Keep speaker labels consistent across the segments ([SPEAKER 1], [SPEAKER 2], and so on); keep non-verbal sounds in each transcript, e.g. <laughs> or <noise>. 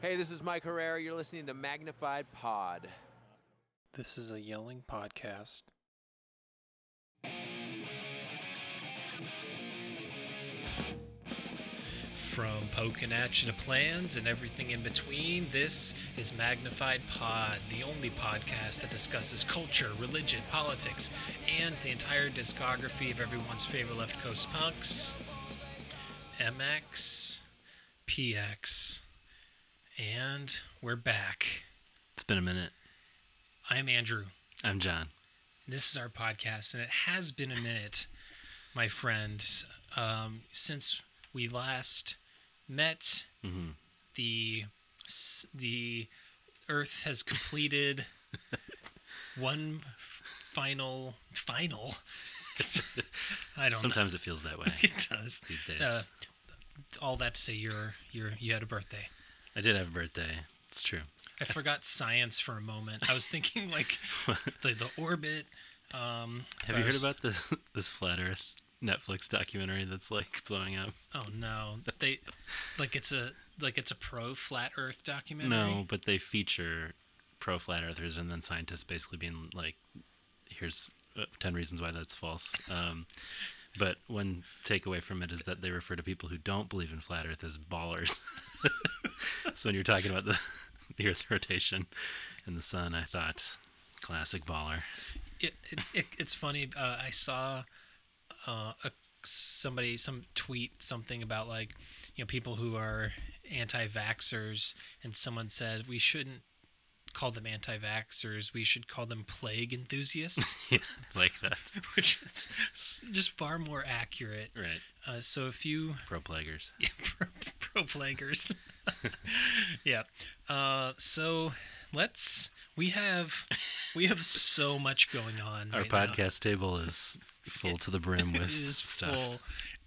[SPEAKER 1] Hey, this is Mike Herrera. You're listening to Magnified Pod.
[SPEAKER 2] This is a yelling podcast. From poking at you to plans and everything in between, this is Magnified Pod, the only podcast that discusses culture, religion, politics, and the entire discography of everyone's favorite left coast punks MX, PX, and we're back.
[SPEAKER 3] It's been a minute.
[SPEAKER 2] I'm Andrew.
[SPEAKER 3] I'm John.
[SPEAKER 2] This is our podcast, and it has been a minute, my friend, um, since we last met.
[SPEAKER 3] Mm-hmm.
[SPEAKER 2] The s- the Earth has
[SPEAKER 3] <laughs>
[SPEAKER 2] completed one final
[SPEAKER 3] <laughs>
[SPEAKER 2] final. I don't
[SPEAKER 3] Sometimes it feels that way
[SPEAKER 2] know. It does
[SPEAKER 3] these days.
[SPEAKER 2] Uh, all that to say, you're you're you had a birthday.
[SPEAKER 3] I did have a birthday. It's true. <laughs>
[SPEAKER 2] I forgot science for a moment. I was thinking like the the orbit. Um,
[SPEAKER 3] Have
[SPEAKER 2] I
[SPEAKER 3] you heard
[SPEAKER 2] was-
[SPEAKER 3] about this this flat Earth Netflix documentary that's like blowing up?
[SPEAKER 2] Oh no, they like it's a like it's a pro flat Earth documentary.
[SPEAKER 3] No, but they feature pro flat earthers and then scientists basically being like, "Here's uh, ten reasons why that's false." Um, but one takeaway from it is that they refer to people who don't believe in flat Earth as ballers. <laughs> so when you're talking about the <laughs> the Earth rotation and the sun, I thought classic baller. <laughs>
[SPEAKER 2] it, it, it it's funny. Uh, I saw uh, a, somebody some tweet something about like you know people who are anti-vaxxers, and someone said we shouldn't call them anti-vaxxers. We should call them plague enthusiasts, <laughs>
[SPEAKER 3] Yeah, like that.
[SPEAKER 2] which is s- just far more accurate.
[SPEAKER 3] Right.
[SPEAKER 2] Uh, so if you
[SPEAKER 3] Pro plaguers.
[SPEAKER 2] Yeah, pro, <laughs> pro flaggers. yeah. Uh, so let's. We have we have so much going on.
[SPEAKER 3] Our
[SPEAKER 2] right now.
[SPEAKER 3] podcast table is full to the brim with
[SPEAKER 2] <laughs> It is
[SPEAKER 3] stuff.
[SPEAKER 2] full.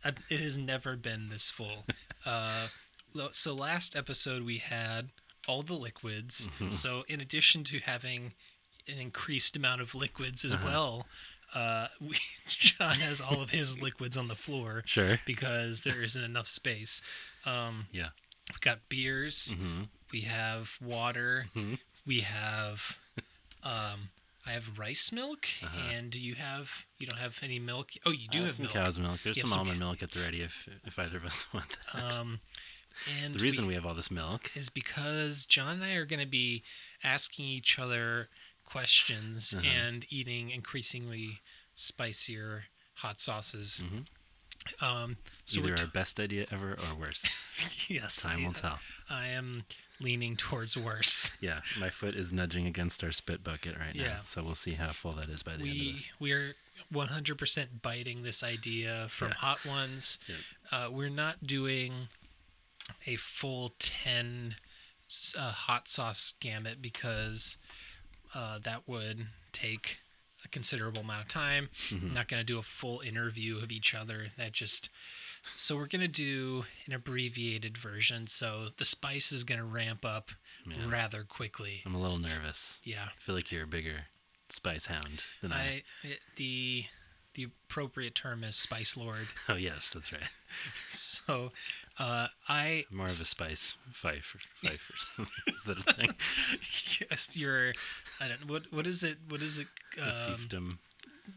[SPEAKER 2] Uh, It has never been this
[SPEAKER 3] <laughs>
[SPEAKER 2] full. Uh, lo- so last episode we had all the liquids.
[SPEAKER 3] Mm-hmm.
[SPEAKER 2] So in addition to having an increased amount of liquids
[SPEAKER 3] Uh-huh.
[SPEAKER 2] as well, uh, <laughs> we, John has all of his liquids on the floor
[SPEAKER 3] <laughs> Sure.
[SPEAKER 2] because there isn't enough space. Um,
[SPEAKER 3] Yeah.
[SPEAKER 2] We've got beers.
[SPEAKER 3] Mm-hmm.
[SPEAKER 2] We have water. We have, um, I have rice milk, and you have you don't have any milk. Oh, you do
[SPEAKER 3] Uh-huh. I
[SPEAKER 2] have
[SPEAKER 3] some
[SPEAKER 2] milk.
[SPEAKER 3] cow's milk. There's
[SPEAKER 2] Yeah,
[SPEAKER 3] some,
[SPEAKER 2] some
[SPEAKER 3] almond
[SPEAKER 2] ca-
[SPEAKER 3] milk at the ready if if either of us <laughs> want that.
[SPEAKER 2] Um, and
[SPEAKER 3] the reason we have all this milk.
[SPEAKER 2] is because John and I are going to be asking each other questions
[SPEAKER 3] Uh-huh.
[SPEAKER 2] and eating increasingly spicier hot sauces. Um, so we're
[SPEAKER 3] Mm-hmm. Either
[SPEAKER 2] t-
[SPEAKER 3] our best idea ever or worst.
[SPEAKER 2] <laughs> yes,
[SPEAKER 3] Time
[SPEAKER 2] I-
[SPEAKER 3] will tell.
[SPEAKER 2] I am leaning towards worse.
[SPEAKER 3] Yeah, my foot is nudging against our spit bucket right now,
[SPEAKER 2] Yeah.
[SPEAKER 3] so we'll see how full that is by the end of
[SPEAKER 2] we
[SPEAKER 3] this.
[SPEAKER 2] we're 100% biting this idea from
[SPEAKER 3] Yeah.
[SPEAKER 2] hot ones uh, we're not doing a full 10 s- uh, hot sauce gamut because uh, that would take a considerable amount of time
[SPEAKER 3] Mm-hmm.
[SPEAKER 2] I'm not going to do a full interview of each other that just so we're going to do an abbreviated version so the spice is going to ramp up rather quickly
[SPEAKER 3] I'm a little nervous.
[SPEAKER 2] yeah
[SPEAKER 3] I feel like you're a bigger spice hound than I.
[SPEAKER 2] I it- the the appropriate term is spice <laughs> lord.
[SPEAKER 3] <laughs> Oh yes, that's right.
[SPEAKER 2] So uh, I
[SPEAKER 3] More of a spice fife, fife or something. <laughs> Is that
[SPEAKER 2] <laughs>
[SPEAKER 3] a thing?
[SPEAKER 2] yes, you're I don't what what is it what is it
[SPEAKER 3] A
[SPEAKER 2] um,
[SPEAKER 3] fiefdom,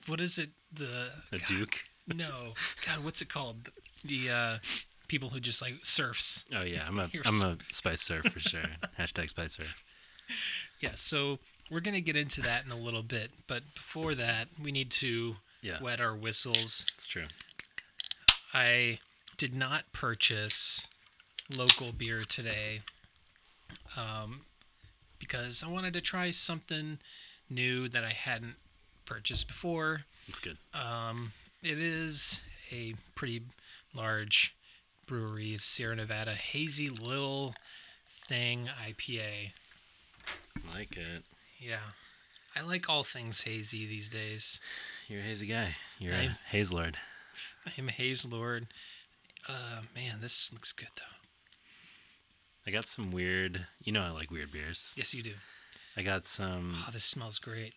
[SPEAKER 2] what is it the
[SPEAKER 3] a
[SPEAKER 2] God,
[SPEAKER 3] duke.
[SPEAKER 2] no God what's it called the uh, people who just like surfs
[SPEAKER 3] Oh yeah, I'm a
[SPEAKER 2] You're
[SPEAKER 3] am a spice surf
[SPEAKER 2] <laughs>
[SPEAKER 3] for sure. Hashtag spice surf.
[SPEAKER 2] yeah so we're gonna get into that in a little bit but before that we need to
[SPEAKER 3] Yeah.
[SPEAKER 2] wet our whistles
[SPEAKER 3] It's true.
[SPEAKER 2] I did not purchase local beer today um, because I wanted to try something new that I hadn't purchased before.
[SPEAKER 3] It's good.
[SPEAKER 2] Um, it is a pretty large brewery, it's Sierra Nevada Hazy Little Thing IPA.
[SPEAKER 3] like it.
[SPEAKER 2] Yeah. I like all things hazy these days.
[SPEAKER 3] You're a hazy guy. You're
[SPEAKER 2] I'm-
[SPEAKER 3] a haze lord.
[SPEAKER 2] I am a haze lord. Uh, man, this looks good though.
[SPEAKER 3] I got some weird. You know I like weird beers.
[SPEAKER 2] Yes, you do.
[SPEAKER 3] I got some.
[SPEAKER 2] Oh, this smells great.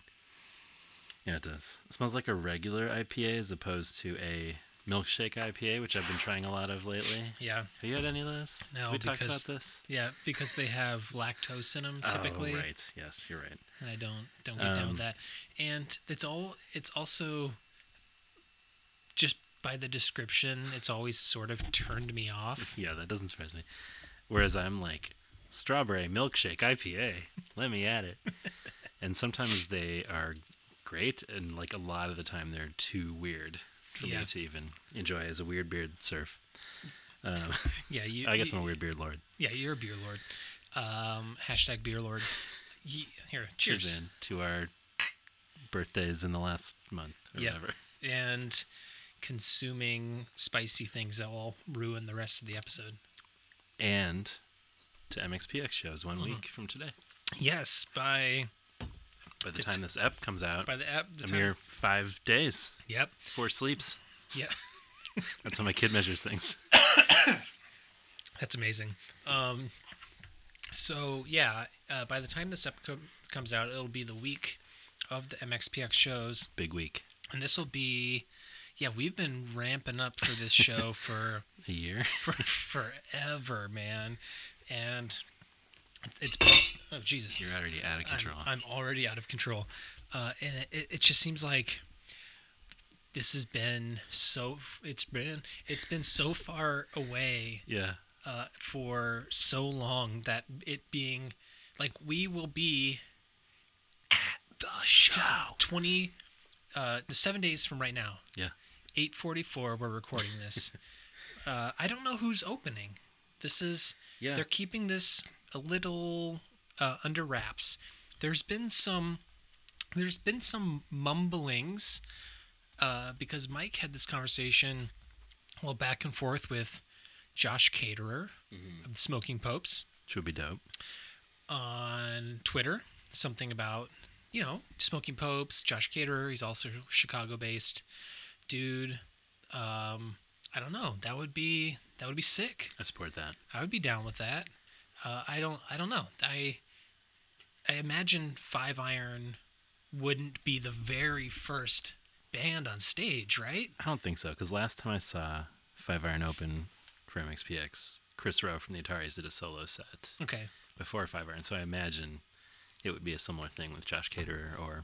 [SPEAKER 3] Yeah, it does. It smells like a regular IPA as opposed to a milkshake IPA, which I've been trying a lot of lately.
[SPEAKER 2] Yeah,
[SPEAKER 3] Have you had any of this?
[SPEAKER 2] No,
[SPEAKER 3] Have we talked
[SPEAKER 2] because
[SPEAKER 3] about this.
[SPEAKER 2] yeah, because they have lactose in them typically,
[SPEAKER 3] oh, right. Yes, you're right.
[SPEAKER 2] and I don't don't get down
[SPEAKER 3] Um,
[SPEAKER 2] with that. And it's all it's also just by the description, it's always sort of turned me off.
[SPEAKER 3] Yeah, that doesn't surprise me. Whereas I'm like strawberry milkshake IPA. Let me
[SPEAKER 2] <laughs>
[SPEAKER 3] at it. and sometimes they are great, and like a lot of the time they're too weird for
[SPEAKER 2] Yeah.
[SPEAKER 3] me to even enjoy as a weird beard surf.
[SPEAKER 2] Yeah, you.
[SPEAKER 3] I guess
[SPEAKER 2] you-
[SPEAKER 3] I'm a weird beard lord.
[SPEAKER 2] Yeah, you're a beer lord. Um, hashtag beer lord. Ye- Here, cheers.
[SPEAKER 3] Cheers, man, to our birthdays in the last month or
[SPEAKER 2] Yep.
[SPEAKER 3] whatever.
[SPEAKER 2] And consuming spicy things that will ruin the rest of the episode.
[SPEAKER 3] And to MXPX shows one week
[SPEAKER 2] Mm-hmm.
[SPEAKER 3] from today.
[SPEAKER 2] Yes, by
[SPEAKER 3] By the
[SPEAKER 2] It's-
[SPEAKER 3] time this app comes out,
[SPEAKER 2] by the app.
[SPEAKER 3] a
[SPEAKER 2] The time-
[SPEAKER 3] mere five days,
[SPEAKER 2] Yep.
[SPEAKER 3] four sleeps.
[SPEAKER 2] Yeah. <laughs>
[SPEAKER 3] That's how my kid measures things.
[SPEAKER 2] That's amazing. Um, so yeah, uh, by the time this ep- com- comes out, it'll be the week of the MXPX shows,
[SPEAKER 3] Big week.
[SPEAKER 2] and this will be, yeah, we've been ramping up for
[SPEAKER 3] <laughs>
[SPEAKER 2] this show for
[SPEAKER 3] A year.
[SPEAKER 2] for forever, man, and it's been, oh Jesus,
[SPEAKER 3] You're already out of
[SPEAKER 2] I'm,
[SPEAKER 3] control.
[SPEAKER 2] I'm already out of control, uh, and it, it just seems like this has been so it's been it's been so far away
[SPEAKER 3] yeah.
[SPEAKER 2] uh, for so long that it being like we will be at the show 20 uh seven days from right now
[SPEAKER 3] Yeah.
[SPEAKER 2] 844 we're recording this uh i don't know who's opening this is
[SPEAKER 3] Yeah.
[SPEAKER 2] they're keeping this a little uh under wraps there's been some there's been some mumblings uh because mike had this conversation well back and forth with josh caterer of the smoking popes
[SPEAKER 3] Should be dope.
[SPEAKER 2] on Twitter something about, you know, Smoking Popes, Josh Caterer. He's also Chicago based dude. Um, I don't know. That would be that would be sick.
[SPEAKER 3] I support that.
[SPEAKER 2] I would be down with that. Uh, I don't I don't know. I I imagine Five Iron wouldn't be the very first band on stage, right?
[SPEAKER 3] I don't think so, because last time I saw Five Iron Open for MXPX, Chris Rowe from the Ataris did a solo set
[SPEAKER 2] Okay.
[SPEAKER 3] before Five Iron, so I imagine it would be a similar thing with Josh Caterer or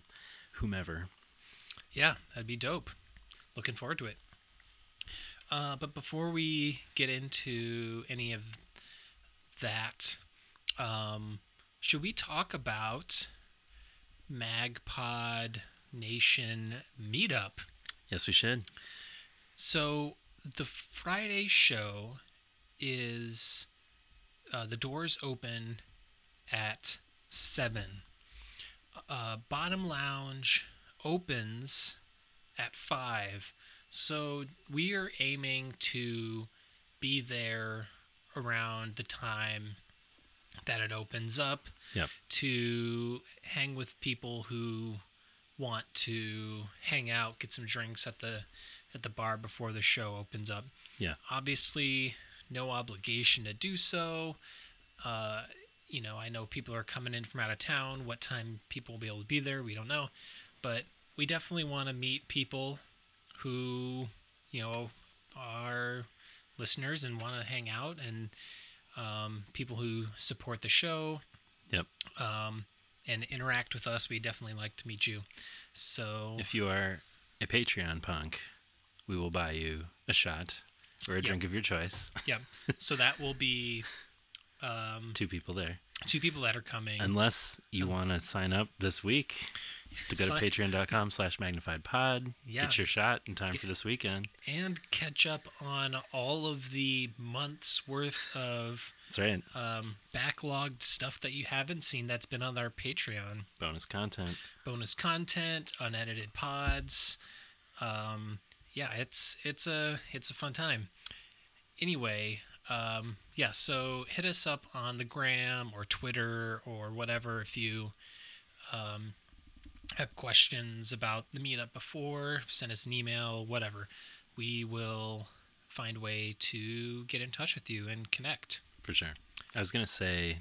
[SPEAKER 3] whomever.
[SPEAKER 2] Yeah, that'd be dope. Looking forward to it. Uh, but before we get into any of that, um, should we talk about MagPod Nation meetup?
[SPEAKER 3] Yes, we should.
[SPEAKER 2] So the Friday show is uh, the doors open at seven. Uh, Bottom Lounge opens at five. So we are aiming to be there around the time that it opens up
[SPEAKER 3] Yep.
[SPEAKER 2] to hang with people who want to hang out, get some drinks at the at the bar before the show opens up.
[SPEAKER 3] Yeah.
[SPEAKER 2] Obviously, no obligation to do so. Uh, you know, I know people are coming in from out of town. What time people will be able to be there, we don't know, but we definitely want to meet people who, you know, are listeners and want to hang out, and um, people who support the show
[SPEAKER 3] Yep.
[SPEAKER 2] um, and interact with us. We definitely like to meet you. So
[SPEAKER 3] If you are a Patreon punk, we will buy you a shot or a drink of your <laughs> choice.
[SPEAKER 2] yeah, so that will be
[SPEAKER 3] Two people there.
[SPEAKER 2] two people that are coming.
[SPEAKER 3] Unless you want to sign up this week to <laughs> go to
[SPEAKER 2] Sign-
[SPEAKER 3] patreon.com slash magnified pod.
[SPEAKER 2] Yeah.
[SPEAKER 3] Get your shot in time for this weekend.
[SPEAKER 2] and catch up on all of the months worth of
[SPEAKER 3] That's right.
[SPEAKER 2] um, backlogged stuff that you haven't seen that's been on our Patreon.
[SPEAKER 3] Bonus content.
[SPEAKER 2] Bonus content, unedited pods. Um, yeah, it's it's a it's a fun time. Anyway, um, yeah, so hit us up on the gram or Twitter or whatever if you um, have questions about the meetup before, send us an email, whatever. We will find a way to get in touch with you and connect.
[SPEAKER 3] For sure. I was going to say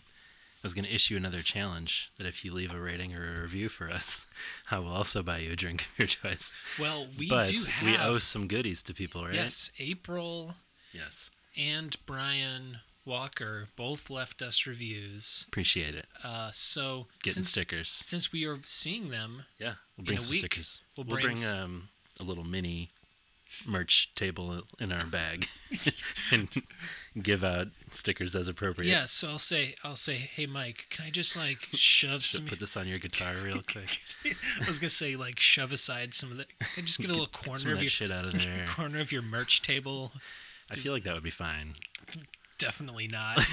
[SPEAKER 3] was going to issue another challenge that if you leave a rating or a review for us, <laughs> I will also buy you a drink of your choice.
[SPEAKER 2] Well, we
[SPEAKER 3] but
[SPEAKER 2] do have
[SPEAKER 3] we owe some goodies to people, right?
[SPEAKER 2] yes, April
[SPEAKER 3] Yes.
[SPEAKER 2] and Brian Walker both left us reviews.
[SPEAKER 3] Appreciate it.
[SPEAKER 2] Uh, so
[SPEAKER 3] Getting
[SPEAKER 2] since,
[SPEAKER 3] stickers.
[SPEAKER 2] since we are seeing them,
[SPEAKER 3] Yeah, we'll bring
[SPEAKER 2] a
[SPEAKER 3] some
[SPEAKER 2] week,
[SPEAKER 3] stickers.
[SPEAKER 2] we'll
[SPEAKER 3] We'll,
[SPEAKER 2] bring
[SPEAKER 3] bring,
[SPEAKER 2] s-
[SPEAKER 3] um, a little mini merch table in our
[SPEAKER 2] <laughs>
[SPEAKER 3] bag <laughs> and give out stickers as appropriate.
[SPEAKER 2] yeah. So I'll say, I'll say, hey Mike, can I just
[SPEAKER 3] <laughs>
[SPEAKER 2] like shove
[SPEAKER 3] Should
[SPEAKER 2] some?
[SPEAKER 3] put this on your guitar real quick.
[SPEAKER 2] I was gonna say like shove aside some of the. Can I just get a little
[SPEAKER 3] <laughs> Get
[SPEAKER 2] <laughs> corner
[SPEAKER 3] some of
[SPEAKER 2] of
[SPEAKER 3] that
[SPEAKER 2] your <laughs>
[SPEAKER 3] shit out of there.
[SPEAKER 2] corner of your merch table? <laughs>
[SPEAKER 3] I feel like that would be fine.
[SPEAKER 2] Definitely
[SPEAKER 3] <laughs>
[SPEAKER 2] not. <laughs>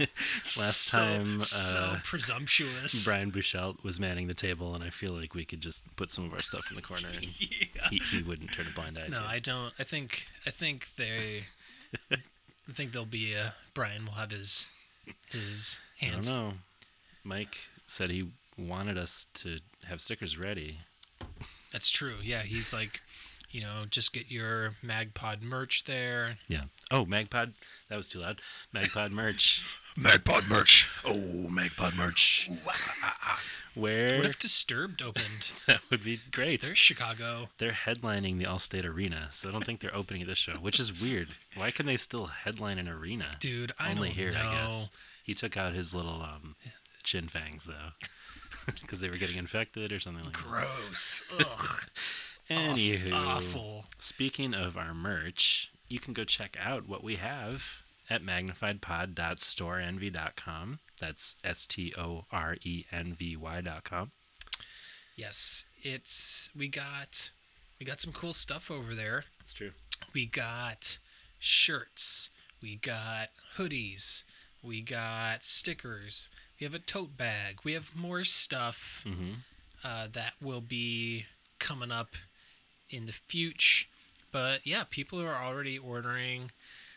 [SPEAKER 3] Last
[SPEAKER 2] So-
[SPEAKER 3] time,
[SPEAKER 2] so
[SPEAKER 3] uh,
[SPEAKER 2] presumptuous.
[SPEAKER 3] Brian Bouchelt was manning the table, and I feel like we could just put some of our stuff in
[SPEAKER 2] <laughs>
[SPEAKER 3] the corner, and he, he wouldn't turn a blind eye
[SPEAKER 2] No,
[SPEAKER 3] to.
[SPEAKER 2] I don't. I think I think
[SPEAKER 3] <laughs>
[SPEAKER 2] they. I think there'll be a Brian will have his his
[SPEAKER 3] I don't
[SPEAKER 2] hands.
[SPEAKER 3] know. Mike said he wanted us to have stickers ready.
[SPEAKER 2] That's true. Yeah, he's like, you know, just get your Magpod merch there.
[SPEAKER 3] Yeah. Oh, Magpod. That was too loud. Magpod
[SPEAKER 2] <laughs>
[SPEAKER 3] merch.
[SPEAKER 2] Magpod merch.
[SPEAKER 3] Oh, Magpod merch. Where
[SPEAKER 2] What if Disturbed opened?
[SPEAKER 3] <laughs> that would be great.
[SPEAKER 2] There's
[SPEAKER 3] They're,
[SPEAKER 2] Chicago.
[SPEAKER 3] headlining the Allstate Arena, so I don't think they're opening at this show, which is weird. Why can they still headline an arena?
[SPEAKER 2] Dude, I
[SPEAKER 3] Only
[SPEAKER 2] don't
[SPEAKER 3] here,
[SPEAKER 2] know.
[SPEAKER 3] I guess. He took out his little um, chin
[SPEAKER 2] <laughs>
[SPEAKER 3] fangs though, because they were getting infected or something like <laughs>
[SPEAKER 2] Gross. Ugh.
[SPEAKER 3] that. Anywho,
[SPEAKER 2] Awful.
[SPEAKER 3] Speaking of our merch, you can go check out what we have at magnifiedpod.storeenvy.com. That's S T O R E N V Y.com.
[SPEAKER 2] Yes, it's we got we got some cool stuff over there.
[SPEAKER 3] That's true.
[SPEAKER 2] we got shirts, we got hoodies, we got stickers, we have a tote bag, we have more stuff
[SPEAKER 3] Mm-hmm.
[SPEAKER 2] uh, that will be coming up in the future. But yeah, people are already ordering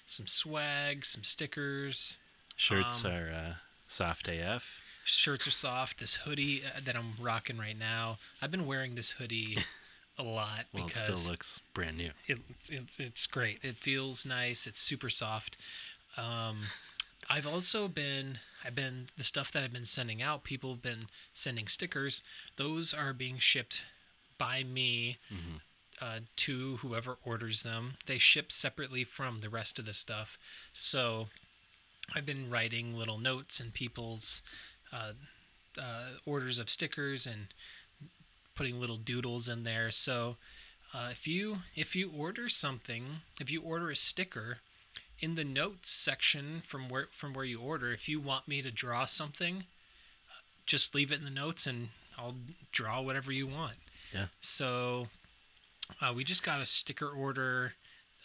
[SPEAKER 2] some swag, some stickers.
[SPEAKER 3] Shirts
[SPEAKER 2] Um,
[SPEAKER 3] are uh, soft AF.
[SPEAKER 2] Shirts are soft. This hoodie uh, that I'm rocking right now, I've been wearing this
[SPEAKER 3] <laughs>
[SPEAKER 2] hoodie a lot
[SPEAKER 3] Well, it
[SPEAKER 2] because
[SPEAKER 3] still looks brand new.
[SPEAKER 2] it, it it's great. It feels nice. It's super soft. Um, <laughs> I've also been I've been the stuff that I've been sending out. People have been sending stickers. Those are being shipped by me uh, to whoever orders them. They ship separately from the rest of the stuff. So I've been writing little notes in people's uh, uh, orders of stickers and putting little doodles in there. So uh, if you if you order something, if you order a sticker, in the notes section from where from where you order, if you want me to draw something, uh, just leave it in the notes and I'll draw whatever you want.
[SPEAKER 3] Yeah.
[SPEAKER 2] So uh, we just got a sticker order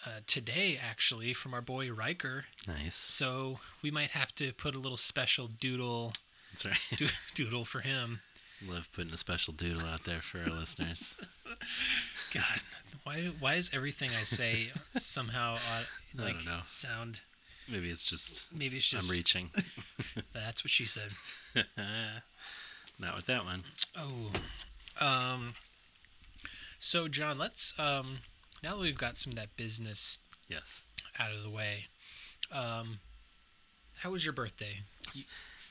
[SPEAKER 2] uh, today actually from our boy Riker.
[SPEAKER 3] Nice.
[SPEAKER 2] So we might have to put a little special doodle <laughs>
[SPEAKER 3] That's right.
[SPEAKER 2] do, doodle for him.
[SPEAKER 3] <laughs> Love putting a special doodle out there for our
[SPEAKER 2] <laughs>
[SPEAKER 3] listeners.
[SPEAKER 2] God, why do- why does everything I
[SPEAKER 3] <laughs>
[SPEAKER 2] say somehow uh,
[SPEAKER 3] I
[SPEAKER 2] like
[SPEAKER 3] don't know.
[SPEAKER 2] sound?
[SPEAKER 3] Maybe it's just,
[SPEAKER 2] Maybe it's just
[SPEAKER 3] I'm reaching.
[SPEAKER 2] that's what she said.
[SPEAKER 3] Not with that one.
[SPEAKER 2] Oh, um, so John, let's um, now that we've got some of that business
[SPEAKER 3] Yes.
[SPEAKER 2] out of the way, um, how was your birthday?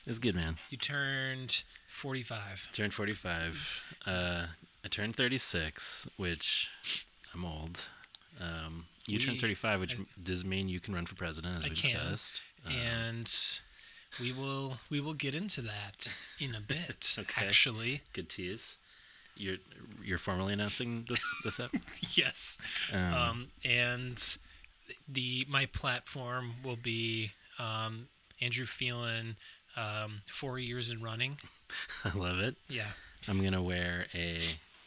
[SPEAKER 3] It's good, man.
[SPEAKER 2] You turned forty-five.
[SPEAKER 3] Turned 45. Uh, I turned 36, which I'm old. Um, you
[SPEAKER 2] We-
[SPEAKER 3] turned 35, which
[SPEAKER 2] I-
[SPEAKER 3] m does mean you can run for president, as
[SPEAKER 2] I
[SPEAKER 3] we
[SPEAKER 2] can.
[SPEAKER 3] discussed. Uh,
[SPEAKER 2] and we will we will get into that in a bit.
[SPEAKER 3] <laughs> Okay.
[SPEAKER 2] Actually,
[SPEAKER 3] Good tease. You're you're formally announcing this this
[SPEAKER 2] <laughs>
[SPEAKER 3] up.
[SPEAKER 2] yes.
[SPEAKER 3] Um,
[SPEAKER 2] Um, and the my platform will be um, Andrew Phelan, um, four years in running.
[SPEAKER 3] I love it.
[SPEAKER 2] Yeah.
[SPEAKER 3] I'm gonna wear a.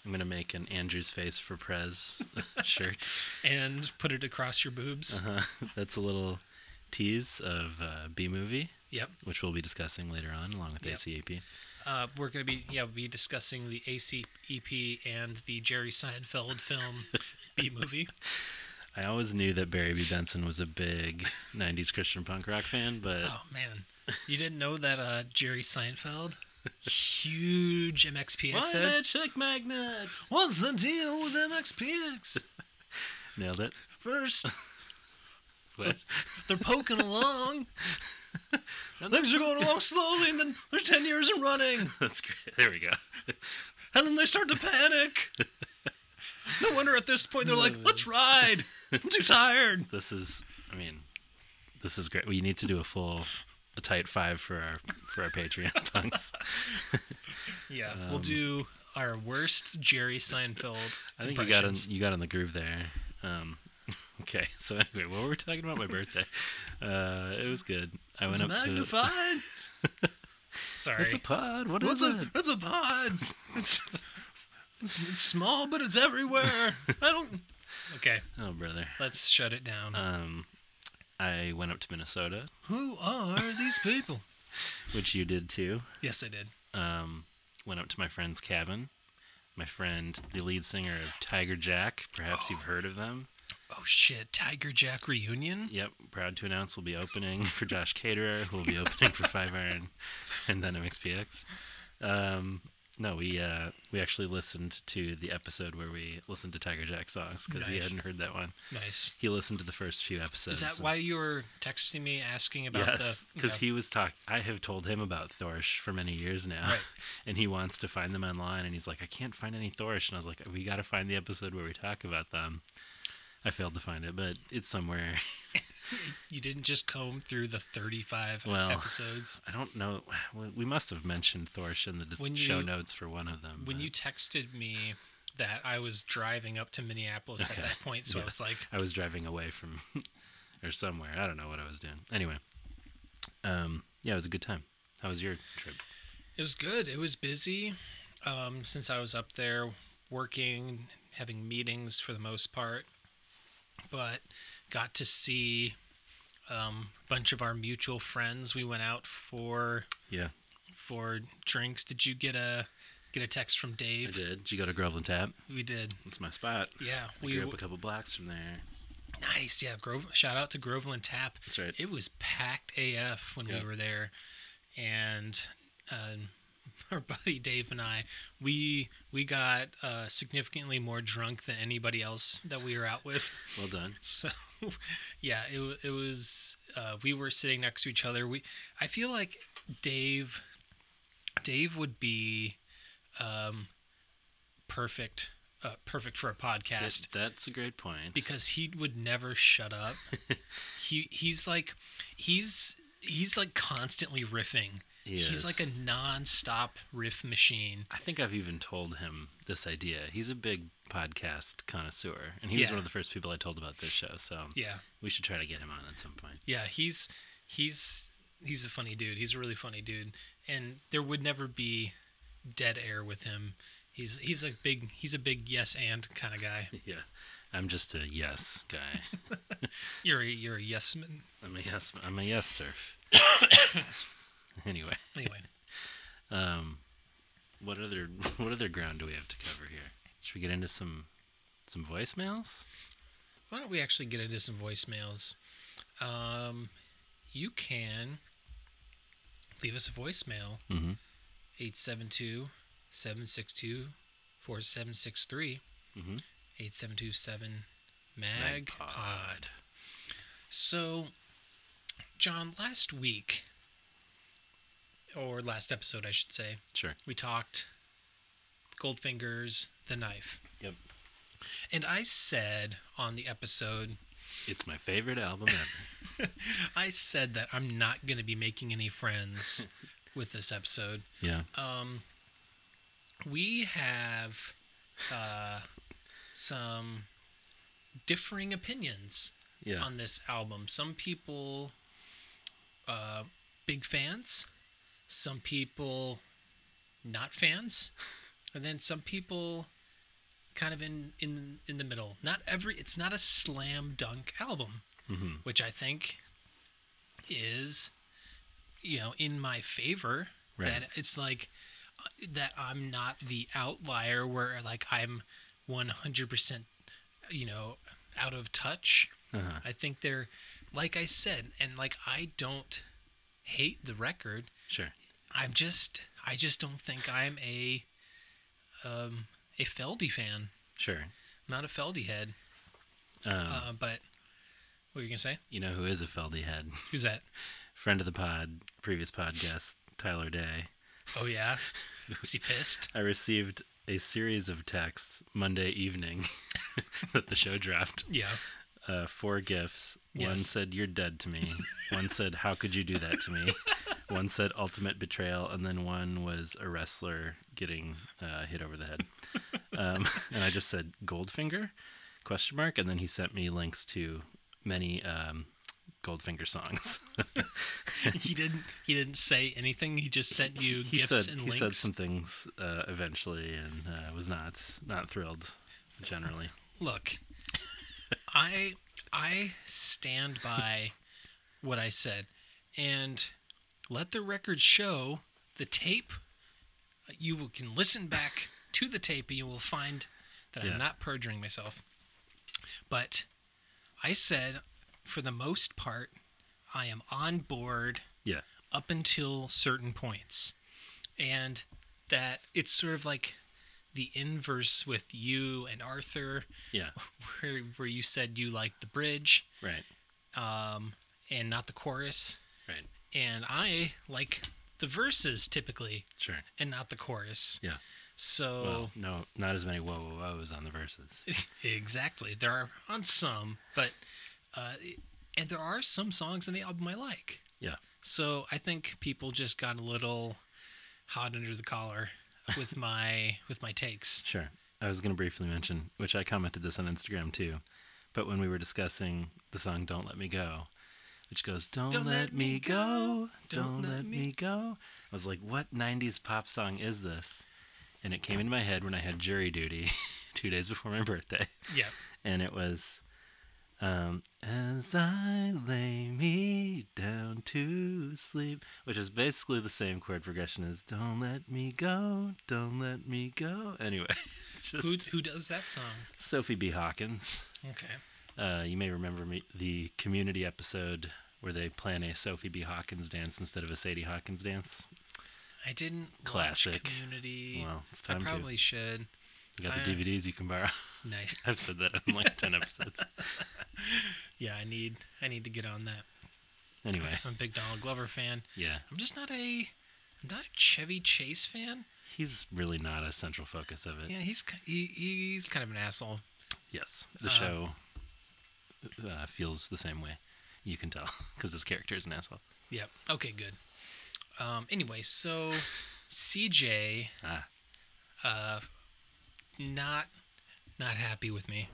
[SPEAKER 3] I'm gonna make an Andrew's face for
[SPEAKER 2] <laughs>
[SPEAKER 3] Prez shirt. <laughs>
[SPEAKER 2] and put it across your boobs.
[SPEAKER 4] Uh-huh.
[SPEAKER 3] Uh, that's a little tease of uh, B movie,
[SPEAKER 2] Yep.
[SPEAKER 3] which we'll be discussing later on, along with
[SPEAKER 2] Yep.
[SPEAKER 3] ACAP.
[SPEAKER 2] Uh, we're gonna be yeah we'll be discussing the ACEP and the Jerry Seinfeld
[SPEAKER 4] <laughs>
[SPEAKER 2] film B movie.
[SPEAKER 3] I always knew that Barry B. Benson was
[SPEAKER 2] <laughs>
[SPEAKER 3] a big '90s Christian punk rock fan, but
[SPEAKER 2] Oh man, you didn't know that uh, Jerry Seinfeld, huge MXPX head.
[SPEAKER 3] check magnets?
[SPEAKER 2] What's the deal with MXPX?
[SPEAKER 3] Nailed it.
[SPEAKER 2] First,
[SPEAKER 3] What? <laughs>
[SPEAKER 2] <laughs> they're poking along,
[SPEAKER 4] Things are going
[SPEAKER 2] <laughs>
[SPEAKER 4] along slowly, and then there's 10 years in running,
[SPEAKER 3] That's great. There we go.
[SPEAKER 4] and then they start to panic.
[SPEAKER 2] <laughs>
[SPEAKER 4] No wonder at this point they're like, let's ride. I'm too tired.
[SPEAKER 3] This is, I mean, this is great. We need to do a full, a tight five for our for
[SPEAKER 2] <laughs>
[SPEAKER 3] our Patreon punks.
[SPEAKER 2] Yeah, we'll
[SPEAKER 3] Um,
[SPEAKER 2] do our worst Jerry Seinfeld.
[SPEAKER 3] I think you got in,
[SPEAKER 2] impressions.
[SPEAKER 3] you got in the groove there. Um, <laughs> okay, so anyway, what were we talking about? My birthday. Uh, it was good. I went
[SPEAKER 4] It's
[SPEAKER 3] up
[SPEAKER 4] magnified.
[SPEAKER 3] to. <laughs> What's a
[SPEAKER 2] Sorry.
[SPEAKER 3] pod? What
[SPEAKER 4] What's
[SPEAKER 3] is
[SPEAKER 4] a
[SPEAKER 3] it?
[SPEAKER 4] that's a
[SPEAKER 3] <laughs>
[SPEAKER 4] pod? It's, it's, it's small, but it's everywhere. I don't.
[SPEAKER 3] <laughs>
[SPEAKER 2] Okay,
[SPEAKER 3] Oh brother.
[SPEAKER 2] let's shut it down.
[SPEAKER 3] Um, I went up to Minnesota,
[SPEAKER 4] Who are these people?
[SPEAKER 3] which you did too.
[SPEAKER 2] yes, I did.
[SPEAKER 3] um, went up to my friend's cabin. My friend, the lead singer of Tiger Jack, perhaps you've heard of them.
[SPEAKER 2] Oh shit, Tiger Jack reunion.
[SPEAKER 3] Yep, proud to announce we'll be opening <laughs> for Josh Caterer, who
[SPEAKER 2] <laughs>
[SPEAKER 3] will be opening for Five Iron, and then MXPX. Um, no, we uh, we actually listened to the episode where we listened to Tiger Jack songs because he
[SPEAKER 2] Nice.
[SPEAKER 3] hadn't heard that one.
[SPEAKER 2] Nice.
[SPEAKER 3] He listened to the first few
[SPEAKER 2] Is
[SPEAKER 3] episodes.
[SPEAKER 2] that
[SPEAKER 3] and-
[SPEAKER 2] why you were texting me asking about
[SPEAKER 3] Yes,
[SPEAKER 2] the?
[SPEAKER 3] because he was talk. I have told him about Thorish for many years now,
[SPEAKER 2] Right.
[SPEAKER 3] <laughs> and he wants to find them online. And he's like, I can't find any Thorish, and I was like, we got to find the episode where we talk about them. I failed to find it, but it's somewhere. <laughs>
[SPEAKER 2] You didn't just comb through the thirty-five
[SPEAKER 3] Well,
[SPEAKER 2] episodes.
[SPEAKER 3] I don't know. <sighs> we- We must have mentioned Thorish in the dis-
[SPEAKER 2] When
[SPEAKER 3] show
[SPEAKER 2] you-
[SPEAKER 3] notes for one of them.
[SPEAKER 2] When
[SPEAKER 3] but
[SPEAKER 2] you texted me that I was driving up to Minneapolis
[SPEAKER 3] Okay,
[SPEAKER 2] at that point, so
[SPEAKER 3] yeah.
[SPEAKER 2] I was like,
[SPEAKER 3] I was driving away from <laughs> or somewhere. I don't know what I was doing. Anyway, um, yeah, it was a good time. How was your trip?
[SPEAKER 2] It was good. It was busy um, since I was up there working, having meetings for the most part, but got to see um, a bunch of our mutual friends. We went out for
[SPEAKER 3] Yeah,
[SPEAKER 2] for drinks. Did you get a get a text from
[SPEAKER 3] I
[SPEAKER 2] Dave?
[SPEAKER 3] did. Did you go to Groveland Tap?
[SPEAKER 2] We did.
[SPEAKER 3] It's my spot.
[SPEAKER 2] Yeah,
[SPEAKER 3] I
[SPEAKER 2] we
[SPEAKER 3] grew up
[SPEAKER 2] w-
[SPEAKER 3] a couple blocks from there.
[SPEAKER 2] nice. Yeah, Grove. Shout out to Groveland Tap.
[SPEAKER 3] That's right.
[SPEAKER 2] It was packed AF when
[SPEAKER 3] Yeah.
[SPEAKER 2] we were there, and um, <laughs> our buddy Dave and I, we we got uh, significantly more drunk than anybody else that we were out with.
[SPEAKER 3] <laughs>
[SPEAKER 2] <laughs>
[SPEAKER 3] Well done.
[SPEAKER 2] So, yeah, it wa- it was. Uh, we were sitting next to each other. We I feel like Dave, Dave would be, um, perfect, uh, perfect for a podcast
[SPEAKER 3] That's a great point.
[SPEAKER 2] because he would never shut up. he he's like he's he's like constantly riffing. He's like a
[SPEAKER 3] Yes.
[SPEAKER 2] non-stop riff machine.
[SPEAKER 3] I think I've even told him this idea. He's a big podcast connoisseur, and he was
[SPEAKER 2] Yeah.
[SPEAKER 3] one of the first people I told about this show. So
[SPEAKER 2] Yeah.
[SPEAKER 3] we should try to get him on at some point.
[SPEAKER 2] Yeah, he's he's he's a funny dude. He's a really funny dude. And there would never be dead air with him. He's he's a big he's a big yes and kind of guy.
[SPEAKER 3] <laughs> Yeah, I'm just a yes <laughs> guy.
[SPEAKER 2] You're a, you're a yes man.
[SPEAKER 3] I'm a yes. I'm a yes <coughs> surf. anyway,
[SPEAKER 2] Anyway,
[SPEAKER 3] um, what other what other ground do we have to cover here? Should we get into some some voicemails?
[SPEAKER 2] why don't we actually get into some voicemails? Um, you can leave us a voicemail.
[SPEAKER 3] Mhm.
[SPEAKER 2] 872 762 4763 8727 MagPod. So, John, last week, or last episode, I should say,
[SPEAKER 3] Sure.
[SPEAKER 2] we talked Goldfinger's The Knife.
[SPEAKER 3] Yep.
[SPEAKER 2] And I said on the episode,
[SPEAKER 3] It's my favorite album ever. <laughs>
[SPEAKER 2] I said that I'm not going to be making any friends with this episode.
[SPEAKER 3] yeah.
[SPEAKER 2] we have uh, some differing opinions
[SPEAKER 3] yeah.
[SPEAKER 2] on this album. Some people, uh, big fans. Some people, not fans, and then some people, kind of in in in the middle. Not every. It's not a slam dunk album,
[SPEAKER 3] Mm-hmm.
[SPEAKER 2] which I think is, you know, in my favor.
[SPEAKER 3] Right.
[SPEAKER 2] That it's like uh, that I'm not the outlier where like I'm 100% you know out of touch.
[SPEAKER 3] Uh-huh.
[SPEAKER 2] I think they're, like I said, and like I don't hate the record.
[SPEAKER 3] Sure.
[SPEAKER 2] I'm just, I just don't think I'm a, um, a Feldy fan.
[SPEAKER 3] Sure.
[SPEAKER 2] Not a Feldy head.
[SPEAKER 3] Um,
[SPEAKER 2] Uh, but what were you gonna say?
[SPEAKER 3] you know who is a Feldy head?
[SPEAKER 2] Who's that?
[SPEAKER 3] friend of the pod, previous podcast, Tyler Day.
[SPEAKER 2] Oh
[SPEAKER 3] <laughs>
[SPEAKER 2] yeah, was he pissed?
[SPEAKER 3] I received a series of texts Monday evening <laughs> that the show dropped. <laughs>
[SPEAKER 2] Yeah. <laughs>
[SPEAKER 3] Uh, four gifts. One
[SPEAKER 2] Yes.
[SPEAKER 3] said, You're dead to me. one said, How could you do that to me? one said, Ultimate betrayal. And then one was a wrestler getting uh, hit over the head. Um, and I just said, Goldfinger? Question mark. And then he sent me links to many um, Goldfinger songs.
[SPEAKER 2] He didn't. He didn't say anything. He just sent you
[SPEAKER 3] he
[SPEAKER 2] gifts
[SPEAKER 3] said
[SPEAKER 2] and
[SPEAKER 3] he
[SPEAKER 2] links.
[SPEAKER 3] said some things uh, eventually, and uh, was not not thrilled generally.
[SPEAKER 2] Look, I I stand by what I said, and let the record show the tape. You will- can listen back to the tape, and you will find that
[SPEAKER 3] Yeah.
[SPEAKER 2] I'm not perjuring myself. But I said, for the most part, I am on board
[SPEAKER 3] Yeah,
[SPEAKER 2] up until certain points. And that it's sort of like the inverse with you and Arthur,
[SPEAKER 3] yeah,
[SPEAKER 2] where, where you said you liked the bridge
[SPEAKER 3] right,
[SPEAKER 2] um, and not the chorus.
[SPEAKER 3] right,
[SPEAKER 2] And I like the verses typically
[SPEAKER 3] sure,
[SPEAKER 2] and not the chorus.
[SPEAKER 3] yeah.
[SPEAKER 2] So,
[SPEAKER 3] Well, no, not as many whoa whoa whoas on the verses.
[SPEAKER 2] exactly. There are on some, but, uh, and there are some songs in the album I like.
[SPEAKER 3] Yeah,
[SPEAKER 2] So I think people just got a little hot under the collar
[SPEAKER 3] <laughs>
[SPEAKER 2] with my with my takes.
[SPEAKER 3] sure. I was going to briefly mention, which I commented this on Instagram too, but when we were discussing the song "Don't Let Me Go," which goes "Don't, let, me go, don't let me go," I was like, "What '90s pop song is this?" And it came into my head when I had jury duty <laughs> two days before my birthday.
[SPEAKER 2] Yeah.
[SPEAKER 3] and it was um, as I lay me down to sleep, which is basically the same chord progression as "Don't let me go, don't let me go." Anyway, <laughs> just
[SPEAKER 2] Who who does that song?
[SPEAKER 3] Sophie B. Hawkins.
[SPEAKER 2] Okay.
[SPEAKER 3] Uh, you may remember me, the Community episode where they plan a Sophie B. Hawkins dance instead of a Sadie Hawkins dance.
[SPEAKER 2] I didn't
[SPEAKER 3] Classic.
[SPEAKER 2] watch Community.
[SPEAKER 3] Well, it's
[SPEAKER 2] I
[SPEAKER 3] time to.
[SPEAKER 2] probably should.
[SPEAKER 3] You got the
[SPEAKER 2] I-
[SPEAKER 3] DVDs you can borrow. <laughs>
[SPEAKER 2] Nice.
[SPEAKER 3] I've said that in like ten
[SPEAKER 2] <laughs>
[SPEAKER 3] episodes.
[SPEAKER 2] Yeah, I need I need to get on that.
[SPEAKER 3] Anyway,
[SPEAKER 2] I'm a
[SPEAKER 3] <laughs>
[SPEAKER 2] big Donald Glover fan.
[SPEAKER 3] yeah,
[SPEAKER 2] I'm just not a I'm not a Chevy Chase fan.
[SPEAKER 3] he's really not a central focus of it.
[SPEAKER 2] Yeah, he's ki- he, he's kind of an asshole.
[SPEAKER 3] Yes, the show
[SPEAKER 2] Uh-huh.
[SPEAKER 3] uh, feels the same way. You can tell <laughs> because this character is an asshole.
[SPEAKER 2] Yep. Okay, good. Um anyway,
[SPEAKER 3] <laughs>
[SPEAKER 2] so CJ
[SPEAKER 3] Ah,
[SPEAKER 2] uh, not not happy with me.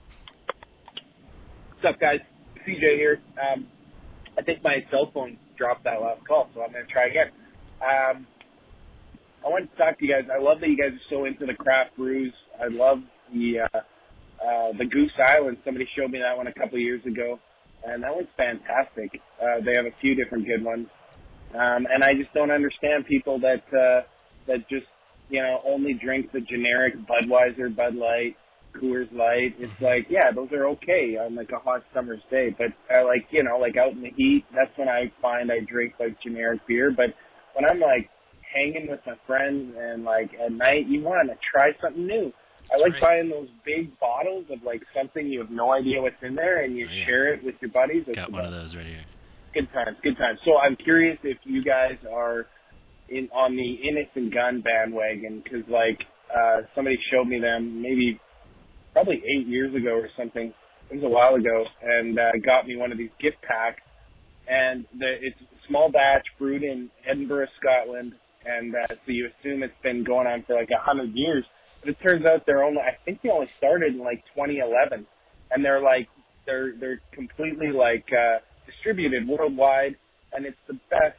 [SPEAKER 5] What's up, guys? CJ here. Um, I think my cell phone dropped that last call, so I'm going to try again. Um, I wanted to talk to you guys. I love that you guys are so into the craft brews. I love the uh, uh, the Goose Island. Somebody showed me that one a couple of years ago, and Uh, that one's fantastic. Uh, they have a few different good ones, um, and I just don't understand people that uh, that just you know only drink the generic Budweiser, Bud Light, Coors Light. It's like, yeah, those are okay on like a hot summer's day, but I like, you know, like out in the heat, that's when I find I drink like generic beer. But when I'm like hanging with my friends and like at night, you want to try something new. I like
[SPEAKER 2] Right.
[SPEAKER 5] buying those big bottles of like something you have no idea what's in there, and you
[SPEAKER 3] Oh, yeah.
[SPEAKER 5] share it with your buddies. It's
[SPEAKER 3] got one of
[SPEAKER 5] about-
[SPEAKER 3] those right here.
[SPEAKER 5] Good times, good times. So I'm curious if you guys are in on the innocent gun bandwagon because like uh, somebody showed me them maybe probably eight years ago or something. It was a while ago, and uh, got me one of these gift packs. And the, it's small batch brewed in Edinburgh, Scotland, and uh, so you assume it's been going on for like a hundred years. But it turns out they're only I think they only started in like 2011, and they're like they're they're completely like uh, distributed worldwide, and it's the best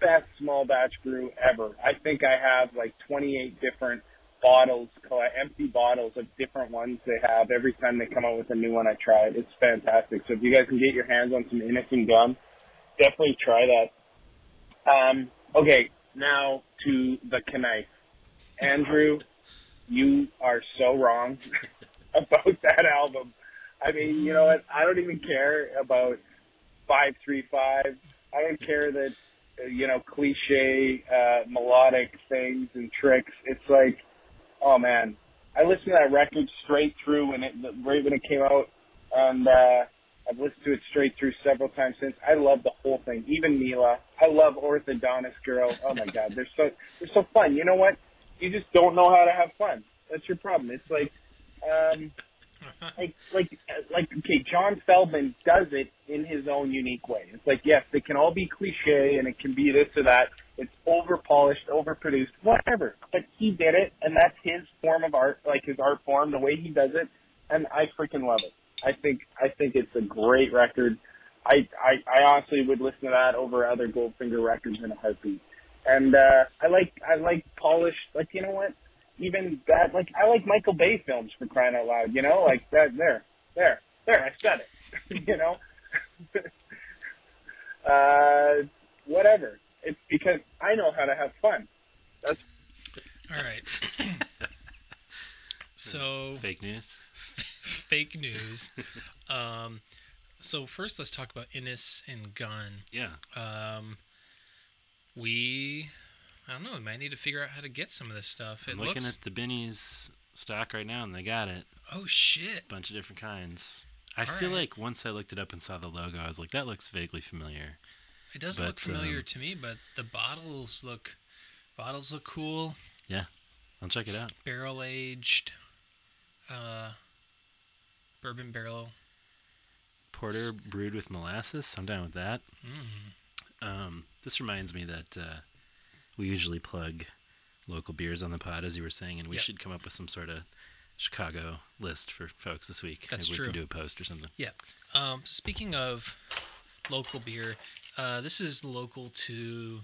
[SPEAKER 5] best small batch brew ever. I think I have like 28 different bottles, coll- empty bottles of different ones they have. Every time they come out with a new one, I try it. It's fantastic. So if you guys can get your hands on some innocent gum, definitely try that. Um, okay, now to the knife. Andrew, you are so wrong <laughs> about that album. I mean, you know what? I don't even care about 535. I don't care that, uh, you know, cliche uh, melodic things and tricks. It's like, oh man, I listened to that record straight through when it right when it came out, and uh, I've listened to it straight through several times since. I love the whole thing, even Mila. I love Orthodontist Girl. Oh my God, they're so they're so fun. You know what? You just don't know how to have fun. That's your problem. It's like, um, like like like okay, John Feldman does it in his own unique way. It's like yes, it can all be cliche and it can be this or that. It's over polished, over produced, whatever. But he did it, and that's his form of art, like his art form, the way he does it, and I freaking love it. I think I think it's a great record. I I, I honestly would listen to that over other Goldfinger records in a heartbeat. And uh, I like I like polished. Like you know what? Even that like I like Michael Bay films for crying out loud. You know, like that there there there I said it. <laughs> you know. uh, whatever. It's because I know how to have fun. That's
[SPEAKER 2] All
[SPEAKER 3] <laughs>
[SPEAKER 2] right. so
[SPEAKER 3] Fake news.
[SPEAKER 2] fake news. Um, so first, let's talk about Innis and Gunn.
[SPEAKER 3] Yeah.
[SPEAKER 2] Um, we, I don't know. We might need to figure out how to get some of this stuff. It
[SPEAKER 3] I'm looking
[SPEAKER 2] looks.
[SPEAKER 3] at the Benny's stock right now, and they got it.
[SPEAKER 2] oh shit!
[SPEAKER 3] bunch of different kinds. I
[SPEAKER 2] All
[SPEAKER 3] feel
[SPEAKER 2] right.
[SPEAKER 3] like once I looked it up and saw the logo, I was like, that looks vaguely familiar.
[SPEAKER 2] It does look
[SPEAKER 3] but,
[SPEAKER 2] familiar
[SPEAKER 3] um,
[SPEAKER 2] to me, but the bottles look, bottles look cool.
[SPEAKER 3] Yeah. I'll check it out.
[SPEAKER 2] Barrel aged, uh, bourbon barrel.
[SPEAKER 3] Porter brewed with molasses. I'm down with that.
[SPEAKER 2] Mm.
[SPEAKER 3] Um, this reminds me that uh, we usually plug local beers on the pod, as you were saying, and we
[SPEAKER 2] Yep.
[SPEAKER 3] should come up with some sort of Chicago list for folks this week.
[SPEAKER 2] That's
[SPEAKER 3] Maybe
[SPEAKER 2] true.
[SPEAKER 3] we can do a post or something.
[SPEAKER 2] Yeah. Um, so speaking of local beer, uh, this is local to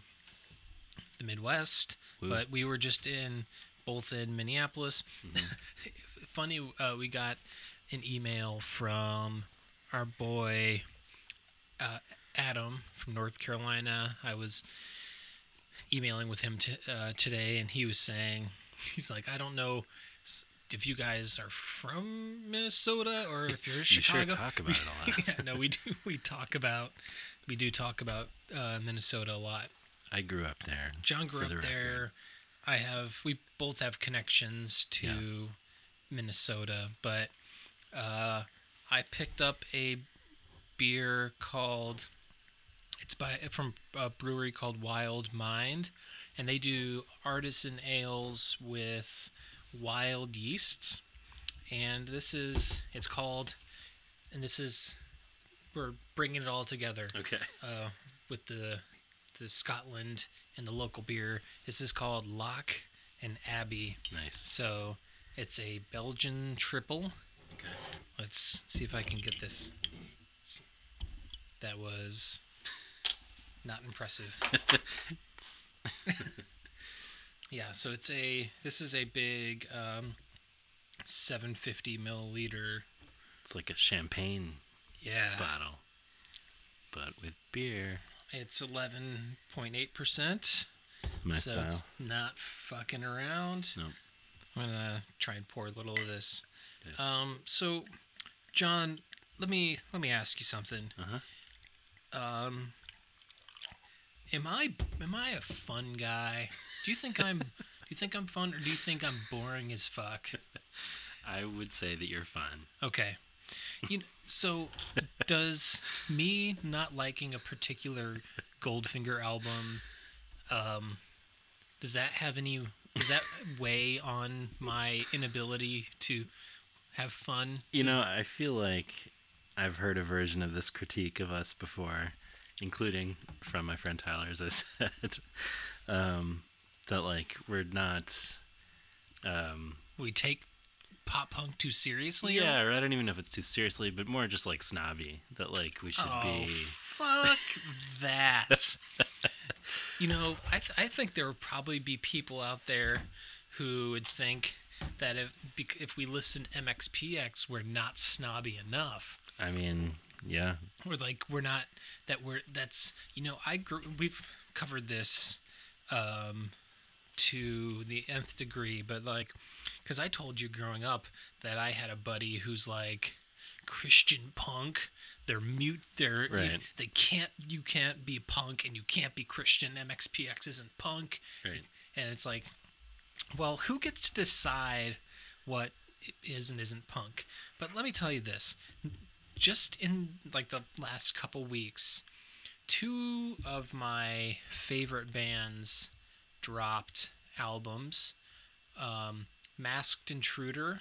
[SPEAKER 2] the Midwest,
[SPEAKER 3] Woo.
[SPEAKER 2] but we were just in both in Minneapolis.
[SPEAKER 3] Mm-hmm.
[SPEAKER 2] <laughs> Funny, uh, we got an email from our boy uh, Adam from North Carolina. I was emailing with him t- uh, today, and he was saying, <laughs> he's like, I don't know s- if you guys are from Minnesota or if you're
[SPEAKER 3] <laughs> You
[SPEAKER 2] Chicago. <laughs>
[SPEAKER 3] sure talk about it a lot.
[SPEAKER 2] yeah, no, we do. We talk about, we do talk about uh, Minnesota a lot.
[SPEAKER 3] I grew up there.
[SPEAKER 2] John grew
[SPEAKER 3] for the
[SPEAKER 2] up
[SPEAKER 3] record.
[SPEAKER 2] there. I have. We both have connections to Minnesota, but uh, I picked up a beer called. It's by from a brewery called Wild Mind, and they do artisan ales with wild yeasts. And this is it's called, and this is we're bringing it all together <laughs>
[SPEAKER 3] Okay.
[SPEAKER 2] uh, with the the Scotland and the local beer. This is called Lock and Abbey.
[SPEAKER 3] Nice.
[SPEAKER 2] So it's a Belgian triple.
[SPEAKER 3] Okay.
[SPEAKER 2] Let's see if I can get this. That was not impressive. yeah, so it's a this is a big um, 750 milliliter.
[SPEAKER 3] It's like a champagne
[SPEAKER 2] Yeah,
[SPEAKER 3] bottle, but with beer.
[SPEAKER 2] it's 11.8 percent.
[SPEAKER 3] My
[SPEAKER 2] so
[SPEAKER 3] style.
[SPEAKER 2] it's not fucking around.
[SPEAKER 3] Nope.
[SPEAKER 2] I'm gonna try and pour a little of this.
[SPEAKER 3] Okay.
[SPEAKER 2] Um, so, John, let me let me ask you something.
[SPEAKER 3] Uh-huh.
[SPEAKER 2] Um, am I am I a fun guy? Do you think
[SPEAKER 3] <laughs>
[SPEAKER 2] I'm do you think I'm fun or do you think I'm boring as fuck?
[SPEAKER 3] I would say that you're fun.
[SPEAKER 2] Okay. You know, so does me not liking a particular Goldfinger album um does that have any does that weigh on my inability to have fun?
[SPEAKER 3] You know, I feel like I've heard a version of this critique of us before, including from my friend Tyler, as I <laughs> said, um, that like we're not. Um,
[SPEAKER 2] We take pop punk too seriously?
[SPEAKER 3] yeah, or I don't even know if it's too seriously, but more just like snobby. That like we should
[SPEAKER 2] Oh,
[SPEAKER 3] be. <laughs>
[SPEAKER 2] fuck that. You know, I, th- I think there would probably be people out there who would think that if bec- if we listen to MXPX, we're not snobby enough.
[SPEAKER 3] I mean, yeah,
[SPEAKER 2] We're like we're not that we're that's you know I grew we've covered this um to the nth degree, but like because I told you growing up that I had a buddy who's like Christian punk. They're mute. They're you-
[SPEAKER 3] Right.
[SPEAKER 2] they can't. You can't be punk and you can't be Christian. MXPX isn't punk.
[SPEAKER 3] right.
[SPEAKER 2] And it's like, well, who gets to decide what i- is and isn't punk? But let me tell you this just in like the last couple weeks, two of my favorite bands dropped albums. Um, Masked Intruder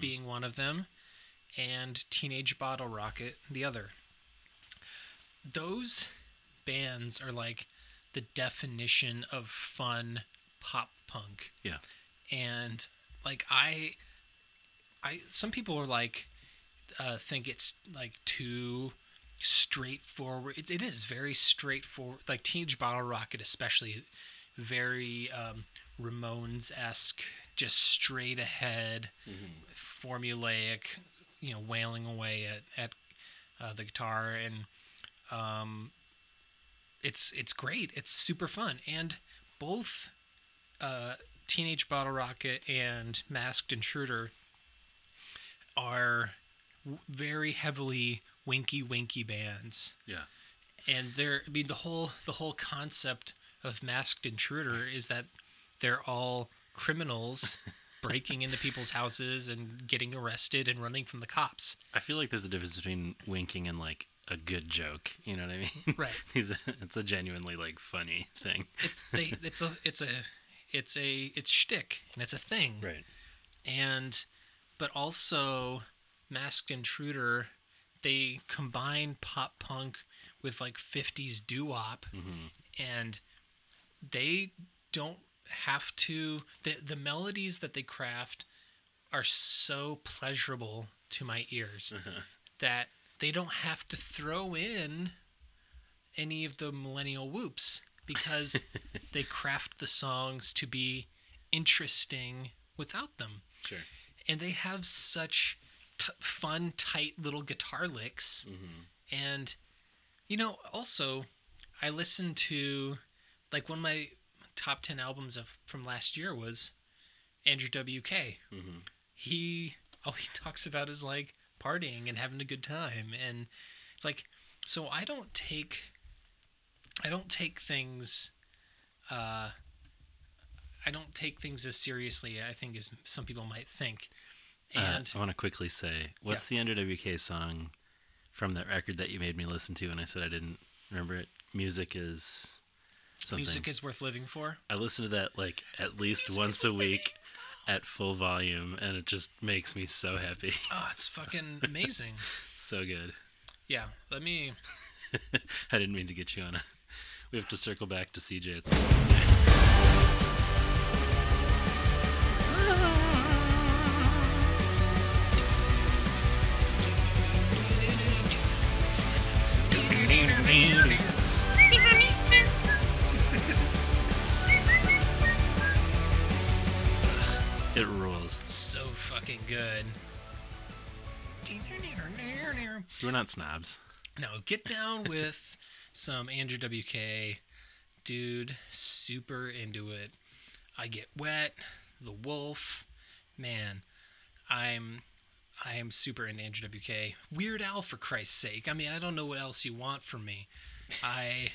[SPEAKER 2] being one of them, and Teenage Bottle Rocket the other. Those bands are like the definition of fun pop punk
[SPEAKER 3] Yeah.
[SPEAKER 2] and like i i some people are like uh think it's like too straightforward it, it is very straightforward like teenage bottle rocket especially is very um ramones-esque just straight ahead formulaic you know wailing away at, at uh, the guitar and um it's it's great it's super fun and both uh, Teenage Bottle Rocket and Masked Intruder are w- very heavily winky winky bands,
[SPEAKER 3] Yeah.
[SPEAKER 2] and they're I mean the whole the whole concept of Masked Intruder is that they're all criminals breaking into people's houses and getting arrested and running from the cops.
[SPEAKER 3] I feel like there's a difference between winking and like a good joke. You know what I mean?
[SPEAKER 2] Right.
[SPEAKER 3] <laughs> These- it's a genuinely like funny thing.
[SPEAKER 2] They it's a it's a it's a it's shtick and it's a thing.
[SPEAKER 3] <laughs> Right.
[SPEAKER 2] and but also masked intruder they combine pop punk with like 50s doo-wop and they don't have to the, the melodies that they craft are so pleasurable to my ears that they don't have to throw in any of the millennial whoops because they craft the songs to be interesting without them
[SPEAKER 3] Sure.
[SPEAKER 2] and they have such t- fun, tight little guitar licks. And you know, also, I listened to like one of my top ten albums of from last year was Andrew WK.
[SPEAKER 3] Mm-hmm.
[SPEAKER 2] He <laughs> all he talks about is like partying and having a good time, and it's like so I don't take I don't take things. Uh, I don't take things as seriously, I think, as some people might think.
[SPEAKER 3] Uh,
[SPEAKER 2] And
[SPEAKER 3] I want to quickly say, what's the Under WK song from that record that you made me listen to? And I said I didn't remember it. Music is something.
[SPEAKER 2] music is worth living for.
[SPEAKER 3] I listen to that like at least once a <laughs> week at full volume, and it just makes me so happy. <laughs>
[SPEAKER 2] Oh, it's fucking amazing.
[SPEAKER 3] so good.
[SPEAKER 2] Yeah, let me.
[SPEAKER 3] I didn't mean to get you on a. We have to circle back to CJ at some point. too. It rules.
[SPEAKER 2] So fucking good.
[SPEAKER 3] We're not snobs.
[SPEAKER 2] Now get down with some Andrew WK, dude. Super into it. I get wet. The Wolf, man. I'm I am super into Andrew WK. Weird Al, for Christ's sake. I mean, I don't know what else you want from me. I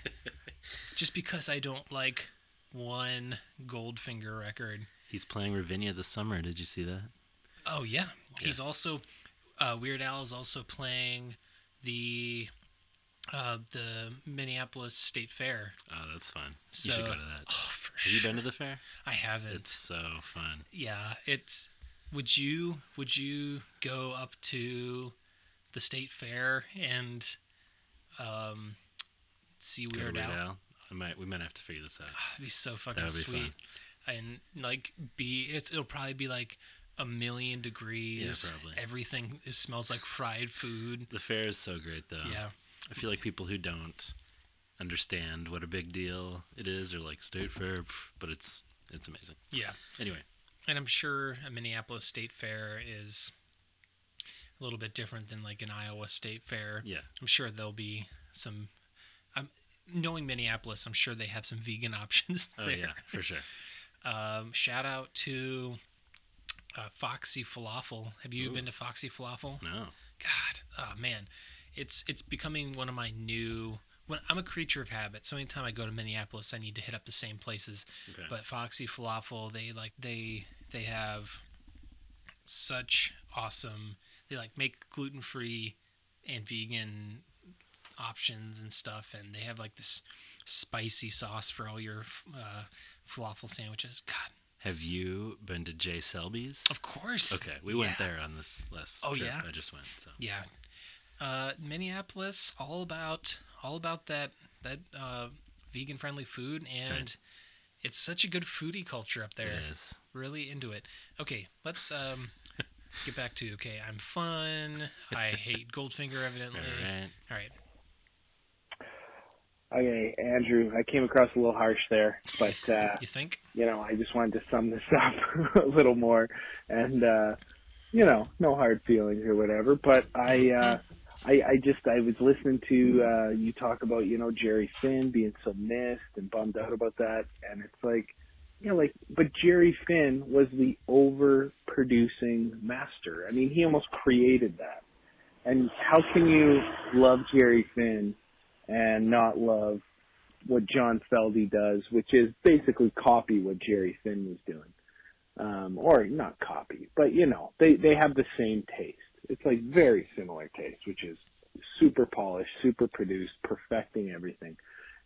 [SPEAKER 2] just because I don't like one Goldfinger record.
[SPEAKER 3] He's playing Ravinia this summer. Did you see that?
[SPEAKER 2] Oh yeah, he's also uh, Weird Al is also playing the uh, the Minneapolis State Fair.
[SPEAKER 3] Oh, that's fun.
[SPEAKER 2] So,
[SPEAKER 3] you should go to that.
[SPEAKER 2] Oh, <sighs> for
[SPEAKER 3] Have you
[SPEAKER 2] sure.
[SPEAKER 3] been to the fair?
[SPEAKER 2] I haven't.
[SPEAKER 3] It's so fun.
[SPEAKER 2] yeah, it's. Would you would you go up to the state fair and um, see
[SPEAKER 3] Go to
[SPEAKER 2] Weird,
[SPEAKER 3] Weird
[SPEAKER 2] Al?
[SPEAKER 3] Al. I might. We might have to figure this out.
[SPEAKER 2] That'd be so fucking
[SPEAKER 3] That would be
[SPEAKER 2] sweet. And like be it's it'll probably be like a million degrees.
[SPEAKER 3] probably.
[SPEAKER 2] Everything is, smells like fried food.
[SPEAKER 3] The fair is so great, though.
[SPEAKER 2] Yeah.
[SPEAKER 3] I feel like people who don't understand what a big deal it is are like state fair, pff, but it's it's amazing.
[SPEAKER 2] Yeah.
[SPEAKER 3] Anyway,
[SPEAKER 2] And I'm sure a Minneapolis State Fair is a little bit different than like an Iowa State Fair.
[SPEAKER 3] yeah,
[SPEAKER 2] I'm sure there'll be some. I'm knowing Minneapolis. I'm sure they have some vegan <laughs> options
[SPEAKER 3] oh
[SPEAKER 2] there.
[SPEAKER 3] yeah, for sure.
[SPEAKER 2] Um, shout out to uh, Foxy Falafel. Have you been to Foxy Falafel?
[SPEAKER 3] No,
[SPEAKER 2] God, oh man, it's it's becoming one of my new. When I'm a creature of habit, so anytime I go to Minneapolis, I need to hit up the same places.
[SPEAKER 3] Okay.
[SPEAKER 2] But Foxy Falafel, they like they they have such awesome. They like make gluten free and vegan options and stuff, and they have like this spicy sauce for all your uh, falafel sandwiches. God,
[SPEAKER 3] Have you been to Jay Selby's?
[SPEAKER 2] of course.
[SPEAKER 3] Okay, we went
[SPEAKER 2] Yeah.
[SPEAKER 3] there on this last.
[SPEAKER 2] Oh,
[SPEAKER 3] trip
[SPEAKER 2] yeah?
[SPEAKER 3] I just went. So
[SPEAKER 2] Yeah, uh, Minneapolis, all about all about that that uh, vegan friendly food, and
[SPEAKER 3] right.
[SPEAKER 2] it's such a good foodie culture up there.
[SPEAKER 3] it is.
[SPEAKER 2] really into it. Okay, let's um get back to okay, I'm fun. I hate Goldfinger evidently.
[SPEAKER 3] All right.
[SPEAKER 2] All right.
[SPEAKER 6] Okay, Andrew, I came across a little harsh there, but uh,
[SPEAKER 2] You
[SPEAKER 3] <laughs>
[SPEAKER 2] think?
[SPEAKER 6] you know, I just wanted to sum this <laughs> up a little more, and uh, you know, no hard feelings or whatever. But I, uh, I, I just I was listening to uh, you talk about you know Jerry Finn being so missed and bummed out about that, and it's like, you know, like, but Jerry Finn was the overproducing master. I mean, he almost created that. And how can you love Jerry Finn and not love what John Feldy does, which is basically copy what Jerry Finn was doing. Um, or not copy, but you know, they, they have the same taste. It's like very similar taste, which is super polished, super produced, perfecting everything.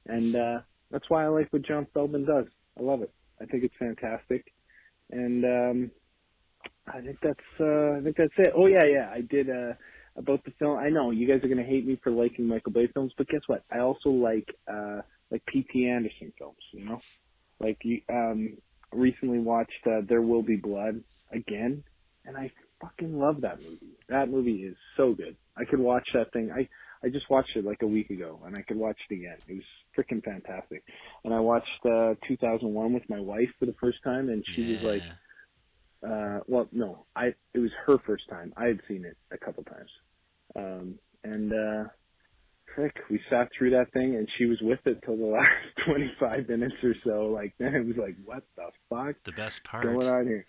[SPEAKER 6] And, uh, that's why I like what John Feldman does. I love it. I think it's fantastic. And, um, I think that's, uh, I think that's it. Oh yeah, yeah. I did, uh, about the film. I know you guys are going to hate me for liking Michael Bay films, but guess what? I also like uh, like P.T. Anderson films. You know, like you um, recently watched uh, There Will Be Blood again, and I fucking love that movie. That movie is so good. I could watch that thing. I I just watched it like a week ago, and I could watch it again. It was freaking fantastic. And I watched uh, 2001 with my wife for the first time, and she was like
[SPEAKER 3] Yeah.
[SPEAKER 6] uh, well, no, I it was her first time. I had seen it a couple times, um, and uh, frick, we sat through that thing, and she was with it till the <laughs> last twenty five minutes or so. Like, then it was like, what the fuck
[SPEAKER 3] the best part.
[SPEAKER 6] going on here?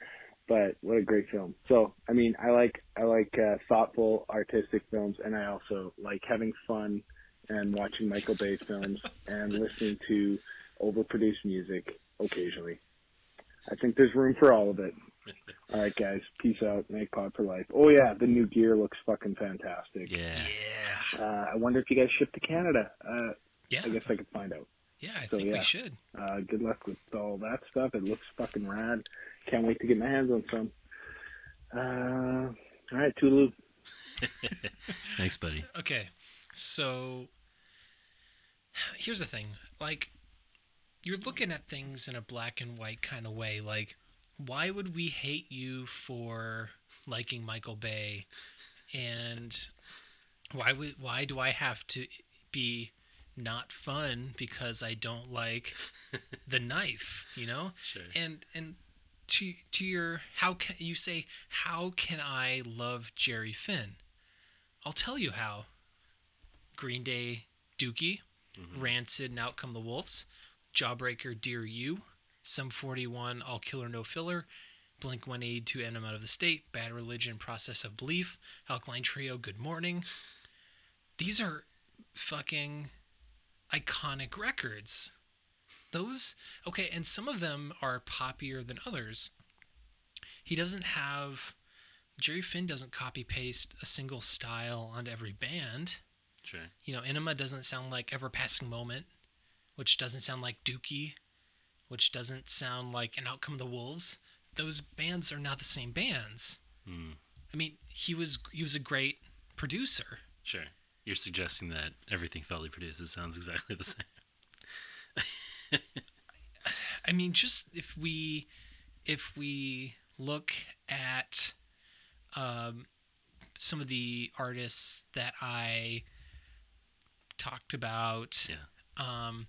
[SPEAKER 6] But what a great film. So, I mean, I like I like uh, thoughtful, artistic films, and I also like having fun and watching Michael Bay films and listening to overproduced music occasionally. I think there's room for all of it. All right, guys. Peace out. Make pod for life. Oh yeah, the new gear looks fucking fantastic.
[SPEAKER 3] Yeah.
[SPEAKER 2] Yeah.
[SPEAKER 6] Uh, I wonder if you guys ship to Canada. Uh,
[SPEAKER 2] Yeah.
[SPEAKER 6] I guess I could find out.
[SPEAKER 2] yeah, I
[SPEAKER 6] so,
[SPEAKER 2] think
[SPEAKER 6] yeah.
[SPEAKER 2] we should.
[SPEAKER 6] Uh, good luck with all that stuff. It looks fucking rad. Can't wait to get my hands on some. Uh, all right, Toodaloo.
[SPEAKER 3] Thanks, buddy.
[SPEAKER 2] Okay. So here's the thing. Like you're looking at things in a black and white kind of way like why would we hate you for liking Michael Bay and why would why do I have to be not fun because I don't like the knife, you know?
[SPEAKER 3] Sure.
[SPEAKER 2] And and to to your how can you say how can I love Jerry Finn? I'll tell you how. Green Day, Dookie, Rancid, and Out Come the Wolves, Jawbreaker, Dear You, Some 41, All Killer No Filler, Blink 182, Enem Out of the State, Bad Religion, Process of Belief, Alkaline Trio, Good Morning. These are fucking iconic records. Those, okay, and some of them are poppier than others. He doesn't have, Jerry Finn doesn't copy paste a single style onto every band
[SPEAKER 3] Sure.
[SPEAKER 2] you know, Enema doesn't sound like Ever Passing Moment, which doesn't sound like Dookie, which doesn't sound like An Outcome of the Wolves. Those bands are not the same bands. I mean, he was he was a great producer.
[SPEAKER 3] Sure. You're suggesting that everything Feldy produces sounds exactly the same. <laughs>
[SPEAKER 2] I mean, just if we if we look at um, some of the artists that I talked about,
[SPEAKER 3] Yeah.
[SPEAKER 2] um,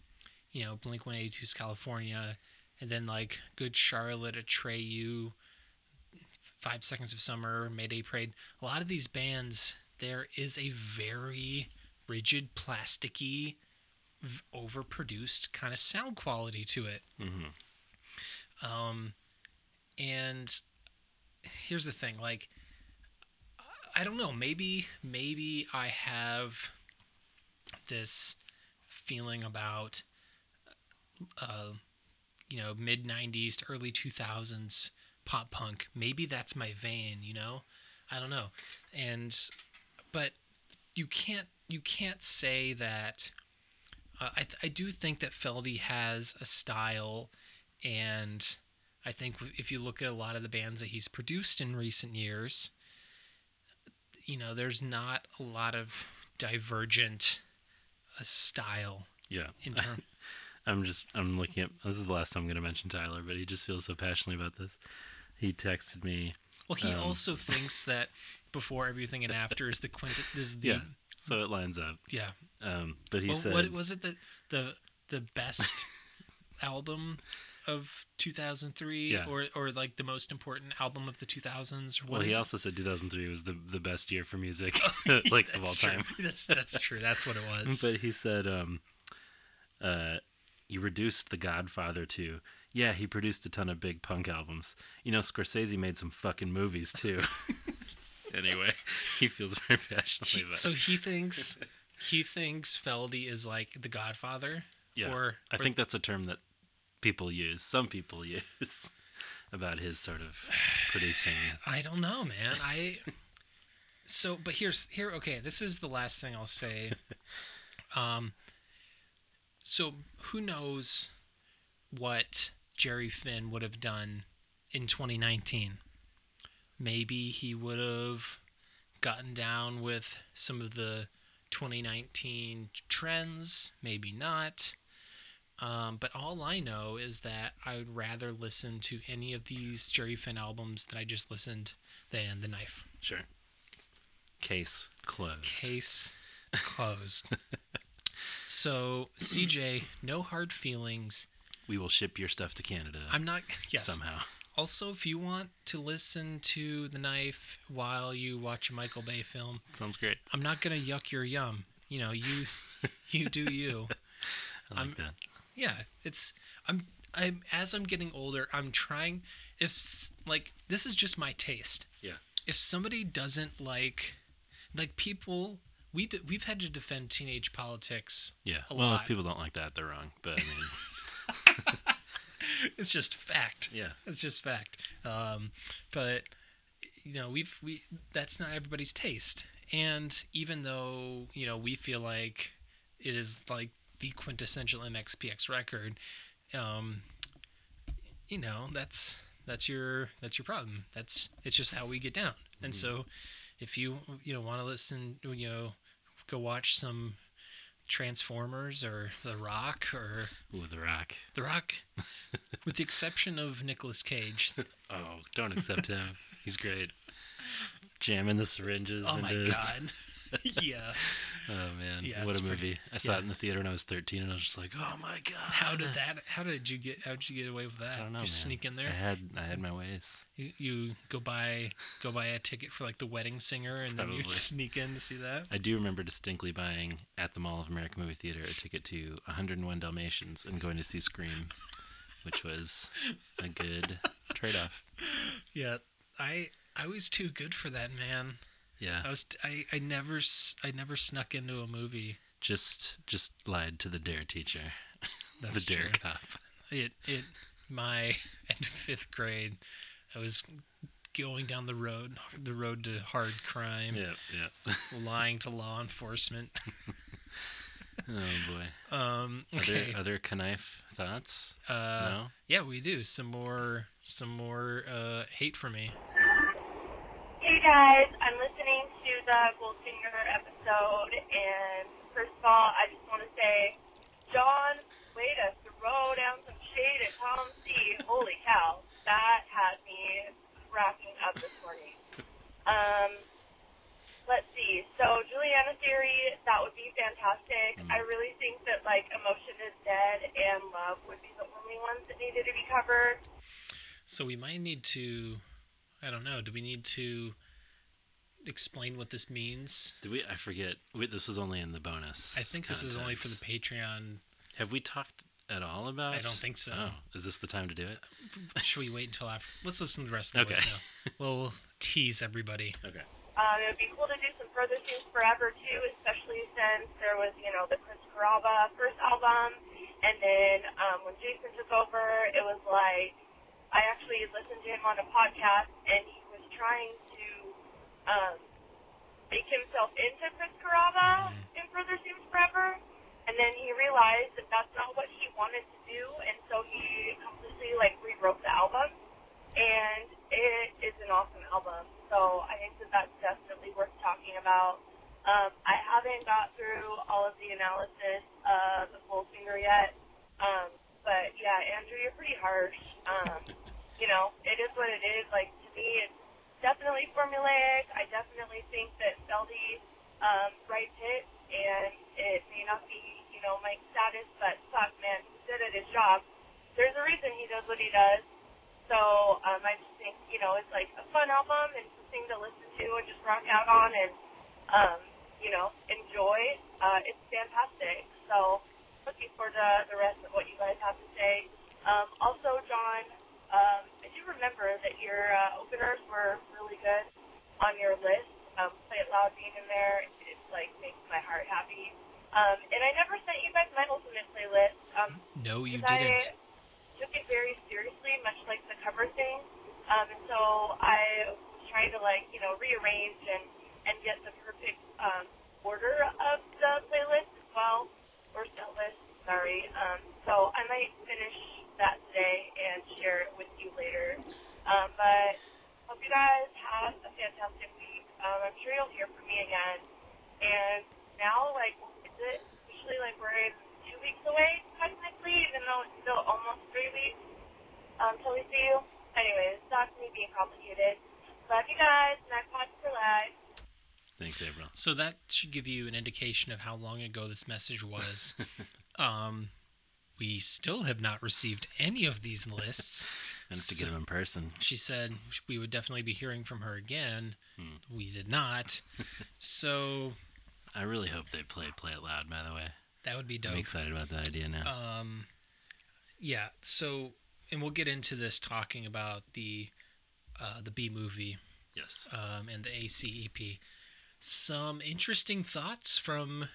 [SPEAKER 2] you know, Blink 182's California, and then like Good Charlotte, Atreyu, Five Seconds of Summer, Mayday Parade. A lot of these bands, there is a very rigid, plasticky, v- overproduced kind of sound quality to it. Um, and here's the thing like, I don't know, maybe, maybe I have this feeling about uh you know mid 90s to early 2000s pop punk maybe that's my vein you know i don't know and but you can't you can't say that. Uh, I th- I do think that Feldy has a style, and I think if you look at a lot of the bands that he's produced in recent years, you know, there's not a lot of divergent uh, style
[SPEAKER 3] Yeah. <laughs>
[SPEAKER 2] in terms.
[SPEAKER 3] I'm just I'm looking at this is the last time I'm gonna mention Tyler, but he just feels so passionately about this. He texted me
[SPEAKER 2] Well, he
[SPEAKER 3] Um,
[SPEAKER 2] also thinks that before everything and after is the quint is the
[SPEAKER 3] Yeah. So it lines up.
[SPEAKER 2] yeah.
[SPEAKER 3] Um but he
[SPEAKER 2] Well,
[SPEAKER 3] said
[SPEAKER 2] what was it the the the
[SPEAKER 3] <laughs>
[SPEAKER 2] best album of 2003
[SPEAKER 3] Yeah.
[SPEAKER 2] or or like the most important album of the 2000s or what
[SPEAKER 3] Well
[SPEAKER 2] is
[SPEAKER 3] he
[SPEAKER 2] it? Oh,
[SPEAKER 3] also said two thousand three was the, the best year for music <laughs> like of all
[SPEAKER 2] That's true.
[SPEAKER 3] time. <laughs>
[SPEAKER 2] That's that's true. That's what it was.
[SPEAKER 3] But he said um uh you reduced The Godfather to yeah, he produced a ton of big punk albums. You know, Scorsese made some fucking movies too. <laughs> anyway, he feels very passionately
[SPEAKER 2] He-
[SPEAKER 3] about <laughs>
[SPEAKER 2] so
[SPEAKER 3] it.
[SPEAKER 2] he thinks he thinks Feldy is like the Godfather.
[SPEAKER 3] Yeah.
[SPEAKER 2] or-
[SPEAKER 3] I
[SPEAKER 2] or-
[SPEAKER 3] think that's a term that people use. Some people <laughs> use about his sort of
[SPEAKER 2] <sighs>
[SPEAKER 3] producing.
[SPEAKER 2] I don't know, man. I <laughs> so, but here's here. Okay, this is the last thing I'll
[SPEAKER 3] <laughs>
[SPEAKER 2] say. Um, so who knows what Jerry Finn would have done in 2019? Maybe he would have gotten down with some of the 2019 trends. Maybe not. Um, but all I know is that I would rather listen to any of these Jerry Finn albums that I just listened than The Knife.
[SPEAKER 3] Sure. Case closed.
[SPEAKER 2] Case closed. <laughs> so, CJ, no hard feelings.
[SPEAKER 3] We will ship your stuff to Canada
[SPEAKER 2] I'm not. Yes.
[SPEAKER 3] somehow. <laughs>
[SPEAKER 2] Also, if you want to listen to The Knife while you watch a Michael Bay film,
[SPEAKER 3] Sounds great.
[SPEAKER 2] I'm not going to yuck your yum. You know, you <laughs> you do you.
[SPEAKER 3] I like
[SPEAKER 2] I'm-
[SPEAKER 3] that.
[SPEAKER 2] yeah it's i'm i'm as i'm getting older i'm trying if s- like this is just my taste
[SPEAKER 3] Yeah.
[SPEAKER 2] if somebody doesn't like like people we d- we've had to defend teenage politics
[SPEAKER 3] Yeah.
[SPEAKER 2] a
[SPEAKER 3] well,
[SPEAKER 2] lot
[SPEAKER 3] if people don't like that, they're wrong. But I mean,
[SPEAKER 2] <laughs> it's just fact
[SPEAKER 3] yeah.
[SPEAKER 2] it's just fact um but you know we've we that's not everybody's taste and even though you know we feel like it is like the quintessential mxpx record um you know that's that's your that's your problem that's it's just how we get down and so if you you know want to listen you know go watch some transformers or the rock or <laughs>
[SPEAKER 3] Ooh, The Rock.
[SPEAKER 2] the
[SPEAKER 3] <laughs>
[SPEAKER 2] rock with the exception of Nicolas cage
[SPEAKER 3] Oh, don't accept him. He's great. Jamming the syringes.
[SPEAKER 2] Oh my
[SPEAKER 3] into his-
[SPEAKER 2] god. yeah.
[SPEAKER 3] <laughs> Oh man,
[SPEAKER 2] Yeah,
[SPEAKER 3] what
[SPEAKER 2] it's
[SPEAKER 3] a movie!
[SPEAKER 2] pretty-
[SPEAKER 3] I saw
[SPEAKER 2] yeah.
[SPEAKER 3] it in the theater when I was 13, and I was just like, "Oh my god!"
[SPEAKER 2] How did that how did you get how did you get away with that?
[SPEAKER 3] I don't know.
[SPEAKER 2] you
[SPEAKER 3] man. Eh.
[SPEAKER 2] sneak in
[SPEAKER 3] I
[SPEAKER 2] there.
[SPEAKER 3] had I had my ways.
[SPEAKER 2] You, you go buy go buy a ticket for like the wedding singer and then you
[SPEAKER 3] Probably.
[SPEAKER 2] sneak in to see that.
[SPEAKER 3] I do remember distinctly buying at the Mall of America Movie Theater a ticket to 101 Dalmatians and going to see Scream, which was a good trade-off.
[SPEAKER 2] Yeah. I I was too good for that, man. I
[SPEAKER 3] Yeah,
[SPEAKER 2] was t- I I never s- I never snuck into a movie.
[SPEAKER 3] just just lied to the dare teacher, <laughs>
[SPEAKER 2] That's
[SPEAKER 3] the
[SPEAKER 2] true.
[SPEAKER 3] dare cop.
[SPEAKER 2] It it my <laughs> in 5th grade I was going down the road the road to hard crime,
[SPEAKER 3] Yeah, yeah.
[SPEAKER 2] lying to law enforcement.
[SPEAKER 3] <laughs> Oh boy.
[SPEAKER 2] Um
[SPEAKER 3] Are
[SPEAKER 2] okay.
[SPEAKER 3] there other knife thoughts?
[SPEAKER 2] uh
[SPEAKER 3] no.
[SPEAKER 2] Yeah, we do. Some more some more uh hate for me.
[SPEAKER 7] Hey guys, I'm listening to the Goldfinger episode, and first of all, I just want to say, John, way to throw down some shade at Tom C. Holy cow, that had me cracking up this morning. Um, let's see. So Juliana theory, that would be fantastic. I really think that like emotion is dead and love would be the only ones that needed to be covered.
[SPEAKER 2] So we might need to I don't know, do we need to explain what this means?
[SPEAKER 3] Did we? I forget. Wait, this was only in the bonus.
[SPEAKER 2] I think this is only for the
[SPEAKER 3] content.
[SPEAKER 2] Patreon.
[SPEAKER 3] Have we talked at all about?
[SPEAKER 2] I don't think so.
[SPEAKER 3] Oh, is this the time to do it?
[SPEAKER 2] Should we wait until after let's listen to the rest of the
[SPEAKER 3] Okay.
[SPEAKER 2] voice now. We'll tease everybody.
[SPEAKER 3] Okay.
[SPEAKER 7] Um, it would be cool to do some further tunes forever too, especially since there was, you know, the Chris Caraba first album, and then um, when Jason took over, it was like I actually listened to him on a podcast, and he was trying to um, make himself into Chris Carava in Further Seems Forever, and then he realized that that's not what he wanted to do, and so he completely like rewrote the album, and it is an awesome album. So I think that that's definitely worth talking about. Um, I haven't got through all of the analysis of Wolfinger yet, um, but yeah, Andrew, you're pretty harsh. Um, you know, it is what it is. Like to me, it's definitely formulaic. I definitely think that Feldy um, writes hits, and it may not be, you know, Mike's status, but fuck, man, he's good at his job. There's a reason he does what he does. So um, I just think, you know, it's like a fun album and something to listen to and just rock out on and, um, you know, enjoy. Uh, it's fantastic. So looking forward to the rest of what you guys have to say. Um, also, John, um, I do remember that your uh, openers were really good on your list. Um, Play It Loud being in there, it, it like makes my heart happy. Um, and I never sent you guys my ultimate playlist. Um,
[SPEAKER 2] No, you
[SPEAKER 7] because
[SPEAKER 2] didn't.
[SPEAKER 7] I took it very seriously, much like the cover thing. Um, and so I was trying to like you know rearrange and and get the perfect um, order of the playlist as well or set list. Sorry. Um, so I might finish that today and share it with you later. Um, but hope you guys have a fantastic week. Um, I'm sure you'll hear from me again. And now, like, is it usually like we're two weeks away technically, even though it's still almost three weeks um, till we see you. Anyways, that's me being complicated. Love you guys. MacPods for life.
[SPEAKER 3] Thanks, April.
[SPEAKER 2] So that should give you an indication of how long ago this message
[SPEAKER 3] <laughs>
[SPEAKER 2] was. um, we still have not received any of these lists.
[SPEAKER 3] <laughs> I have to get him in person.
[SPEAKER 2] She said we would definitely be hearing from her again.
[SPEAKER 3] Hmm.
[SPEAKER 2] We did
[SPEAKER 3] <laughs>
[SPEAKER 2] not. so
[SPEAKER 3] I really hope they play Play It Loud, by the way.
[SPEAKER 2] that would be dope.
[SPEAKER 3] I'm excited about that idea now.
[SPEAKER 2] Um, yeah. So, and we'll get into this talking about the uh, the B movie
[SPEAKER 3] yes.
[SPEAKER 2] um, and the ACEP. Some interesting thoughts from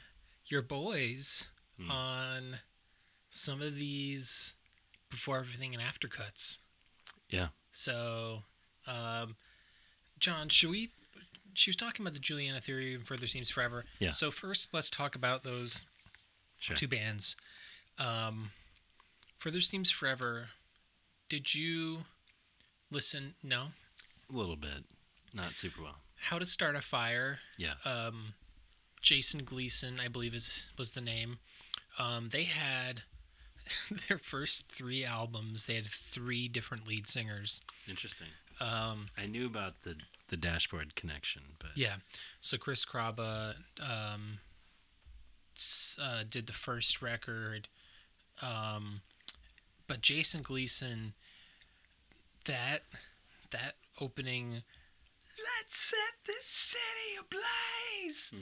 [SPEAKER 2] your boys
[SPEAKER 3] Hmm.
[SPEAKER 2] on some of these before everything and after cuts.
[SPEAKER 3] Yeah.
[SPEAKER 2] So, um, John, should we? She was talking about the Juliana theory and further seems forever.
[SPEAKER 3] Yeah.
[SPEAKER 2] So first, let's talk about those
[SPEAKER 3] Sure.
[SPEAKER 2] two bands. Um, Further Seems Forever. Did you listen? No.
[SPEAKER 3] A little bit. Not super well.
[SPEAKER 2] How to Start a Fire.
[SPEAKER 3] Yeah.
[SPEAKER 2] Um, Jason Gleason, I believe, is was the name. Um, they had <laughs> their first three albums. They had three different lead singers.
[SPEAKER 3] Interesting.
[SPEAKER 2] Um,
[SPEAKER 3] I knew about the the dashboard connection, but
[SPEAKER 2] Yeah. So Chris Krabba um, s- uh, did the first record, um, but Jason Gleason, that that opening, let's set this city ablaze,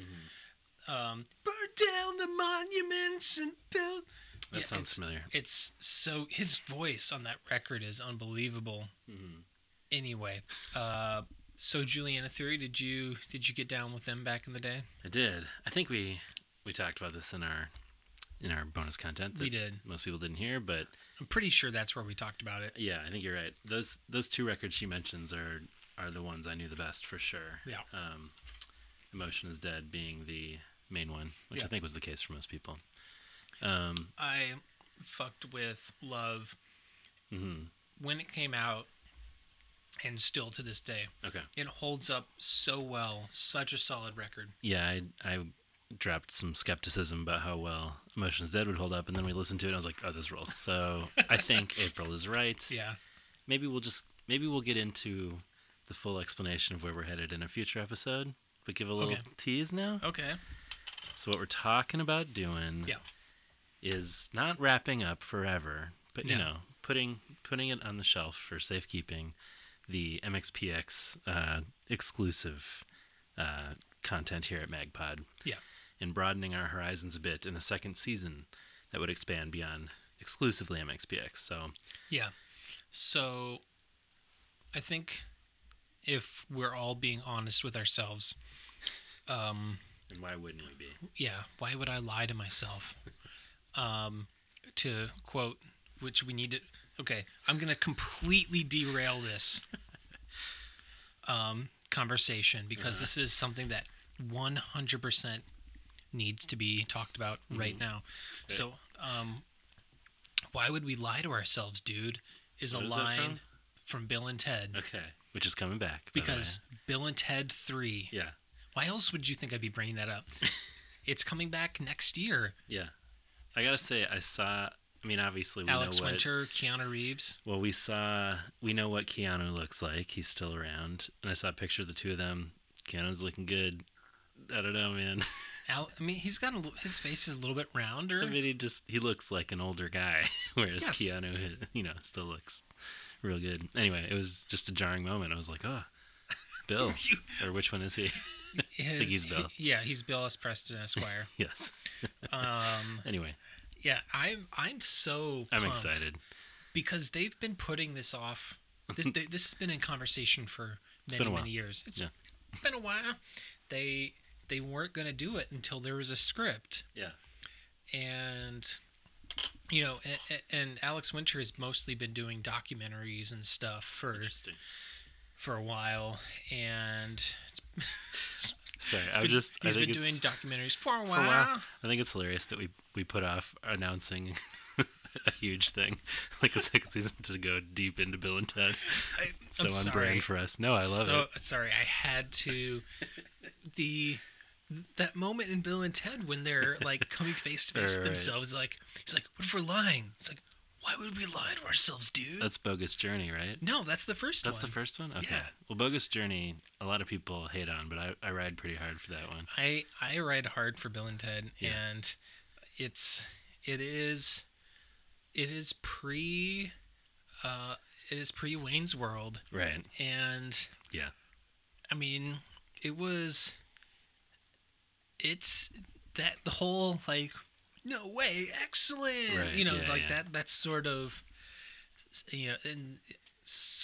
[SPEAKER 2] um, burn down the monuments and build.
[SPEAKER 3] that
[SPEAKER 2] Yeah,
[SPEAKER 3] sounds
[SPEAKER 2] it's-
[SPEAKER 3] familiar.
[SPEAKER 2] It's so his voice on that record is unbelievable. Anyway, uh, so Juliana Theory, did you did you get down with them back in the day?
[SPEAKER 3] I did. I think we we talked about this in our in our bonus content. That
[SPEAKER 2] We did.
[SPEAKER 3] Most people didn't hear, but
[SPEAKER 2] I'm pretty sure that's where we talked about it.
[SPEAKER 3] yeah, I think you're right. Those those two records she mentions are are the ones I knew the best for sure.
[SPEAKER 2] Yeah.
[SPEAKER 3] Um, Emotion is Dead being the main one, which
[SPEAKER 2] Yeah.
[SPEAKER 3] I think was the case for most people. Um,
[SPEAKER 2] I fucked with Love Mm-hmm.
[SPEAKER 3] mhm.
[SPEAKER 2] when it came out, and still to this day,
[SPEAKER 3] Okay.
[SPEAKER 2] it holds up so well. Such a solid record.
[SPEAKER 3] Yeah, I I dropped some skepticism about how well Emotion is Dead would hold up, and then we listened to it, and I was like, oh, this rules.
[SPEAKER 2] <laughs>
[SPEAKER 3] So I think April is right.
[SPEAKER 2] Yeah.
[SPEAKER 3] maybe we'll just maybe we'll get into the full explanation of where we're headed in a future episode but give a little
[SPEAKER 2] Okay.
[SPEAKER 3] tease now
[SPEAKER 2] Okay.
[SPEAKER 3] so what we're talking about doing
[SPEAKER 2] Yeah.
[SPEAKER 3] is not wrapping up forever but you
[SPEAKER 2] No.
[SPEAKER 3] know putting putting it on the shelf for safekeeping the mxpx uh, exclusive uh, content here at magpod
[SPEAKER 2] Yeah.
[SPEAKER 3] and broadening our horizons a bit in a second season that would expand beyond exclusively mxpx so
[SPEAKER 2] Yeah. So I think if we're all being honest with ourselves, um,
[SPEAKER 3] and why wouldn't we be
[SPEAKER 2] yeah, why would I lie to myself? Um, to quote, which we need to. Okay, I'm gonna completely
[SPEAKER 3] <laughs>
[SPEAKER 2] derail this um, conversation because this is something that 100% needs to be talked about
[SPEAKER 3] Mm-hmm.
[SPEAKER 2] right now. So, um, why would we lie to ourselves, dude? Is
[SPEAKER 3] Where
[SPEAKER 2] a
[SPEAKER 3] is that
[SPEAKER 2] line from? Bill and Ted
[SPEAKER 3] Okay, which is coming back by the way.
[SPEAKER 2] because Bill and Ted 3.
[SPEAKER 3] yeah,
[SPEAKER 2] Why else would you think I'd be bringing that
[SPEAKER 3] <laughs>
[SPEAKER 2] up? it's coming back next year.
[SPEAKER 3] yeah. I gotta say, I saw. I mean, obviously, we
[SPEAKER 2] Alex
[SPEAKER 3] know what,
[SPEAKER 2] Winter, Keanu Reeves.
[SPEAKER 3] Well, we saw, we know what Keanu looks like. He's still around. And I saw a picture of the two of them. Keanu's looking good. I don't know, man. <laughs>
[SPEAKER 2] Al- I mean, he's got a, li- his face is a little bit rounder.
[SPEAKER 3] I mean, he just, he looks like an older guy, <laughs> whereas
[SPEAKER 2] Yes.
[SPEAKER 3] Keanu, <laughs> you know, still looks real good. Anyway, it was just a jarring moment. I was like,
[SPEAKER 2] <laughs>
[SPEAKER 3] oh, Bill. or which one is he? <laughs>
[SPEAKER 2] His-
[SPEAKER 3] think he's Bill.
[SPEAKER 2] he- yeah, he's Bill S. Preston
[SPEAKER 3] <laughs>
[SPEAKER 2] Esquire.
[SPEAKER 3] yes.
[SPEAKER 2] um,
[SPEAKER 3] <laughs> Anyway,
[SPEAKER 2] yeah, I'm I'm so
[SPEAKER 3] I'm
[SPEAKER 2] pumped
[SPEAKER 3] excited.
[SPEAKER 2] because they've been putting this off. This they, this has been in conversation for many
[SPEAKER 3] been a while.
[SPEAKER 2] many years. It's
[SPEAKER 3] Yeah.
[SPEAKER 2] been a while. They they weren't gonna do it until there was a script.
[SPEAKER 3] Yeah.
[SPEAKER 2] and you know and, and alex winter has mostly been doing documentaries and stuff for
[SPEAKER 3] Interesting.
[SPEAKER 2] for a while and it's, it's
[SPEAKER 3] Sorry,
[SPEAKER 2] it's
[SPEAKER 3] I was
[SPEAKER 2] been-
[SPEAKER 3] just,
[SPEAKER 2] he's
[SPEAKER 3] I
[SPEAKER 2] been
[SPEAKER 3] think
[SPEAKER 2] doing
[SPEAKER 3] <laughs> it's-
[SPEAKER 2] documentaries for a while,
[SPEAKER 3] for a while. I think it's hilarious that we we put off announcing <laughs> a huge thing <laughs> like a second season to go deep into Bill and Ted.
[SPEAKER 2] I,
[SPEAKER 3] So
[SPEAKER 2] I'm
[SPEAKER 3] on
[SPEAKER 2] sorry.
[SPEAKER 3] brand for us. No, I love
[SPEAKER 2] so
[SPEAKER 3] it.
[SPEAKER 2] sorry i had to the that moment in bill and ted when they're like coming face
[SPEAKER 3] <laughs>
[SPEAKER 2] to face
[SPEAKER 3] Right, right.
[SPEAKER 2] themselves like it's like what if we're lying it's like why would we lie to ourselves dude
[SPEAKER 3] That's Bogus Journey, right?
[SPEAKER 2] no that's the first
[SPEAKER 3] That's
[SPEAKER 2] one
[SPEAKER 3] the first one. Okay.
[SPEAKER 2] Yeah.
[SPEAKER 3] Well, Bogus Journey, a lot of people hate on, but I, I ride pretty hard for that one.
[SPEAKER 2] I I ride hard for Bill and Ted,
[SPEAKER 3] Yeah.
[SPEAKER 2] and it's it is it is pre uh it is pre Wayne's World,
[SPEAKER 3] Right.
[SPEAKER 2] and
[SPEAKER 3] Yeah.
[SPEAKER 2] I mean it was it's that the whole like no way excellent
[SPEAKER 3] Right,
[SPEAKER 2] you know
[SPEAKER 3] yeah,
[SPEAKER 2] like
[SPEAKER 3] yeah.
[SPEAKER 2] that that sort of you know in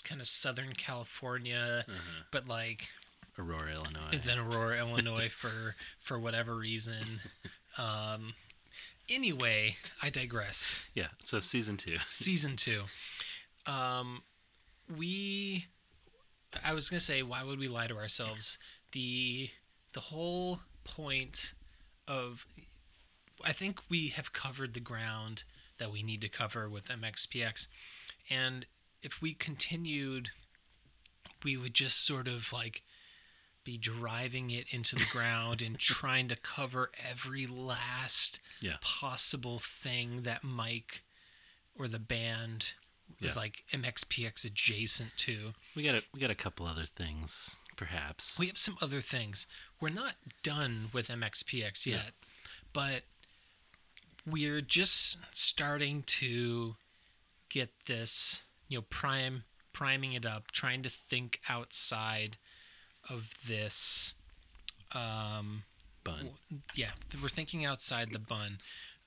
[SPEAKER 2] kind of Southern California,
[SPEAKER 3] Mm-hmm.
[SPEAKER 2] but like
[SPEAKER 3] Aurora, Illinois.
[SPEAKER 2] and then
[SPEAKER 3] <laughs>
[SPEAKER 2] Aurora, Illinois for for whatever reason. Um, anyway, I digress.
[SPEAKER 3] yeah. So season two. <laughs>
[SPEAKER 2] Season two. Um, we. I was gonna say, why would we lie to ourselves? The the whole point of, I think we have covered the ground that we need to cover with MXPX, and if we continued, we would just sort of like be driving it into the ground and trying to cover every last
[SPEAKER 3] Yeah.
[SPEAKER 2] possible thing that Mike or the band was
[SPEAKER 3] Yeah.
[SPEAKER 2] like MXPX adjacent to.
[SPEAKER 3] We got a we got a couple other things, perhaps.
[SPEAKER 2] We have some other things. We're not done with MXPX yet, but we're just starting to get this, you know, prime priming it up, trying to think outside of this um
[SPEAKER 3] Bun.
[SPEAKER 2] yeah, th- we're thinking outside the bun.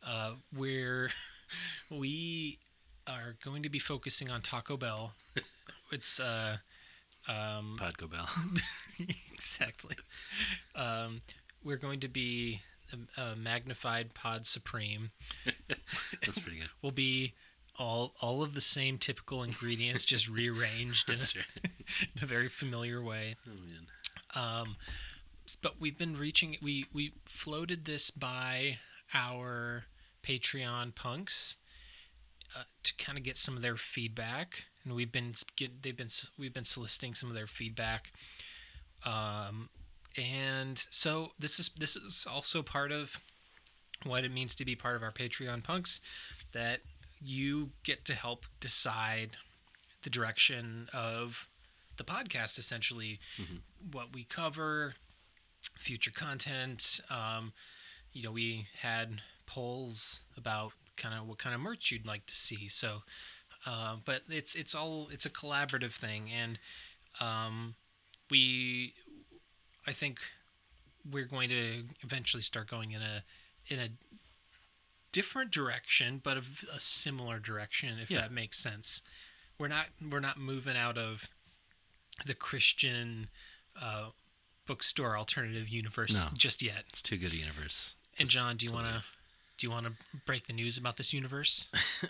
[SPEAKER 2] Uh, we're <laughs> we are going to be focusing on Taco Bell. It's uh, um,
[SPEAKER 3] Podco
[SPEAKER 2] <laughs>
[SPEAKER 3] Bell.
[SPEAKER 2] exactly. Um, we're going to be um, uh, magnified Pod Supreme.
[SPEAKER 3] That's pretty good.
[SPEAKER 2] We'll be all all of the same typical ingredients, just rearranged in
[SPEAKER 3] That's
[SPEAKER 2] a,
[SPEAKER 3] right.
[SPEAKER 2] in a very familiar way.
[SPEAKER 3] Oh, man.
[SPEAKER 2] Um, s- but we've been reaching. We we floated this by our Patreon punks uh, to kind of get some of their feedback, and we've been s- get, they've been s- we've been soliciting some of their feedback. Um, and so this is this is also part of what it means to be part of our Patreon punks, that you get to help decide the direction of the podcast essentially what we cover, future content. Um, you know, we had polls about kind of what kind of merch you'd like to see. So, uh, but it's it's all it's a collaborative thing, and um, we, I think, we're going to eventually start going in a in a different direction, but of a similar direction, if
[SPEAKER 3] Yeah.
[SPEAKER 2] that makes sense. We're not we're not moving out of the Christian uh, bookstore alternative universe
[SPEAKER 3] No.
[SPEAKER 2] just yet.
[SPEAKER 3] It's too good a universe.
[SPEAKER 2] And
[SPEAKER 3] Just
[SPEAKER 2] John, do you
[SPEAKER 3] to
[SPEAKER 2] want
[SPEAKER 3] live.
[SPEAKER 2] to do you want to break the news about this
[SPEAKER 3] <laughs>
[SPEAKER 2] universe?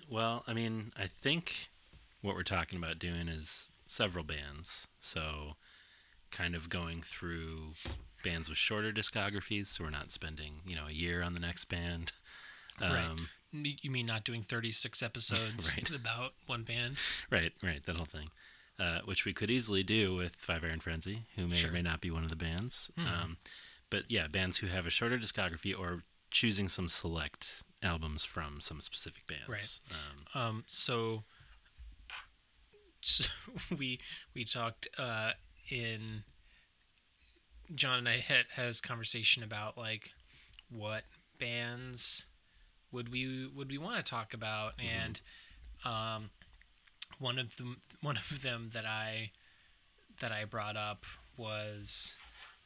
[SPEAKER 3] Well, I mean, I think what we're talking about doing is several bands. So kind of going through bands with shorter discographies, so we're not spending you know a year on the next band.
[SPEAKER 2] Right.
[SPEAKER 3] Um,
[SPEAKER 2] Me- You mean not doing 36 episodes
[SPEAKER 3] <laughs> Right.
[SPEAKER 2] about one band?
[SPEAKER 3] right, right, that whole thing, uh, which we could easily do with Five Iron Frenzy, who may
[SPEAKER 2] Sure.
[SPEAKER 3] or may not be one of the bands.
[SPEAKER 2] Hmm.
[SPEAKER 3] Um, but yeah, bands who have a shorter discography or choosing some select albums from some specific bands. Right. Um,
[SPEAKER 2] Um, so, <laughs> so we we talked uh, in John and I had had this conversation about like what bands would we would we want to talk about, and um, one of them one of them that I that I brought up was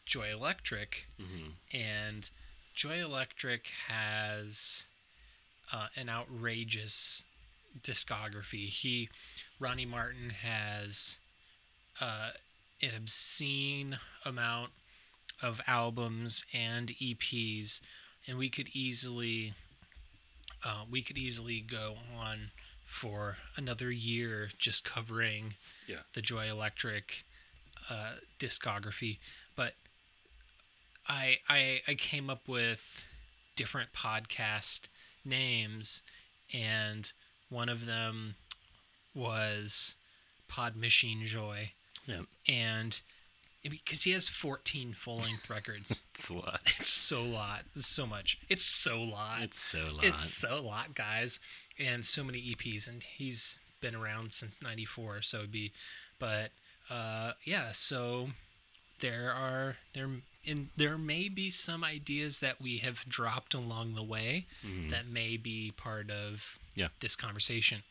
[SPEAKER 2] Joy Electric,
[SPEAKER 3] mm-hmm.
[SPEAKER 2] and Joy Electric has uh, an outrageous discography. He, Ronnie Martin, has uh, an obscene amount of albums and EPs, and we could easily, uh, we could easily go on for another year just covering
[SPEAKER 3] Yeah.
[SPEAKER 2] the Joy Electric uh, discography. But I, I I came up with different podcast names, and one of them was Pod Machine Joy,
[SPEAKER 3] yeah,
[SPEAKER 2] and because he has 14 full length
[SPEAKER 3] <laughs>
[SPEAKER 2] records,
[SPEAKER 3] it's a lot.
[SPEAKER 2] it's so lot, it's so much, it's so lot,
[SPEAKER 3] It's so lot.
[SPEAKER 2] it's so lot, guys, and so many EPs, and he's been around since '94, so it'd be, but uh, yeah, so there are there and there may be some ideas that we have dropped along the way that may be part of
[SPEAKER 3] Mm-hmm. Yeah.
[SPEAKER 2] this conversation.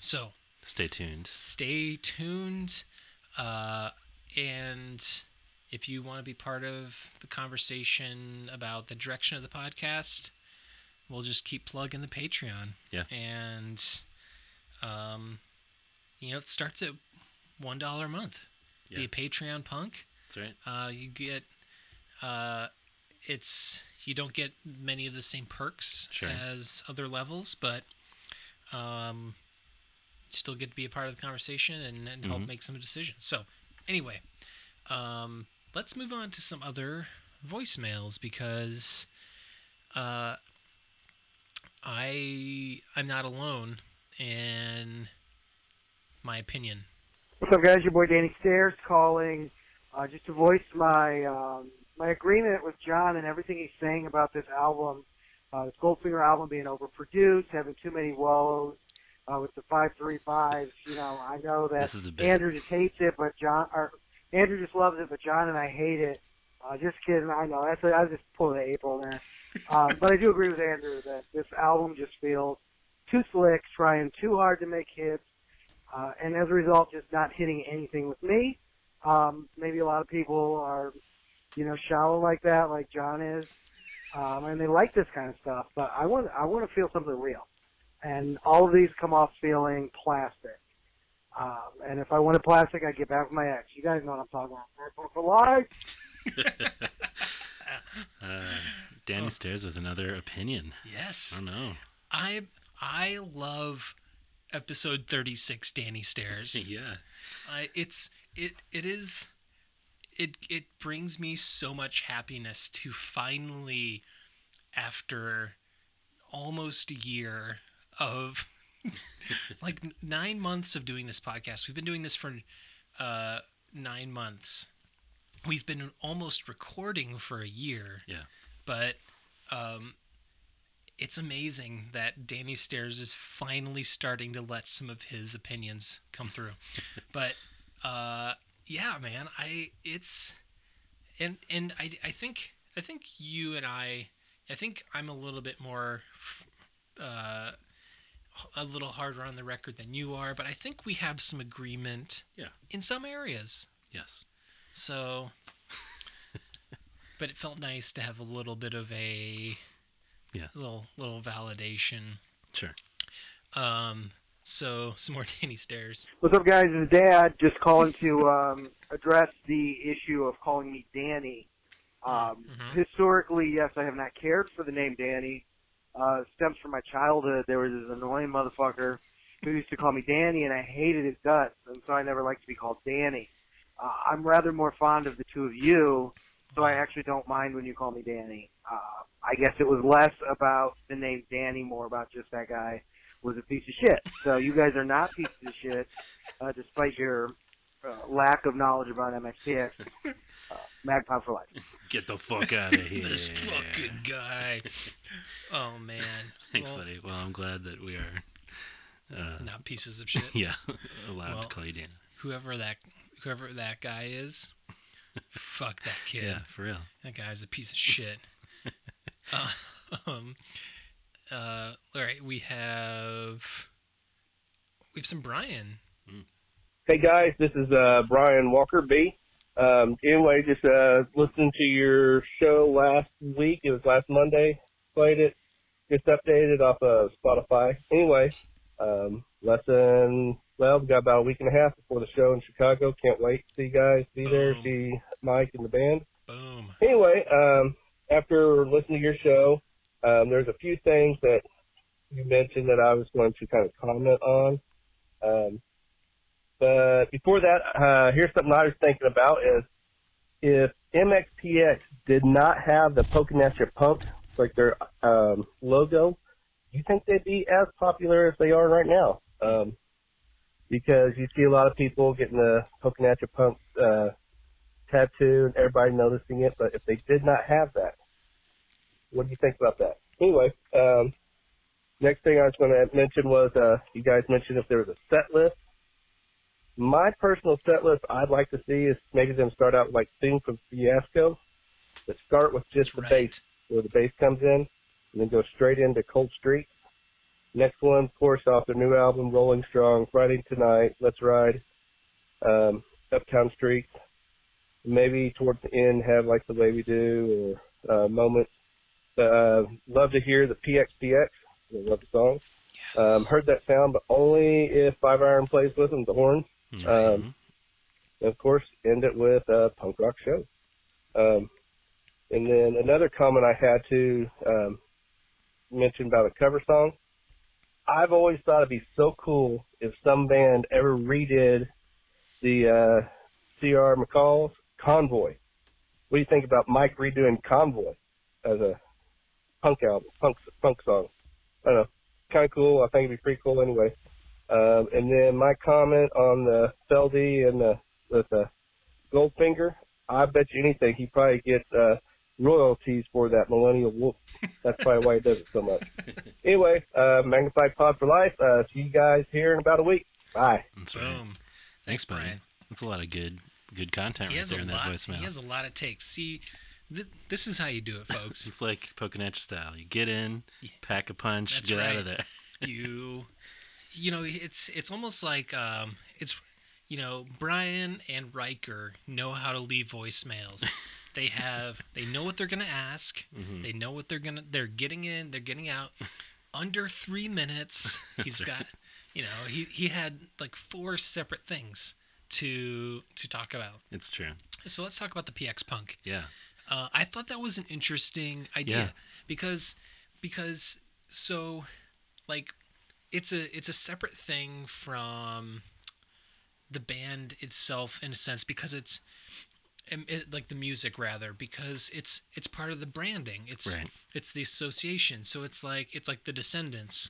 [SPEAKER 2] So
[SPEAKER 3] Stay tuned.
[SPEAKER 2] stay tuned. Uh, and if you want to be part of the conversation about the direction of the podcast, we'll just keep plugging the Patreon.
[SPEAKER 3] Yeah.
[SPEAKER 2] And, um, you know, it starts at $1 a month. Be
[SPEAKER 3] Yeah.
[SPEAKER 2] a Patreon punk.
[SPEAKER 3] That's right.
[SPEAKER 2] Uh, you get, uh, it's you don't get many of the same perks
[SPEAKER 3] Sure.
[SPEAKER 2] as other levels, but um, still get to be a part of the conversation and, and help make some decisions. So, anyway, um, let's move on to some other voicemails because uh, I I'm not alone in my opinion.
[SPEAKER 8] What's up, guys? Your boy Danny Stairs calling uh, just to voice my um, my agreement with John and everything he's saying about this album, uh, this Goldfinger album being overproduced, having too many woes uh, with the five three fives. You know, I know that
[SPEAKER 3] This is a bit.
[SPEAKER 8] Andrew just hates it, but John or Andrew just loves it, but John and I hate it. Uh, just kidding. I know that's I was just pulling an April there, uh, but I do agree with Andrew that this album just feels too slick, trying too hard to make hits uh, and as a result, just not hitting anything with me. Um, maybe a lot of people are, you know, shallow like that, like John is, um, and they like this kind of stuff. But I want, I want to feel something real, and all of these come off feeling plastic. Um, and if I wanted plastic, I'd get back with my ex. You guys know what I'm talking about. Plastic For life.
[SPEAKER 3] Uh, Danny
[SPEAKER 2] Oh.
[SPEAKER 3] Stairs with another opinion.
[SPEAKER 2] Yes.
[SPEAKER 3] I don't know.
[SPEAKER 2] I I love episode 36 Danny Stairs.
[SPEAKER 3] <laughs> yeah.
[SPEAKER 2] I it's it it is it it brings me so much happiness to finally after almost a year of <laughs> like 9 months of doing this podcast. We've been doing this for uh 9 months. We've been almost recording for a year
[SPEAKER 3] Yeah.
[SPEAKER 2] but um, it's amazing that Danny Stairs is finally starting to let some of his opinions come through. but uh, yeah, man, I it's and and I I think I think you and I I think I'm a little bit more uh, a little harder on the record than you are, but I think we have some agreement
[SPEAKER 3] Yeah.
[SPEAKER 2] in some areas.
[SPEAKER 3] Yes. <laughs>
[SPEAKER 2] So, but it felt nice to have a little bit of a
[SPEAKER 3] Yeah.
[SPEAKER 2] little little validation.
[SPEAKER 3] Sure.
[SPEAKER 2] Um, so some more <laughs> Danny stairs.
[SPEAKER 8] What's up, guys? It's Dad. Just calling to um, address the issue of calling me Danny. Um,
[SPEAKER 2] Mhm.
[SPEAKER 8] Historically, yes, I have not cared for the name Danny. Uh, stems from my childhood. There was this annoying motherfucker who used to call me Danny, and I hated his guts, and so I never liked to be called Danny.
[SPEAKER 9] Uh, I'm rather more fond of the two of you, so I actually don't mind when you call me Danny. Uh, I guess it was less about the name Danny, more about just that guy was a piece of shit. So you guys are not pieces of shit, uh, despite your uh, lack of knowledge about MXPX. Uh, Magpie for life.
[SPEAKER 3] Get the fuck out of here.
[SPEAKER 2] <laughs> This fucking
[SPEAKER 3] <laughs>
[SPEAKER 2] guy. Oh man.
[SPEAKER 3] Thanks,
[SPEAKER 2] Well,
[SPEAKER 3] buddy. Well, I'm glad that we are. Uh, <laughs>
[SPEAKER 2] Not pieces of shit.
[SPEAKER 3] yeah, <laughs> allowed
[SPEAKER 2] Well,
[SPEAKER 3] to call you Dan.
[SPEAKER 2] Whoever that whoever that guy is, fuck that kid.
[SPEAKER 3] <laughs> Yeah, for real.
[SPEAKER 2] That guy's a piece of
[SPEAKER 3] <laughs>
[SPEAKER 2] shit. Uh, um, uh, all right, we have we have some Brian.
[SPEAKER 8] Hey guys, this is uh, Brian Walker B. Um, anyway, just uh, listened to your show last week. It was last Monday. Played it. Just updated off of Spotify. Anyway, um, lesson twelve. Got about a week and a half before the show in Chicago. Can't wait to see you guys. Be there.
[SPEAKER 2] Boom.
[SPEAKER 8] See Mike and the band
[SPEAKER 2] Boom.
[SPEAKER 8] anyway, um, after listening to your show, um, there's a few things that you mentioned that I was going to kind of comment on. Um, but before that, uh, here's something I was thinking about is if MXPX did not have the poking at your punk, like their um, logo, do you think they'd be as popular as they are right now? Um, because you see a lot of people getting the poking at your punk uh, tattoo and everybody noticing it, but if they did not have that, what do you think about that? Anyway, um, next thing I was going to mention was uh, you guys mentioned if there was a set list. My personal set list I'd like to see is maybe them start out like Theme from Fiasco, but start with just the bass where the bass comes in, and then go straight into Cold Street. Next one, of course, off their new album, Rolling Strong, Friday Tonight, Let's Ride, um, Uptown Street. Maybe towards the end, have like the way we do or uh, moment. Uh, love to hear the PXPX. I love the song.
[SPEAKER 2] Yes.
[SPEAKER 8] Um, heard that sound, but only if Five Iron plays with them, the horn.
[SPEAKER 3] Mm-hmm.
[SPEAKER 8] Um, and of course, end it with a punk rock show. Um, and then another comment I had to um, mention about a cover song. I've always thought it'd be so cool if some band ever redid the uh, C.R. McCall's Convoy. What do you think about Mike redoing Convoy as a punk album, punk punk song? I don't know, kind of cool. I think it'd be pretty cool anyway. Um, and then my comment on the Feldy and the with the Goldfinger, I bet you anything he probably gets uh, royalties for that Millennial Wolf. That's probably why he does it so much. Anyway, uh, Magnified Pod for Life. Uh, see you guys here in about a week. Bye.
[SPEAKER 3] That's right.
[SPEAKER 2] Boom.
[SPEAKER 3] Thanks, buddy. That's a lot of good good content
[SPEAKER 2] He
[SPEAKER 3] right
[SPEAKER 2] has
[SPEAKER 3] there
[SPEAKER 2] a
[SPEAKER 3] in
[SPEAKER 2] lot.
[SPEAKER 3] that voicemail.
[SPEAKER 2] He has a lot of takes. See, th- this is how you do it, folks.
[SPEAKER 3] it's like poking at your style. You get in, pack a punch,
[SPEAKER 2] That's
[SPEAKER 3] get out of
[SPEAKER 2] right.
[SPEAKER 3] there. <laughs>
[SPEAKER 2] you you know it's it's almost like um it's you know brian and riker know how to leave voicemails they have they know what they're gonna ask they know what they're gonna they're getting in they're getting out under three minutes he's got you know he he had like four separate things to to talk about
[SPEAKER 3] It's true.
[SPEAKER 2] so let's talk about the px punk
[SPEAKER 3] Yeah.
[SPEAKER 2] uh, I thought that was an interesting idea
[SPEAKER 3] Yeah.
[SPEAKER 2] because because so like it's a it's a separate thing from the band itself in a sense because it's um, it, like the music rather because it's it's part of the branding it's
[SPEAKER 3] Right.
[SPEAKER 2] it's the association so it's like it's like the descendants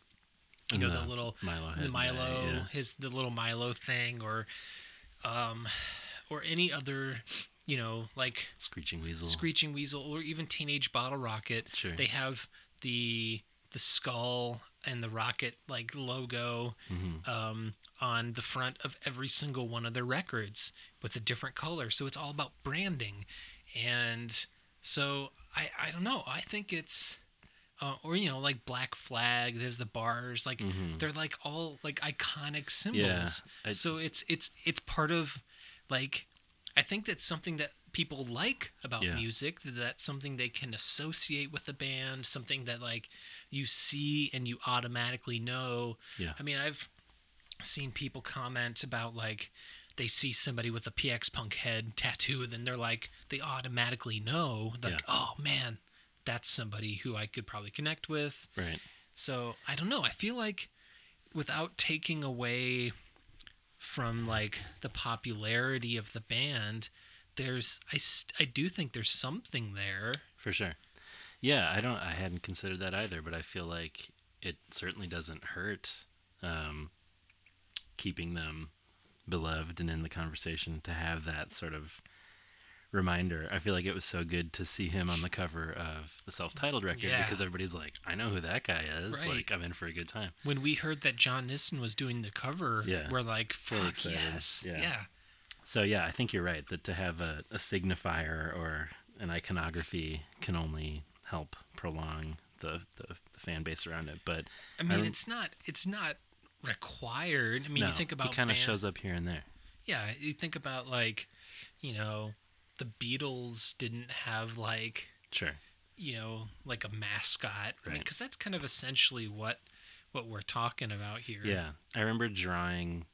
[SPEAKER 2] you
[SPEAKER 3] And
[SPEAKER 2] know the,
[SPEAKER 3] the
[SPEAKER 2] little
[SPEAKER 3] Milo
[SPEAKER 2] the
[SPEAKER 3] Head guy,
[SPEAKER 2] Milo
[SPEAKER 3] yeah.
[SPEAKER 2] his the little Milo thing or um or any other you know like
[SPEAKER 3] Screeching weasel.
[SPEAKER 2] Screeching Weasel, or even Teenage Bottle Rocket.
[SPEAKER 3] Sure.
[SPEAKER 2] They have the the skull and the rocket like logo
[SPEAKER 3] Mm-hmm.
[SPEAKER 2] um, on the front of every single one of their records with a different color. So it's all about branding, and so I I don't know. I think it's. Uh, or you know like black flag there's the bars like
[SPEAKER 3] Mm.
[SPEAKER 2] they're like all like iconic symbols
[SPEAKER 3] Mm-hmm. I-
[SPEAKER 2] so it's it's it's part of like I think that's something that people like about
[SPEAKER 3] Yeah.
[SPEAKER 2] music. that That's something they can associate with the band. Something that like you see and you automatically know.
[SPEAKER 3] Yeah.
[SPEAKER 2] I mean, I've seen people comment about like they see somebody with a PX Punk head tattoo, and then they're like they automatically know like
[SPEAKER 3] Yeah.
[SPEAKER 2] oh man, that's somebody who I could probably connect with.
[SPEAKER 3] Right.
[SPEAKER 2] So I don't know. I feel like without taking away from like the popularity of the band, there's I st- I do think there's something there.
[SPEAKER 3] for sure. Yeah, I don't. I hadn't considered that either, but I feel like it certainly doesn't hurt um, keeping them beloved and in the conversation to have that sort of reminder. I feel like it was so good to see him on the cover of the self-titled record
[SPEAKER 2] Yeah.
[SPEAKER 3] because everybody's like, "I know who that guy is."
[SPEAKER 2] Right.
[SPEAKER 3] Like, I'm in for a good time.
[SPEAKER 2] When we heard that John Nissen was doing the cover,
[SPEAKER 3] Yeah.
[SPEAKER 2] we're like,
[SPEAKER 3] Full
[SPEAKER 2] "Fuck
[SPEAKER 3] excited.
[SPEAKER 2] yes,
[SPEAKER 3] Yeah.
[SPEAKER 2] yeah.
[SPEAKER 3] So yeah, I think you're right that to have a, a signifier or an iconography can only help prolong the, the, the fan base around it. But
[SPEAKER 2] I mean,
[SPEAKER 3] rem-
[SPEAKER 2] it's not it's not required. I mean, you think about
[SPEAKER 3] he kind of
[SPEAKER 2] bands-
[SPEAKER 3] shows up here and there.
[SPEAKER 2] Yeah, you think about like, you know, the Beatles didn't have like
[SPEAKER 3] Sure.
[SPEAKER 2] you know like a mascot because
[SPEAKER 3] Right.
[SPEAKER 2] that's kind of essentially what what we're talking about here.
[SPEAKER 3] Yeah, I remember drawing,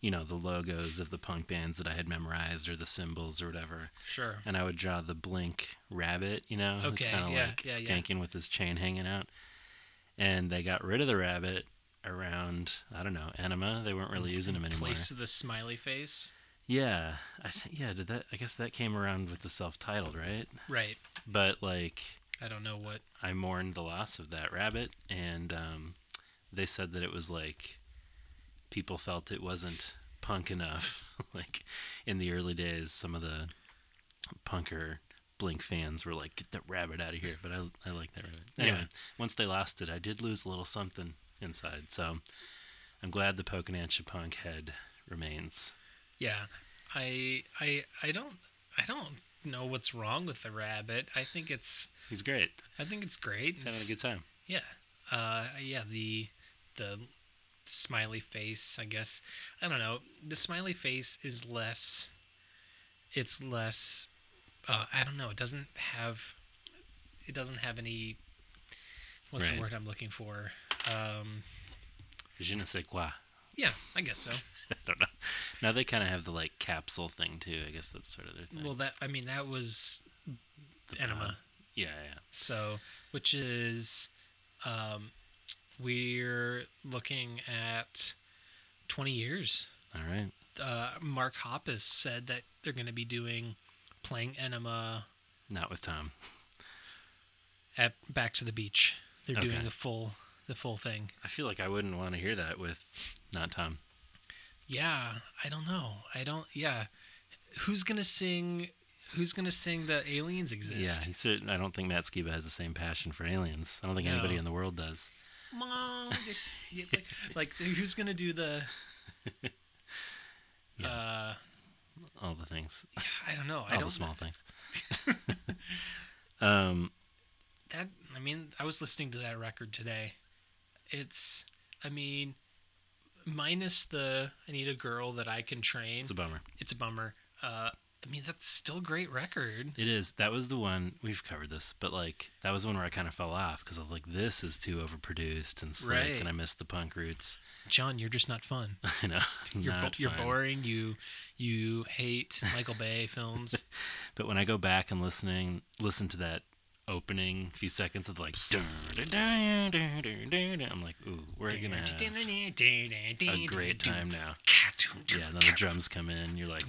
[SPEAKER 3] you know, the logos of the punk bands that I had memorized or the symbols or whatever,
[SPEAKER 2] sure.
[SPEAKER 3] and I would draw the Blink rabbit. You know, who's
[SPEAKER 2] Okay,
[SPEAKER 3] kind of
[SPEAKER 2] yeah,
[SPEAKER 3] like
[SPEAKER 2] yeah, yeah.
[SPEAKER 3] skanking with his chain hanging out, and they got rid of the rabbit around I don't know Anima. They weren't really using him anymore.
[SPEAKER 2] Place of the smiley face.
[SPEAKER 3] Yeah, I think yeah. Did that? I guess that came around with the self-titled, right?
[SPEAKER 2] Right.
[SPEAKER 3] But like,
[SPEAKER 2] I don't know what.
[SPEAKER 3] I mourned the loss of that rabbit, and um, they said that it was like people felt it wasn't punk enough. <laughs> like in the early days, some of the punker Blink fans were like, "Get that rabbit out of here!" But I, I like that rabbit. Anyway, once they lost it, I did lose a little something inside. So I'm glad the Pocanancha punk head remains.
[SPEAKER 2] Yeah. I I I don't I don't know what's wrong with the rabbit. I think it's
[SPEAKER 3] He's great.
[SPEAKER 2] I think it's great.
[SPEAKER 3] He's having a
[SPEAKER 2] It's-
[SPEAKER 3] good time.
[SPEAKER 2] Yeah. Uh, yeah, the the smiley face, I guess. I don't know. The smiley face is less it's less uh, I don't know, it doesn't have it doesn't have any what's
[SPEAKER 3] Right.
[SPEAKER 2] the word I'm looking for? Um,
[SPEAKER 3] Je ne sais quoi.
[SPEAKER 2] yeah, I guess so.
[SPEAKER 3] I don't know. Now they kind of have the like capsule thing too. I guess that's sort of their thing.
[SPEAKER 2] Well, that I mean that was
[SPEAKER 3] The
[SPEAKER 2] enema.
[SPEAKER 3] pod. Yeah, yeah.
[SPEAKER 2] So, which is, um, we're looking at 20 years.
[SPEAKER 3] All right.
[SPEAKER 2] Uh, Mark Hoppus said that they're going to be doing playing Enema
[SPEAKER 3] Not with Tom.
[SPEAKER 2] at Back to the Beach. They're doing
[SPEAKER 3] Okay.
[SPEAKER 2] the full the full thing.
[SPEAKER 3] I feel like I wouldn't want to hear that with not Tom.
[SPEAKER 2] Yeah, I don't know. I don't. Yeah, who's gonna sing? Who's gonna sing the aliens
[SPEAKER 3] Yeah,
[SPEAKER 2] exist?
[SPEAKER 3] he certain, I don't think Matt Skiba has the same passion for aliens. I don't think anybody
[SPEAKER 2] No.
[SPEAKER 3] in the world does.
[SPEAKER 2] mom there's, yeah,
[SPEAKER 3] <laughs>
[SPEAKER 2] like, like who's gonna do the
[SPEAKER 3] Yeah.
[SPEAKER 2] uh
[SPEAKER 3] All the things,
[SPEAKER 2] i don't know i
[SPEAKER 3] all
[SPEAKER 2] don't
[SPEAKER 3] the small <laughs> things. um,
[SPEAKER 2] that I mean, I was listening to that record today. It's I mean, minus the I need a girl that I can train.
[SPEAKER 3] it's a bummer.
[SPEAKER 2] It's a bummer. Uh I mean, that's still a great record.
[SPEAKER 3] It is. That was the one we've covered this, but like that was one where I kind of fell off because I was like, this is too overproduced and slick,
[SPEAKER 2] Right.
[SPEAKER 3] and I missed the punk roots. <laughs>
[SPEAKER 2] John, you're just not fun.
[SPEAKER 3] I know.
[SPEAKER 2] You're bo-
[SPEAKER 3] not
[SPEAKER 2] you're
[SPEAKER 3] fun.
[SPEAKER 2] boring. You you hate Michael Bay films.
[SPEAKER 3] But when I go back and listening, listen to that opening few seconds of <laughs> like, dun, dun, dun, dun, dun, dun, dun, I'm like, ooh, <laughs> we're
[SPEAKER 2] <laughs>
[SPEAKER 3] gonna have a great time now. Yeah, and then the drums come in. You're like,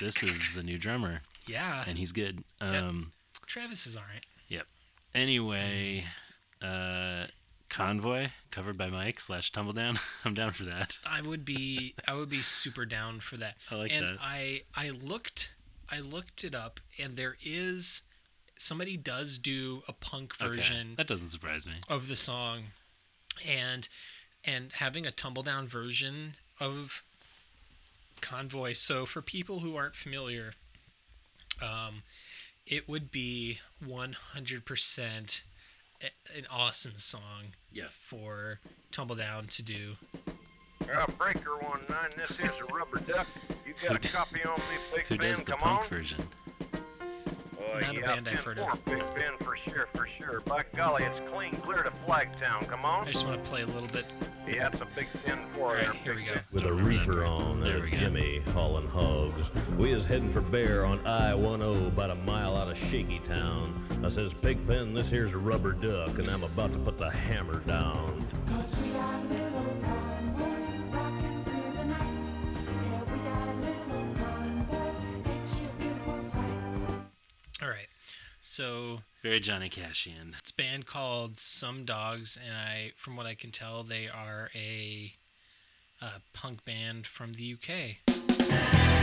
[SPEAKER 3] this is a new drummer,
[SPEAKER 2] Yeah,
[SPEAKER 3] and he's good. Um,
[SPEAKER 2] Travis is all right.
[SPEAKER 3] yep. Anyway, uh, convoy covered by Mike slash Tumbledown. <laughs> I'm down for that.
[SPEAKER 2] I would be I would be super down for that.
[SPEAKER 3] I like
[SPEAKER 2] and
[SPEAKER 3] that.
[SPEAKER 2] I I looked I looked it up and there is somebody does do a punk
[SPEAKER 3] Okay,
[SPEAKER 2] version
[SPEAKER 3] That doesn't surprise me.
[SPEAKER 2] of the song and and having a tumble down version of convoy so for people who aren't familiar um it would be 100% a- an awesome song
[SPEAKER 3] Yeah.
[SPEAKER 2] for tumble down to do
[SPEAKER 10] Uh, breaker one nine, this is a rubber duck. You got a copy on me, Big
[SPEAKER 3] Who
[SPEAKER 10] Ben?
[SPEAKER 3] does the
[SPEAKER 10] Come
[SPEAKER 3] punk
[SPEAKER 10] on.
[SPEAKER 3] version?
[SPEAKER 10] Oh,
[SPEAKER 2] Not a
[SPEAKER 10] yeah,
[SPEAKER 2] band I've
[SPEAKER 10] 10-4,
[SPEAKER 2] heard of.
[SPEAKER 10] Big Ben for sure, for sure. By golly, it's clean clear to Flagtown. Come on.
[SPEAKER 2] i just want to play a little bit
[SPEAKER 10] Yeah, it's a big ten
[SPEAKER 2] all
[SPEAKER 10] four.
[SPEAKER 2] right here we go
[SPEAKER 11] With a
[SPEAKER 3] Don't remember that
[SPEAKER 11] reefer
[SPEAKER 3] part.
[SPEAKER 11] on
[SPEAKER 3] There
[SPEAKER 11] and
[SPEAKER 3] we
[SPEAKER 11] a
[SPEAKER 3] go.
[SPEAKER 11] Jimmy hauling hogs. We is heading for Bear on I-10 about a mile out of Shaky Town. I says, Pigpen, this here's a rubber duck, and I'm about to put the hammer down.
[SPEAKER 12] Cause we are little convoy, rocking through the night.
[SPEAKER 2] so
[SPEAKER 3] Very Johnny Cashian.
[SPEAKER 2] it's a band called Some Dogs, and I, from what I can tell, they are a, uh punk band from the UK.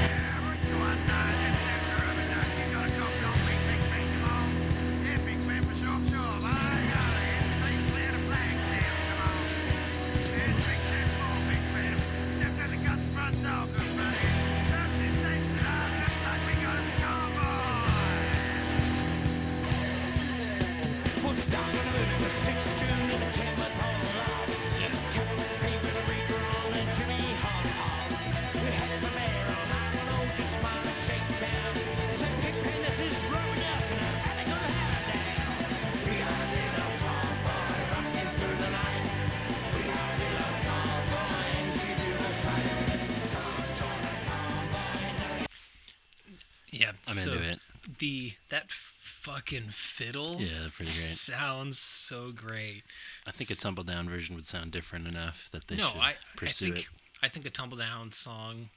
[SPEAKER 2] Yeah,
[SPEAKER 3] I'm
[SPEAKER 2] so
[SPEAKER 3] into it.
[SPEAKER 2] The that fucking fiddle.
[SPEAKER 3] Yeah, they're pretty great.
[SPEAKER 2] Sounds so great.
[SPEAKER 3] I think a tumble down version would sound different enough that they
[SPEAKER 2] no,
[SPEAKER 3] should
[SPEAKER 2] I
[SPEAKER 3] pursue
[SPEAKER 2] I think
[SPEAKER 3] it.
[SPEAKER 2] I think a tumble down song,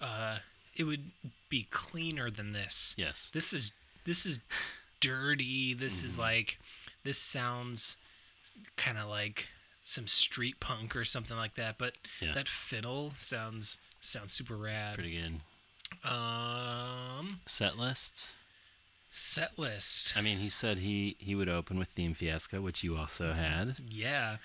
[SPEAKER 2] uh, it would be cleaner than this.
[SPEAKER 3] Yes.
[SPEAKER 2] This is this is dirty. This is
[SPEAKER 3] Mm-hmm.
[SPEAKER 2] like this sounds kind of like some street punk or something like that. But
[SPEAKER 3] Yeah.
[SPEAKER 2] that fiddle sounds sounds super rad.
[SPEAKER 3] Pretty good.
[SPEAKER 2] Um,
[SPEAKER 3] Set lists.
[SPEAKER 2] set list.
[SPEAKER 3] I mean, he said he he would open with Theme Fiasco, which you also had.
[SPEAKER 2] Yeah,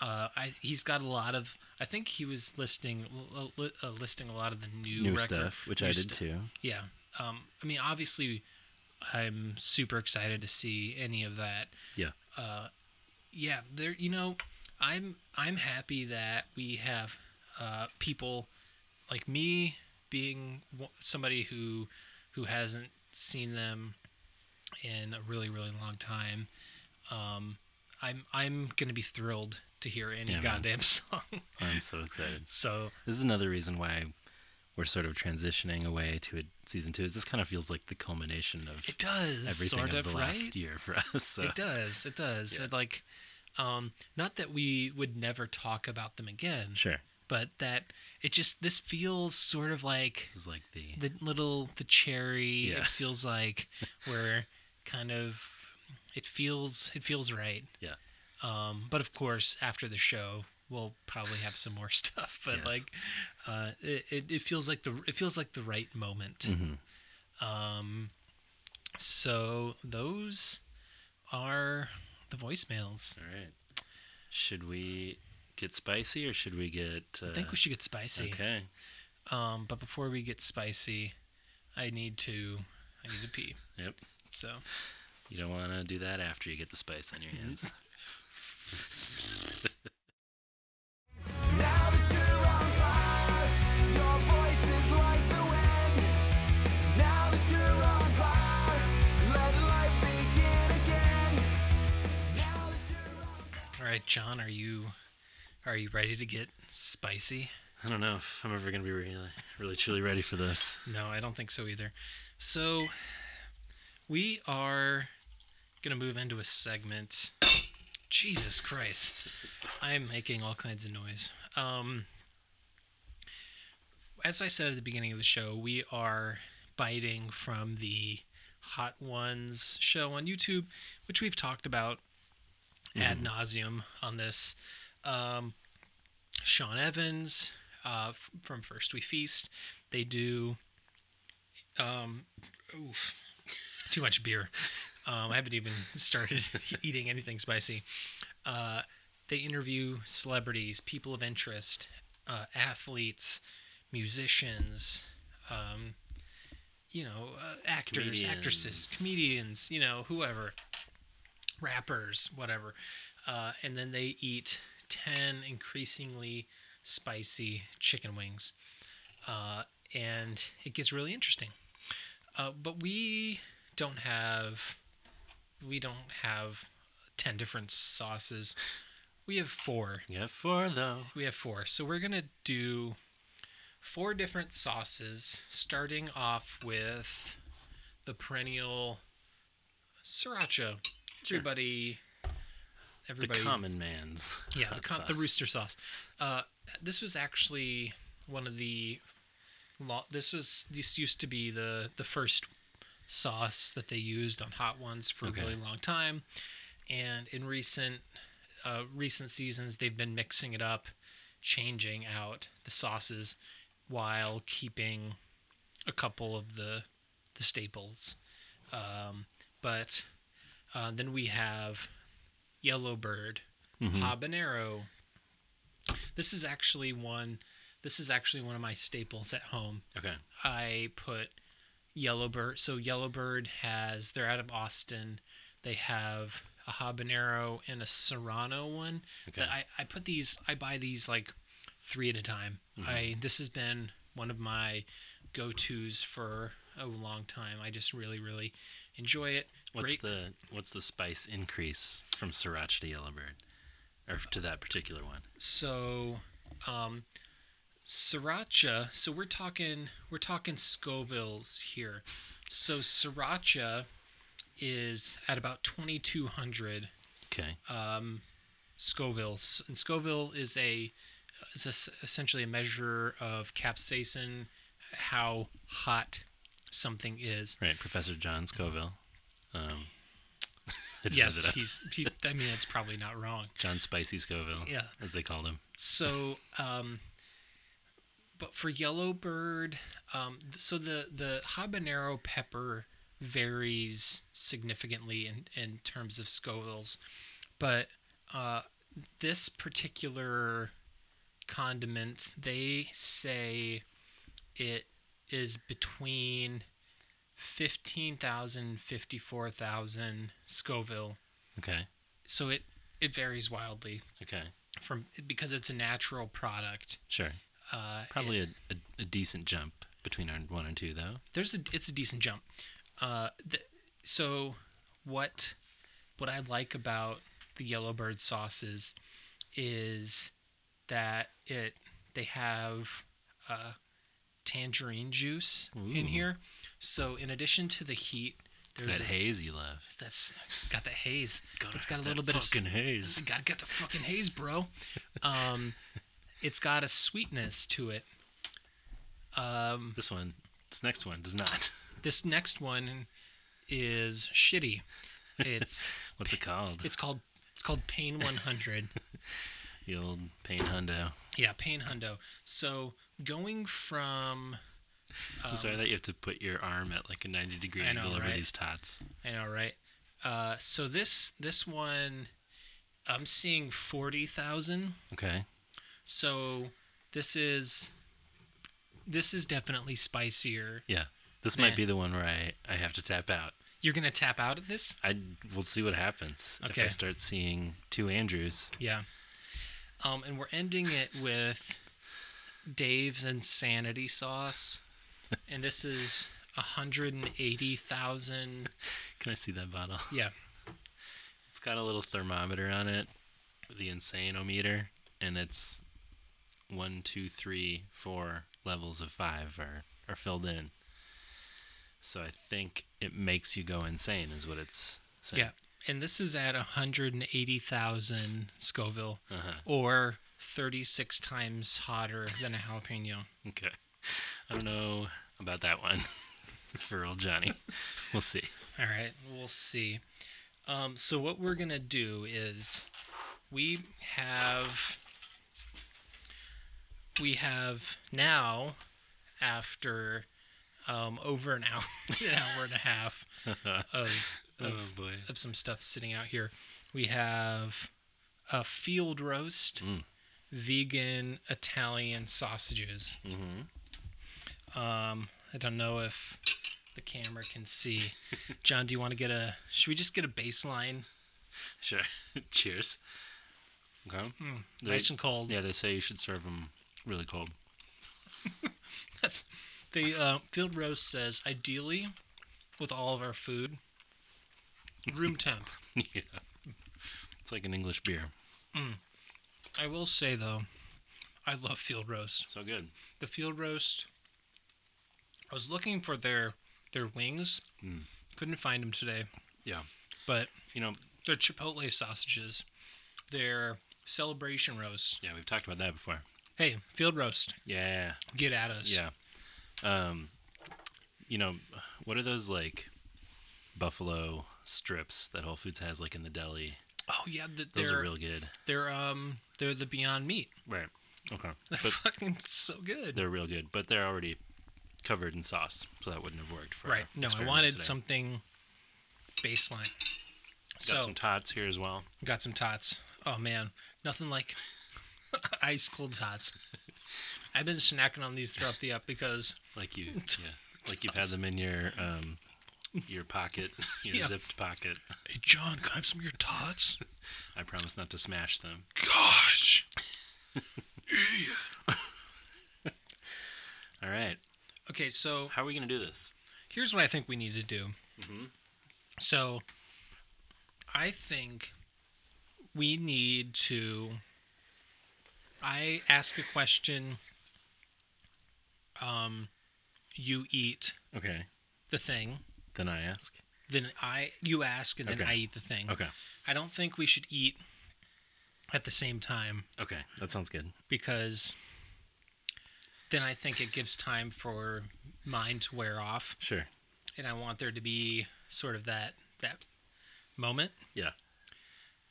[SPEAKER 2] uh, I, he's got a lot of. I think he was listing l- l- uh, listing a lot of the new,
[SPEAKER 3] New
[SPEAKER 2] record-
[SPEAKER 3] stuff, which I
[SPEAKER 2] new
[SPEAKER 3] did
[SPEAKER 2] stu-
[SPEAKER 3] too.
[SPEAKER 2] Yeah, um, I mean, obviously, I'm super excited to see any of that.
[SPEAKER 3] Yeah.
[SPEAKER 2] Uh, yeah, there. You know, I'm I'm happy that we have uh, people like me being w- somebody who who hasn't seen them in a really really long time. Um, I'm I'm gonna be thrilled to hear any
[SPEAKER 3] Yeah, man.
[SPEAKER 2] goddamn <laughs> song.
[SPEAKER 3] I'm so excited.
[SPEAKER 2] so
[SPEAKER 3] This is another reason why we're sort of transitioning away to a season two. Is this kind of feels like the culmination of
[SPEAKER 2] it does
[SPEAKER 3] everything
[SPEAKER 2] sort
[SPEAKER 3] of,
[SPEAKER 2] of
[SPEAKER 3] the
[SPEAKER 2] right?
[SPEAKER 3] last year for <laughs> us. So.
[SPEAKER 2] It does. It does.
[SPEAKER 3] Yeah.
[SPEAKER 2] It, like, um, not that we would never talk about them again,
[SPEAKER 3] Sure.
[SPEAKER 2] but that it just this feels sort of like
[SPEAKER 3] This is like the
[SPEAKER 2] the little the cherry.
[SPEAKER 3] Yeah.
[SPEAKER 2] It feels
[SPEAKER 3] <laughs>
[SPEAKER 2] like we're kind of. It feels it feels right.
[SPEAKER 3] Yeah.
[SPEAKER 2] Um, but of course, after the show, we'll probably have some more <laughs> stuff. But
[SPEAKER 3] Yes.
[SPEAKER 2] like, uh, it, it it feels like the it feels like the right moment.
[SPEAKER 3] Mhm.
[SPEAKER 2] Um, so those are the voicemails.
[SPEAKER 3] All right. Should we get spicy or should we get? Uh,
[SPEAKER 2] I think we should get spicy.
[SPEAKER 3] Okay.
[SPEAKER 2] Um, but before we get spicy, I need to I need to pee.
[SPEAKER 3] Yep.
[SPEAKER 2] So
[SPEAKER 3] You don't want to do that after you get the spice on your
[SPEAKER 2] Mm-hmm.
[SPEAKER 3] hands.
[SPEAKER 2] all right, John, are you are you ready to get spicy?
[SPEAKER 3] I don't know if I'm ever gonna be really, really truly ready for this.
[SPEAKER 2] No, I don't think so either. So we are gonna move into a segment. Jesus Christ. I'm making all kinds of noise. Um as I said at the beginning of the show, we are biting from the Hot Ones show on YouTube, which we've talked about ad nauseum on this. Um, Sean Evans uh, f- from First We Feast, they do um, oof, too much beer. Um, I haven't even started <laughs> eating anything spicy. Uh, they interview celebrities, people of interest, uh, athletes, musicians, um, you know, uh, actors, actresses,
[SPEAKER 3] Comedians.
[SPEAKER 2] comedians, you know, whoever, rappers, whatever. Uh, and then they eat 10 increasingly spicy chicken wings. Uh, and it gets really interesting. Uh, but we don't have we don't have 10 different sauces. We have four.
[SPEAKER 3] You have four though.
[SPEAKER 2] We have four. So we're going to do four different sauces, starting off with the perennial sriracha. Everybody,
[SPEAKER 3] The
[SPEAKER 2] everybody,
[SPEAKER 3] common man's.
[SPEAKER 2] yeah, the,
[SPEAKER 3] hot
[SPEAKER 2] com- the
[SPEAKER 3] sauce.
[SPEAKER 2] rooster sauce. Uh, this was actually one of the. Lo- this was this used to be the the first sauce that they used on hot ones for
[SPEAKER 3] Okay.
[SPEAKER 2] a really long time. And in recent uh, recent seasons, they've been mixing it up, changing out the sauces while keeping a couple of the the staples. Um, but uh, then we have Yellow Bird, habanero. This is actually one. This is actually one of my staples at home.
[SPEAKER 3] Okay.
[SPEAKER 2] I put Yellowbird. So Yellowbird has they're out of Austin. They have a habanero and a serrano one.
[SPEAKER 3] Okay.
[SPEAKER 2] That I I put these I buy these like three at a time.
[SPEAKER 3] Mm-hmm.
[SPEAKER 2] I this has been one of my go-tos for a long time. I just really really enjoy it.
[SPEAKER 3] What's
[SPEAKER 2] Great-
[SPEAKER 3] the what's the spice increase from sriracha to yellowbird, or to that particular one?
[SPEAKER 2] so um sriracha so we're talking we're talking scovilles here so sriracha is at about 2200
[SPEAKER 3] Okay.
[SPEAKER 2] Uh, Scoville. S- And Scoville is a is es- essentially a measure of capsaicin, how hot something is.
[SPEAKER 3] right, Professor John Scoville. Um, <laughs> I just messed
[SPEAKER 2] Yes,
[SPEAKER 3] it up.
[SPEAKER 2] he's, he's. I mean, it's probably not wrong.
[SPEAKER 3] John Spicy Scoville.
[SPEAKER 2] Yeah.
[SPEAKER 3] as they called him.
[SPEAKER 2] So, um, but for Yellowbird, um, th- so the the habanero pepper varies significantly in in terms of Scovilles, but uh, this particular condiment, they say it is between fifteen thousand fifty four thousand Scoville.
[SPEAKER 3] Okay.
[SPEAKER 2] So it it varies wildly
[SPEAKER 3] Okay.
[SPEAKER 2] from because it's a natural product.
[SPEAKER 3] Sure.
[SPEAKER 2] Uh,
[SPEAKER 3] Probably
[SPEAKER 2] it-
[SPEAKER 3] a, a, a decent jump between our one and two, though.
[SPEAKER 2] there's a it's a decent jump. Uh, th- so what what I like about the Yellowbird sauces is that it they have uh, tangerine juice in
[SPEAKER 3] Ooh.
[SPEAKER 2] here. So in addition to the heat,
[SPEAKER 3] It's
[SPEAKER 2] there's
[SPEAKER 3] that
[SPEAKER 2] this-
[SPEAKER 3] haze you love.
[SPEAKER 2] that's got that haze. it's got a
[SPEAKER 3] have
[SPEAKER 2] little
[SPEAKER 3] that
[SPEAKER 2] bit of
[SPEAKER 3] fucking
[SPEAKER 2] s-
[SPEAKER 3] haze.
[SPEAKER 2] Gotta get the fucking haze, bro.
[SPEAKER 3] <laughs>
[SPEAKER 2] Um, it's got a sweetness to it. Um,
[SPEAKER 3] This one, this next one does not. <laughs>
[SPEAKER 2] this next one is shitty. It's
[SPEAKER 3] What's it called?
[SPEAKER 2] it's called it's called Pain 100.
[SPEAKER 3] the old pain hundo.
[SPEAKER 2] yeah, Pain Hundo. So going from
[SPEAKER 3] I'm sorry that you have to put your arm at like a 90 degree
[SPEAKER 2] Oh. I know,
[SPEAKER 3] angle over
[SPEAKER 2] right?
[SPEAKER 3] these tots.
[SPEAKER 2] I know, right? Uh, so this this one, I'm seeing forty thousand.
[SPEAKER 3] Okay.
[SPEAKER 2] So this is this is definitely spicier.
[SPEAKER 3] Yeah. This
[SPEAKER 2] Nah.
[SPEAKER 3] might be the one where I, I have to tap out.
[SPEAKER 2] You're gonna tap out at this?
[SPEAKER 3] I we'll see what happens. If I
[SPEAKER 2] Okay.
[SPEAKER 3] start seeing two Andrews.
[SPEAKER 2] Yeah. Um, and we're ending it with Dave's insanity sauce, and this is hundred and eighty thousand.
[SPEAKER 3] Can I see that bottle? <laughs>
[SPEAKER 2] Yeah,
[SPEAKER 3] It's got a little thermometer on it, the insanometer, and it's one, two, three, four levels of five are, are filled in. So I think it makes you go insane is what it's saying.
[SPEAKER 2] yeah. And this is at hundred and eighty thousand Scoville,
[SPEAKER 3] Uh-huh.
[SPEAKER 2] or thirty-six times hotter than a jalapeno.
[SPEAKER 3] Okay. I don't know about that one <laughs> for old Johnny. We'll see.
[SPEAKER 2] All right, we'll see. Um, so what we're gonna do is we have we have now after um, over an hour <laughs> an hour and a half of of,
[SPEAKER 3] boy.
[SPEAKER 2] of some stuff sitting out here. We have a field roast, vegan Italian sausages. Um, I don't know if the camera can see. John, do you want to get a? Should we just get a baseline?
[SPEAKER 3] Sure. <laughs> Cheers. Okay. They-
[SPEAKER 2] Hmm. Nice and cold.
[SPEAKER 3] Yeah, they say you should serve them really cold. <laughs>
[SPEAKER 2] That's, <laughs> the uh, field roast says ideally, with all of our food, room temp.
[SPEAKER 3] yeah. It's like an English beer.
[SPEAKER 2] I will say though, I love field roast.
[SPEAKER 3] So good.
[SPEAKER 2] the field roast. I was looking for their their wings,
[SPEAKER 3] Hmm.
[SPEAKER 2] couldn't find them today.
[SPEAKER 3] Yeah.
[SPEAKER 2] But
[SPEAKER 3] You know,
[SPEAKER 2] their chipotle sausages, their celebration roast.
[SPEAKER 3] yeah, we've talked about that before.
[SPEAKER 2] Hey, field roast,
[SPEAKER 3] Yeah.
[SPEAKER 2] get at us.
[SPEAKER 3] Yeah. Um, you know, what are those like buffalo strips that Whole Foods has, like in the deli.
[SPEAKER 2] Oh yeah, th- they're
[SPEAKER 3] Those are real good.
[SPEAKER 2] they're um they're the Beyond Meat. <laughs>
[SPEAKER 3] Right. Okay.
[SPEAKER 2] They're
[SPEAKER 3] But
[SPEAKER 2] fucking so good.
[SPEAKER 3] they're real good, but they're already covered in sauce, so that wouldn't have worked for our
[SPEAKER 2] right. No, I
[SPEAKER 3] experiment
[SPEAKER 2] wanted
[SPEAKER 3] today.
[SPEAKER 2] something baseline.
[SPEAKER 3] Got
[SPEAKER 2] so
[SPEAKER 3] some tots here as well.
[SPEAKER 2] got some tots. Oh man, nothing like <laughs> ice cold tots. I've been snacking on these throughout the up because <laughs>
[SPEAKER 3] Like you, yeah, like you've had them in your um, your pocket, <laughs> your
[SPEAKER 2] Yeah.
[SPEAKER 3] zipped pocket.
[SPEAKER 2] hey John, can I have some of your tots?
[SPEAKER 3] I promise not to smash them.
[SPEAKER 2] Gosh.
[SPEAKER 3] All right,
[SPEAKER 2] Okay, so
[SPEAKER 3] how are we gonna do this?
[SPEAKER 2] here's what I think we need to do. So, I think we need to. I ask a question. Um, you eat
[SPEAKER 3] Okay,
[SPEAKER 2] the thing,
[SPEAKER 3] then I ask.
[SPEAKER 2] then I you ask, and then
[SPEAKER 3] Okay.
[SPEAKER 2] I eat the thing.
[SPEAKER 3] Okay,
[SPEAKER 2] I don't think we should eat at the same time
[SPEAKER 3] okay, that sounds good.
[SPEAKER 2] because then I think it gives time for mine to wear off.
[SPEAKER 3] Sure.
[SPEAKER 2] and I want there to be sort of that that moment.
[SPEAKER 3] Yeah.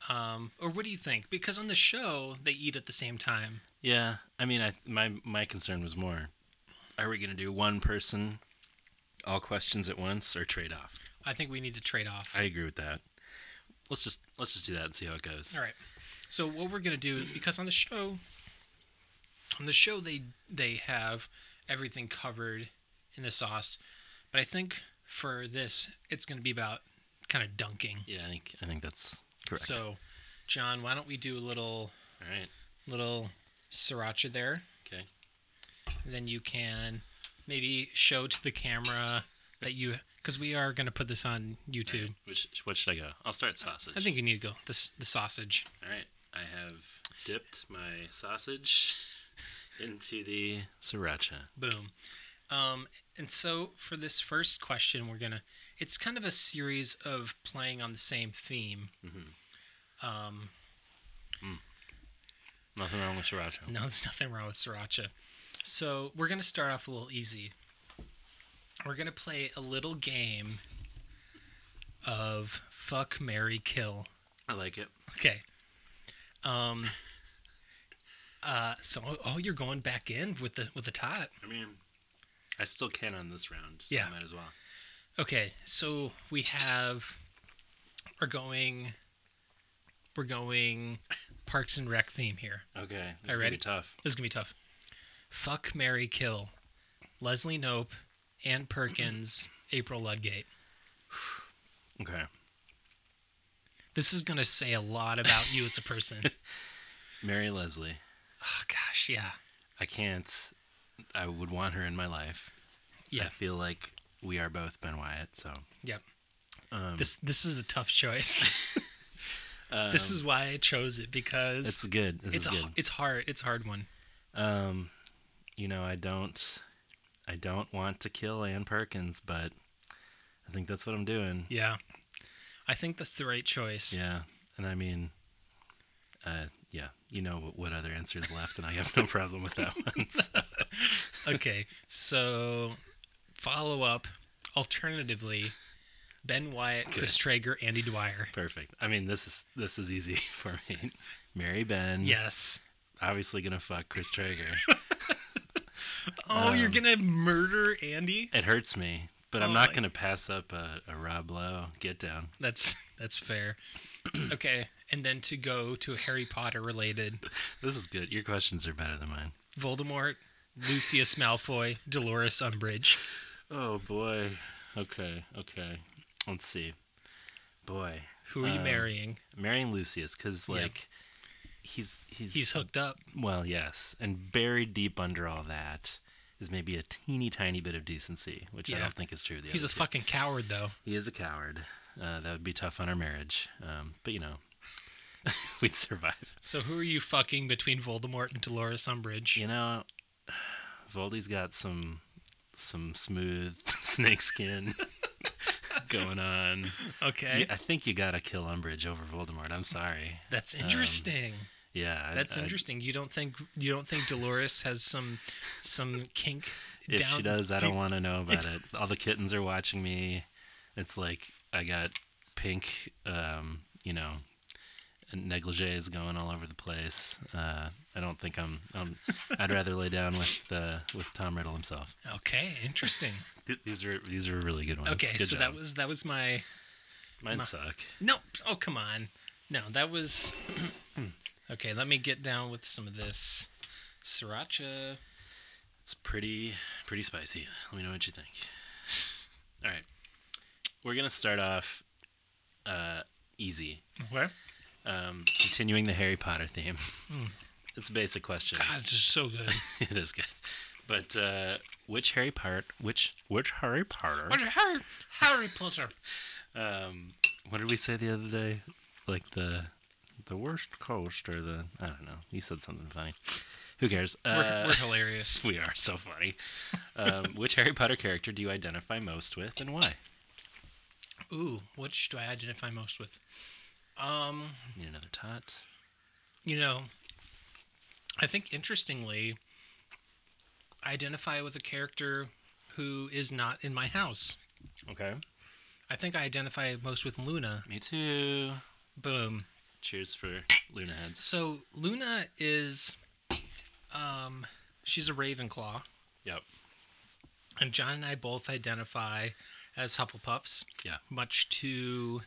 [SPEAKER 2] Um, or what do you think? Because on the show they eat at the same time.
[SPEAKER 3] Yeah, I mean, I my my concern was more: Are we gonna do one person, all questions at once, or trade off?
[SPEAKER 2] I think we need to trade off.
[SPEAKER 3] I agree with that. Let's just let's just do that and see how it goes.
[SPEAKER 2] All right. So what we're gonna do because on the show, on the show they they have everything covered in the sauce, but I think for this it's gonna be about kind of dunking.
[SPEAKER 3] Yeah, I think I think that's correct.
[SPEAKER 2] So, John, why don't we do a little
[SPEAKER 3] all right,
[SPEAKER 2] little sriracha there?
[SPEAKER 3] okay.
[SPEAKER 2] then you can maybe show to the camera that you because we are going to put this on youtube
[SPEAKER 3] Alright, Which what should I go? I'll start sausage.
[SPEAKER 2] i think you need to go the, s- the sausage
[SPEAKER 3] All right. I have dipped my sausage <laughs> into the sriracha.
[SPEAKER 2] boom um, and so for this first question we're gonna it's kind of a series of playing on the same theme um,
[SPEAKER 3] Nothing wrong with sriracha.
[SPEAKER 2] no there's nothing wrong with sriracha so we're gonna start off a little easy we're gonna play a little game of fuck mary kill
[SPEAKER 3] I like it.
[SPEAKER 2] Okay. Um. <laughs> Uh. So, oh, you're going back in with the with the tot.
[SPEAKER 3] I mean, I still can on this round. So
[SPEAKER 2] Yeah.
[SPEAKER 3] I might as well.
[SPEAKER 2] Okay. So we have. We're going. We're going, Parks and Rec theme here.
[SPEAKER 3] Okay.
[SPEAKER 2] I
[SPEAKER 3] This is gonna
[SPEAKER 2] ready?
[SPEAKER 3] be tough.
[SPEAKER 2] This is gonna be tough. Fuck Mary Kill, Leslie Nope, Ann Perkins, April Ludgate.
[SPEAKER 3] Okay.
[SPEAKER 2] This is gonna say a lot about you as a
[SPEAKER 3] <laughs>
[SPEAKER 2] person.
[SPEAKER 3] Mary Leslie.
[SPEAKER 2] oh gosh, yeah,
[SPEAKER 3] I can't. I would want her in my life. I
[SPEAKER 2] yeah,
[SPEAKER 3] feel like we are both Ben Wyatt. So
[SPEAKER 2] yep.
[SPEAKER 3] um,
[SPEAKER 2] This this is a tough
[SPEAKER 3] <laughs>
[SPEAKER 2] choice. this
[SPEAKER 3] um,
[SPEAKER 2] is why I chose it because
[SPEAKER 3] It's good. This
[SPEAKER 2] it's
[SPEAKER 3] is
[SPEAKER 2] a,
[SPEAKER 3] good.
[SPEAKER 2] it's hard it's a hard one.
[SPEAKER 3] Um, you know, I don't, I don't want to kill Ann Perkins, but I think that's what I'm doing.
[SPEAKER 2] Yeah, I think that's the right choice.
[SPEAKER 3] Yeah, <laughs> and I mean, uh, yeah, you know what, what other answer is left, and I have no <laughs> problem with that one.
[SPEAKER 2] <laughs>
[SPEAKER 3] so.
[SPEAKER 2] Okay, so follow up. Alternatively, Ben Wyatt, Chris Traeger, Andy Dwyer.
[SPEAKER 3] Perfect. I mean, this is this is easy <laughs> for me. Mary Ben.
[SPEAKER 2] Yes.
[SPEAKER 3] Obviously gonna fuck Chris Traeger.
[SPEAKER 2] Oh, you're
[SPEAKER 3] Um,
[SPEAKER 2] gonna murder Andy?
[SPEAKER 3] it hurts me, but
[SPEAKER 2] Oh
[SPEAKER 3] I'm not
[SPEAKER 2] my-
[SPEAKER 3] gonna pass up a, a Rob Lowe get down.
[SPEAKER 2] That's that's
[SPEAKER 3] <clears throat>
[SPEAKER 2] fair. okay, and then to go to Harry Potter related,
[SPEAKER 3] This is good. Your questions are better than mine.
[SPEAKER 2] Voldemort, Lucius Malfoy, Dolores Umbridge.
[SPEAKER 3] Oh boy. Okay. Okay. Let's see. Boy,
[SPEAKER 2] Who are you
[SPEAKER 3] Um,
[SPEAKER 2] marrying?
[SPEAKER 3] marrying Lucius because
[SPEAKER 2] Yeah.
[SPEAKER 3] like he's he's
[SPEAKER 2] He's hooked up.
[SPEAKER 3] well, yes, and buried deep under all that is maybe a teeny tiny bit of decency, which I
[SPEAKER 2] Yeah.
[SPEAKER 3] don't think is true. of The
[SPEAKER 2] He's a
[SPEAKER 3] other two.
[SPEAKER 2] fucking coward, though.
[SPEAKER 3] He is a coward. Uh, that would be tough on our marriage. Um, but you know, <laughs> we'd survive.
[SPEAKER 2] So who are you fucking between Voldemort and Dolores Umbridge?
[SPEAKER 3] You know, Voldy's got some some smooth <laughs>
[SPEAKER 2] <laughs>
[SPEAKER 3] snake skin going on.
[SPEAKER 2] Okay,
[SPEAKER 3] You- I think you gotta kill Umbridge over Voldemort. I'm sorry.
[SPEAKER 2] that's interesting.
[SPEAKER 3] Yeah, Um, I-
[SPEAKER 2] that's
[SPEAKER 3] I-
[SPEAKER 2] interesting. You don't think you don't think Dolores has some some kink
[SPEAKER 3] If
[SPEAKER 2] down?
[SPEAKER 3] she does, I
[SPEAKER 2] do- <laughs>
[SPEAKER 3] don't want to know about it. All the kittens are watching me. It's like I got pink, um, you know, negligees going all over the place. Uh, I don't think I'm. I'm I'd rather lay down with uh, with Tom
[SPEAKER 2] <laughs>
[SPEAKER 3] Riddle himself.
[SPEAKER 2] Okay,
[SPEAKER 3] <laughs>
[SPEAKER 2] interesting.
[SPEAKER 3] Th- These are these are really good ones.
[SPEAKER 2] Okay,
[SPEAKER 3] Good
[SPEAKER 2] so that
[SPEAKER 3] job.
[SPEAKER 2] was that was my
[SPEAKER 3] mine
[SPEAKER 2] my-
[SPEAKER 3] suck.
[SPEAKER 2] no. Oh come on, no, that
[SPEAKER 3] <clears throat>
[SPEAKER 2] was okay. Let me get down with some of this sriracha.
[SPEAKER 3] It's pretty pretty spicy. Let me know what you think. <laughs> All right, we're gonna start off uh, easy.
[SPEAKER 2] What?
[SPEAKER 3] Um, continuing the Harry Potter theme. <laughs> It's a basic question.
[SPEAKER 2] Hmm. God, this is so good.
[SPEAKER 3] <laughs> it is good. But uh, which Harry Potter? Which which Harry Potter?
[SPEAKER 2] What a Harry, Harry Potter?
[SPEAKER 3] Um, what did we say the other day? Like the the worst coast or the I don't know. You said something funny. Who cares?
[SPEAKER 2] We're,
[SPEAKER 3] Uh,
[SPEAKER 2] we're hilarious.
[SPEAKER 3] <laughs> we are so funny. Um, which Harry Potter character do you identify most with and why?
[SPEAKER 2] Ooh, which do I identify most with? Um,
[SPEAKER 3] Need another tot?
[SPEAKER 2] you know, I think interestingly, I identify with a character who is not in my house.
[SPEAKER 3] Okay.
[SPEAKER 2] I think I identify most with Luna.
[SPEAKER 3] Me too.
[SPEAKER 2] Boom.
[SPEAKER 3] Cheers for Luna heads.
[SPEAKER 2] So Luna is, um, she's a Ravenclaw,
[SPEAKER 3] Yep.
[SPEAKER 2] and John and I both identify as Hufflepuffs.
[SPEAKER 3] Yeah.
[SPEAKER 2] Much to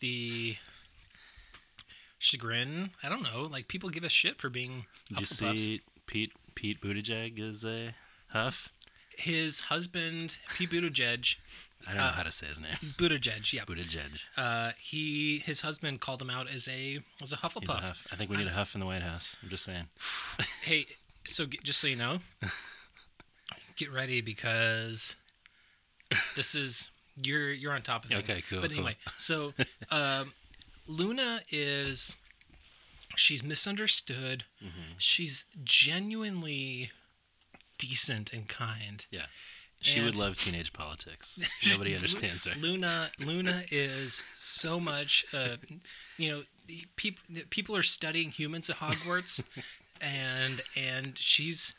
[SPEAKER 2] the chagrin, I don't know. Like people give a shit for being
[SPEAKER 3] Did you
[SPEAKER 2] Hufflepuffs.
[SPEAKER 3] see Pete Pete Buttigieg is a Huff?
[SPEAKER 2] his husband, Pete Buttigieg,
[SPEAKER 3] I don't know how to say his name.
[SPEAKER 2] Buttigieg, yeah,
[SPEAKER 3] <laughs> Buttigieg.
[SPEAKER 2] uh, he his husband called him out as a as a
[SPEAKER 3] He's a
[SPEAKER 2] Hufflepuff.
[SPEAKER 3] Huff. I think we need a Huff in the White House. I'm just saying.
[SPEAKER 2] Hey, so g- just so you
[SPEAKER 3] <laughs>
[SPEAKER 2] know, get ready because this is you're you're on top of things.
[SPEAKER 3] Okay, cool,
[SPEAKER 2] But
[SPEAKER 3] cool.
[SPEAKER 2] anyway,
[SPEAKER 3] <laughs>
[SPEAKER 2] so um, Luna is she's misunderstood.
[SPEAKER 3] Mm-hmm.
[SPEAKER 2] She's genuinely decent and kind.
[SPEAKER 3] Yeah. She would
[SPEAKER 2] And-
[SPEAKER 3] love teenage <laughs> politics. Nobody understands her.
[SPEAKER 2] Luna Luna is so much uh, you know people people are studying humans at Hogwarts and and she's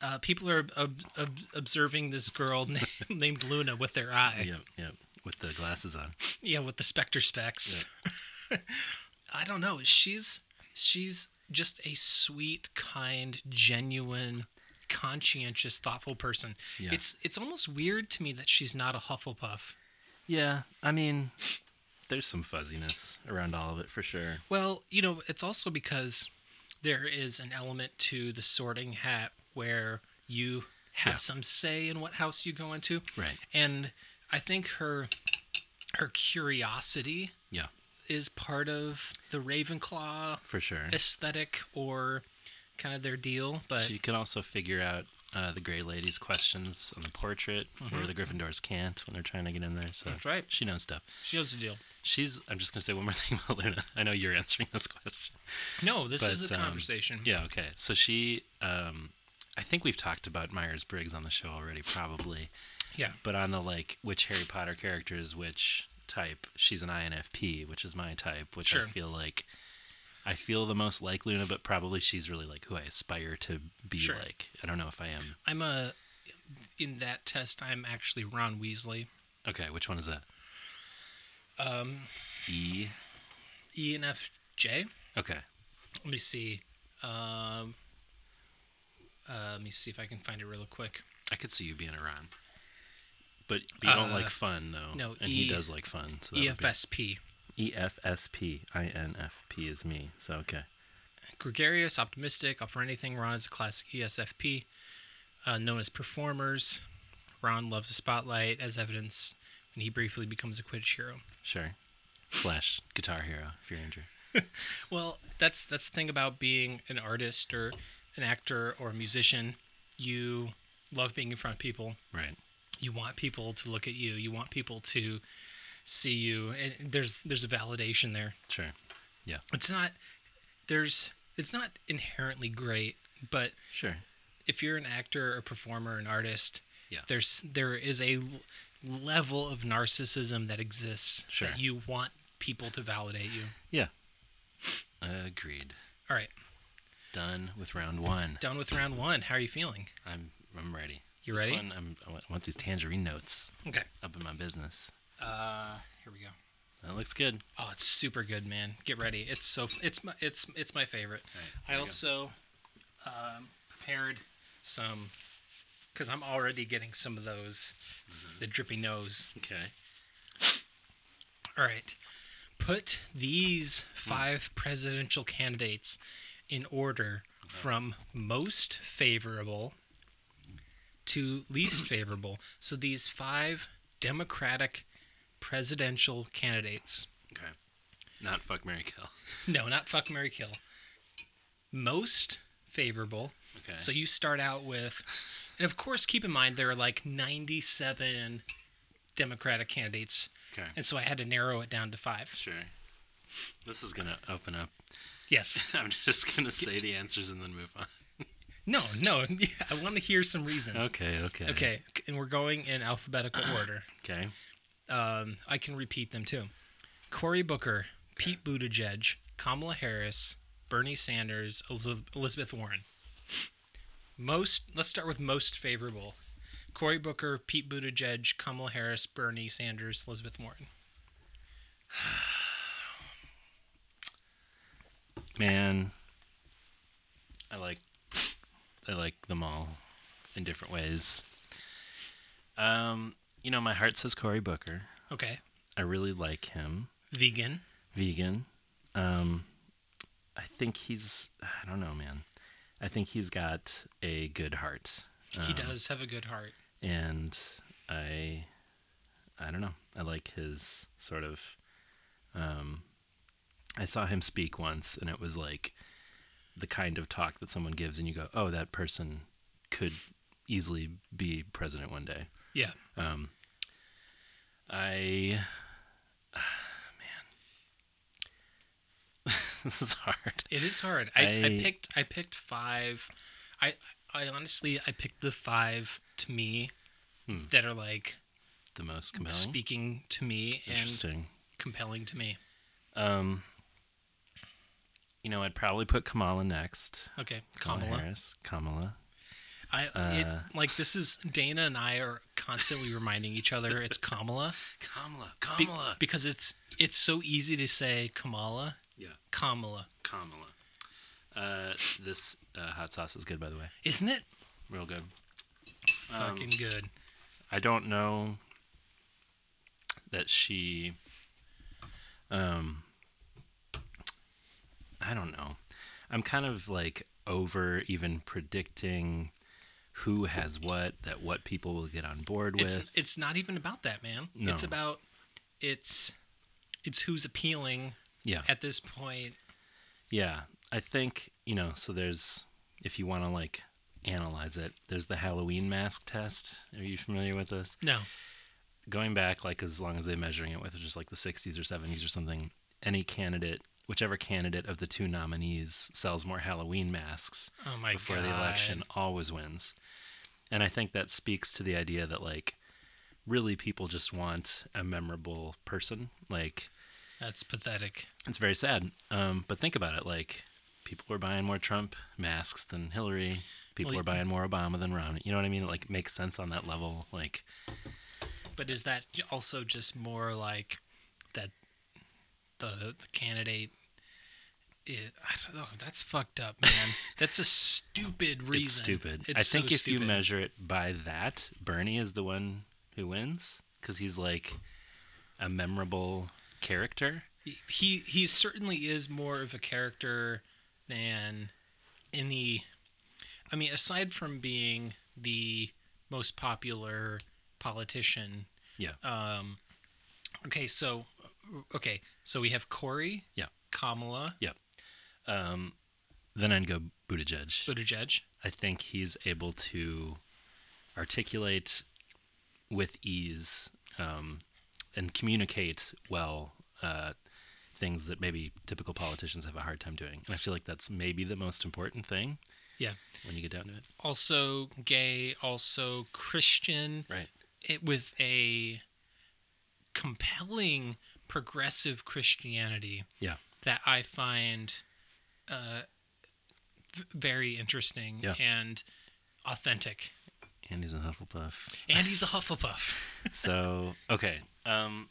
[SPEAKER 2] uh, people are ob- ob- observing this girl <laughs> na- named Luna with their eye.
[SPEAKER 3] Yep, yep. With the glasses on.
[SPEAKER 2] Yeah, with the specter specs. <laughs> I don't know. She's she's just a sweet, kind, genuine, conscientious, thoughtful person.
[SPEAKER 3] Yeah.
[SPEAKER 2] It's it's almost weird to me that she's not a Hufflepuff.
[SPEAKER 3] Yeah, I mean, there's some fuzziness around all of it for sure.
[SPEAKER 2] Well, you know, it's also because there is an element to the sorting hat where you have
[SPEAKER 3] Yeah.
[SPEAKER 2] some say in what house you go into.
[SPEAKER 3] Right.
[SPEAKER 2] And I think her her curiosity
[SPEAKER 3] Yeah,
[SPEAKER 2] is part of the Ravenclaw
[SPEAKER 3] for sure.
[SPEAKER 2] aesthetic or kind of their deal, but
[SPEAKER 3] She can also figure out uh, the Grey Lady's questions on the portrait, where the Gryffindors can't when they're trying to get in there. So
[SPEAKER 2] Mm-hmm. That's right.
[SPEAKER 3] She knows stuff.
[SPEAKER 2] she knows the deal.
[SPEAKER 3] She's. I'm just gonna say one more <laughs> thing about Luna. I know you're answering this question.
[SPEAKER 2] No, this is
[SPEAKER 3] But,
[SPEAKER 2] a
[SPEAKER 3] um,
[SPEAKER 2] conversation.
[SPEAKER 3] Yeah, okay. So she, um, I think we've talked about Myers Briggs on the show already, probably.
[SPEAKER 2] Yeah.
[SPEAKER 3] But on the like, which Harry Potter character is which type? She's an INFP, which is my type, which
[SPEAKER 2] Sure.
[SPEAKER 3] I feel like I feel the most like Luna, but probably she's really like who I aspire to be
[SPEAKER 2] Sure.
[SPEAKER 3] like. I don't know if I am.
[SPEAKER 2] I'm a in that test I'm actually Ron Weasley.
[SPEAKER 3] Okay, which one is that?
[SPEAKER 2] Um
[SPEAKER 3] E.
[SPEAKER 2] E ENFJ.
[SPEAKER 3] Okay.
[SPEAKER 2] Let me see. Um, uh, let me see if I can find it real quick.
[SPEAKER 3] I could see you being around. But you don't
[SPEAKER 2] Uh,
[SPEAKER 3] like fun though.
[SPEAKER 2] no,
[SPEAKER 3] and
[SPEAKER 2] E-
[SPEAKER 3] he does like fun. So that would be- E
[SPEAKER 2] EFSP,
[SPEAKER 3] EFSP. INFP is me. So, okay.
[SPEAKER 2] gregarious, optimistic, up for anything. Ron is a classic E ESFP, uh, known as performers. Ron loves the spotlight, as evidence when he briefly becomes a Quidditch hero.
[SPEAKER 3] Sure. Slash Guitar Hero, if you're injured.
[SPEAKER 2] Well, that's that's the thing about being an artist or an actor or a musician. You love being in front of people.
[SPEAKER 3] Right.
[SPEAKER 2] you want people to look at you you want people to see you and there's there's a validation there
[SPEAKER 3] Sure.
[SPEAKER 2] it's not there's it's not inherently great but
[SPEAKER 3] Sure.
[SPEAKER 2] if you're an actor or performer an artist
[SPEAKER 3] Yeah.
[SPEAKER 2] there's there is a l- level of narcissism that exists
[SPEAKER 3] Sure.
[SPEAKER 2] that you want people to validate you
[SPEAKER 3] Yeah. Agreed.
[SPEAKER 2] all right
[SPEAKER 3] Done with round one.
[SPEAKER 2] done with round one how are you feeling
[SPEAKER 3] I'm I'm ready.
[SPEAKER 2] You
[SPEAKER 3] This
[SPEAKER 2] ready?
[SPEAKER 3] one, I'm, I want- I want these tangerine notes
[SPEAKER 2] okay
[SPEAKER 3] up in my business.
[SPEAKER 2] Uh, here we go.
[SPEAKER 3] That looks good.
[SPEAKER 2] Oh, it's super good, man. Get ready. It's so it's my it's it's my favorite. I also um, prepared some because I'm already getting some of those, the drippy nose.
[SPEAKER 3] Okay.
[SPEAKER 2] All right, put these five presidential candidates in order from most favorable to least favorable. So these five Democratic presidential candidates.
[SPEAKER 3] Okay. Not fuck Mary Kill. <laughs>
[SPEAKER 2] No, not fuck Mary Kill. Most favorable.
[SPEAKER 3] Okay.
[SPEAKER 2] So you start out with, and of course, keep in mind there are like 97 Democratic candidates,
[SPEAKER 3] Okay.
[SPEAKER 2] and so I had to narrow it down to five.
[SPEAKER 3] Sure. This is gonna open up. <laughs>
[SPEAKER 2] Yes.
[SPEAKER 3] I'm just gonna say the answers and then move on.
[SPEAKER 2] No, no. <laughs> yeah, I want to hear some reasons.
[SPEAKER 3] Okay. Ah. Okay.
[SPEAKER 2] Okay, and we're going in alphabetical order.
[SPEAKER 3] Okay.
[SPEAKER 2] Um, I can repeat them too. Cory Booker, Pete Buttigieg, Kamala Harris, Bernie Sanders, Eliz- Elizabeth Warren. Most. Let's start with most favorable. Cory Booker, Pete Buttigieg, Kamala Harris, Bernie Sanders, Elizabeth Warren.
[SPEAKER 3] Man, I like I like them all in different ways. Um, you know, my heart says Cory Booker.
[SPEAKER 2] Okay.
[SPEAKER 3] I really like him.
[SPEAKER 2] Vegan.
[SPEAKER 3] Vegan. Um, I think he's I don't know, man. I think he's got a good heart.
[SPEAKER 2] he
[SPEAKER 3] Um,
[SPEAKER 2] does have a good heart.
[SPEAKER 3] and I I don't know. I like his sort of um I saw him speak once and it was like the kind of talk that someone gives and you go, "Oh, that person could easily be president one day."
[SPEAKER 2] Yeah.
[SPEAKER 3] Um I <sighs> man. <laughs> this is hard.
[SPEAKER 2] It is hard. I, I,
[SPEAKER 3] I-
[SPEAKER 2] picked I picked five. I I honestly I picked the five to me
[SPEAKER 3] Hmm.
[SPEAKER 2] that are like
[SPEAKER 3] The most compelling.
[SPEAKER 2] speaking to me and
[SPEAKER 3] Interesting.
[SPEAKER 2] compelling to me.
[SPEAKER 3] Um you know, I'd probably put Kamala next.
[SPEAKER 2] Okay,
[SPEAKER 3] Kamala
[SPEAKER 2] Kamala.
[SPEAKER 3] Harris. Kamala.
[SPEAKER 2] I
[SPEAKER 3] Uh,
[SPEAKER 2] it, like this is Dana and I are constantly reminding each other it's Kamala.
[SPEAKER 3] Kamala.
[SPEAKER 2] be-
[SPEAKER 3] Kamala.
[SPEAKER 2] because it's it's so easy to say Kamala.
[SPEAKER 3] Yeah.
[SPEAKER 2] Kamala,
[SPEAKER 3] Kamala. Uh, this uh, hot sauce is good, by the way.
[SPEAKER 2] isn't it?
[SPEAKER 3] Real good.
[SPEAKER 2] Fucking good.
[SPEAKER 3] I don't know that she. Um, I don't know. I'm kind of like over even predicting who has what, that what people will get on board with.
[SPEAKER 2] It's it's not even about that, man.
[SPEAKER 3] No.
[SPEAKER 2] It's about it's it's who's appealing
[SPEAKER 3] yeah.
[SPEAKER 2] at this point.
[SPEAKER 3] Yeah, I think you know. So there's, if you want to like analyze it, there's the Halloween mask test. Are you familiar with this?
[SPEAKER 2] No.
[SPEAKER 3] Going back, like as long as they're measuring it with just like the 60s or 70s or something, any candidate, whichever candidate of the two nominees sells more Halloween masks
[SPEAKER 2] Oh my
[SPEAKER 3] before
[SPEAKER 2] god.
[SPEAKER 3] the election always wins. And I think that speaks to the idea that like really people just want a memorable person, like
[SPEAKER 2] That's pathetic.
[SPEAKER 3] it's very sad. Um, but think about it. Like, people were buying more Trump masks than Hillary. People
[SPEAKER 2] Well,
[SPEAKER 3] were buying more Obama than Romney. You know what I mean? It, like, makes sense on that level. Like,
[SPEAKER 2] But is that j- also just more like that the the candidate it, I don't know. That's fucked up, man.
[SPEAKER 3] <laughs>
[SPEAKER 2] That's a stupid reason.
[SPEAKER 3] it's stupid.
[SPEAKER 2] It's
[SPEAKER 3] I think
[SPEAKER 2] so
[SPEAKER 3] if you
[SPEAKER 2] stupid.
[SPEAKER 3] measure it by that, Bernie is the one who wins because he's like a memorable character.
[SPEAKER 2] he he certainly is more of a character than any. I mean, aside from being the most popular politician.
[SPEAKER 3] Yeah.
[SPEAKER 2] Um. Okay, so okay, so we have Corey.
[SPEAKER 3] Yeah.
[SPEAKER 2] Kamala
[SPEAKER 3] Um, then I'd go Buttigieg.
[SPEAKER 2] Buttigieg.
[SPEAKER 3] I think he's able to articulate with ease um, and communicate well uh, things that maybe typical politicians have a hard time doing. And I feel like that's maybe the most important thing
[SPEAKER 2] Yeah.
[SPEAKER 3] when you get down to it.
[SPEAKER 2] also gay, also Christian,
[SPEAKER 3] Right.
[SPEAKER 2] it, with a compelling progressive Christianity
[SPEAKER 3] Yeah.
[SPEAKER 2] that I find uh, v- very interesting
[SPEAKER 3] Yeah.
[SPEAKER 2] and authentic.
[SPEAKER 3] And he's a Hufflepuff. <laughs>
[SPEAKER 2] And he's a Hufflepuff.
[SPEAKER 3] So, okay. Um,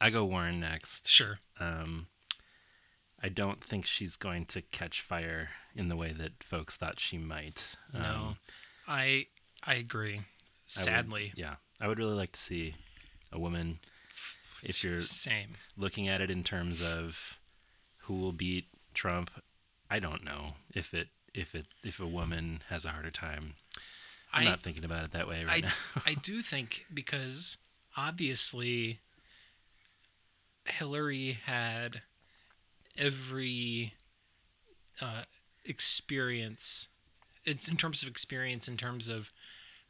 [SPEAKER 3] I go Warren next.
[SPEAKER 2] Sure.
[SPEAKER 3] Um, I don't think she's going to catch fire in the way that folks thought she might.
[SPEAKER 2] No.
[SPEAKER 3] Um,
[SPEAKER 2] I I agree.
[SPEAKER 3] I would-
[SPEAKER 2] Sadly.
[SPEAKER 3] yeah, I would really like to see a woman. If you're
[SPEAKER 2] Same.
[SPEAKER 3] looking at it in terms of who will beat Trump, I don't know if it if it if a woman has a harder time. I'm
[SPEAKER 2] I-
[SPEAKER 3] not thinking about it that way
[SPEAKER 2] I,
[SPEAKER 3] <laughs> right now.
[SPEAKER 2] I do think because obviously Hillary had every uh, experience it's in terms of experience, in terms of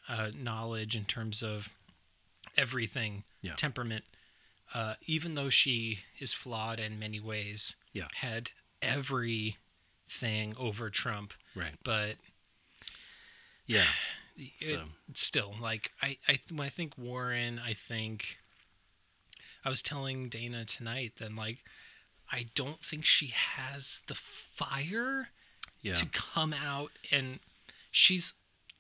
[SPEAKER 2] uh, knowledge, in terms of everything,
[SPEAKER 3] Yeah.
[SPEAKER 2] temperament. Uh, even though she is flawed in many ways,
[SPEAKER 3] Yeah.
[SPEAKER 2] had everything over Trump,
[SPEAKER 3] right.
[SPEAKER 2] but
[SPEAKER 3] Yeah.
[SPEAKER 2] it,
[SPEAKER 3] So-
[SPEAKER 2] still like I, I when I think Warren, I think I was telling Dana tonight then like I don't think she has the fire
[SPEAKER 3] Yeah.
[SPEAKER 2] to come out and she's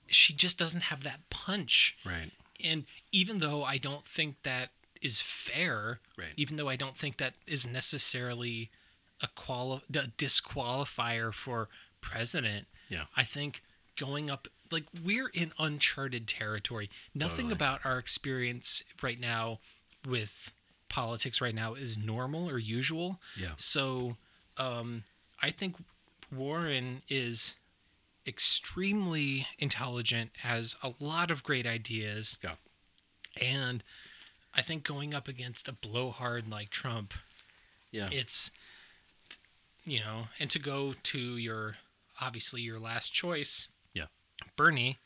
[SPEAKER 2] she just doesn't have that punch.
[SPEAKER 3] Right.
[SPEAKER 2] And even though I don't think that is fair,
[SPEAKER 3] Right.
[SPEAKER 2] even though I don't think that is necessarily a quali- a disqualifier for president,
[SPEAKER 3] Yeah.
[SPEAKER 2] I think going up like we're in uncharted territory. Nothing
[SPEAKER 3] Totally.
[SPEAKER 2] about our experience right now with politics right now is normal or usual.
[SPEAKER 3] Yeah.
[SPEAKER 2] So um I think Warren is extremely intelligent, has a lot of great ideas.
[SPEAKER 3] Yeah.
[SPEAKER 2] And I think going up against a blowhard like Trump,
[SPEAKER 3] Yeah.
[SPEAKER 2] it's you know, and to go to your obviously your last choice,
[SPEAKER 3] yeah.
[SPEAKER 2] Bernie,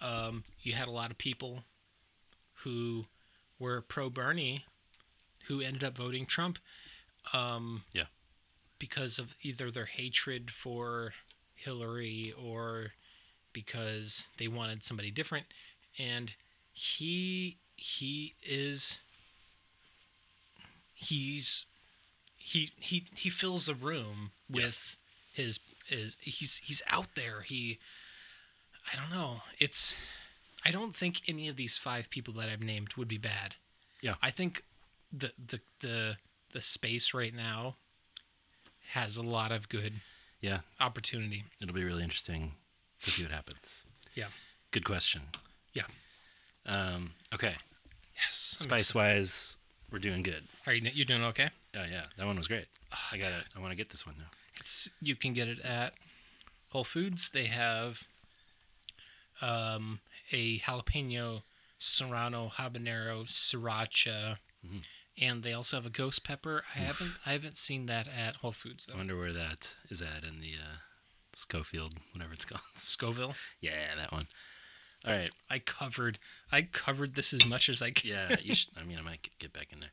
[SPEAKER 2] um, you had a lot of people who were pro Bernie who ended up voting Trump
[SPEAKER 3] Yeah.
[SPEAKER 2] because of either their hatred for Hillary or because they wanted somebody different and he he is he's he he he fills a room with his is he's he's out there he I don't know it's I don't think any of these five people that I've named would be bad
[SPEAKER 3] Yeah.
[SPEAKER 2] I think the the the the space right now has a lot of good
[SPEAKER 3] Yeah.
[SPEAKER 2] opportunity.
[SPEAKER 3] It'll be really interesting to see what happens.
[SPEAKER 2] Yeah.
[SPEAKER 3] Good question.
[SPEAKER 2] Yeah.
[SPEAKER 3] Um, okay.
[SPEAKER 2] Yes. I'm
[SPEAKER 3] Spice wise, we're doing good.
[SPEAKER 2] excited. Are you you doing okay?
[SPEAKER 3] Oh yeah, that one was great. I got to I want to get this one now.
[SPEAKER 2] It's you can get it at Whole Foods. They have um, a jalapeno serrano habanero sriracha,
[SPEAKER 3] Mm-hmm.
[SPEAKER 2] and they also have a ghost pepper. I haven't I haven't seen that at Whole Foods
[SPEAKER 3] I
[SPEAKER 2] though.
[SPEAKER 3] wonder where that is at in the uh, Schofield, whatever it's called. <laughs>
[SPEAKER 2] Scoville.
[SPEAKER 3] yeah, that one. All right.
[SPEAKER 2] I covered I covered this as much as I can.
[SPEAKER 3] Yeah, you should. I mean, I might get back in there.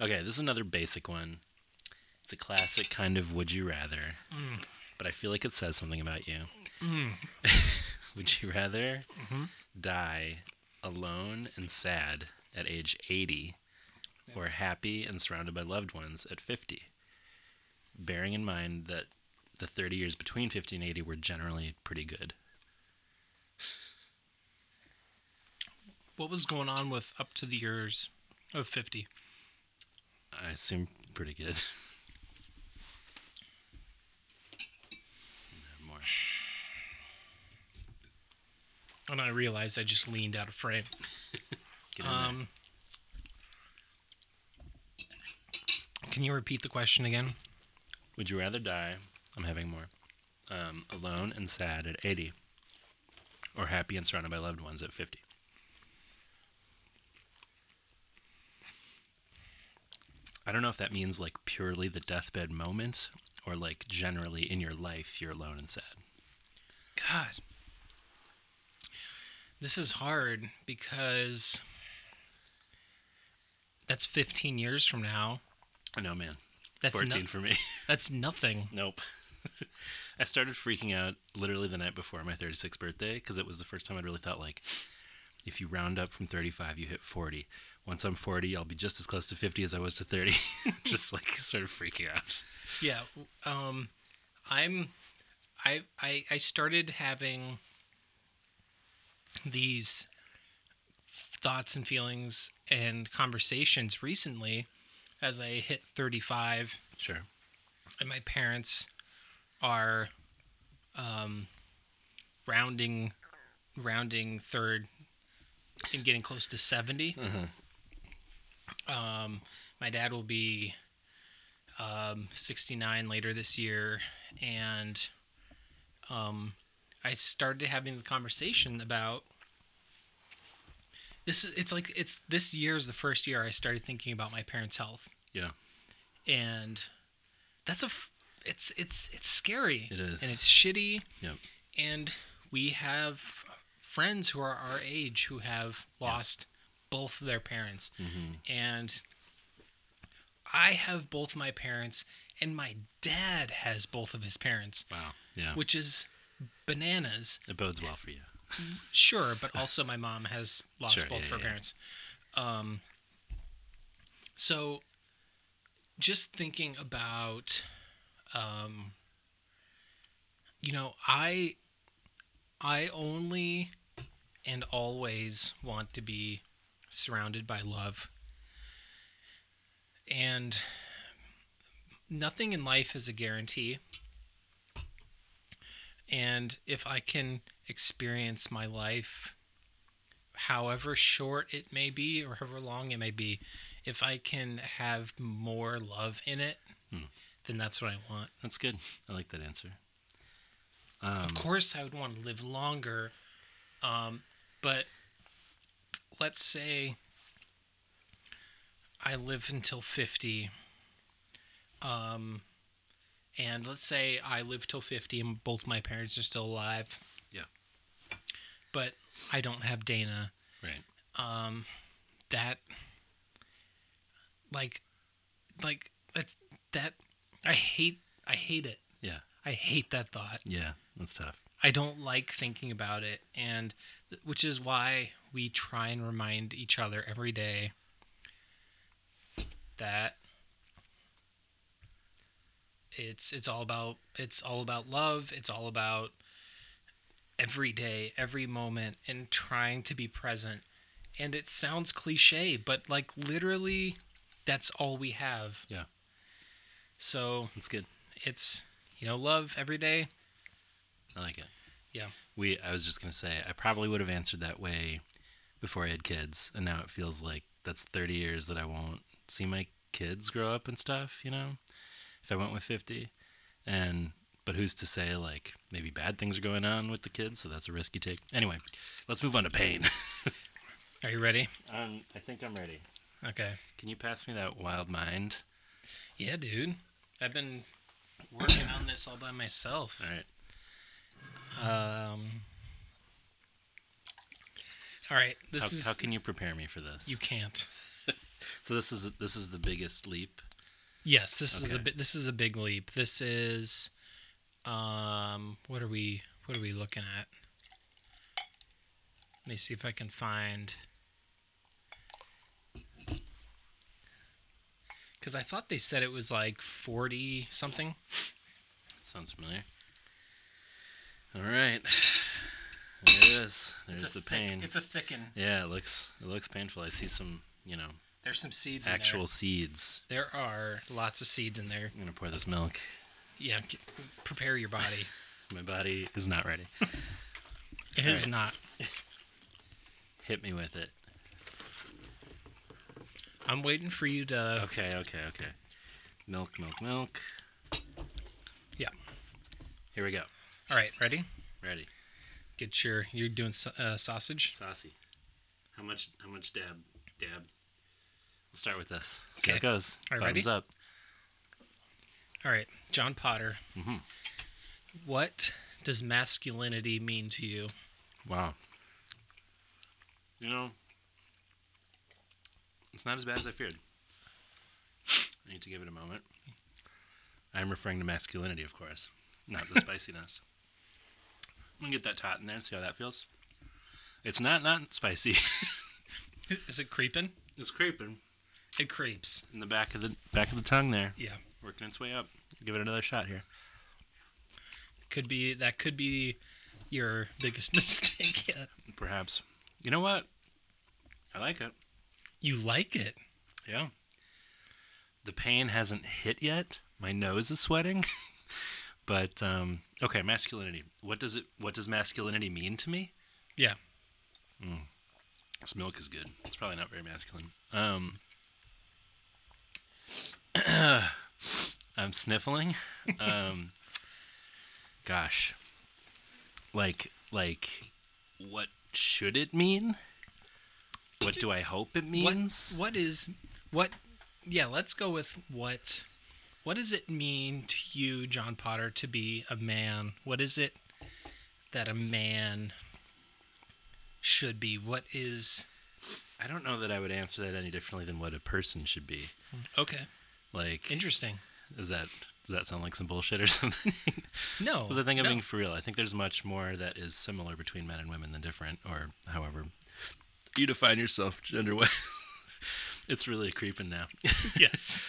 [SPEAKER 3] Okay, this is another basic one. It's a classic kind of would you rather, but I feel like it says something about you. <laughs> would you rather die alone and sad at age 80 or happy and surrounded by loved ones at 50? Bearing in mind that the 30 years between 50 and 80 were generally pretty good.
[SPEAKER 2] What was going on with up to the years of fifty?
[SPEAKER 3] I assume pretty good. <laughs> No More.
[SPEAKER 2] And I realized I just leaned out of frame.
[SPEAKER 3] <laughs> Get in there.
[SPEAKER 2] Um, can you repeat the question again?
[SPEAKER 3] Would you rather die? I'm having more. Um, alone and sad at 80, or happy and surrounded by loved ones at 50. I don't know if that means like purely the deathbed moment, or like generally in your life you're alone and sad.
[SPEAKER 2] God, this is hard because that's 15 years from now.
[SPEAKER 3] I know, man.
[SPEAKER 2] That's
[SPEAKER 3] 14
[SPEAKER 2] no-
[SPEAKER 3] for me.
[SPEAKER 2] That's nothing.
[SPEAKER 3] Nope. <laughs> I started freaking out literally the night before my 36th birthday because it was the first time I'd really thought like, if you round up from 35, you hit 40. Once I'm 40, I'll be just as close to 50 as I was to 30. <laughs> just like started freaking out.
[SPEAKER 2] Yeah. Um, I'm, I, I, I started having these thoughts and feelings and conversations recently as I hit 35
[SPEAKER 3] Sure.
[SPEAKER 2] and my parents are um, rounding rounding third and getting close to 70 um, my dad will be um, 69 later this year and um, i started having the conversation about this is- it's like it's this year is the first year i started thinking about my parents health
[SPEAKER 3] Yeah.
[SPEAKER 2] and that's a f- it's it's it's scary
[SPEAKER 3] It is.
[SPEAKER 2] and it's shitty
[SPEAKER 3] Yep.
[SPEAKER 2] and we have friends who are our age who have lost both their parents
[SPEAKER 3] Mm-hmm.
[SPEAKER 2] and i have both my parents and my dad has both of his parents
[SPEAKER 3] Wow. Yeah.
[SPEAKER 2] which is bananas
[SPEAKER 3] it bodes well for you.
[SPEAKER 2] sure but also my mom has lost
[SPEAKER 3] Sure,
[SPEAKER 2] both
[SPEAKER 3] yeah,
[SPEAKER 2] her
[SPEAKER 3] yeah.
[SPEAKER 2] parents um so just thinking about um you know i i only and always want to be surrounded by love and nothing in life is a guarantee and if I can experience my life, however short it may be or however long it may be, if I can have more love in it, then that's what I want.
[SPEAKER 3] That's good. I like that answer. Um,
[SPEAKER 2] Of course, I would want to live longer, um, but let's say I live until 50. Um, and let's say I live till 50 and both my parents are still alive.
[SPEAKER 3] Yeah.
[SPEAKER 2] But I don't have Dana.
[SPEAKER 3] Right.
[SPEAKER 2] Um, that, like, like, that's, that, I hate, I hate it.
[SPEAKER 3] Yeah.
[SPEAKER 2] I hate that thought.
[SPEAKER 3] Yeah. That's tough.
[SPEAKER 2] I don't like thinking about it, and th- which is why we try and remind each other every day that it's it's all about it's all about love. It's all about every day, every moment, and trying to be present. And it sounds cliche, but like literally, that's all we have.
[SPEAKER 3] Yeah.
[SPEAKER 2] So
[SPEAKER 3] That's good.
[SPEAKER 2] it's you know love every day.
[SPEAKER 3] I like it.
[SPEAKER 2] Yeah.
[SPEAKER 3] We I was just gonna say I probably would have answered that way before I had kids, and now it feels like that's thirty years that I won't see my kids grow up and stuff, you know? If I went with fifty. And but who's to say like maybe bad things are going on with the kids, so that's a risk you take. Anyway, let's move on to pain. <laughs>
[SPEAKER 2] Are you ready?
[SPEAKER 3] um, I think I'm ready.
[SPEAKER 2] Okay.
[SPEAKER 3] Can you pass me that wild mind?
[SPEAKER 2] Yeah, dude. I've been working on this all by myself.
[SPEAKER 3] All right.
[SPEAKER 2] Um. All right. This
[SPEAKER 3] How,
[SPEAKER 2] is
[SPEAKER 3] how can you prepare me for this?
[SPEAKER 2] you can't.
[SPEAKER 3] so this is this is the biggest leap.
[SPEAKER 2] Yes, this is a
[SPEAKER 3] Okay.
[SPEAKER 2] bit. This is a big leap. This is, um, what are we? What are we looking at? Let me see if I can find. Because I thought they said it was like forty something.
[SPEAKER 3] Sounds familiar. All right. <sighs> There it is. There's the pain.
[SPEAKER 2] a thicken.
[SPEAKER 3] yeah, it looks it looks painful. I see some, you know,
[SPEAKER 2] There's some seeds.
[SPEAKER 3] actual seeds.
[SPEAKER 2] There are lots of seeds in there.
[SPEAKER 3] I'm gonna pour this milk.
[SPEAKER 2] Yeah, c- prepare your body.
[SPEAKER 3] My body is
[SPEAKER 2] <laughs>
[SPEAKER 3] not ready.
[SPEAKER 2] It is not.
[SPEAKER 3] Hit me with it.
[SPEAKER 2] I'm waiting for you to.
[SPEAKER 3] Okay, okay, okay. Milk, milk, milk.
[SPEAKER 2] Yeah.
[SPEAKER 3] Here we go.
[SPEAKER 2] All right, ready?
[SPEAKER 3] Ready.
[SPEAKER 2] Get your. You're doing sa- uh, sausage.
[SPEAKER 3] Saucy. How much how much dab dab? We'll start with this. See how it
[SPEAKER 2] Okay.
[SPEAKER 3] goes.
[SPEAKER 2] All right,
[SPEAKER 3] Bottoms
[SPEAKER 2] ready?
[SPEAKER 3] up.
[SPEAKER 2] All right, John Potter. What does masculinity mean to you?
[SPEAKER 3] Wow. You know, it's not as bad as I feared. I need to give it a moment. I'm referring to masculinity, of course, not the spiciness. I'm gonna get that tot in there and see how that feels. It's not not spicy. <laughs>
[SPEAKER 2] Is it creeping?
[SPEAKER 3] it's creeping
[SPEAKER 2] It creeps.
[SPEAKER 3] in the back of the back of the tongue there,
[SPEAKER 2] Yeah.
[SPEAKER 3] working its way up. Give it another shot here.
[SPEAKER 2] Could be that. Could be your biggest <laughs> mistake. yet.
[SPEAKER 3] Perhaps. You know what? I like it.
[SPEAKER 2] You like it?
[SPEAKER 3] Yeah. The pain hasn't hit yet. My nose is sweating. <laughs> but um, okay, masculinity. What does it? What does masculinity mean to me?
[SPEAKER 2] Yeah.
[SPEAKER 3] This milk is good. It's probably not very masculine. Um, <clears throat> I'm sniffling. Um, <laughs> gosh, like like, what should it mean? What do I hope it means?
[SPEAKER 2] What, what is what? Yeah, let's go with what. What does it mean to you, John Potter, to be a man? What is it that a man should be? What is
[SPEAKER 3] I don't know that I would answer that any differently than what a person should be.
[SPEAKER 2] okay?
[SPEAKER 3] Like,
[SPEAKER 2] Interesting.
[SPEAKER 3] is that does that sound like some bullshit or <laughs> something?
[SPEAKER 2] No,
[SPEAKER 3] Because I think I'm
[SPEAKER 2] no. <laughs>
[SPEAKER 3] being for real. I think there's much more that is similar between men and women than different, or however you define yourself gender wise. <laughs> it's really creeping now.
[SPEAKER 2] yes.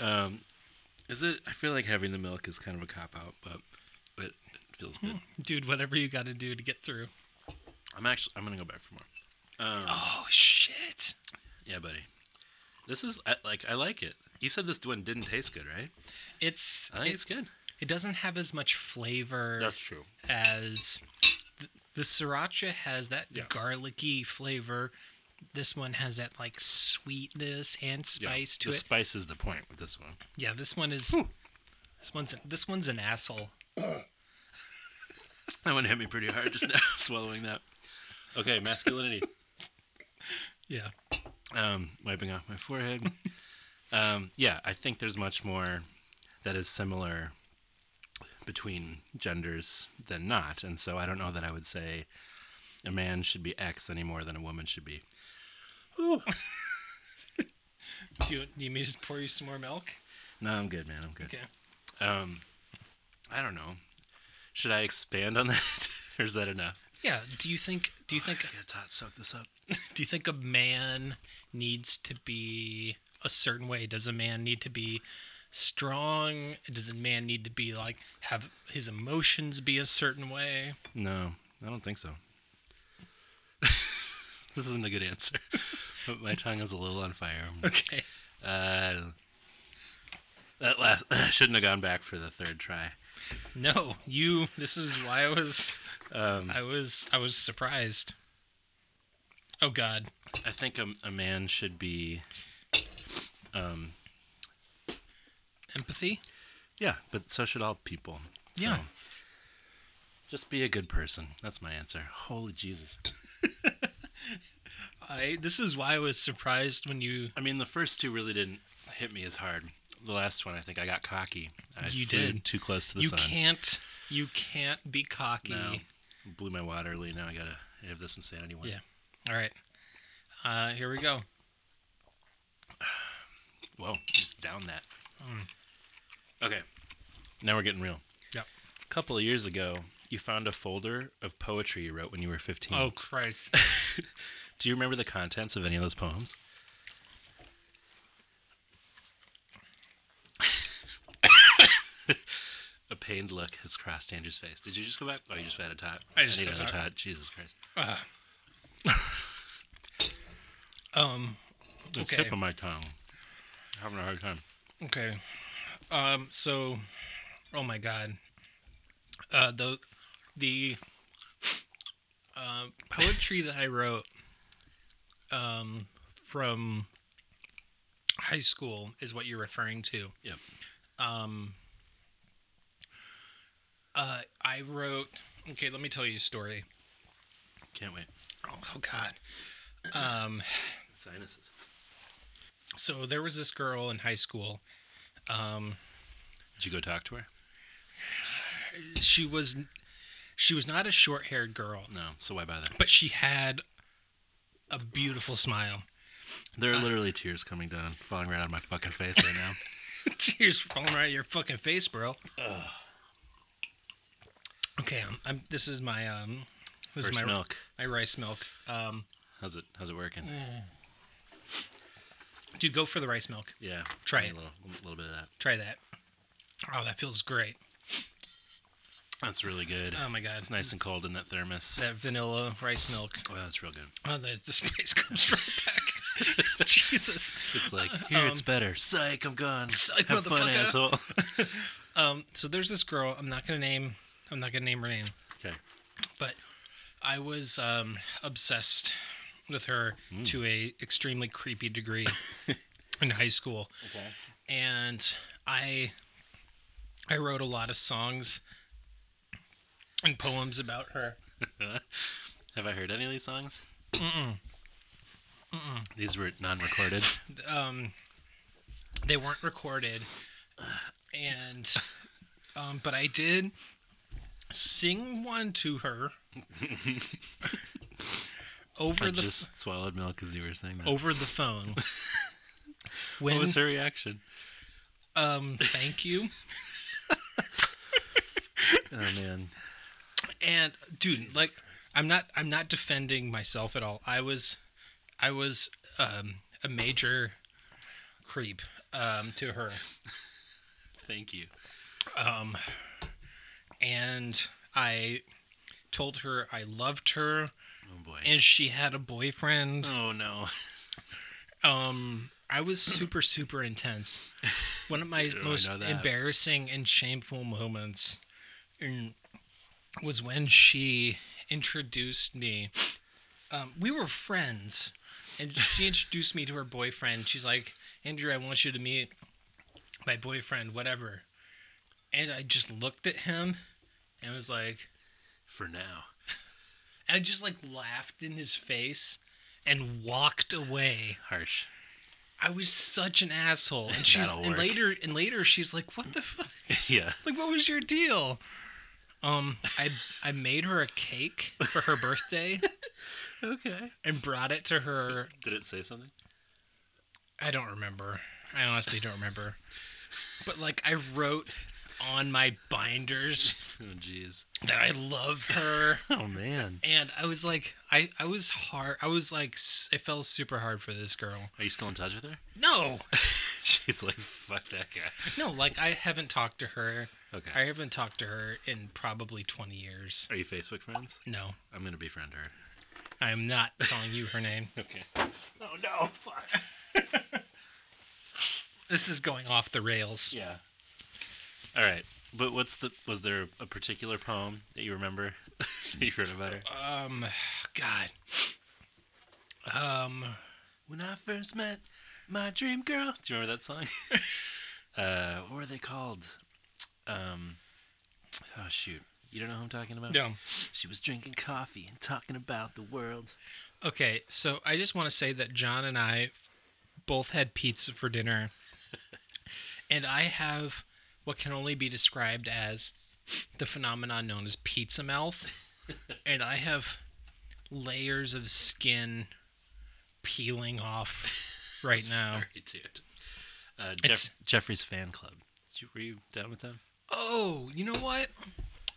[SPEAKER 3] Um, is it? I feel like having the milk is kind of a cop out, but it, it feels good.
[SPEAKER 2] dude. Whatever you got to do to get through.
[SPEAKER 3] Hmm. I'm actually I'm gonna go back for more. Um,
[SPEAKER 2] Oh shit.
[SPEAKER 3] Yeah, buddy. This is I, like I like it. You said this one didn't taste good, right?
[SPEAKER 2] It's
[SPEAKER 3] I think
[SPEAKER 2] it,
[SPEAKER 3] it's good.
[SPEAKER 2] it doesn't have as much flavor.
[SPEAKER 3] true.
[SPEAKER 2] as th- the sriracha has that garlicky flavor. This one has that like sweetness and spice to
[SPEAKER 3] the
[SPEAKER 2] it.
[SPEAKER 3] spice is the point with this one.
[SPEAKER 2] yeah, this one is. This one's this one's an asshole.
[SPEAKER 3] That one hit me pretty hard just <laughs> now, swallowing that. Okay, masculinity.
[SPEAKER 2] Yeah.
[SPEAKER 3] um, wiping off my forehead. um, yeah, I think there's much more that is similar between genders than not, and so I don't know that I would say a man should be X any more than a woman should be.
[SPEAKER 2] Do you, do you mean just pour you some more milk?
[SPEAKER 3] No, I'm good, man. I'm good.
[SPEAKER 2] Okay.
[SPEAKER 3] Um, I don't know. Should I expand on that, <laughs> or is that enough?
[SPEAKER 2] Yeah. Do you think? Do you <sighs> think?
[SPEAKER 3] I gotta tot- soak this up.
[SPEAKER 2] Do you think a man needs to be a certain way? Does a man need to be strong? Does a man need to be like have his emotions be a certain way?
[SPEAKER 3] No, I don't think so. <laughs> this isn't a good answer. <laughs> But my tongue is a little on fire.
[SPEAKER 2] Okay.
[SPEAKER 3] Uh, that last <laughs> I shouldn't have gone back for the third try.
[SPEAKER 2] No, you. This is why I was,
[SPEAKER 3] Um,
[SPEAKER 2] I was, I was surprised. Oh God,
[SPEAKER 3] I think a, a man should be, um,
[SPEAKER 2] empathy.
[SPEAKER 3] yeah, but so should all people. So,
[SPEAKER 2] Yeah.
[SPEAKER 3] Just be a good person. That's my answer. Holy Jesus.
[SPEAKER 2] I. This is why I was surprised when you.
[SPEAKER 3] I mean, the first two really didn't hit me as hard. The last one, I think I got cocky. I
[SPEAKER 2] You
[SPEAKER 3] flew
[SPEAKER 2] did.
[SPEAKER 3] too close to the
[SPEAKER 2] You
[SPEAKER 3] sun.
[SPEAKER 2] can't. You can't be cocky.
[SPEAKER 3] No. Blew my wad early. Now I gotta have this insanity one.
[SPEAKER 2] Yeah. All right. Uh, here we go.
[SPEAKER 3] Whoa, just down that. Okay, now we're getting real.
[SPEAKER 2] Mm. Yep.
[SPEAKER 3] A couple of years ago, you found a folder of poetry you wrote when you were 15.
[SPEAKER 2] Oh
[SPEAKER 3] <laughs>
[SPEAKER 2] Christ.
[SPEAKER 3] Do you remember the contents of any of those
[SPEAKER 2] <coughs>
[SPEAKER 3] poems? a pained look has crossed Andrew's face. Did you just go back? Oh, you just had a tot.
[SPEAKER 2] I just
[SPEAKER 3] need
[SPEAKER 2] had a
[SPEAKER 3] another
[SPEAKER 2] tot.
[SPEAKER 3] tot. Jesus Christ.
[SPEAKER 2] Um.
[SPEAKER 3] The
[SPEAKER 2] Okay.
[SPEAKER 3] tip of my tongue. Having a hard time.
[SPEAKER 2] Okay. Um. So. Oh my God. Uh. The. The. Uh, poetry that I wrote. Um. From. High school is what you're referring to.
[SPEAKER 3] Yep.
[SPEAKER 2] Um. Uh. I wrote. Okay. Let me tell you a story.
[SPEAKER 3] Can't wait.
[SPEAKER 2] Oh God. Um.
[SPEAKER 3] Sinuses.
[SPEAKER 2] So there was this girl in high school. Um.
[SPEAKER 3] Did you go talk to her?
[SPEAKER 2] she was she was not a short-haired girl
[SPEAKER 3] No. So why bother?
[SPEAKER 2] but she had a beautiful smile <laughs>
[SPEAKER 3] There
[SPEAKER 2] Uh,
[SPEAKER 3] are literally tears coming down, falling right on my fucking face right now.
[SPEAKER 2] tears falling right out of your fucking face bro okay I'm, I'm this is my um <laughs> this
[SPEAKER 3] First
[SPEAKER 2] is my
[SPEAKER 3] milk.
[SPEAKER 2] my rice milk um
[SPEAKER 3] How's it? How's it working?
[SPEAKER 2] dude go for the rice milk
[SPEAKER 3] Yeah.
[SPEAKER 2] Try
[SPEAKER 3] give
[SPEAKER 2] it.
[SPEAKER 3] me A little, little bit of that.
[SPEAKER 2] try that oh that feels great
[SPEAKER 3] That's really good.
[SPEAKER 2] Oh my god,
[SPEAKER 3] It's nice and cold in that thermos.
[SPEAKER 2] That vanilla rice milk.
[SPEAKER 3] Oh, that's real good.
[SPEAKER 2] Oh, the, <laughs> the space comes right back. <laughs> Jesus. <laughs>
[SPEAKER 3] It's like here, it's
[SPEAKER 2] Um,
[SPEAKER 3] better. Psych, I'm gone.
[SPEAKER 2] psych,
[SPEAKER 3] Have fun,
[SPEAKER 2] motherfucker. <laughs>
[SPEAKER 3] asshole.
[SPEAKER 2] Um, so there's this girl. I'm not gonna name. I'm not gonna name her name.
[SPEAKER 3] okay. <laughs>
[SPEAKER 2] but I was um, obsessed with her
[SPEAKER 3] Hmm.
[SPEAKER 2] to a extremely creepy
[SPEAKER 3] <laughs>
[SPEAKER 2] degree in high school. And I I wrote a lot of songs and poems about her.
[SPEAKER 3] Have I heard any of these songs? Mm-mm. These were
[SPEAKER 2] <laughs>
[SPEAKER 3] non-recorded.
[SPEAKER 2] Um, they weren't recorded, and um, but I did sing one to
[SPEAKER 3] <laughs>
[SPEAKER 2] her over
[SPEAKER 3] I
[SPEAKER 2] the Oh,
[SPEAKER 3] just swallowed milk as you were saying that.
[SPEAKER 2] over the phone. when
[SPEAKER 3] <laughs> what was her
[SPEAKER 2] <laughs>
[SPEAKER 3] reaction?
[SPEAKER 2] um thank you
[SPEAKER 3] Oh man,
[SPEAKER 2] <laughs> and dude like i'm not i'm not defending myself at all i was i was um a major creep um to her
[SPEAKER 3] thank you.
[SPEAKER 2] um and i told her i loved her
[SPEAKER 3] Oh boy.
[SPEAKER 2] and she had a
[SPEAKER 3] <laughs>
[SPEAKER 2] boyfriend
[SPEAKER 3] oh no.
[SPEAKER 2] um i was super super intense one
[SPEAKER 3] <laughs>
[SPEAKER 2] of my
[SPEAKER 3] I
[SPEAKER 2] most
[SPEAKER 3] know that.
[SPEAKER 2] embarrassing and shameful moments in, was when she introduced me um, we were friends and she introduced me to her boyfriend she's like andrew i want you to meet my boyfriend whatever and i just looked at him and was like
[SPEAKER 3] For now.
[SPEAKER 2] and i just like laughed in his face and walked away
[SPEAKER 3] Harsh. <laughs>
[SPEAKER 2] I was such an asshole. And she's
[SPEAKER 3] That'll
[SPEAKER 2] and
[SPEAKER 3] work.
[SPEAKER 2] later and later she's like, "What the fuck?
[SPEAKER 3] yeah.
[SPEAKER 2] Like, what was your deal?" Um, I I made her a cake for her birthday
[SPEAKER 3] Okay.
[SPEAKER 2] and brought it to her.
[SPEAKER 3] Did it say something?
[SPEAKER 2] I don't remember. I honestly don't remember. But like, I wrote on my binders
[SPEAKER 3] Oh jeez.
[SPEAKER 2] that I love her.
[SPEAKER 3] Oh man.
[SPEAKER 2] And I was like, I, I was hard. I was like, s- I fell super hard for this girl.
[SPEAKER 3] Are you still in touch with her? <laughs>
[SPEAKER 2] No,
[SPEAKER 3] She's like, fuck that guy.
[SPEAKER 2] <laughs> no, like I haven't talked to her
[SPEAKER 3] Okay.
[SPEAKER 2] I haven't talked to her in probably 20 years.
[SPEAKER 3] Are you Facebook friends?
[SPEAKER 2] No,
[SPEAKER 3] I'm gonna befriend her.
[SPEAKER 2] I'm not telling you her name.
[SPEAKER 3] Okay.
[SPEAKER 2] Oh no, fuck. <laughs> this is going off the rails.
[SPEAKER 3] Yeah. All right. But what's the was there a particular poem that you remember <laughs> that you wrote about her?
[SPEAKER 2] Um, God. Um,
[SPEAKER 3] When I first met my dream girl. Do you remember that song? <laughs> uh, what were they called? Um, oh shoot, you don't know who I'm talking about?
[SPEAKER 2] no.
[SPEAKER 3] She was drinking coffee and talking about the world.
[SPEAKER 2] Okay, so I just want to say that John and I both had pizza for <laughs> dinner, and I have what can only be described as the phenomenon known as pizza <laughs> mouth, and I have layers of skin peeling off <laughs> right now.
[SPEAKER 3] Sorry, dude. Uh,
[SPEAKER 2] It's-
[SPEAKER 3] Jeff- Jeffrey's fan club. Did you, were you down with them?
[SPEAKER 2] Oh, you know what?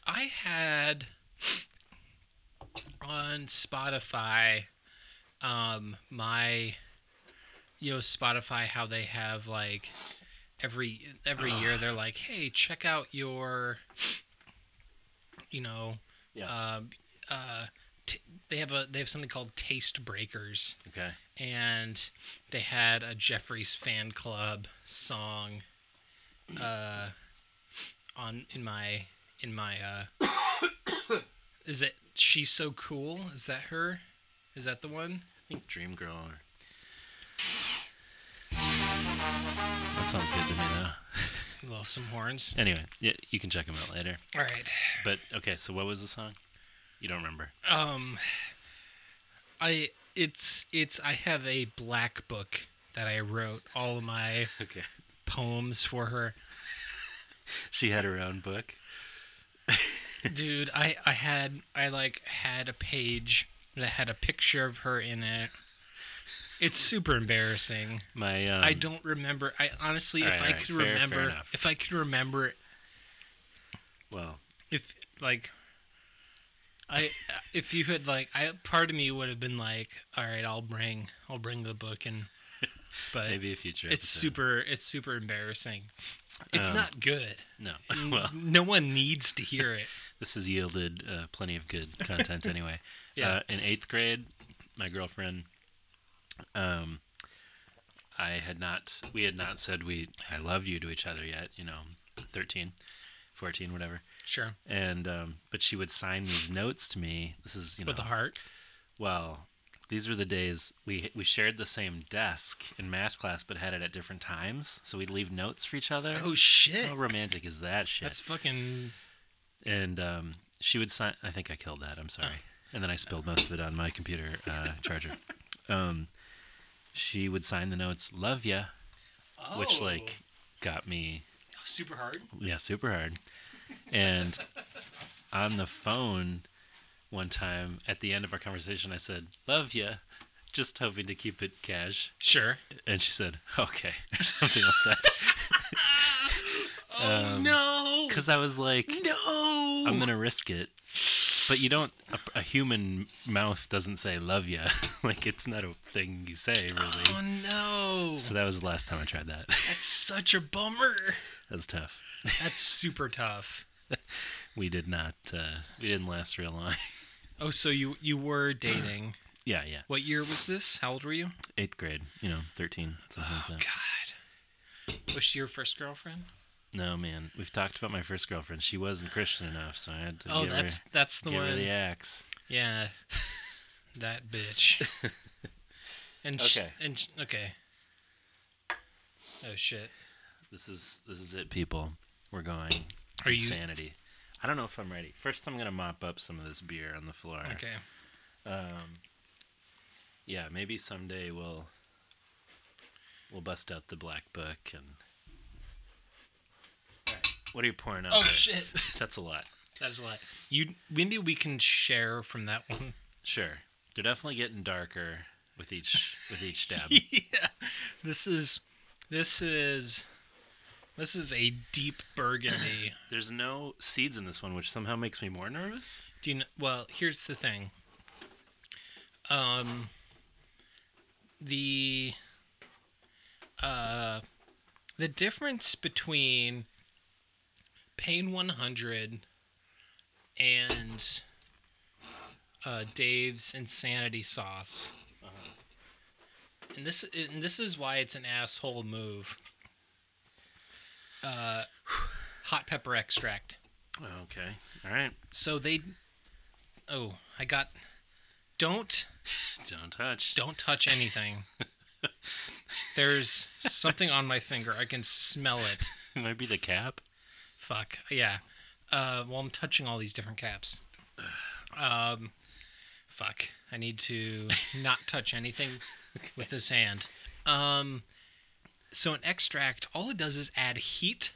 [SPEAKER 2] I had on Spotify um my you know Spotify how they have like every every year they're like, "Hey, check out your you know,
[SPEAKER 3] Yeah.
[SPEAKER 2] uh uh t- they have a they have something called Taste Breakers
[SPEAKER 3] Okay.
[SPEAKER 2] and they had a Jeffries fan club song uh on in my in my uh <coughs> is it she's so cool is that her is that the one
[SPEAKER 3] I think Dream Girl. Or... That sounds good to me now.
[SPEAKER 2] love some horns
[SPEAKER 3] Anyway, yeah, you can check them out later.
[SPEAKER 2] all right
[SPEAKER 3] But okay, so what was the song? You don't remember?
[SPEAKER 2] um i it's it's i have a black book that i wrote all of my
[SPEAKER 3] Okay.
[SPEAKER 2] poems for her
[SPEAKER 3] She had her own book.
[SPEAKER 2] dude i i had i like had a page that had a picture of her in it it's super embarrassing
[SPEAKER 3] My um,
[SPEAKER 2] i don't remember i honestly if
[SPEAKER 3] alright,
[SPEAKER 2] i
[SPEAKER 3] alright,
[SPEAKER 2] could
[SPEAKER 3] fair- fair
[SPEAKER 2] remember
[SPEAKER 3] enough.
[SPEAKER 2] if i could remember
[SPEAKER 3] Well,
[SPEAKER 2] if like i if
[SPEAKER 3] <laughs>
[SPEAKER 2] you had like i part of me would have been like all right i'll bring i'll bring the book and but
[SPEAKER 3] Maybe a future.
[SPEAKER 2] it's
[SPEAKER 3] episode.
[SPEAKER 2] super it's super embarrassing. It's
[SPEAKER 3] Um,
[SPEAKER 2] not good.
[SPEAKER 3] <laughs> No.
[SPEAKER 2] N-
[SPEAKER 3] well,
[SPEAKER 2] no one needs to hear it.
[SPEAKER 3] this has yielded uh, plenty of
[SPEAKER 2] <laughs>
[SPEAKER 3] good content anyway.
[SPEAKER 2] Yeah.
[SPEAKER 3] Uh, in eighth grade, my girlfriend, um, I had not, we had not said we, I love you to each other yet, you know, 13, 14, whatever.
[SPEAKER 2] Sure.
[SPEAKER 3] And, um, but she would sign these notes to me. This is, you know,
[SPEAKER 2] With a heart.
[SPEAKER 3] well, these were the days we we shared the same desk in math class, but had it at different times. So we'd leave notes for each other.
[SPEAKER 2] Oh shit.
[SPEAKER 3] How romantic is that shit?
[SPEAKER 2] That's fucking
[SPEAKER 3] and um, she would sign. I think I killed that. I'm sorry. And then I spilled most of it on my computer uh, charger. Um, she would sign the notes "Love ya," which
[SPEAKER 2] Oh.
[SPEAKER 3] like got me
[SPEAKER 2] super hard.
[SPEAKER 3] yeah, super hard. And on the phone one time at the end of our conversation, I said, Love ya. Just hoping to keep it cash.
[SPEAKER 2] Sure.
[SPEAKER 3] And she said, Okay, or something like that.
[SPEAKER 2] Oh no.
[SPEAKER 3] Because I was like,
[SPEAKER 2] <laughs> No.
[SPEAKER 3] I'm going to risk it. But you don't, a, a human mouth doesn't say love ya. <laughs> like, it's not a thing you say, really.
[SPEAKER 2] Oh no.
[SPEAKER 3] So that was the last time I tried that. <laughs>
[SPEAKER 2] That's such a bummer.
[SPEAKER 3] that was tough.
[SPEAKER 2] That's super tough.
[SPEAKER 3] We did not, uh, we didn't last real long. <laughs>
[SPEAKER 2] Oh, so you you were dating.
[SPEAKER 3] yeah, yeah.
[SPEAKER 2] What year was this? How old were you?
[SPEAKER 3] Eighth grade, you know, 13, something like that.
[SPEAKER 2] Oh, God. Was she your first girlfriend?
[SPEAKER 3] No, man. We've talked about my first girlfriend. She wasn't Christian enough, so I had to
[SPEAKER 2] Oh,
[SPEAKER 3] give,
[SPEAKER 2] that's
[SPEAKER 3] her,
[SPEAKER 2] that's the
[SPEAKER 3] give her
[SPEAKER 2] one.
[SPEAKER 3] the axe.
[SPEAKER 2] yeah. <laughs> That
[SPEAKER 3] <laughs>
[SPEAKER 2] bitch. and sh-
[SPEAKER 3] Okay.
[SPEAKER 2] and sh- okay. Oh shit.
[SPEAKER 3] This is this is it, people. We're going
[SPEAKER 2] Are you-
[SPEAKER 3] insanity. I don't know if I'm ready. First, I'm gonna mop up some of this beer on the floor.
[SPEAKER 2] Okay.
[SPEAKER 3] Um. Yeah, maybe someday we'll we'll bust out the black book and. Alright, What are you pouring out?
[SPEAKER 2] Oh
[SPEAKER 3] there?
[SPEAKER 2] shit.
[SPEAKER 3] That's a lot.
[SPEAKER 2] That's a lot. You maybe we can share from that one.
[SPEAKER 3] Sure, they're definitely getting darker with each with each <laughs> dab.
[SPEAKER 2] <laughs> yeah. This is this is this is a deep burgundy.
[SPEAKER 3] There's no seeds in this one, which somehow makes me more nervous.
[SPEAKER 2] Do you know, well, here's the thing. Um the uh the difference between Pain 100 and uh, Dave's insanity sauce. And this and this is why it's an asshole move. Uh, <sighs> hot pepper extract.
[SPEAKER 3] Oh, Okay. All right.
[SPEAKER 2] So they Oh, I got don't
[SPEAKER 3] Don't touch.
[SPEAKER 2] don't touch
[SPEAKER 3] <laughs>
[SPEAKER 2] anything. There's something on my finger. I can smell it.
[SPEAKER 3] It might be the cap.
[SPEAKER 2] Fuck. Yeah. Uh well I'm touching all these different caps. Um fuck. I need to not touch
[SPEAKER 3] <laughs>
[SPEAKER 2] anything with this hand. Um so an extract, all it does is add heat.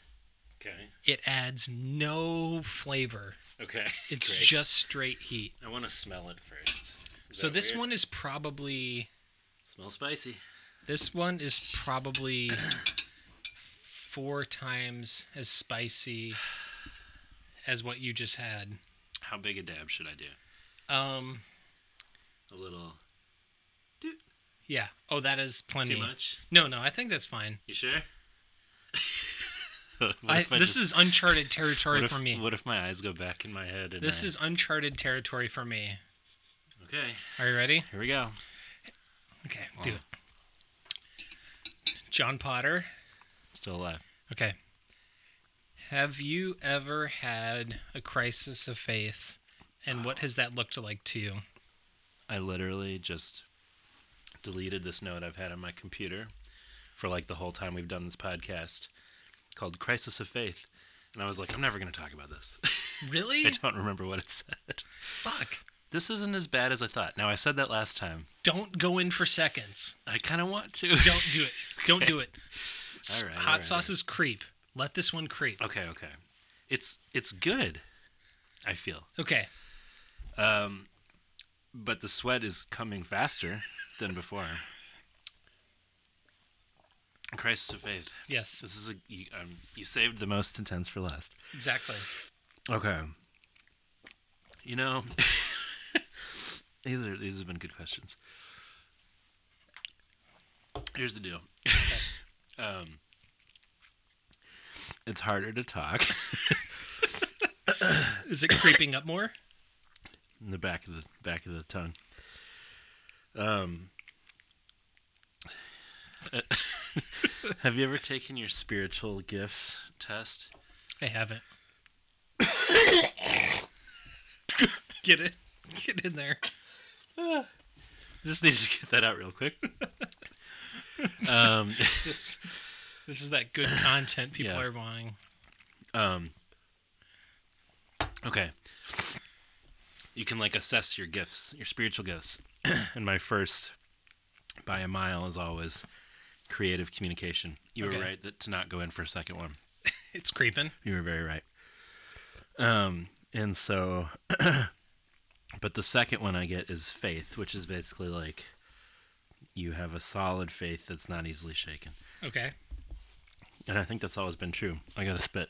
[SPEAKER 3] Okay.
[SPEAKER 2] It adds no flavor.
[SPEAKER 3] <laughs> Okay.
[SPEAKER 2] It's
[SPEAKER 3] Great.
[SPEAKER 2] just straight heat.
[SPEAKER 3] I want to smell it first. Is
[SPEAKER 2] so
[SPEAKER 3] that
[SPEAKER 2] this
[SPEAKER 3] weird?
[SPEAKER 2] one is probably
[SPEAKER 3] smells spicy.
[SPEAKER 2] this one is probably four times as spicy as what you just had.
[SPEAKER 3] How big a dab should I do?
[SPEAKER 2] Um
[SPEAKER 3] A little.
[SPEAKER 2] yeah. Oh that is plenty.
[SPEAKER 3] Too much?
[SPEAKER 2] No, no, I think that's fine.
[SPEAKER 3] You sure? <laughs> What
[SPEAKER 2] I,
[SPEAKER 3] if I
[SPEAKER 2] this
[SPEAKER 3] just-
[SPEAKER 2] is uncharted territory
[SPEAKER 3] what if,
[SPEAKER 2] for me.
[SPEAKER 3] What if my eyes go back in my head? And
[SPEAKER 2] this
[SPEAKER 3] I-
[SPEAKER 2] is uncharted territory for me.
[SPEAKER 3] okay.
[SPEAKER 2] Are you ready?
[SPEAKER 3] Here we go.
[SPEAKER 2] Okay, do it. John Potter.
[SPEAKER 3] Still alive.
[SPEAKER 2] Okay. Have you ever had a crisis of faith, and what has that looked like to you?
[SPEAKER 3] I literally just deleted this note I've had on my computer for like the whole time we've done this podcast called Crisis of Faith. And I was like, I'm never going to talk about this. <laughs>
[SPEAKER 2] Really?
[SPEAKER 3] I don't remember what it said.
[SPEAKER 2] Fuck.
[SPEAKER 3] This isn't as bad as I thought. Now, I said that last time.
[SPEAKER 2] Don't go in for seconds.
[SPEAKER 3] I kind of want to.
[SPEAKER 2] Don't do it. Don't
[SPEAKER 3] <laughs>
[SPEAKER 2] do it. S-
[SPEAKER 3] All right, all
[SPEAKER 2] Hot
[SPEAKER 3] right,
[SPEAKER 2] sauces creep. Let this one creep.
[SPEAKER 3] <laughs> Okay, okay. It's it's good. I feel.
[SPEAKER 2] Okay.
[SPEAKER 3] Um but the sweat is coming faster than before. Crisis of faith.
[SPEAKER 2] Yes.
[SPEAKER 3] This is a you, um, you saved the most intense for last.
[SPEAKER 2] Exactly.
[SPEAKER 3] Okay. You know, <laughs> these are these have been good questions. Here's the deal. <laughs> um, it's harder to talk
[SPEAKER 2] Is it creeping up more?
[SPEAKER 3] in the back of the back of the tongue. Um, <laughs> have you ever taken your spiritual gifts test?
[SPEAKER 2] I
[SPEAKER 3] <laughs>
[SPEAKER 2] haven't. get it. Get in there.
[SPEAKER 3] Just needed to get that out real quick. um, <laughs>
[SPEAKER 2] This this is that good content people
[SPEAKER 3] Yeah.
[SPEAKER 2] are wanting.
[SPEAKER 3] Um. Okay. You can like assess your gifts, your spiritual gifts, <clears throat> and my first by a mile is always creative communication. You
[SPEAKER 2] Okay.
[SPEAKER 3] were right that to not go in for a second one.
[SPEAKER 2] It's creeping.
[SPEAKER 3] You were very right. Um, and so, <clears throat> but the second one I get is faith, which is basically like you have a solid faith that's not easily shaken.
[SPEAKER 2] Okay.
[SPEAKER 3] And I think that's always been true. I gotta spit.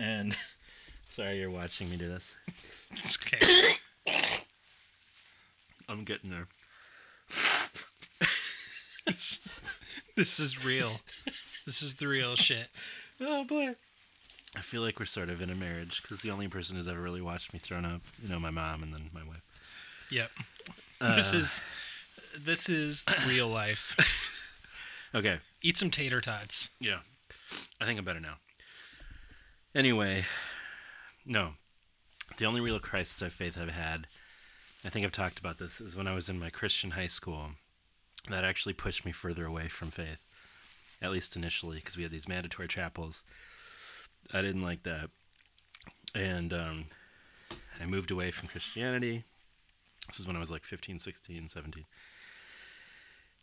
[SPEAKER 3] And <laughs> sorry you're watching me do this.
[SPEAKER 2] It's okay.
[SPEAKER 3] I'm getting there.
[SPEAKER 2] this, this is real. This is the real shit.
[SPEAKER 3] Oh boy. I feel like we're sort of in a marriage because the only person who's ever really watched me thrown up, you know, my mom and then my wife.
[SPEAKER 2] Yep.
[SPEAKER 3] Uh.
[SPEAKER 2] this is this is real life.
[SPEAKER 3] Okay.
[SPEAKER 2] Eat some tater tots.
[SPEAKER 3] Yeah. I think I'm better now. Anyway, no. The only real crisis of faith I've had, I think I've talked about this, is when I was in my Christian high school. That actually pushed me further away from faith, at least initially, because we had these mandatory chapels. I didn't like that. And um, I moved away from Christianity. This is when I was like 15, 16, 17.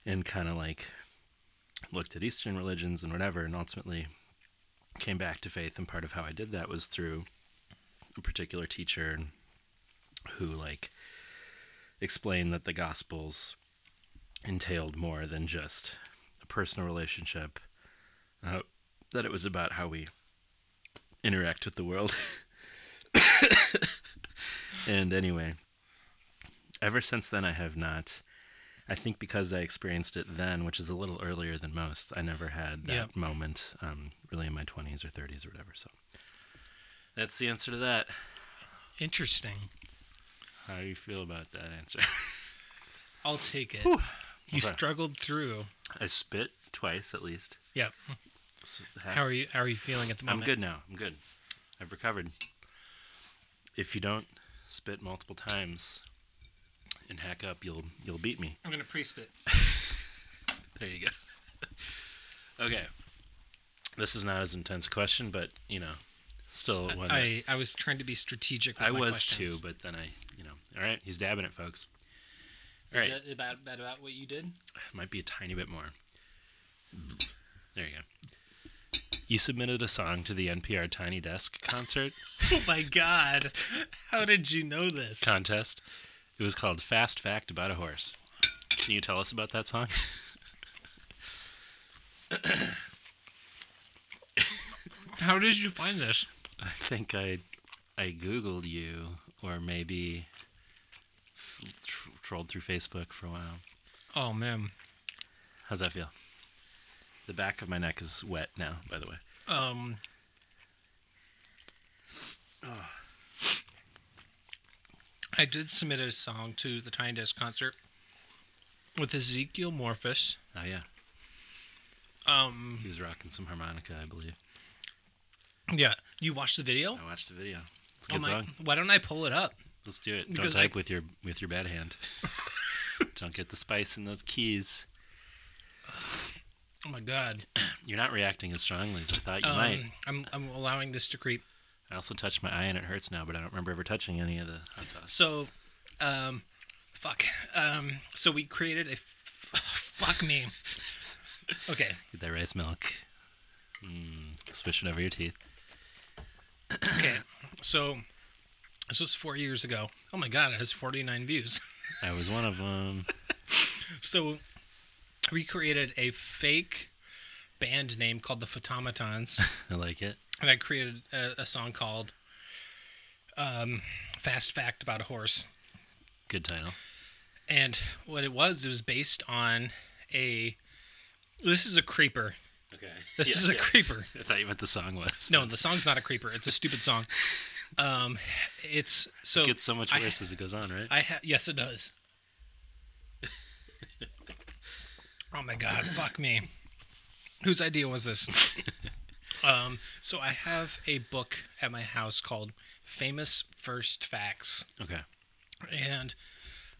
[SPEAKER 3] And kind of like looked at Eastern religions and whatever, and ultimately came back to faith. And part of how I did that was through a particular teacher who, like, explained that the Gospels entailed more than just a personal relationship, uh, that it was about how we interact with the world. <laughs> and anyway, ever since then, I have not. I think because I experienced it then, which is a little earlier than most, I never had that
[SPEAKER 2] Yep.
[SPEAKER 3] moment um, really in my 20s or 30s or whatever. So that's the answer to that.
[SPEAKER 2] Interesting.
[SPEAKER 3] How do you feel about that answer?
[SPEAKER 2] I'll take it. You
[SPEAKER 3] Okay.
[SPEAKER 2] struggled through.
[SPEAKER 3] I spit twice at least.
[SPEAKER 2] Yep.
[SPEAKER 3] S- half-
[SPEAKER 2] How are you how are you feeling at the
[SPEAKER 3] I'm
[SPEAKER 2] moment?
[SPEAKER 3] good now. I'm good. I've recovered. If you don't spit multiple times and hack up, you'll you'll beat me. <laughs>
[SPEAKER 2] I'm gonna pre spit.
[SPEAKER 3] There you go. <laughs> okay. This is not as intense a question, but you know, still one. that-
[SPEAKER 2] I, I was trying to be strategic with
[SPEAKER 3] I
[SPEAKER 2] my
[SPEAKER 3] was
[SPEAKER 2] questions.
[SPEAKER 3] too, but then I, you know, all right, he's dabbing it, folks. All right,
[SPEAKER 2] that about, about about what you did?
[SPEAKER 3] might be a tiny bit more. There you go. You submitted a song to the NPR Tiny Desk <laughs> concert
[SPEAKER 2] <laughs> Oh my god. How did you know this?
[SPEAKER 3] contest. It was called Fast Fact About a Horse. Can you tell us about that song?
[SPEAKER 2] How did you find this?
[SPEAKER 3] <laughs> I think I I googled you or maybe f- tr- trolled through Facebook for a while.
[SPEAKER 2] Oh man.
[SPEAKER 3] How's that feel? The back of my neck is wet now, by the way.
[SPEAKER 2] Um <sighs> I did submit a song to the Tiny Desk concert with Ezekiel Morphus.
[SPEAKER 3] Oh yeah,
[SPEAKER 2] Um
[SPEAKER 3] he was rocking some harmonica, I believe.
[SPEAKER 2] yeah, you watched the video?
[SPEAKER 3] I watched the video. It's a
[SPEAKER 2] Oh
[SPEAKER 3] good
[SPEAKER 2] my,
[SPEAKER 3] song.
[SPEAKER 2] why don't I pull it up?
[SPEAKER 3] Let's do it. Don't
[SPEAKER 2] Because I-
[SPEAKER 3] type with your with your
[SPEAKER 2] <laughs>
[SPEAKER 3] bad hand. Don't get the spice in those keys.
[SPEAKER 2] Oh my god.
[SPEAKER 3] You're not reacting as strongly as I thought you
[SPEAKER 2] Um,
[SPEAKER 3] might.
[SPEAKER 2] I'm I'm allowing this to creep.
[SPEAKER 3] I also touched my eye and it hurts now, but I don't remember ever touching any of the hot sauce.
[SPEAKER 2] So, um, fuck. Um, so we created a <laughs> f- fuck me. Okay,
[SPEAKER 3] Get that rice milk. Mm, swish it over your teeth.
[SPEAKER 2] okay. So this was four years ago. Oh my god, it has 49 views. <laughs>
[SPEAKER 3] I was one of them.
[SPEAKER 2] So we created a fake band name called the Photomatons,
[SPEAKER 3] I like it.
[SPEAKER 2] and I created a, a song called um, "Fast Fact About a Horse."
[SPEAKER 3] Good title.
[SPEAKER 2] And what it was, it was based on a This is a creeper.
[SPEAKER 3] Okay.
[SPEAKER 2] This
[SPEAKER 3] Yeah,
[SPEAKER 2] is a
[SPEAKER 3] yeah. <laughs>
[SPEAKER 2] creeper.
[SPEAKER 3] I thought you meant the song was.
[SPEAKER 2] No, the song's not a creeper. It's a stupid song. Um, it's so
[SPEAKER 3] it gets so much
[SPEAKER 2] I-
[SPEAKER 3] worse as it goes on, right?
[SPEAKER 2] I ha- yes, it does. oh my god, fuck me. Whose idea was
[SPEAKER 3] <laughs>
[SPEAKER 2] this? um, so I have a book at my house called "Famous First Facts,"
[SPEAKER 3] okay.
[SPEAKER 2] and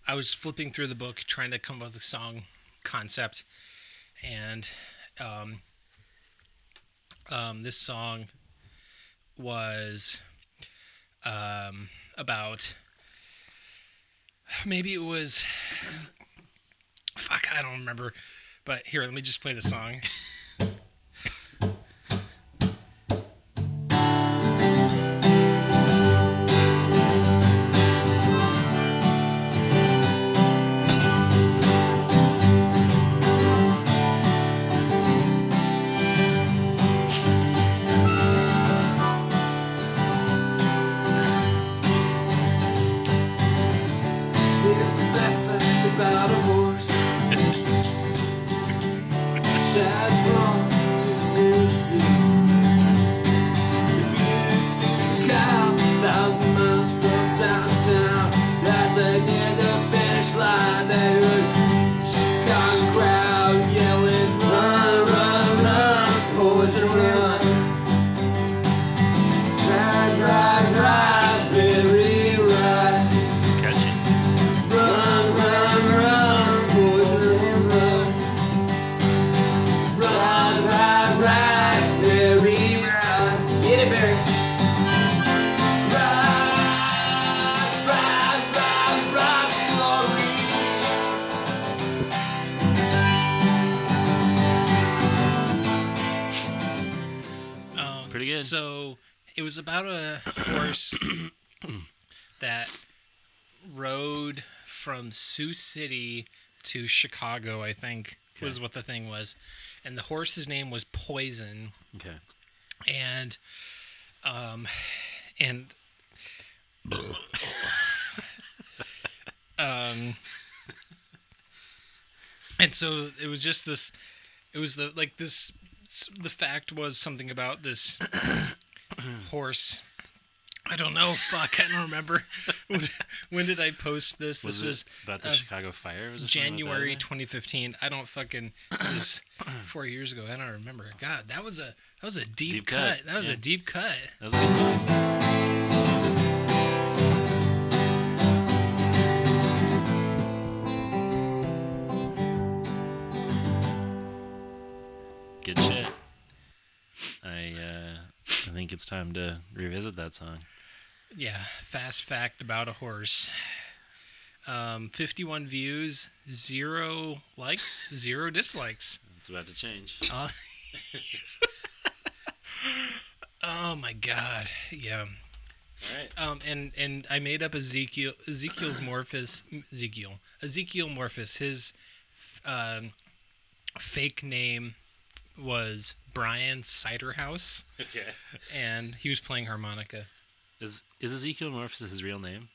[SPEAKER 2] I was flipping through the book trying to come up with a song concept, and um, um, this song was um, about maybe it was <sighs> fuck I don't remember, but here let me just play the song.
[SPEAKER 12] Here's the best fact about a horse. Shad's wrong to Susie. The beauty cow, thousand miles from downtown. As they near the finish line, they heard Chicago crowd yelling, run, run, run, poison run. Ride, ride, ride, very right.
[SPEAKER 3] It's catchy.
[SPEAKER 12] Run, run, run, boys and run. Run, ride, ride, Barry, ride. Get it, Barry. Ride, ride, ride, ride, glory.
[SPEAKER 2] Um,
[SPEAKER 3] Pretty good.
[SPEAKER 2] So it was about a horse <coughs> that rode from Sioux City to Chicago, I think, was
[SPEAKER 3] Okay.
[SPEAKER 2] what the thing was. And the horse's name was Poison
[SPEAKER 3] Okay.
[SPEAKER 2] and um and um and so it was just this it was the like this the fact was something about
[SPEAKER 3] <clears throat>
[SPEAKER 2] this horse I don't know. Fuck, I don't remember. <laughs> when, when did I post this?
[SPEAKER 3] Was
[SPEAKER 2] this
[SPEAKER 3] it
[SPEAKER 2] was
[SPEAKER 3] about the
[SPEAKER 2] uh,
[SPEAKER 3] Chicago fire? Was it something about that
[SPEAKER 2] January
[SPEAKER 3] guy?
[SPEAKER 2] 2015. I don't fucking. It
[SPEAKER 3] <coughs>
[SPEAKER 2] was four years ago. I don't remember. God, that was a that was a deep,
[SPEAKER 3] Deep
[SPEAKER 2] cut.
[SPEAKER 3] cut,
[SPEAKER 2] That was
[SPEAKER 3] yeah.
[SPEAKER 2] a deep cut.
[SPEAKER 3] That was a good song. Good shit. I uh, I think it's time to revisit that song.
[SPEAKER 2] Yeah. Fast fact about a horse. Um, 51 views, zero likes, zero dislikes.
[SPEAKER 3] It's about to change.
[SPEAKER 2] Uh, oh my god. Yeah.
[SPEAKER 3] All right. <laughs>
[SPEAKER 2] Um, and and I made up Ezekiel
[SPEAKER 3] <coughs>
[SPEAKER 2] Ezekiel's Morphus Ezekiel Ezekiel Morphus. His um, fake name was Brian Ciderhouse,
[SPEAKER 3] Okay.
[SPEAKER 2] and he was playing harmonica.
[SPEAKER 3] Is is Ezekiel Morphus his real name?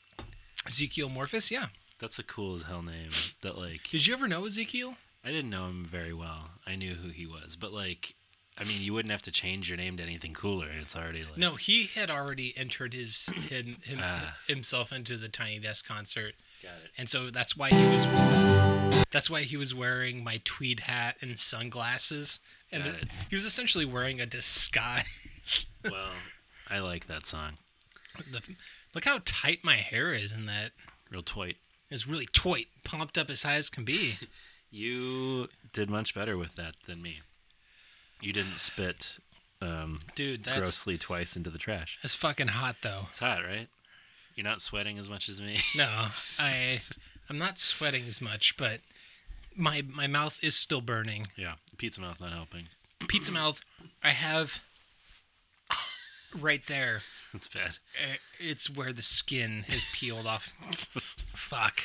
[SPEAKER 2] Ezekiel Morphus, yeah.
[SPEAKER 3] That's a cool as hell name. That like
[SPEAKER 2] Did you ever know Ezekiel?
[SPEAKER 3] I didn't know him very well. I knew who he was, but like, I mean, you wouldn't have to change your name to anything cooler. It's already like
[SPEAKER 2] No, he had already entered his him, him,
[SPEAKER 3] Ah.
[SPEAKER 2] himself into the Tiny Desk concert,
[SPEAKER 3] Got it.
[SPEAKER 2] and so that's why he was. That's why he was wearing my tweed hat and sunglasses, and
[SPEAKER 3] Got it.
[SPEAKER 2] he was essentially wearing a disguise. <laughs>
[SPEAKER 3] Well, I like that song.
[SPEAKER 2] The, look how tight my hair is in that.
[SPEAKER 3] Real twite.
[SPEAKER 2] It's really tight, pumped up as high as can be.
[SPEAKER 3] You did much better with that than me. You didn't spit um,
[SPEAKER 2] Dude, that's
[SPEAKER 3] grossly twice into the trash.
[SPEAKER 2] that's fucking hot though.
[SPEAKER 3] It's hot, right? You're not sweating as much as me. <laughs>
[SPEAKER 2] No, I I'm not sweating as much, but my my mouth is still burning.
[SPEAKER 3] yeah, pizza mouth not helping.
[SPEAKER 2] Pizza mouth, I have right there.
[SPEAKER 3] It's bad. <laughs>
[SPEAKER 2] eh, It's where the skin has peeled off. Fuck.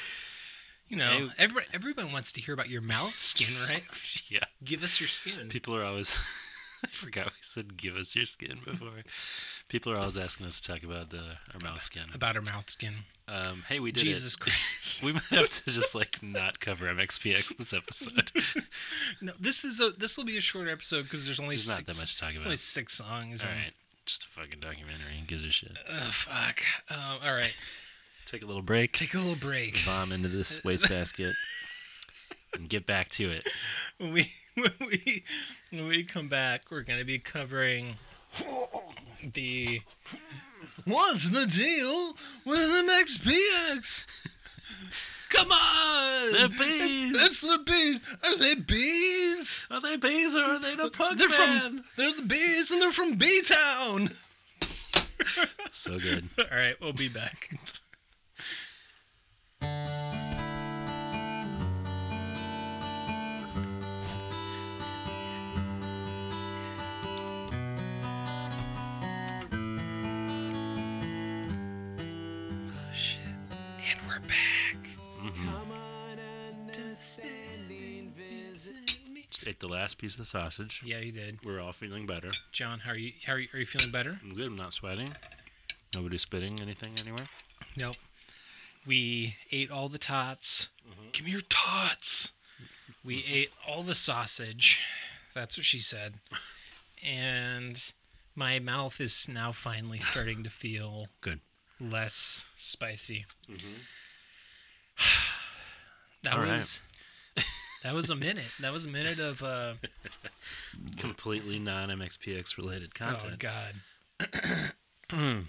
[SPEAKER 2] You know, everybody, everyone wants to hear about your mouth skin, right?
[SPEAKER 3] Yeah,
[SPEAKER 2] Give us your skin.
[SPEAKER 3] people are always <laughs> I forgot we said give us your skin before. People are always asking us to talk about the, our mouth skin.
[SPEAKER 2] about her mouth skin.
[SPEAKER 3] Um, hey, we did it.
[SPEAKER 2] Jesus Christ.
[SPEAKER 3] <laughs> we might have to just like not cover MXPX this episode.
[SPEAKER 2] No, this is a this will be a shorter episode because there's only
[SPEAKER 3] There's
[SPEAKER 2] six,
[SPEAKER 3] not that much to talk
[SPEAKER 2] there's
[SPEAKER 3] about.
[SPEAKER 2] Only six songs.
[SPEAKER 3] All
[SPEAKER 2] and-
[SPEAKER 3] right, just a fucking documentary. Who Gives a shit.
[SPEAKER 2] Oh, fuck. Um, all right.
[SPEAKER 3] Take a little break.
[SPEAKER 2] Take a little break.
[SPEAKER 3] <laughs> Bomb into
[SPEAKER 2] <laughs>
[SPEAKER 3] this wastebasket and get back to it.
[SPEAKER 2] When we <laughs> when we when we come back, we're gonna be covering the What's the deal with MXPX? Come on!
[SPEAKER 3] They're bees!
[SPEAKER 2] It's the bees! Are they bees?
[SPEAKER 3] Are they bees or are they the pug
[SPEAKER 2] They're from they're the bees and they're from B Town!
[SPEAKER 3] So good.
[SPEAKER 2] Alright, we'll be back. Oh, And we're back.
[SPEAKER 3] Just ate the last piece of sausage.
[SPEAKER 2] Yeah, you did.
[SPEAKER 3] We're all feeling better.
[SPEAKER 2] John, how are you how are you, are you feeling better?
[SPEAKER 3] I'm good. I'm not sweating. Nobody spitting anything anywhere.
[SPEAKER 2] Nope. We ate all the tots.
[SPEAKER 3] Mm-hmm.
[SPEAKER 2] Give me your tots. We ate all the sausage. That's what she
[SPEAKER 3] <laughs>
[SPEAKER 2] said. And my mouth is now finally starting to feel
[SPEAKER 3] Good.
[SPEAKER 2] less spicy. <sighs> that
[SPEAKER 3] Mm-hmm. All right.
[SPEAKER 2] was that was a minute. That was a minute of uh,
[SPEAKER 3] Completely non MXPX related
[SPEAKER 2] oh
[SPEAKER 3] content.
[SPEAKER 2] god.
[SPEAKER 3] <clears throat>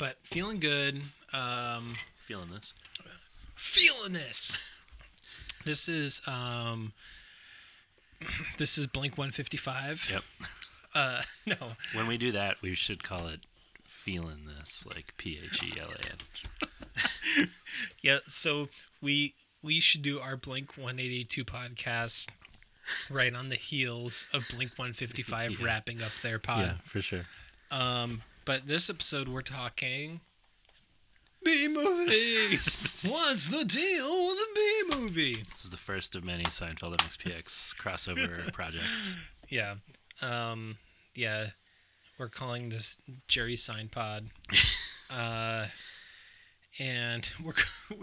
[SPEAKER 2] but feeling good. Um,
[SPEAKER 3] Feeling this.
[SPEAKER 2] feeling this. This is um this is Blink 155.
[SPEAKER 3] Yep.
[SPEAKER 2] Uh <laughs> no.
[SPEAKER 3] When we do that, we should call it feeling this, like P H E L A N.
[SPEAKER 2] Yeah, so we we should do our Blink 182 podcast right on the heels of Blink 155
[SPEAKER 3] Yeah.
[SPEAKER 2] wrapping up their
[SPEAKER 3] Yeah,
[SPEAKER 2] pod.
[SPEAKER 3] for sure.
[SPEAKER 2] Um but this episode we're talking B movies. <laughs> What's the deal with the B movie?
[SPEAKER 3] This is the first of many Seinfeld
[SPEAKER 2] <laughs>
[SPEAKER 3] MXPX crossover projects.
[SPEAKER 2] Yeah. Um yeah. We're calling this Jerry Seinfeld.
[SPEAKER 3] <laughs>
[SPEAKER 2] uh and we're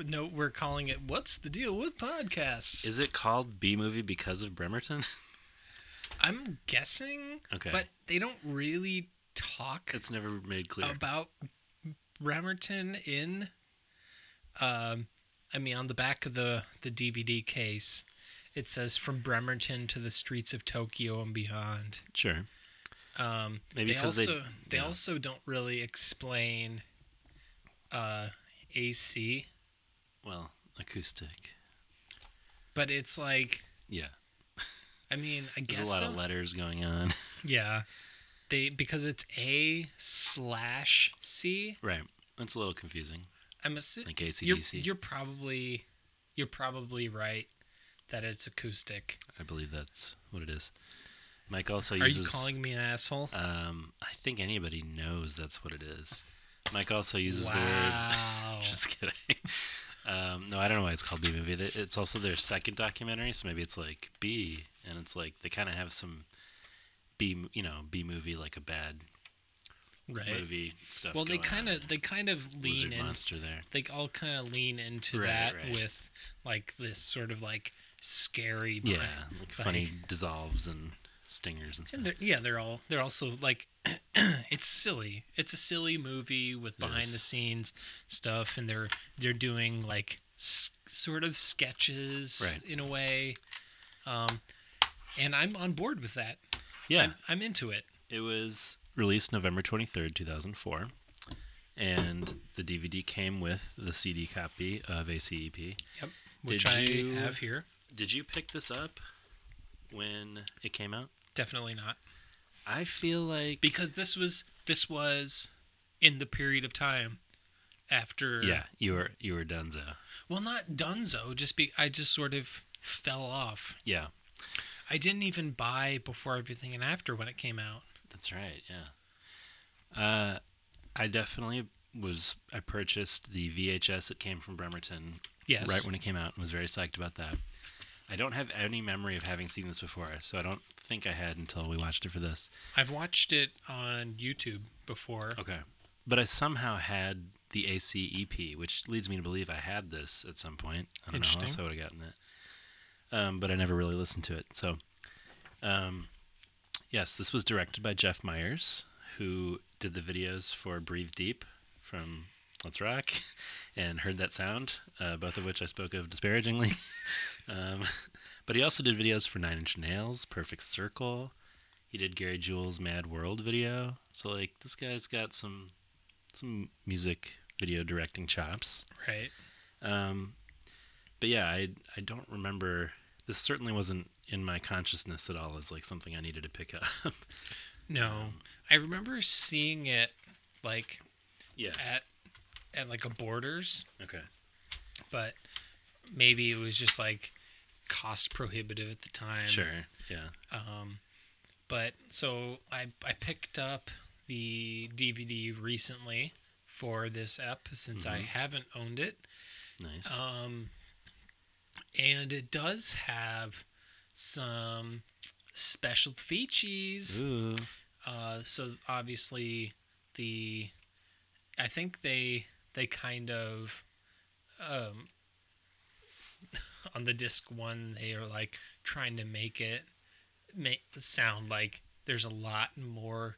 [SPEAKER 2] <laughs> no we're calling it what's the deal with podcasts?
[SPEAKER 3] Is it called B movie because of Bremerton? <laughs>
[SPEAKER 2] I'm guessing
[SPEAKER 3] Okay.
[SPEAKER 2] but they don't really talk
[SPEAKER 3] It's never made clear.
[SPEAKER 2] about Bremerton in um I mean on the back of the the DVD case it says from Bremerton to the streets of Tokyo and beyond.
[SPEAKER 3] sure.
[SPEAKER 2] Um,
[SPEAKER 3] Maybe
[SPEAKER 2] they
[SPEAKER 3] 'cause they-
[SPEAKER 2] also they
[SPEAKER 3] yeah.
[SPEAKER 2] also don't really explain uh, AC,
[SPEAKER 3] Well, acoustic.
[SPEAKER 2] but it's like
[SPEAKER 3] Yeah.
[SPEAKER 2] I mean I
[SPEAKER 3] There's
[SPEAKER 2] guess
[SPEAKER 3] a lot
[SPEAKER 2] so.
[SPEAKER 3] of letters going on. <laughs>
[SPEAKER 2] yeah they because it's A slash C.
[SPEAKER 3] Right. That's a little confusing.
[SPEAKER 2] I'm assuming
[SPEAKER 3] Like E,
[SPEAKER 2] you're,
[SPEAKER 3] AC/DC.
[SPEAKER 2] you're probably you're probably right that it's acoustic.
[SPEAKER 3] I believe that's what it is. Mike also
[SPEAKER 2] Are
[SPEAKER 3] uses.
[SPEAKER 2] you calling me an asshole?
[SPEAKER 3] Um, I think anybody knows that's what it is. Mike also uses the
[SPEAKER 2] Wow.
[SPEAKER 3] word. <laughs> Just kidding. Um, no, I don't know why it's called B movie. It- It's also their second documentary, so maybe it's like B, and it's like they kind of have some B, you know, B movie like a bad
[SPEAKER 2] right.
[SPEAKER 3] movie stuff.
[SPEAKER 2] Well, they
[SPEAKER 3] going on.
[SPEAKER 2] kind of they kind of lean
[SPEAKER 3] lizard
[SPEAKER 2] into
[SPEAKER 3] monster there.
[SPEAKER 2] they all kind of lean into
[SPEAKER 3] Right,
[SPEAKER 2] that
[SPEAKER 3] right.
[SPEAKER 2] with like this sort of like scary
[SPEAKER 3] Yeah,
[SPEAKER 2] vibe.
[SPEAKER 3] like funny dissolves and stingers and stuff.
[SPEAKER 2] and they're, yeah they're all they're also like <clears throat> it's silly it's a silly movie with behind the
[SPEAKER 3] is.
[SPEAKER 2] scenes stuff and they're they're doing like s- sort of sketches
[SPEAKER 3] Right.
[SPEAKER 2] in a way um and i'm on board with that
[SPEAKER 3] yeah,
[SPEAKER 2] i'm, I'm into it
[SPEAKER 3] It was released November 23rd, 2004. And the DVD came with the CD copy of ACEP.
[SPEAKER 2] yep which
[SPEAKER 3] Did
[SPEAKER 2] i
[SPEAKER 3] you-
[SPEAKER 2] have here
[SPEAKER 3] Did you pick this up when it came out?
[SPEAKER 2] definitely not
[SPEAKER 3] I feel like.
[SPEAKER 2] because this was this was in the period of time after
[SPEAKER 3] yeah, you were you were Dunzo.
[SPEAKER 2] well not dunzo just be i just sort of fell off
[SPEAKER 3] Yeah,
[SPEAKER 2] i didn't even buy before everything and after when it came out
[SPEAKER 3] that's right. Yeah, uh, I definitely was. I purchased the VHS that came from Bremerton
[SPEAKER 2] Yes.
[SPEAKER 3] right when it came out and was very psyched about that. I don't have any memory of having seen this before, so I don't think I had until we watched it for this.
[SPEAKER 2] I've watched it on YouTube before.
[SPEAKER 3] Okay. But I somehow had the AC EP, which leads me to believe I had this at some point. I don't know how else I
[SPEAKER 2] Interesting.
[SPEAKER 3] would have gotten it. Um, but I never really listened to it. So, um, yes, this was directed by Jeff Myers, who did the videos for Breathe Deep from Let's Rock <laughs> and Heard That Sound, uh, both of which I spoke of disparagingly. <laughs> um, but he also did videos for Nine Inch Nails, Perfect Circle. He did Gary Jules' Mad World video. So, like, this guy's got some some music video directing chops.
[SPEAKER 2] Right.
[SPEAKER 3] Um, but yeah, I I don't remember. This certainly wasn't in my consciousness at all as like something I needed to pick up. <laughs>
[SPEAKER 2] No, I remember seeing it like
[SPEAKER 3] yeah
[SPEAKER 2] at at like a Borders,
[SPEAKER 3] okay.
[SPEAKER 2] but maybe it was just like cost prohibitive at the time.
[SPEAKER 3] Sure. Yeah.
[SPEAKER 2] Um, but so I I picked up the DVD recently for this ep since I
[SPEAKER 3] Mhm.
[SPEAKER 2] haven't owned it.
[SPEAKER 3] Nice.
[SPEAKER 2] Um, and it does have some special features.
[SPEAKER 3] Ooh.
[SPEAKER 2] Uh, so obviously the I think they they kind of um, <laughs> on the disc one they are like trying to make it make sound like there's a lot more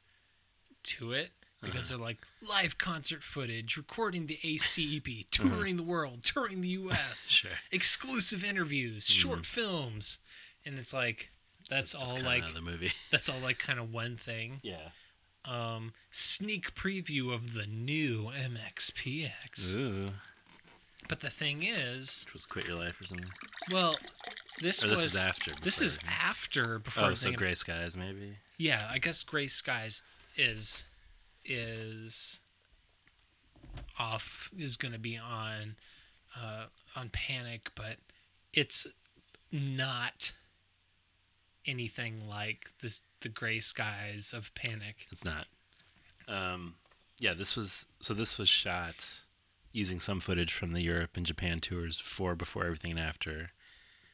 [SPEAKER 2] to it because
[SPEAKER 3] Uh-huh.
[SPEAKER 2] they're like live concert footage recording the ACEP
[SPEAKER 3] Uh-huh.
[SPEAKER 2] touring the world touring
[SPEAKER 3] <laughs>
[SPEAKER 2] the US
[SPEAKER 3] Sure.
[SPEAKER 2] exclusive interviews short films and it's like that's,
[SPEAKER 3] It's Mm. just
[SPEAKER 2] all
[SPEAKER 3] kinda
[SPEAKER 2] like <laughs>
[SPEAKER 3] the movie.
[SPEAKER 2] that's all like kind of one thing
[SPEAKER 3] Yeah.
[SPEAKER 2] um sneak preview of the new MXPX
[SPEAKER 3] Ooh.
[SPEAKER 2] but the thing is
[SPEAKER 3] Which was quit your life or something.
[SPEAKER 2] well this
[SPEAKER 3] Or
[SPEAKER 2] was
[SPEAKER 3] Oh, this is after
[SPEAKER 2] this
[SPEAKER 3] before,
[SPEAKER 2] is
[SPEAKER 3] right?
[SPEAKER 2] after before
[SPEAKER 3] oh, so
[SPEAKER 2] Zing-
[SPEAKER 3] gray skies maybe.
[SPEAKER 2] Yeah, I guess Gray Skies is is off is going to be on uh, on Panic, but it's not anything like this the Gray Skies of Panic.
[SPEAKER 3] It's not. Um, yeah, this was so this was shot using some footage from the Europe and Japan tours for before everything and after,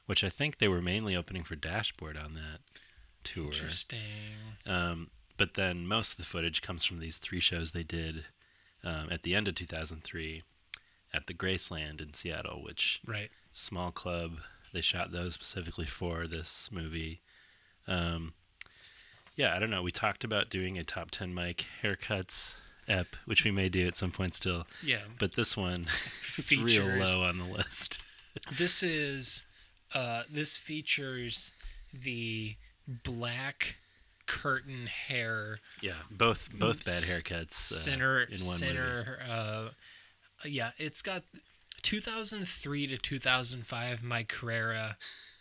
[SPEAKER 3] which I think they were mainly opening for Dashboard on that tour.
[SPEAKER 2] Interesting.
[SPEAKER 3] Um, but then most of the footage comes from these three shows they did um, at the end of 2003 at the Graceland in Seattle, which
[SPEAKER 2] Right.
[SPEAKER 3] small club. They shot those specifically for this movie. Um, yeah, I don't know. We talked about doing a top 10 mic haircuts ep, which we may do at some point still.
[SPEAKER 2] Yeah.
[SPEAKER 3] But this one, <laughs> it's real
[SPEAKER 2] Features.
[SPEAKER 3] low on the list.
[SPEAKER 2] this is uh this features the black curtain hair
[SPEAKER 3] Yeah, both both bad haircuts. uh,
[SPEAKER 2] center
[SPEAKER 3] in one movie.
[SPEAKER 2] center uh yeah it's got 2003 to 2005 mike carrera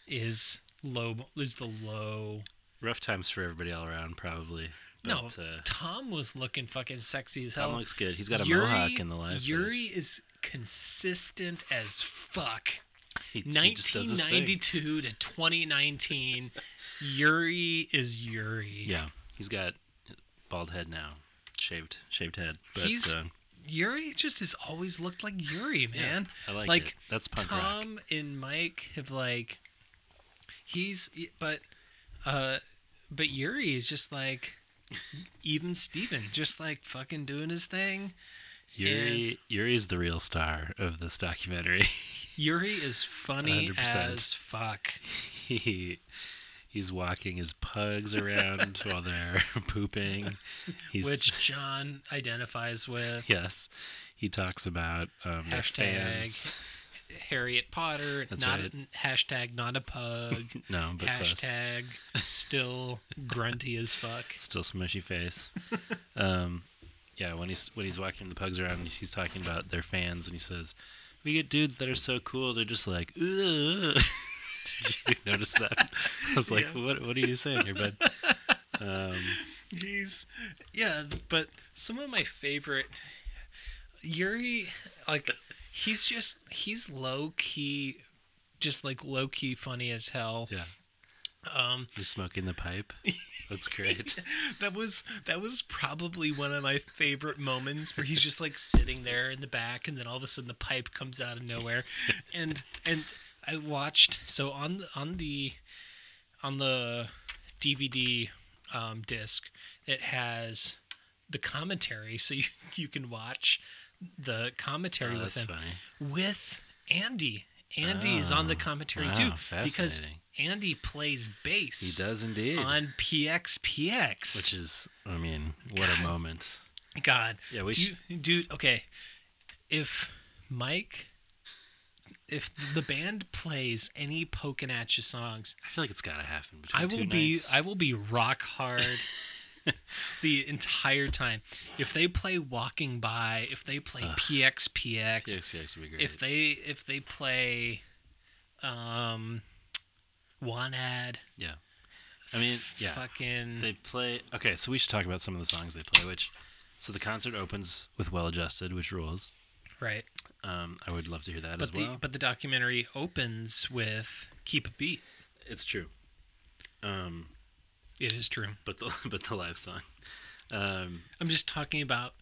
[SPEAKER 2] is low is the low
[SPEAKER 3] Rough times for everybody all around, probably.
[SPEAKER 2] no
[SPEAKER 3] But, uh,
[SPEAKER 2] tom was looking fucking sexy as hell
[SPEAKER 3] Tom looks good. He's got a mohawk in the live
[SPEAKER 2] yuri is consistent as fuck
[SPEAKER 3] He- he just does his thing.
[SPEAKER 2] 1992 to 2019 yuri is yuri
[SPEAKER 3] Yeah, he's got bald head now, shaved shaved head. But
[SPEAKER 2] he's
[SPEAKER 3] uh,
[SPEAKER 2] Yuri just has always looked like Yuri, man.
[SPEAKER 3] I like it. That's punk rock.
[SPEAKER 2] Tom and Mike have like he's but uh but Yuri is just like even Steven, just like fucking doing his thing.
[SPEAKER 3] Yuri Yuri is the real star of this documentary. <laughs>
[SPEAKER 2] Yuri is funny
[SPEAKER 3] 100%.
[SPEAKER 2] as fuck.
[SPEAKER 3] he he's walking his pugs
[SPEAKER 2] <laughs>
[SPEAKER 3] around while they're <laughs> pooping. He's
[SPEAKER 2] Which John identifies with
[SPEAKER 3] yes, he talks about um, their
[SPEAKER 2] hashtag
[SPEAKER 3] fans.
[SPEAKER 2] <laughs> Harriet Potter,
[SPEAKER 3] That's
[SPEAKER 2] not
[SPEAKER 3] right.
[SPEAKER 2] a, hashtag not a <laughs> pug,
[SPEAKER 3] No, but close.
[SPEAKER 2] hashtag still grunty as fuck.
[SPEAKER 3] Still
[SPEAKER 2] <laughs>
[SPEAKER 3] smushy face. um, yeah, when he's when he's walking the pugs around, he's talking about their fans, and he says, "We get dudes that are so cool. They're just like, ooh." <laughs> Did you notice that? I was like,
[SPEAKER 2] Yeah.
[SPEAKER 3] "What? What are you saying here, bud?" Um,
[SPEAKER 2] He's yeah, but some of my favorite Yuri like he's just he's low key just like low key funny as hell.
[SPEAKER 3] yeah,
[SPEAKER 2] Um
[SPEAKER 3] he's smoking the pipe.
[SPEAKER 2] <laughs>
[SPEAKER 3] That's great.
[SPEAKER 2] that was that was probably one of my favorite moments where he's just like sitting there in the back and then all of a sudden the pipe comes out of nowhere and and I watched so on the, on the on the DVD um, disc it has the commentary so you, you can watch the commentary
[SPEAKER 3] Oh,
[SPEAKER 2] with
[SPEAKER 3] that's
[SPEAKER 2] him
[SPEAKER 3] funny.
[SPEAKER 2] with Andy. Andy is on the
[SPEAKER 3] Oh,
[SPEAKER 2] commentary
[SPEAKER 3] wow,
[SPEAKER 2] too because
[SPEAKER 3] fascinating.
[SPEAKER 2] Andy plays bass.
[SPEAKER 3] He does indeed.
[SPEAKER 2] on PXPX,
[SPEAKER 3] Which is, I mean, what a moment.
[SPEAKER 2] God.
[SPEAKER 3] Yeah, we
[SPEAKER 2] do
[SPEAKER 3] sh-
[SPEAKER 2] you, dude, okay. If Mike if the band plays any poking at you songs,
[SPEAKER 3] I feel like it's got to happen. Between
[SPEAKER 2] I
[SPEAKER 3] two
[SPEAKER 2] will be
[SPEAKER 3] nights.
[SPEAKER 2] I will be rock
[SPEAKER 3] <laughs>
[SPEAKER 2] hard the entire time. If they play Walking By, if they play
[SPEAKER 3] Ugh.
[SPEAKER 2] PXPX,
[SPEAKER 3] PXPX would be
[SPEAKER 2] If
[SPEAKER 3] great.
[SPEAKER 2] they if they play um One Ad,
[SPEAKER 3] Yeah. I mean, yeah.
[SPEAKER 2] Fucking-
[SPEAKER 3] They play. Okay, so we should talk about some of the songs they play. Which, so the concert opens with "Well Adjusted," which rules.
[SPEAKER 2] right?
[SPEAKER 3] Um, I would love to hear that
[SPEAKER 2] But
[SPEAKER 3] as well.
[SPEAKER 2] the but the documentary opens with Keep a Beat.
[SPEAKER 3] It's true. Um,
[SPEAKER 2] it is true.
[SPEAKER 3] But the <laughs> but the live song. Um,
[SPEAKER 2] I'm just talking about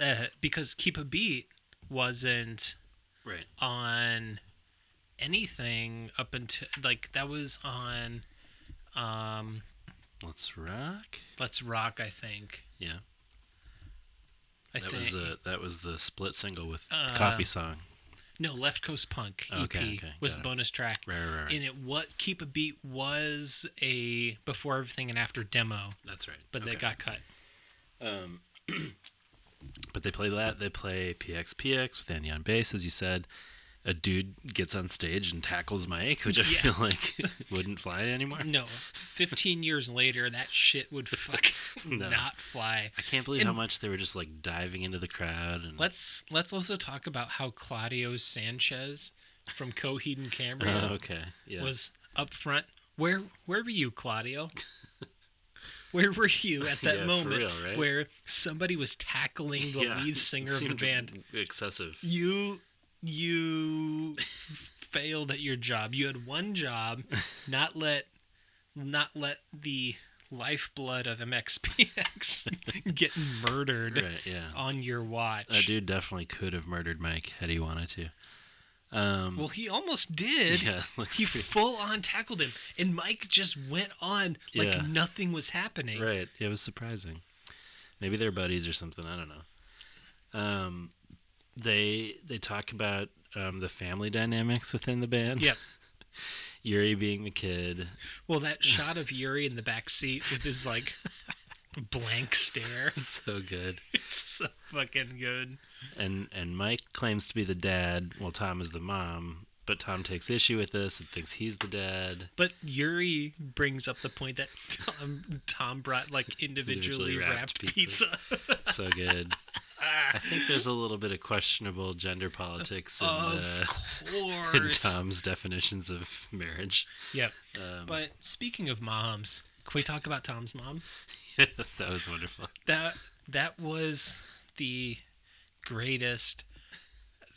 [SPEAKER 2] uh, because Keep a Beat wasn't
[SPEAKER 3] Right.
[SPEAKER 2] on anything up until like that was on um
[SPEAKER 3] Let's Rock.
[SPEAKER 2] Let's Rock, I think.
[SPEAKER 3] Yeah.
[SPEAKER 2] I
[SPEAKER 3] that
[SPEAKER 2] think
[SPEAKER 3] was the that was the split single with
[SPEAKER 2] Uh,
[SPEAKER 3] the coffee song.
[SPEAKER 2] No, Left Coast Punk EP
[SPEAKER 3] Okay, okay,
[SPEAKER 2] was
[SPEAKER 3] got
[SPEAKER 2] the
[SPEAKER 3] it.
[SPEAKER 2] bonus track.
[SPEAKER 3] Right, right, right, right.
[SPEAKER 2] And it what Keep a Beat was a before everything and after demo.
[SPEAKER 3] That's right.
[SPEAKER 2] But
[SPEAKER 3] Okay.
[SPEAKER 2] that got cut.
[SPEAKER 3] Um, <clears throat> But they play that. They play PXPX with Andy on bass, as you said. A dude gets on stage and tackles Mike, which I
[SPEAKER 2] Yeah.
[SPEAKER 3] feel like <laughs> wouldn't fly anymore.
[SPEAKER 2] No, 15 years later, that shit
[SPEAKER 3] <laughs>
[SPEAKER 2] would fuck
[SPEAKER 3] No.
[SPEAKER 2] not fly.
[SPEAKER 3] I can't believe
[SPEAKER 2] And
[SPEAKER 3] how much they were just like diving into the crowd and
[SPEAKER 2] Let's let's also talk about how Claudio Sanchez from Coheed and Cambria
[SPEAKER 3] Oh, okay, yeah.
[SPEAKER 2] was up front. Where where were you,
[SPEAKER 3] <laughs>
[SPEAKER 2] Claudio? Where were you at that
[SPEAKER 3] Yeah, for
[SPEAKER 2] moment
[SPEAKER 3] real, right?
[SPEAKER 2] where somebody was tackling the
[SPEAKER 3] Yeah,
[SPEAKER 2] lead
[SPEAKER 3] <laughs> it
[SPEAKER 2] singer of the
[SPEAKER 3] seemed
[SPEAKER 2] band?
[SPEAKER 3] Excessive.
[SPEAKER 2] You
[SPEAKER 3] <laughs>
[SPEAKER 2] you failed at your job. You had one job, not let not let the lifeblood of MXPX <laughs> get murdered
[SPEAKER 3] Right, <laughs> yeah. Oh,
[SPEAKER 2] on your watch.
[SPEAKER 3] That dude definitely could have murdered Mike had he wanted to. Um,
[SPEAKER 2] Well, he almost did.
[SPEAKER 3] <laughs> Yeah, it looks
[SPEAKER 2] he
[SPEAKER 3] pretty-
[SPEAKER 2] full on tackled him, and Mike just went on like
[SPEAKER 3] Yeah.
[SPEAKER 2] nothing was happening.
[SPEAKER 3] Right. It was surprising. Maybe they're buddies or something. I don't know. Um, they they talk about um, the family dynamics within the band.
[SPEAKER 2] Yep.
[SPEAKER 3] <laughs> Yuri being the kid. <laughs>
[SPEAKER 2] Well, that shot of Yuri in the back seat with his
[SPEAKER 3] <laughs>
[SPEAKER 2] like blank stare.
[SPEAKER 3] So good.
[SPEAKER 2] It's so fucking good.
[SPEAKER 3] And and Mike claims to be the dad, while Tom is the mom. But Tom takes issue with this and thinks he's the dad.
[SPEAKER 2] But Yuri brings up the point that Tom Tom brought like individually,
[SPEAKER 3] Individually
[SPEAKER 2] wrapped,
[SPEAKER 3] wrapped
[SPEAKER 2] pizza. <laughs>
[SPEAKER 3] So good. I think there's a little bit of questionable gender politics in,
[SPEAKER 2] Of
[SPEAKER 3] uh, <laughs> in
[SPEAKER 2] course.
[SPEAKER 3] Tom's definitions of marriage. <laughs>
[SPEAKER 2] Yep.
[SPEAKER 3] Um,
[SPEAKER 2] but speaking of moms, can we talk about Tom's mom?
[SPEAKER 3] yes, that was wonderful.
[SPEAKER 2] that that was the greatest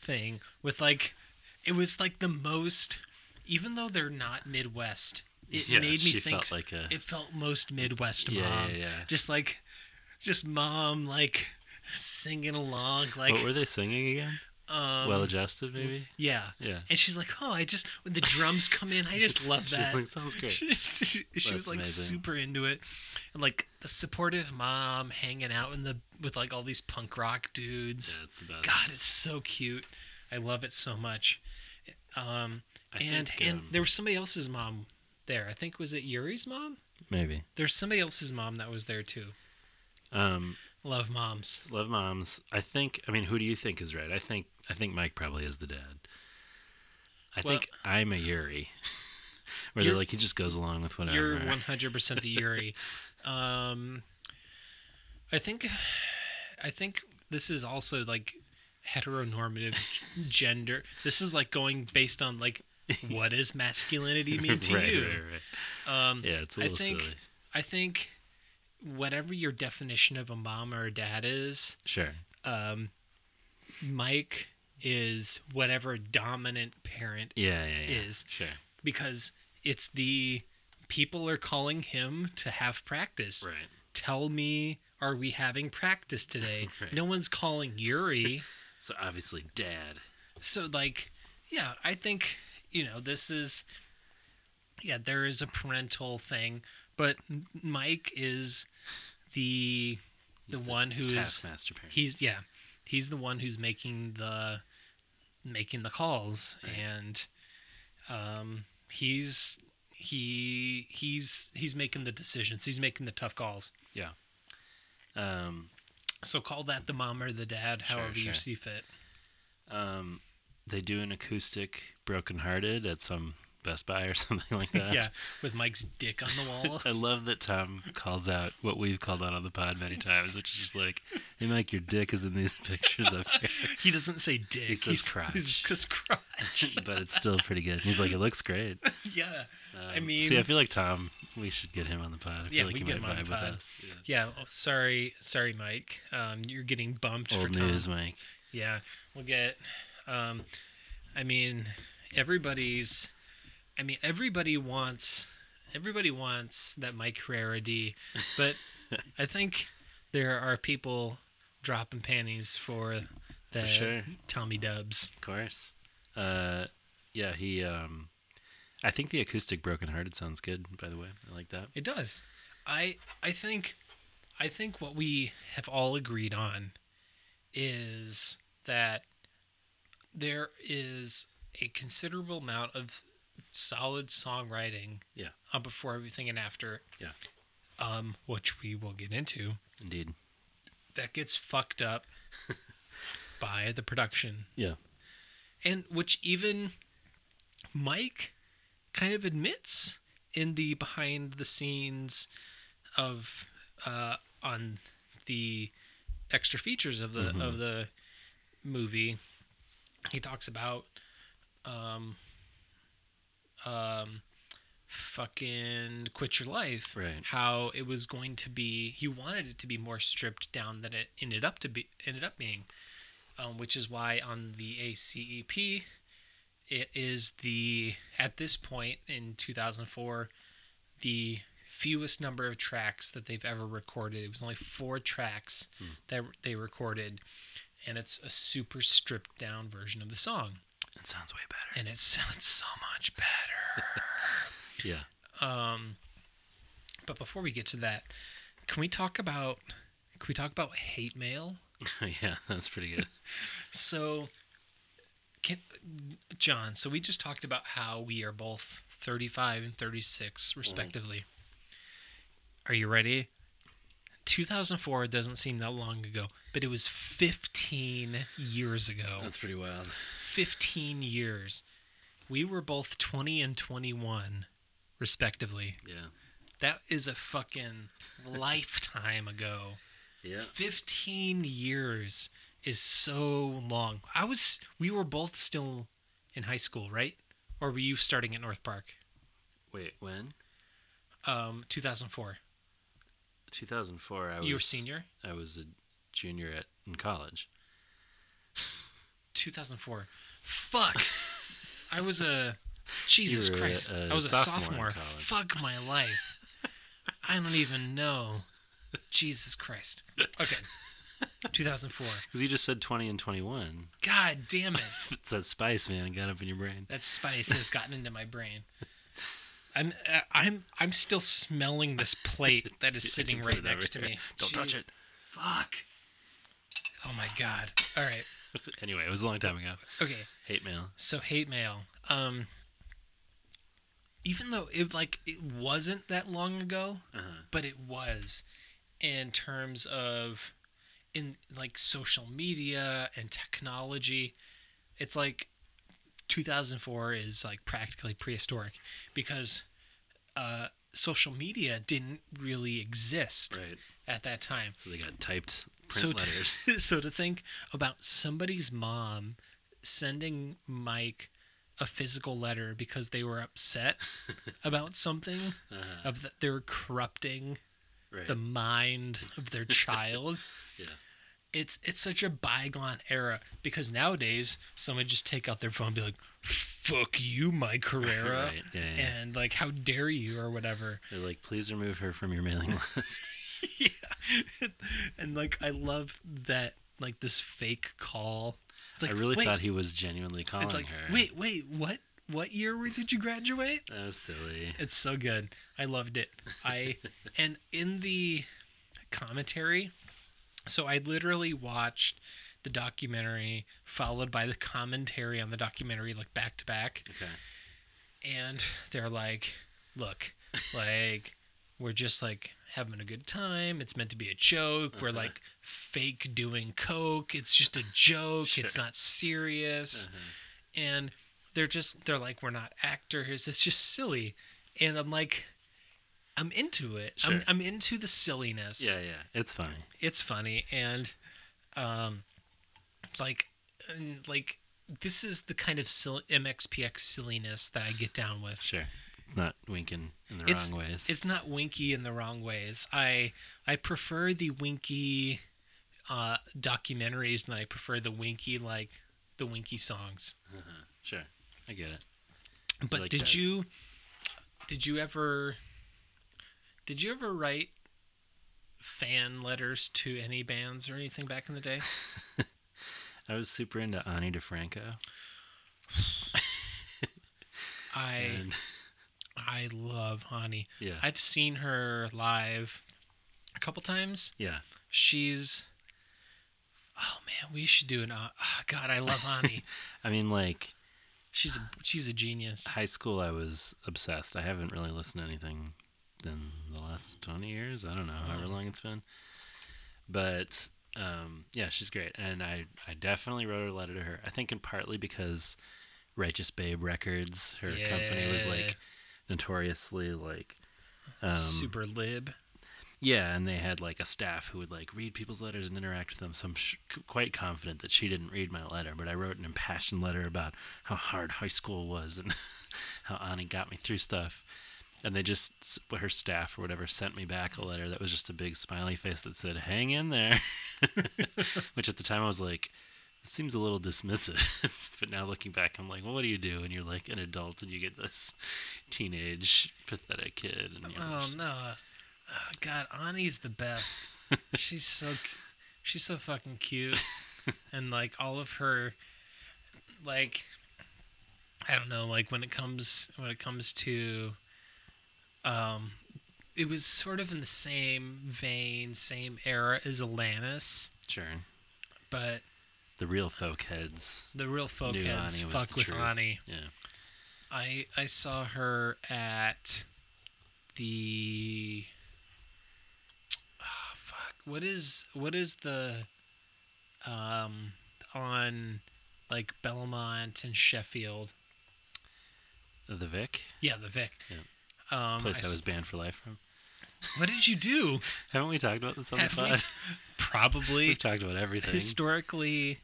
[SPEAKER 2] thing with like it was like the most even though they're not midwest it
[SPEAKER 3] Yeah,
[SPEAKER 2] made me
[SPEAKER 3] she
[SPEAKER 2] think
[SPEAKER 3] felt like a-
[SPEAKER 2] it felt most midwest
[SPEAKER 3] Yeah,
[SPEAKER 2] mom
[SPEAKER 3] yeah, yeah.
[SPEAKER 2] just like just mom like singing along like
[SPEAKER 3] what were they singing again?
[SPEAKER 2] um,
[SPEAKER 3] well adjusted, maybe.
[SPEAKER 2] yeah
[SPEAKER 3] Yeah.
[SPEAKER 2] and she's like oh i just when the drums come in i just love
[SPEAKER 3] She's
[SPEAKER 2] that
[SPEAKER 3] like, "Sounds great."
[SPEAKER 2] she, she- she was
[SPEAKER 3] That's
[SPEAKER 2] like
[SPEAKER 3] amazing.
[SPEAKER 2] super into it and like the supportive mom hanging out in the with like all these punk rock dudes
[SPEAKER 3] Yeah, it's the best.
[SPEAKER 2] god it's so cute i love it so much um
[SPEAKER 3] I
[SPEAKER 2] and
[SPEAKER 3] think,
[SPEAKER 2] and
[SPEAKER 3] um,
[SPEAKER 2] there was somebody else's mom there i think was it yuri's mom
[SPEAKER 3] Maybe.
[SPEAKER 2] there's somebody else's mom that was there too
[SPEAKER 3] Um,
[SPEAKER 2] love moms
[SPEAKER 3] love moms. I think. I mean, who do you think is right? I think. I think Mike probably is the dad. I
[SPEAKER 2] Well-
[SPEAKER 3] think I'm a Yuri. <laughs> Where
[SPEAKER 2] You're-
[SPEAKER 3] they're like, he just goes along with whatever. <laughs>
[SPEAKER 2] You're 100% the Yuri. um, I think, I think this is also like heteronormative
[SPEAKER 3] <laughs>
[SPEAKER 2] gender. This is like going based on like what does
[SPEAKER 3] <laughs>
[SPEAKER 2] masculinity mean <laughs> to
[SPEAKER 3] Right,
[SPEAKER 2] you?
[SPEAKER 3] right,
[SPEAKER 2] Um,
[SPEAKER 3] Yeah, it's a
[SPEAKER 2] I
[SPEAKER 3] little
[SPEAKER 2] think,
[SPEAKER 3] silly.
[SPEAKER 2] I think, whatever your definition of a mom or a dad is,
[SPEAKER 3] Sure.
[SPEAKER 2] um, Mike is whatever dominant parent
[SPEAKER 3] Yeah, yeah, yeah.
[SPEAKER 2] is
[SPEAKER 3] Sure.
[SPEAKER 2] because it's the people are calling him to have practice.
[SPEAKER 3] Right.
[SPEAKER 2] Tell me, are we having practice today?
[SPEAKER 3] <laughs> Right.
[SPEAKER 2] No one's calling Yuri.
[SPEAKER 3] So obviously, dad.
[SPEAKER 2] so like, yeah, I think you know, this is yeah, there is a parental thing, but M- Mike is the the, one who's
[SPEAKER 3] taskmaster parent.
[SPEAKER 2] He's yeah, he's the one who's making the making the calls and um he's he he's he's making the decisions. He's making the tough calls.
[SPEAKER 3] Yeah. Um,
[SPEAKER 2] So call that the mom or the dad,
[SPEAKER 3] Sure,
[SPEAKER 2] however you
[SPEAKER 3] sure.
[SPEAKER 2] see fit.
[SPEAKER 3] um, they do an acoustic "Broken Hearted" at some Best Buy or <laughs> something like
[SPEAKER 2] <laughs>
[SPEAKER 3] that.
[SPEAKER 2] Yeah, with Mike's dick on the
[SPEAKER 3] <laughs>
[SPEAKER 2] wall.
[SPEAKER 3] I love that Tom calls out what we've called out on the pod many times, which is just like, "Hey, Mike, your dick is in these <laughs> pictures up here." <laughs>
[SPEAKER 2] He doesn't say dick.
[SPEAKER 3] He says
[SPEAKER 2] he's-
[SPEAKER 3] crotch.
[SPEAKER 2] He's just crotch. <laughs>
[SPEAKER 3] but it's still pretty good. And he's like, "It looks great."
[SPEAKER 2] yeah. <laughs> I
[SPEAKER 3] Um,
[SPEAKER 2] mean,
[SPEAKER 3] see, I feel like Tom. We should get him on the pod. I feel
[SPEAKER 2] yeah,
[SPEAKER 3] like
[SPEAKER 2] we
[SPEAKER 3] he
[SPEAKER 2] get him on
[SPEAKER 3] might vibe
[SPEAKER 2] the
[SPEAKER 3] with
[SPEAKER 2] pod.
[SPEAKER 3] us.
[SPEAKER 2] Yeah. oh, sorry, sorry, Mike. Um, you're getting bumped for
[SPEAKER 3] Old
[SPEAKER 2] Tom.
[SPEAKER 3] news, Mike.
[SPEAKER 2] Yeah, we'll get. Um, I mean, everybody's. I mean, everybody wants. Everybody wants that Mike Herrera D,
[SPEAKER 3] <laughs>
[SPEAKER 2] but I think there are people dropping panties for the
[SPEAKER 3] sure.
[SPEAKER 2] Tommy Dubs.
[SPEAKER 3] Of course. Uh, yeah, he. Um, I think the acoustic "Broken Hearted" sounds good. By the way, I like that.
[SPEAKER 2] It does. I I think I think what we have all agreed on is that there is a considerable amount of solid songwriting
[SPEAKER 3] Yeah.
[SPEAKER 2] on before everything and after
[SPEAKER 3] Yeah.
[SPEAKER 2] um which we will get into
[SPEAKER 3] Indeed.
[SPEAKER 2] that gets fucked
[SPEAKER 3] <laughs>
[SPEAKER 2] up by the production
[SPEAKER 3] Yeah.
[SPEAKER 2] and which even Mike kind of admits in the behind the scenes of uh, on the extra features of the of the movie. He talks about um um fucking quit your life
[SPEAKER 3] Right.
[SPEAKER 2] how it was going to be he wanted it to be more stripped down than it ended up to be ended up being um, which is why on the ACEP, it is the at this point in 2004, the fewest number of tracks that they've ever recorded. It was only four tracks that they recorded, and it's a super stripped down version of the song,
[SPEAKER 3] That sounds way better.
[SPEAKER 2] and it sounds so much better.
[SPEAKER 3] Yeah. <laughs>
[SPEAKER 2] Um, but before we get to that, can we talk about can we talk about hate mail?
[SPEAKER 3] yeah, that's pretty good.
[SPEAKER 2] So, can, John, so we just talked about how we are both 35 and 36, respectively. Are you ready? 2004 doesn't seem that long ago, but it was 15 years ago.
[SPEAKER 3] That's pretty wild.
[SPEAKER 2] 15 years. We were both 20 and 21, respectively.
[SPEAKER 3] Yeah.
[SPEAKER 2] That is a fucking lifetime ago.
[SPEAKER 3] Yeah.
[SPEAKER 2] 15 years is so long. I was we were both still in high school, right? Or were you starting at North Park?
[SPEAKER 3] Wait, when?
[SPEAKER 2] Um 2004.
[SPEAKER 3] 2004. I was.
[SPEAKER 2] You were senior?
[SPEAKER 3] I was a junior at in college.
[SPEAKER 2] 2004. Fuck. I was
[SPEAKER 3] <laughs>
[SPEAKER 2] a Jesus
[SPEAKER 3] were a-
[SPEAKER 2] Christ. I
[SPEAKER 3] a
[SPEAKER 2] was a
[SPEAKER 3] sophomore in
[SPEAKER 2] sophomore.
[SPEAKER 3] college.
[SPEAKER 2] Fuck my life. I don't even know. Jesus Christ. Okay. 2004.
[SPEAKER 3] Because you just said 20 and 21.
[SPEAKER 2] God damn it.
[SPEAKER 3] It's that spice, man. It got up in your brain.
[SPEAKER 2] That spice has gotten into my brain. I'm uh, I'm I'm still smelling this plate
[SPEAKER 3] <laughs>
[SPEAKER 2] that
[SPEAKER 3] I
[SPEAKER 2] is sitting
[SPEAKER 3] can put
[SPEAKER 2] right
[SPEAKER 3] it over
[SPEAKER 2] next to
[SPEAKER 3] here.
[SPEAKER 2] me.
[SPEAKER 3] <laughs> Don't touch
[SPEAKER 2] Jeez.
[SPEAKER 3] it.
[SPEAKER 2] Fuck. Oh my god. All right.
[SPEAKER 3] <laughs> anyway, it was a long time ago.
[SPEAKER 2] Okay.
[SPEAKER 3] Hate mail.
[SPEAKER 2] So hate mail. Um even though it like it wasn't that long ago,
[SPEAKER 3] Uh-huh.
[SPEAKER 2] but it was in terms of in like social media and technology it's like 2004 is like practically prehistoric because uh social media didn't really exist
[SPEAKER 3] Right.
[SPEAKER 2] at that time
[SPEAKER 3] So they got typed print
[SPEAKER 2] so <laughs>
[SPEAKER 3] letters.
[SPEAKER 2] to, so to think about somebody's mom sending Mike a physical letter because they were
[SPEAKER 3] <laughs>
[SPEAKER 2] upset about something
[SPEAKER 3] Uh-huh.
[SPEAKER 2] of the, they were corrupting
[SPEAKER 3] Right.
[SPEAKER 2] the mind of
[SPEAKER 3] <laughs>
[SPEAKER 2] their child.
[SPEAKER 3] Yeah.
[SPEAKER 2] It's it's such a bygone era because nowadays someone just take out their phone and be like, "Fuck you, Mike Herrera,"
[SPEAKER 3] <laughs> Right, yeah, yeah.
[SPEAKER 2] and like, "How dare you?" or whatever.
[SPEAKER 3] They're like, please remove her from your mailing <laughs> list.
[SPEAKER 2] <laughs> yeah. and like I love that like this fake call. It's like
[SPEAKER 3] I really
[SPEAKER 2] wait,
[SPEAKER 3] thought he was genuinely calling
[SPEAKER 2] it's like
[SPEAKER 3] her.
[SPEAKER 2] wait, wait, what? what year were- did you graduate?
[SPEAKER 3] That was silly.
[SPEAKER 2] It's so good. I loved it.
[SPEAKER 3] <laughs>
[SPEAKER 2] I and in the commentary, so I literally watched the documentary followed by the commentary on the documentary like back to back.
[SPEAKER 3] Okay.
[SPEAKER 2] And they're like,
[SPEAKER 3] <laughs>
[SPEAKER 2] "Look, like we're just like having a good time. It's meant to be a joke. We're
[SPEAKER 3] Uh-huh.
[SPEAKER 2] like fake doing coke. It's just a joke. It's
[SPEAKER 3] <laughs> Sure. Uh-huh.
[SPEAKER 2] not serious." and they're just they're like we're not actors it's just silly and i'm like i'm into it I'm,
[SPEAKER 3] Sure.
[SPEAKER 2] I'm into the silliness
[SPEAKER 3] Yeah, yeah. It's funny.
[SPEAKER 2] it's funny and um like and like this is the kind of sil- mxpx silliness that i get down with
[SPEAKER 3] Sure. It's not winking in the
[SPEAKER 2] it's,
[SPEAKER 3] wrong ways.
[SPEAKER 2] It's not winky in the wrong ways. I I prefer the winky uh, documentaries than I prefer the winky like the winky songs.
[SPEAKER 3] Uh-huh. Sure. I get it. I
[SPEAKER 2] But
[SPEAKER 3] like
[SPEAKER 2] did
[SPEAKER 3] that.
[SPEAKER 2] you did you ever did you ever write fan letters to any bands or anything back in the
[SPEAKER 3] <laughs>
[SPEAKER 2] day?
[SPEAKER 3] I was super into Ani DeFranco.
[SPEAKER 2] I
[SPEAKER 3] And,
[SPEAKER 2] I love Hani.
[SPEAKER 3] Yeah.
[SPEAKER 2] I've seen her live a couple times.
[SPEAKER 3] yeah.
[SPEAKER 2] She's oh man, we should do an. Uh, <sighs> oh, God, I love
[SPEAKER 3] <laughs>
[SPEAKER 2] Ani.
[SPEAKER 3] I mean, like
[SPEAKER 2] she's a, she's a genius.
[SPEAKER 3] high school, I was obsessed. I haven't really listened to anything in the last 20 years. I don't know, however long it's been. But um, yeah, she's great. And I, I definitely wrote a letter to her. I think, in partly because Righteous Babe Records, her company, was
[SPEAKER 2] Yeah.
[SPEAKER 3] like notoriously like. Um,
[SPEAKER 2] Super lib.
[SPEAKER 3] Yeah, and they had like a staff who would like read people's letters and interact with them. So I'm sh- quite confident that she didn't read my letter, but I wrote an impassioned letter about how hard high school was and <laughs> how Ani got me through stuff. And they just s- her staff or whatever sent me back a letter that was just a big smiley face that said "Hang in there," <laughs> which at the time I was like, "This seems a little dismissive." <laughs> but now looking back, I'm like, "Well, what do you do when you're like an adult and you get this teenage pathetic kid?" And you're
[SPEAKER 2] Oh
[SPEAKER 3] just-
[SPEAKER 2] no, oh, God, Ani's the
[SPEAKER 3] <laughs>
[SPEAKER 2] best. she's so cu- she's so fucking cute, and like all of her, like I don't know, like when it comes when it comes to, um, it was sort of in the same vein, same era as Alanis,
[SPEAKER 3] sure.
[SPEAKER 2] but
[SPEAKER 3] the real folk heads.
[SPEAKER 2] the real folk
[SPEAKER 3] knew
[SPEAKER 2] heads
[SPEAKER 3] Ani was
[SPEAKER 2] fuck
[SPEAKER 3] the
[SPEAKER 2] with
[SPEAKER 3] truth.
[SPEAKER 2] Ani.
[SPEAKER 3] Yeah.
[SPEAKER 2] I I saw her at the Ah, fuck. What is what is the um on like Belmont and Sheffield?
[SPEAKER 3] The Vic
[SPEAKER 2] Yeah, the Vic.
[SPEAKER 3] Yeah.
[SPEAKER 2] Um,
[SPEAKER 3] place I,
[SPEAKER 2] s-
[SPEAKER 3] was banned for life from.
[SPEAKER 2] What did you
[SPEAKER 3] <laughs>
[SPEAKER 2] do?
[SPEAKER 3] Haven't we talked about this on the
[SPEAKER 2] Have we
[SPEAKER 3] pod?
[SPEAKER 2] t- Probably
[SPEAKER 3] <laughs> We've talked about everything.
[SPEAKER 2] historically,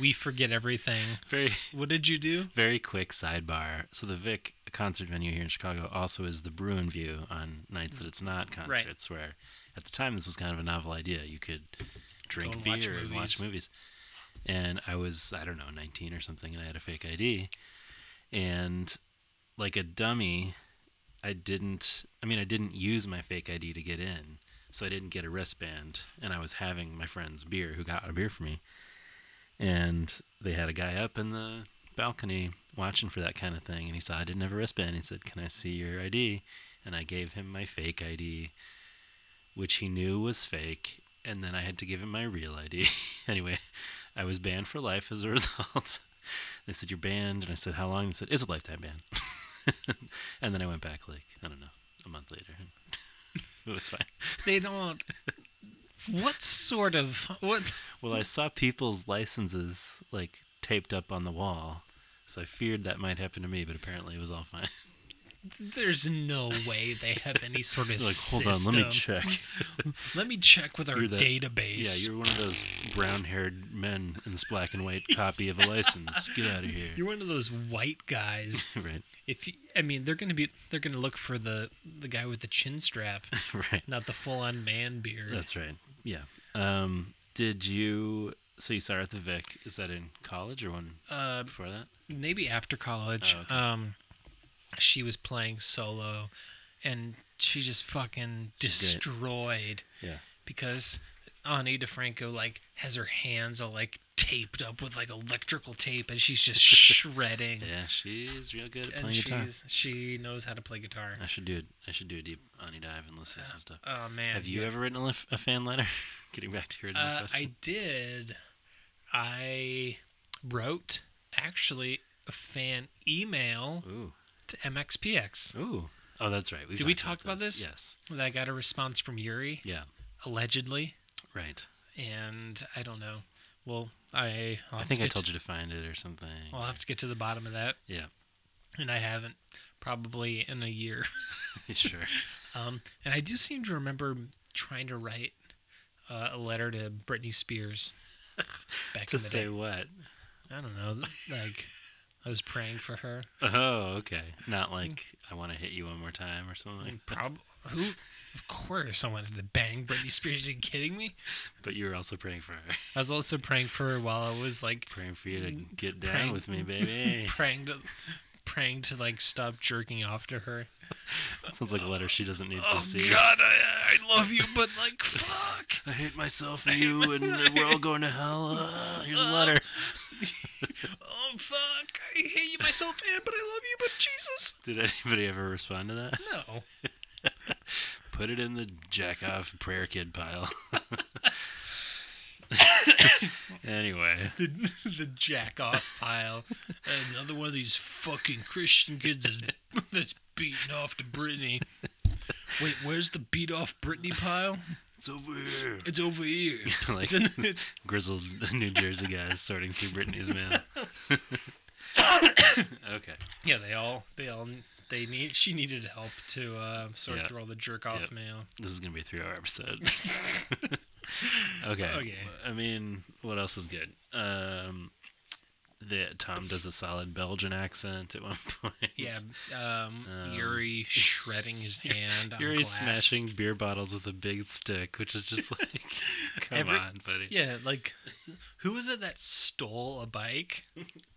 [SPEAKER 2] we forget everything.
[SPEAKER 3] Very-
[SPEAKER 2] What did you do?
[SPEAKER 3] Very quick sidebar. So the Vic a concert venue here in Chicago also is the Bruin View on nights that it's not concerts. Where at the time this was kind of a novel idea. You could drink
[SPEAKER 2] and
[SPEAKER 3] beer
[SPEAKER 2] watch
[SPEAKER 3] and watch movies. And I was I don't know 19 or something, and I had a fake ID, and like a dummy, I didn't. I mean, I didn't use my fake ID to get in, so I didn't get a wristband. And I was having my friend's beer, who got a beer for me, and they had a guy up in the balcony watching for that kind of thing. And he saw I didn't have a wristband. He said, "Can I see your ID?" And I gave him my fake ID, which he knew was fake. And then I had to give him my real ID. <laughs> anyway, I was banned for life as a <laughs> result. they said you're banned, and I said how long? They said it's a lifetime ban. <laughs> and then I went back like I don't know a month later. <laughs> it was fine.
[SPEAKER 2] They
[SPEAKER 3] <laughs>
[SPEAKER 2] don't. what sort of what?
[SPEAKER 3] Well, I saw people's licenses like taped up on the wall, so I feared that might happen to me, but apparently it was all fine. <laughs>
[SPEAKER 2] There's no way they have any sort of
[SPEAKER 3] like, hold on, let
[SPEAKER 2] system.
[SPEAKER 3] me check.
[SPEAKER 2] Let me check with our
[SPEAKER 3] You're that-
[SPEAKER 2] database.
[SPEAKER 3] Yeah, you're one of those brown-haired men in this black and white copy of a license. Get out of here.
[SPEAKER 2] You're one of those white guys.
[SPEAKER 3] <laughs> right,
[SPEAKER 2] <laughs> If you, I mean, they're gonna be they're gonna look for the the guy with the chin
[SPEAKER 3] <laughs>
[SPEAKER 2] strap,
[SPEAKER 3] right.
[SPEAKER 2] not the full on man beard.
[SPEAKER 3] That's right. Yeah. Um, did you? So you saw her at the Vic. Is that in college or one
[SPEAKER 2] Uh,
[SPEAKER 3] before that?
[SPEAKER 2] maybe after college,
[SPEAKER 3] Oh, okay.
[SPEAKER 2] um, she was playing solo, and she just fucking destroyed
[SPEAKER 3] Yeah.
[SPEAKER 2] because Ani DeFranco like has her hands all like taped up with like electrical tape, and she's
[SPEAKER 3] <laughs>
[SPEAKER 2] just shredding.
[SPEAKER 3] Yeah, she's real good at
[SPEAKER 2] and
[SPEAKER 3] playing guitar.
[SPEAKER 2] she's she knows how to play guitar.
[SPEAKER 3] I should do it. I should do a deep Ani dive and listen to some stuff.
[SPEAKER 2] oh, man,
[SPEAKER 3] Have you
[SPEAKER 2] yeah.
[SPEAKER 3] ever written a, lef- a fan letter? <laughs> Getting back to your original
[SPEAKER 2] Uh, I
[SPEAKER 3] question.
[SPEAKER 2] did. I wrote actually a fan email to MXPX.
[SPEAKER 3] Ooh. Oh, that's right. We've
[SPEAKER 2] Did we
[SPEAKER 3] talked
[SPEAKER 2] talk
[SPEAKER 3] about
[SPEAKER 2] about this?
[SPEAKER 3] Yes.
[SPEAKER 2] That I got a response from Yuri.
[SPEAKER 3] Yeah.
[SPEAKER 2] Allegedly.
[SPEAKER 3] Right.
[SPEAKER 2] And I don't know. Well, I. I'll
[SPEAKER 3] I
[SPEAKER 2] have
[SPEAKER 3] think
[SPEAKER 2] to
[SPEAKER 3] I
[SPEAKER 2] get
[SPEAKER 3] told
[SPEAKER 2] to-
[SPEAKER 3] you to find it or something.
[SPEAKER 2] I'll have to get to the bottom of that. <laughs>
[SPEAKER 3] Yeah.
[SPEAKER 2] And I haven't probably in a year. <laughs>
[SPEAKER 3] sure.
[SPEAKER 2] Um, and I do seem to remember trying to write uh, a letter to Britney Spears <laughs> back
[SPEAKER 3] <laughs> to
[SPEAKER 2] in the
[SPEAKER 3] say
[SPEAKER 2] day.
[SPEAKER 3] what?
[SPEAKER 2] I don't know. Like I was praying for her.
[SPEAKER 3] Oh, okay.
[SPEAKER 2] Mm.
[SPEAKER 3] Not like I want to hit you one more time or something. like that.
[SPEAKER 2] Prob- who? Of course, I wanted to bang Britney Spears. Are you kidding me?
[SPEAKER 3] But you were also praying for her.
[SPEAKER 2] I was also praying for her while I was like
[SPEAKER 3] Praying for you to get down
[SPEAKER 2] Mm, praying-
[SPEAKER 3] with me, baby.
[SPEAKER 2] <laughs> praying to, praying to like stop jerking off to her.
[SPEAKER 3] Sounds like a letter she doesn't need
[SPEAKER 2] oh
[SPEAKER 3] to see.
[SPEAKER 2] God, I, I love you, but like fuck.
[SPEAKER 3] I hate
[SPEAKER 2] <laughs>
[SPEAKER 3] myself and you, and we're all going to hell. Uh, here's
[SPEAKER 2] Ah.
[SPEAKER 3] a letter.
[SPEAKER 2] Oh fuck, I hate you myself and but I love you, but Jesus.
[SPEAKER 3] Did anybody ever respond to that?
[SPEAKER 2] No.
[SPEAKER 3] Put it in the jack off prayer kid pile. <laughs> anyway,
[SPEAKER 2] the, the jack off pile. Another one of these fucking Christian kids is, that's beating off to Britney. Wait, where's the beat off Britney pile?
[SPEAKER 3] it's over here. <laughs>
[SPEAKER 2] It's over here.
[SPEAKER 3] like <laughs>
[SPEAKER 2] It's in the-
[SPEAKER 3] grizzled New Jersey guys sorting through Britney's mail.
[SPEAKER 2] <laughs>
[SPEAKER 3] <laughs> okay.
[SPEAKER 2] <laughs> yeah, they all they all they need. She needed help to uh, sort
[SPEAKER 3] Yeah.
[SPEAKER 2] through all the jerk off
[SPEAKER 3] Yep.
[SPEAKER 2] mail.
[SPEAKER 3] This is gonna be a three-hour
[SPEAKER 2] <laughs>
[SPEAKER 3] episode. <laughs> okay.
[SPEAKER 2] Okay.
[SPEAKER 3] I mean, what else is good? Um, the Tom does a solid Belgian accent at one <laughs> point.
[SPEAKER 2] Yeah, um,
[SPEAKER 3] Um, <laughs>
[SPEAKER 2] Yuri shredding his hand. on
[SPEAKER 3] Yuri's
[SPEAKER 2] glass.
[SPEAKER 3] smashing beer bottles with a big stick, which is
[SPEAKER 2] <laughs>
[SPEAKER 3] just like, come
[SPEAKER 2] Every-
[SPEAKER 3] on, buddy.
[SPEAKER 2] Yeah, like who was it that stole a bike?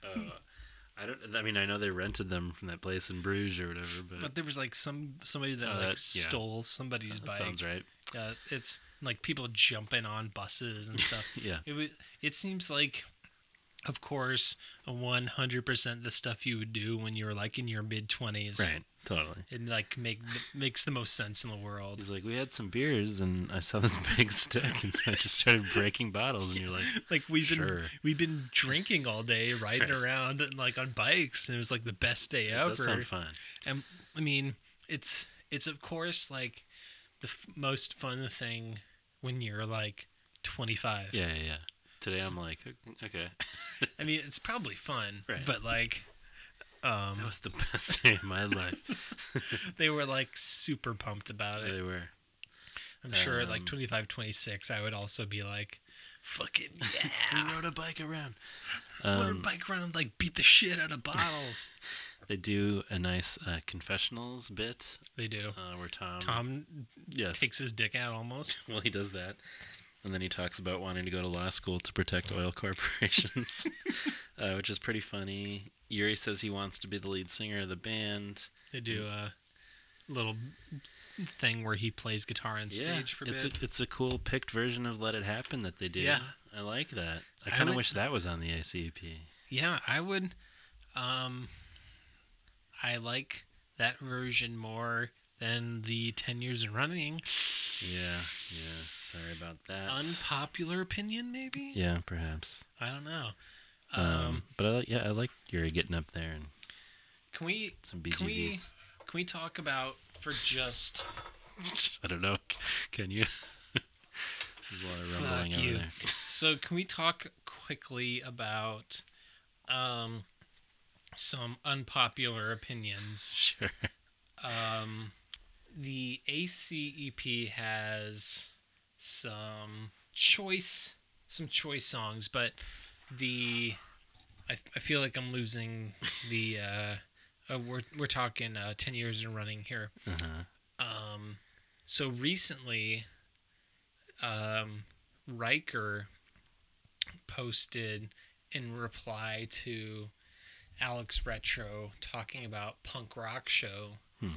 [SPEAKER 3] Uh, I don't. I mean, I know they rented them from that place in Bruges or whatever, but,
[SPEAKER 2] But there was like some somebody that
[SPEAKER 3] Oh,
[SPEAKER 2] like
[SPEAKER 3] that- Mm. yeah.
[SPEAKER 2] stole somebody's
[SPEAKER 3] that
[SPEAKER 2] bike.
[SPEAKER 3] sounds right.
[SPEAKER 2] Uh, it's like people jumping on buses and stuff.
[SPEAKER 3] <laughs> Yeah.
[SPEAKER 2] It was, it seems like, of course, one hundred percent the stuff you would do when you're like in your mid twenties.
[SPEAKER 3] Right. Totally.
[SPEAKER 2] It like make makes the most sense in the world.
[SPEAKER 3] <laughs> He's like, we had some beers, and I saw this <laughs> big stick, and so I just started breaking bottles, and
[SPEAKER 2] <laughs>
[SPEAKER 3] you're like,
[SPEAKER 2] Like we've been
[SPEAKER 3] Sure.
[SPEAKER 2] we've been drinking all
[SPEAKER 3] <laughs>
[SPEAKER 2] day, riding
[SPEAKER 3] Right.
[SPEAKER 2] around and like on bikes, and it was like the best day
[SPEAKER 3] that
[SPEAKER 2] ever.
[SPEAKER 3] does sound fun.
[SPEAKER 2] And I mean, it's it's of course like the f- most fun thing when you're like 25. <laughs>
[SPEAKER 3] Yeah, yeah, yeah. Today I'm like, okay, <laughs>
[SPEAKER 2] I mean, it's probably fun,
[SPEAKER 3] Right.
[SPEAKER 2] but like um
[SPEAKER 3] that was the <laughs> best day of
[SPEAKER 2] <laughs>
[SPEAKER 3] my life.
[SPEAKER 2] they were like super pumped about
[SPEAKER 3] they
[SPEAKER 2] it.
[SPEAKER 3] were.
[SPEAKER 2] I'm sure at like
[SPEAKER 3] um,
[SPEAKER 2] 25, 26 I would also be like
[SPEAKER 3] <laughs>
[SPEAKER 2] fucking
[SPEAKER 3] We
[SPEAKER 2] yeah.
[SPEAKER 3] rode a bike around.
[SPEAKER 2] What a
[SPEAKER 3] Um,
[SPEAKER 2] bike round like beat the shit out of bottles.
[SPEAKER 3] they do a nice uh, confessionals bit
[SPEAKER 2] they do.
[SPEAKER 3] uh, where Tom,
[SPEAKER 2] Tom
[SPEAKER 3] yes,
[SPEAKER 2] takes his dick out almost.
[SPEAKER 3] well he does that, and then he talks about wanting to go to law school to protect oil <laughs> corporations, <laughs> uh, which is pretty funny. Yuri says he wants to be the lead singer of the band.
[SPEAKER 2] They do a
[SPEAKER 3] Mm.
[SPEAKER 2] little thing where he plays guitar on stage for a
[SPEAKER 3] it's
[SPEAKER 2] bit.
[SPEAKER 3] a it's a cool picked version of Let It Happen that they do.
[SPEAKER 2] Yeah.
[SPEAKER 3] I like that. I
[SPEAKER 2] I
[SPEAKER 3] kind of
[SPEAKER 2] like-
[SPEAKER 3] wish that was on the ACP.
[SPEAKER 2] Yeah, I would. Um, I like that version more than the 10 years running.
[SPEAKER 3] Yeah, yeah. Sorry about that.
[SPEAKER 2] Unpopular opinion, maybe?
[SPEAKER 3] yeah, perhaps.
[SPEAKER 2] I don't know.
[SPEAKER 3] Um,
[SPEAKER 2] Um,
[SPEAKER 3] but I like yeah, I like Yuri getting up there and
[SPEAKER 2] can we
[SPEAKER 3] some
[SPEAKER 2] can we
[SPEAKER 3] BGBs.
[SPEAKER 2] can we talk about for just
[SPEAKER 3] <laughs> I don't know. Can you? <laughs> There's a lot of rumbling
[SPEAKER 2] Fuck
[SPEAKER 3] over
[SPEAKER 2] you.
[SPEAKER 3] there. <laughs>
[SPEAKER 2] so can we talk quickly about um some unpopular opinions?
[SPEAKER 3] Sure.
[SPEAKER 2] Um, the ACEP has some choice, some choice songs, but the I, I feel like I'm losing the. Uh, uh, we're we're talking uh, ten years and running here.
[SPEAKER 3] Uh-huh.
[SPEAKER 2] Um, so recently, um, Riker posted in reply to Alex Retro talking about punk rock show,
[SPEAKER 3] Hmm.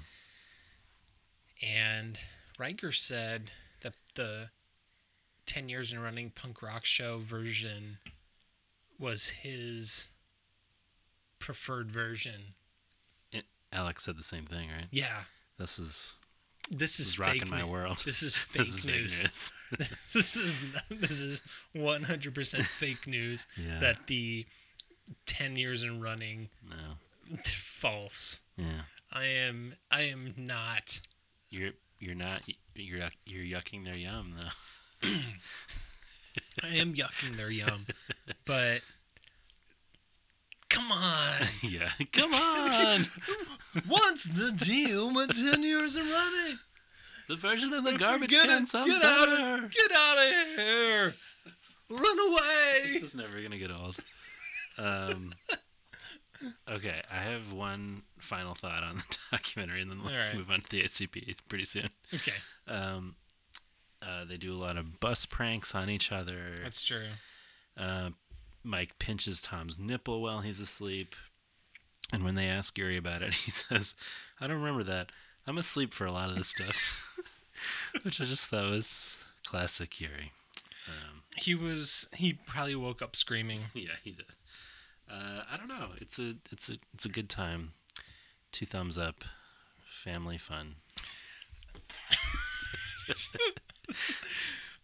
[SPEAKER 2] and Riker said that the 10 years and running punk rock show version was his preferred version.
[SPEAKER 3] It- Alex said the same thing, right?
[SPEAKER 2] Yeah.
[SPEAKER 3] This is
[SPEAKER 2] This is
[SPEAKER 3] rocking
[SPEAKER 2] fake
[SPEAKER 3] my
[SPEAKER 2] nu-
[SPEAKER 3] world.
[SPEAKER 2] This is fake
[SPEAKER 3] this is
[SPEAKER 2] news.
[SPEAKER 3] Fake news.
[SPEAKER 2] <laughs> this is this is 100% fake news
[SPEAKER 3] Yeah.
[SPEAKER 2] that the 10 years and running
[SPEAKER 3] <laughs>
[SPEAKER 2] <laughs>
[SPEAKER 3] no.
[SPEAKER 2] false.
[SPEAKER 3] Yeah.
[SPEAKER 2] I am I am not
[SPEAKER 3] You're you're not you're yuck- you're yucking their yum though. <laughs>
[SPEAKER 2] I am yucking their yum, but come <laughs> on.
[SPEAKER 3] yeah. <laughs> Come on.
[SPEAKER 4] What's the deal with 10 years of running?
[SPEAKER 3] The version of the garbage
[SPEAKER 4] Get
[SPEAKER 3] can
[SPEAKER 4] it-
[SPEAKER 3] sounds
[SPEAKER 4] get out
[SPEAKER 3] better.
[SPEAKER 4] of- Get out of here! Run
[SPEAKER 3] This
[SPEAKER 4] away!
[SPEAKER 3] is never gonna get old. Um, okay, I have one final thought on the <laughs> documentary, and then
[SPEAKER 2] All
[SPEAKER 3] let's
[SPEAKER 2] right.
[SPEAKER 3] move on to the ACP pretty soon.
[SPEAKER 2] Okay,
[SPEAKER 3] Um, uh, they do a lot of bus pranks on each other.
[SPEAKER 2] that's true.
[SPEAKER 3] Uh, Mike pinches Tom's nipple while he's asleep, and when they ask Gary about it, <laughs> he says, "I don't remember that. I'm asleep for a lot of this stuff," <laughs> which I just thought was classic Gary. Um,
[SPEAKER 2] He was he probably woke up screaming.
[SPEAKER 3] <laughs> yeah, he did. Uh, I don't know. It's a it's a it's a good time. Two thumbs up. Family fun.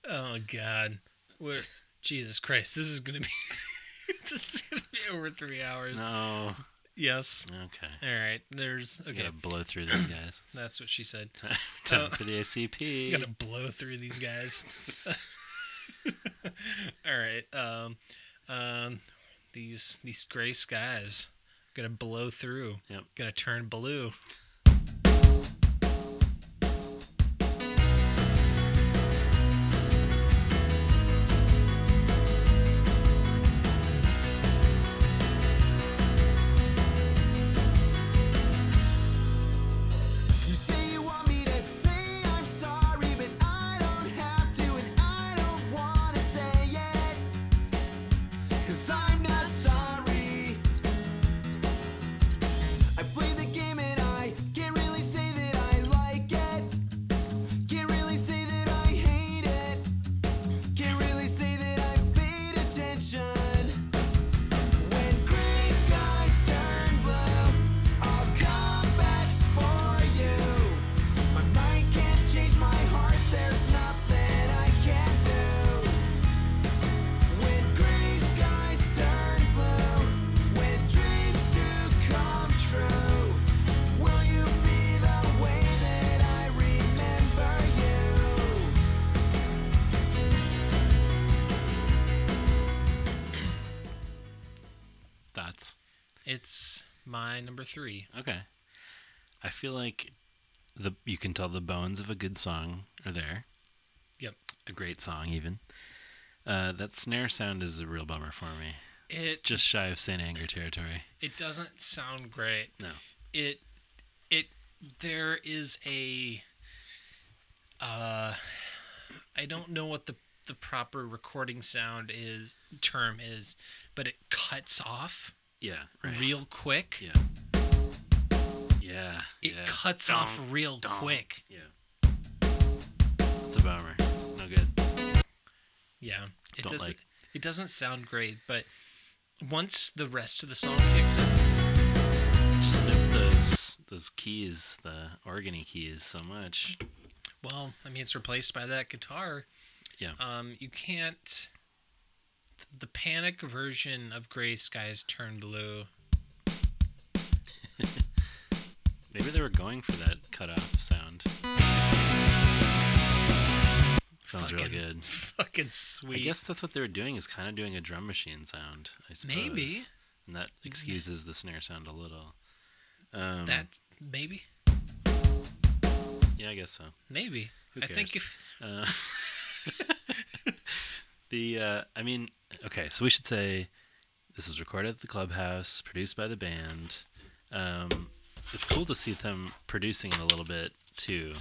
[SPEAKER 2] Oh God, what? Jesus Christ, this is gonna be <laughs> this is gonna be over three hours.
[SPEAKER 3] No.
[SPEAKER 2] Yes.
[SPEAKER 3] Okay.
[SPEAKER 2] All right. There's okay.
[SPEAKER 3] Gotta blow through
[SPEAKER 2] <coughs>
[SPEAKER 3] these guys. <laughs>
[SPEAKER 2] That's what she said.
[SPEAKER 3] Time, time
[SPEAKER 2] Uh,
[SPEAKER 3] for the ACP.
[SPEAKER 2] gotta blow through these
[SPEAKER 3] <laughs>
[SPEAKER 2] guys. <laughs> All right. Um, um, these these gray skies gonna blow through.
[SPEAKER 3] Yep.
[SPEAKER 2] Gonna turn blue.
[SPEAKER 12] You say you want me to say I'm sorry, but I don't have to, and I don't wanna say it. Cause I'm not sorry. I play the game and I can't really say that I like it. Can't really say that I hate it. Can't really say that I paid attention. When gray skies turn blue, I'll come back for you. My mind can't change my heart, there's nothing I can do. When gray skies turn blue, when dreams do come true, will you be the way that I remember you?
[SPEAKER 3] Thoughts.
[SPEAKER 2] It's my number three.
[SPEAKER 3] Okay. I feel like the you can tell the bones of a good song are there.
[SPEAKER 2] Yep.
[SPEAKER 3] A great song even. Uh, that snare sound is a real bummer for me.
[SPEAKER 2] It
[SPEAKER 3] It's just shy of Saint Anger territory.
[SPEAKER 2] it doesn't sound great.
[SPEAKER 3] No.
[SPEAKER 2] It it there is a uh I don't know what the the proper recording sound is term is, but it cuts off
[SPEAKER 3] Yeah. Right.
[SPEAKER 2] real quick.
[SPEAKER 3] Yeah. Yeah.
[SPEAKER 2] It
[SPEAKER 3] yeah.
[SPEAKER 2] cuts off real quick.
[SPEAKER 3] Yeah. It's a bummer. No good.
[SPEAKER 2] Yeah. It
[SPEAKER 3] Don't
[SPEAKER 2] doesn't
[SPEAKER 3] like.
[SPEAKER 2] it doesn't sound great, but once the rest of the song kicks in,
[SPEAKER 3] Just miss those those keys, the organy keys, so much.
[SPEAKER 2] well, I mean it's replaced by that guitar.
[SPEAKER 3] Yeah.
[SPEAKER 2] Um you can't the panic version of Gray Skies Turn Blue
[SPEAKER 3] Maybe they were going for that cut off sound. Sounds real
[SPEAKER 2] Fucking-
[SPEAKER 3] good.
[SPEAKER 2] Fucking sweet.
[SPEAKER 3] I guess that's what they were doing is kind of doing a drum machine sound. I suppose.
[SPEAKER 2] Maybe.
[SPEAKER 3] And that excuses the snare sound a little. Um,
[SPEAKER 2] that maybe
[SPEAKER 3] yeah, I guess so.
[SPEAKER 2] maybe.
[SPEAKER 3] Who
[SPEAKER 2] I think
[SPEAKER 3] cares?
[SPEAKER 2] if
[SPEAKER 3] Uh, <laughs> the uh, I mean, okay, so we should say this was recorded at the clubhouse, produced by the band. Um, it's cool to see them producing it a little bit too.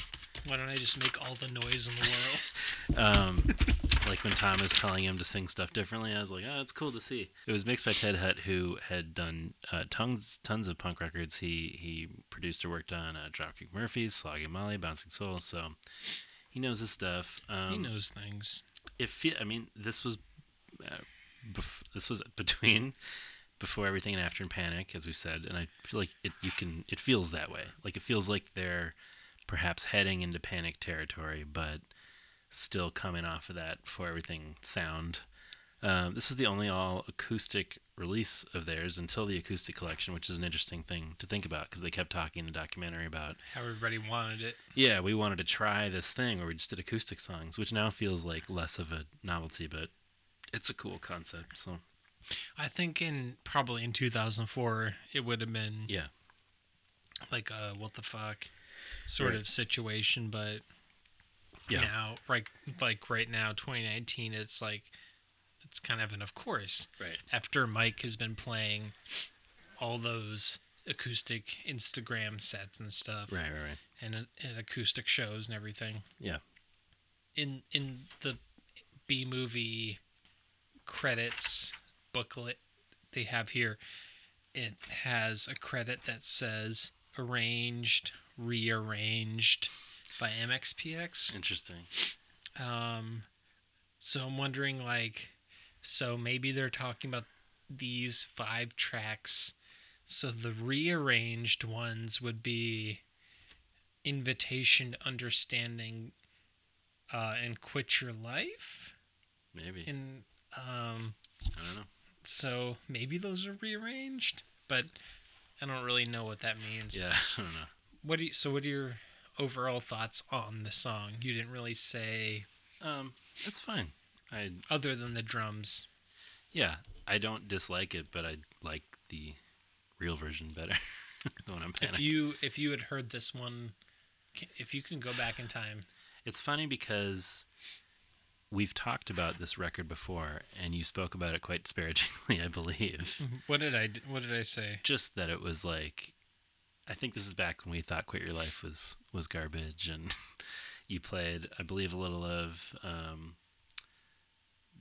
[SPEAKER 2] why don't I just make all the noise in the
[SPEAKER 3] <laughs>
[SPEAKER 2] world?
[SPEAKER 3] Um, like when Tom is telling him to sing stuff differently, I was like, oh, it's cool to see. It was mixed by Ted Hutt, who had done uh, tons tons of punk records. He he produced or worked on uh, Dropkick Murphys, Flogging Molly, Bouncing Souls. So He knows his stuff. Um,
[SPEAKER 2] he knows things.
[SPEAKER 3] It fe- I mean, this was uh, bef- this was <laughs> between before everything and after and panic, as we said, and I feel like it. You can. It feels that way. Like it feels like they're perhaps heading into panic territory, but still coming off of that before everything sound. Um, this was the only all acoustic release of theirs until the acoustic collection, which is an interesting thing to think about because they kept talking in the documentary about
[SPEAKER 2] How everybody wanted it.
[SPEAKER 3] yeah, we wanted to try this thing where we just did acoustic songs, which now feels like less of a novelty, but it's a cool concept. So
[SPEAKER 2] I think in probably in 2004 it would have been
[SPEAKER 3] yeah,
[SPEAKER 2] like a what the fuck sort
[SPEAKER 3] Right.
[SPEAKER 2] of situation, but
[SPEAKER 3] Yeah.
[SPEAKER 2] now right like right now 2019 it's like it's kind of an of course.
[SPEAKER 3] Right.
[SPEAKER 2] After Mike has been playing all those acoustic Instagram sets and stuff.
[SPEAKER 3] Right, right, right.
[SPEAKER 2] And, uh, and acoustic shows and everything
[SPEAKER 3] yeah,
[SPEAKER 2] in in the B movie credits booklet they have here, it has a credit that says arranged, rearranged by MXPX.
[SPEAKER 3] interesting.
[SPEAKER 2] Um, so I'm wondering, like, so maybe they're talking about these five tracks. So the rearranged ones would be Invitation, to Understanding, uh, and Quit Your Life.
[SPEAKER 3] Maybe
[SPEAKER 2] And um,
[SPEAKER 3] I don't know.
[SPEAKER 2] so maybe those are rearranged, but I don't really know what that means.
[SPEAKER 3] Yeah, <laughs> I don't know.
[SPEAKER 2] What do you, so? What are your overall thoughts on the song? You didn't really say
[SPEAKER 3] Um, it's fine. I
[SPEAKER 2] other than the drums.
[SPEAKER 3] yeah, I don't dislike it, but I like the real version better. <laughs> the one I'm
[SPEAKER 2] If
[SPEAKER 3] panicking.
[SPEAKER 2] you if you had heard this one, c- if you can go back in time,
[SPEAKER 3] It's funny because we've talked about this record before, and you spoke about it quite disparagingly, <laughs> I believe.
[SPEAKER 2] what did I d- what did I say?
[SPEAKER 3] Just that it was like, I think this is back when we thought "Quit Your Life" was was garbage, and <laughs> you played, I believe, a little of um,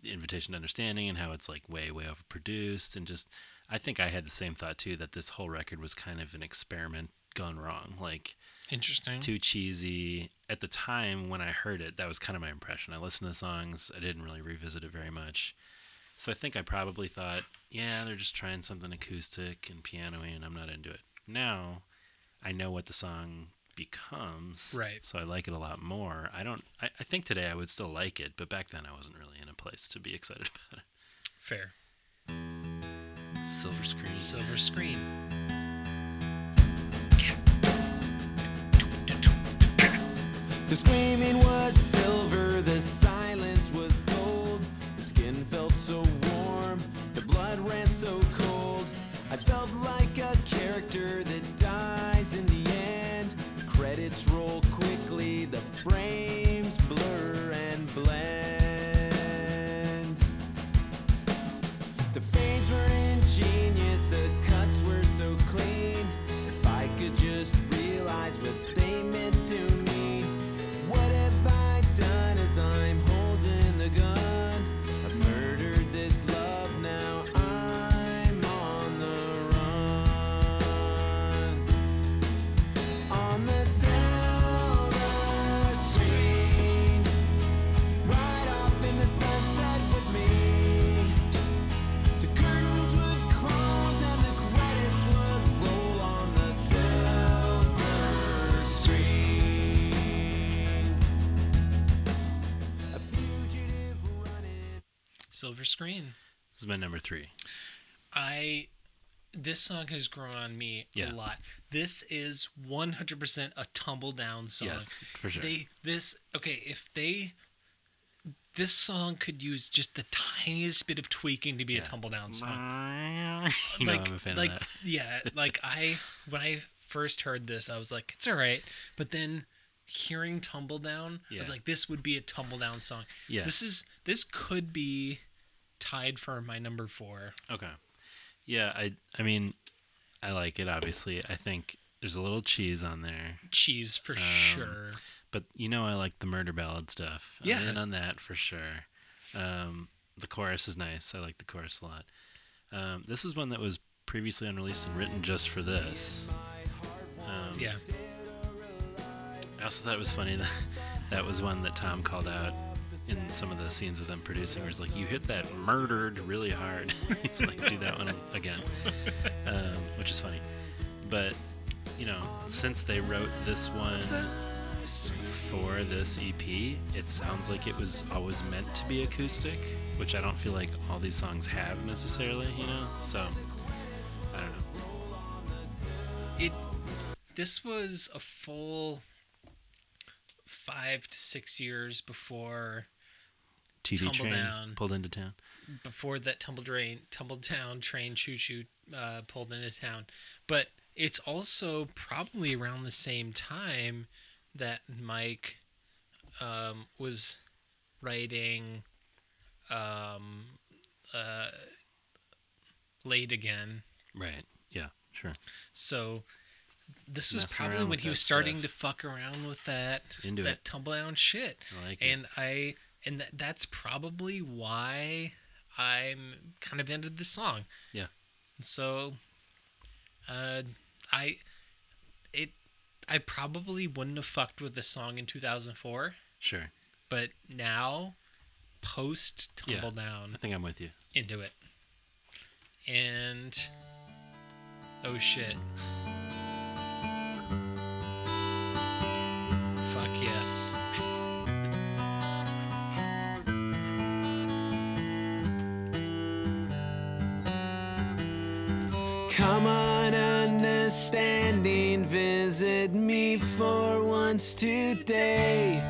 [SPEAKER 3] the "Invitation to Understanding" and how it's like way, way overproduced, and just, I think I had the same thought too that this whole record was kind of an experiment gone wrong, like
[SPEAKER 2] Interesting.
[SPEAKER 3] too cheesy at the time when i heard it that was kind of my impression i listened to the songs i didn't really revisit it very much so i think i probably thought yeah they're just trying something acoustic and piano-y and i'm not into it now i know what the song becomes
[SPEAKER 2] Right.
[SPEAKER 3] so i like it a lot more i don't i, I think today i would still like it but back then i wasn't really in a place to be <laughs> excited about
[SPEAKER 2] Fair.
[SPEAKER 3] it silver screen
[SPEAKER 2] Silver screen.
[SPEAKER 12] The screaming was silver, the silence was gold. The skin felt so warm, the blood ran so cold. I felt like a character that dies in the end. Credits roll quickly, the frames blur and blend. The fades were ingenious, the cuts were so clean. If I could just realize what they meant to me, what have I done as I'm holding the gun? I've murdered this love, now I'm on the run. On the silver screen, right off in the sunset with me. The curtains would close and the credits would roll on the silver screen. A fugitive running.
[SPEAKER 2] Silver screen.
[SPEAKER 3] this is my number three
[SPEAKER 2] I this song has grown on me
[SPEAKER 3] Yeah.
[SPEAKER 2] a lot. This is 100% a tumble down song.
[SPEAKER 3] Yes, for <laughs> sure.
[SPEAKER 2] They this okay, if they this song could use just the tiniest bit of tweaking to be a tumble down song.
[SPEAKER 3] you know
[SPEAKER 2] like,
[SPEAKER 3] i'm a fan
[SPEAKER 2] like,
[SPEAKER 3] of that <laughs>
[SPEAKER 2] yeah, like I when I first heard this, I was like, it's all right. But then hearing Tumble Down, I
[SPEAKER 3] Yeah.
[SPEAKER 2] was like, this would be a Tumble Down song.
[SPEAKER 3] Yeah.
[SPEAKER 2] This is this could be tied for my number four.
[SPEAKER 3] Okay. Yeah, I I mean, I like it obviously. I think there's a little cheese on there,
[SPEAKER 2] Cheese for
[SPEAKER 3] Um,
[SPEAKER 2] sure.
[SPEAKER 3] but you know I like the murder ballad stuff. I'm
[SPEAKER 2] Yeah.
[SPEAKER 3] in on that for sure. Um, the chorus is nice. I like the chorus a lot. Um, this was one that was previously unreleased and written just for this. Um,
[SPEAKER 2] Yeah.
[SPEAKER 3] I also thought it was funny that <laughs> That was one that Tom called out in some of the scenes with them producing. Where he's like, "You hit that murdered really hard." <laughs> he's like, "Do that one
[SPEAKER 2] <laughs>
[SPEAKER 3] again," um, which is funny. But you know, since they wrote this one for this EP, it sounds like it was always meant to be acoustic, which I don't feel like all these songs have necessarily. You know, so I don't know.
[SPEAKER 2] it this was a full five to six years before
[SPEAKER 3] TV
[SPEAKER 2] Tumble
[SPEAKER 3] train
[SPEAKER 2] down.
[SPEAKER 3] pulled into town.
[SPEAKER 2] before that tumble drain tumbled down train choo choo uh, pulled into town but it's also probably around the same time that mike um, was writing um, uh, late again
[SPEAKER 3] Right. Yeah. Sure.
[SPEAKER 2] So this was
[SPEAKER 3] Messing
[SPEAKER 2] probably
[SPEAKER 3] around
[SPEAKER 2] when
[SPEAKER 3] with
[SPEAKER 2] he was
[SPEAKER 3] that
[SPEAKER 2] starting
[SPEAKER 3] stuff.
[SPEAKER 2] to fuck around with that
[SPEAKER 3] Into
[SPEAKER 2] that
[SPEAKER 3] it.
[SPEAKER 2] tumble down shit.
[SPEAKER 3] I like it.
[SPEAKER 2] and I and tha- that's probably why I'm kind of ended this song.
[SPEAKER 3] Yeah.
[SPEAKER 2] So uh I it I probably wouldn't have fucked with this song in 2004,
[SPEAKER 3] Sure.
[SPEAKER 2] but now post
[SPEAKER 3] Yeah.
[SPEAKER 2] tumble down
[SPEAKER 3] I think I'm with you.
[SPEAKER 2] into it. And oh shit. Fuck yes.
[SPEAKER 12] Come on, understanding, visit me for once today.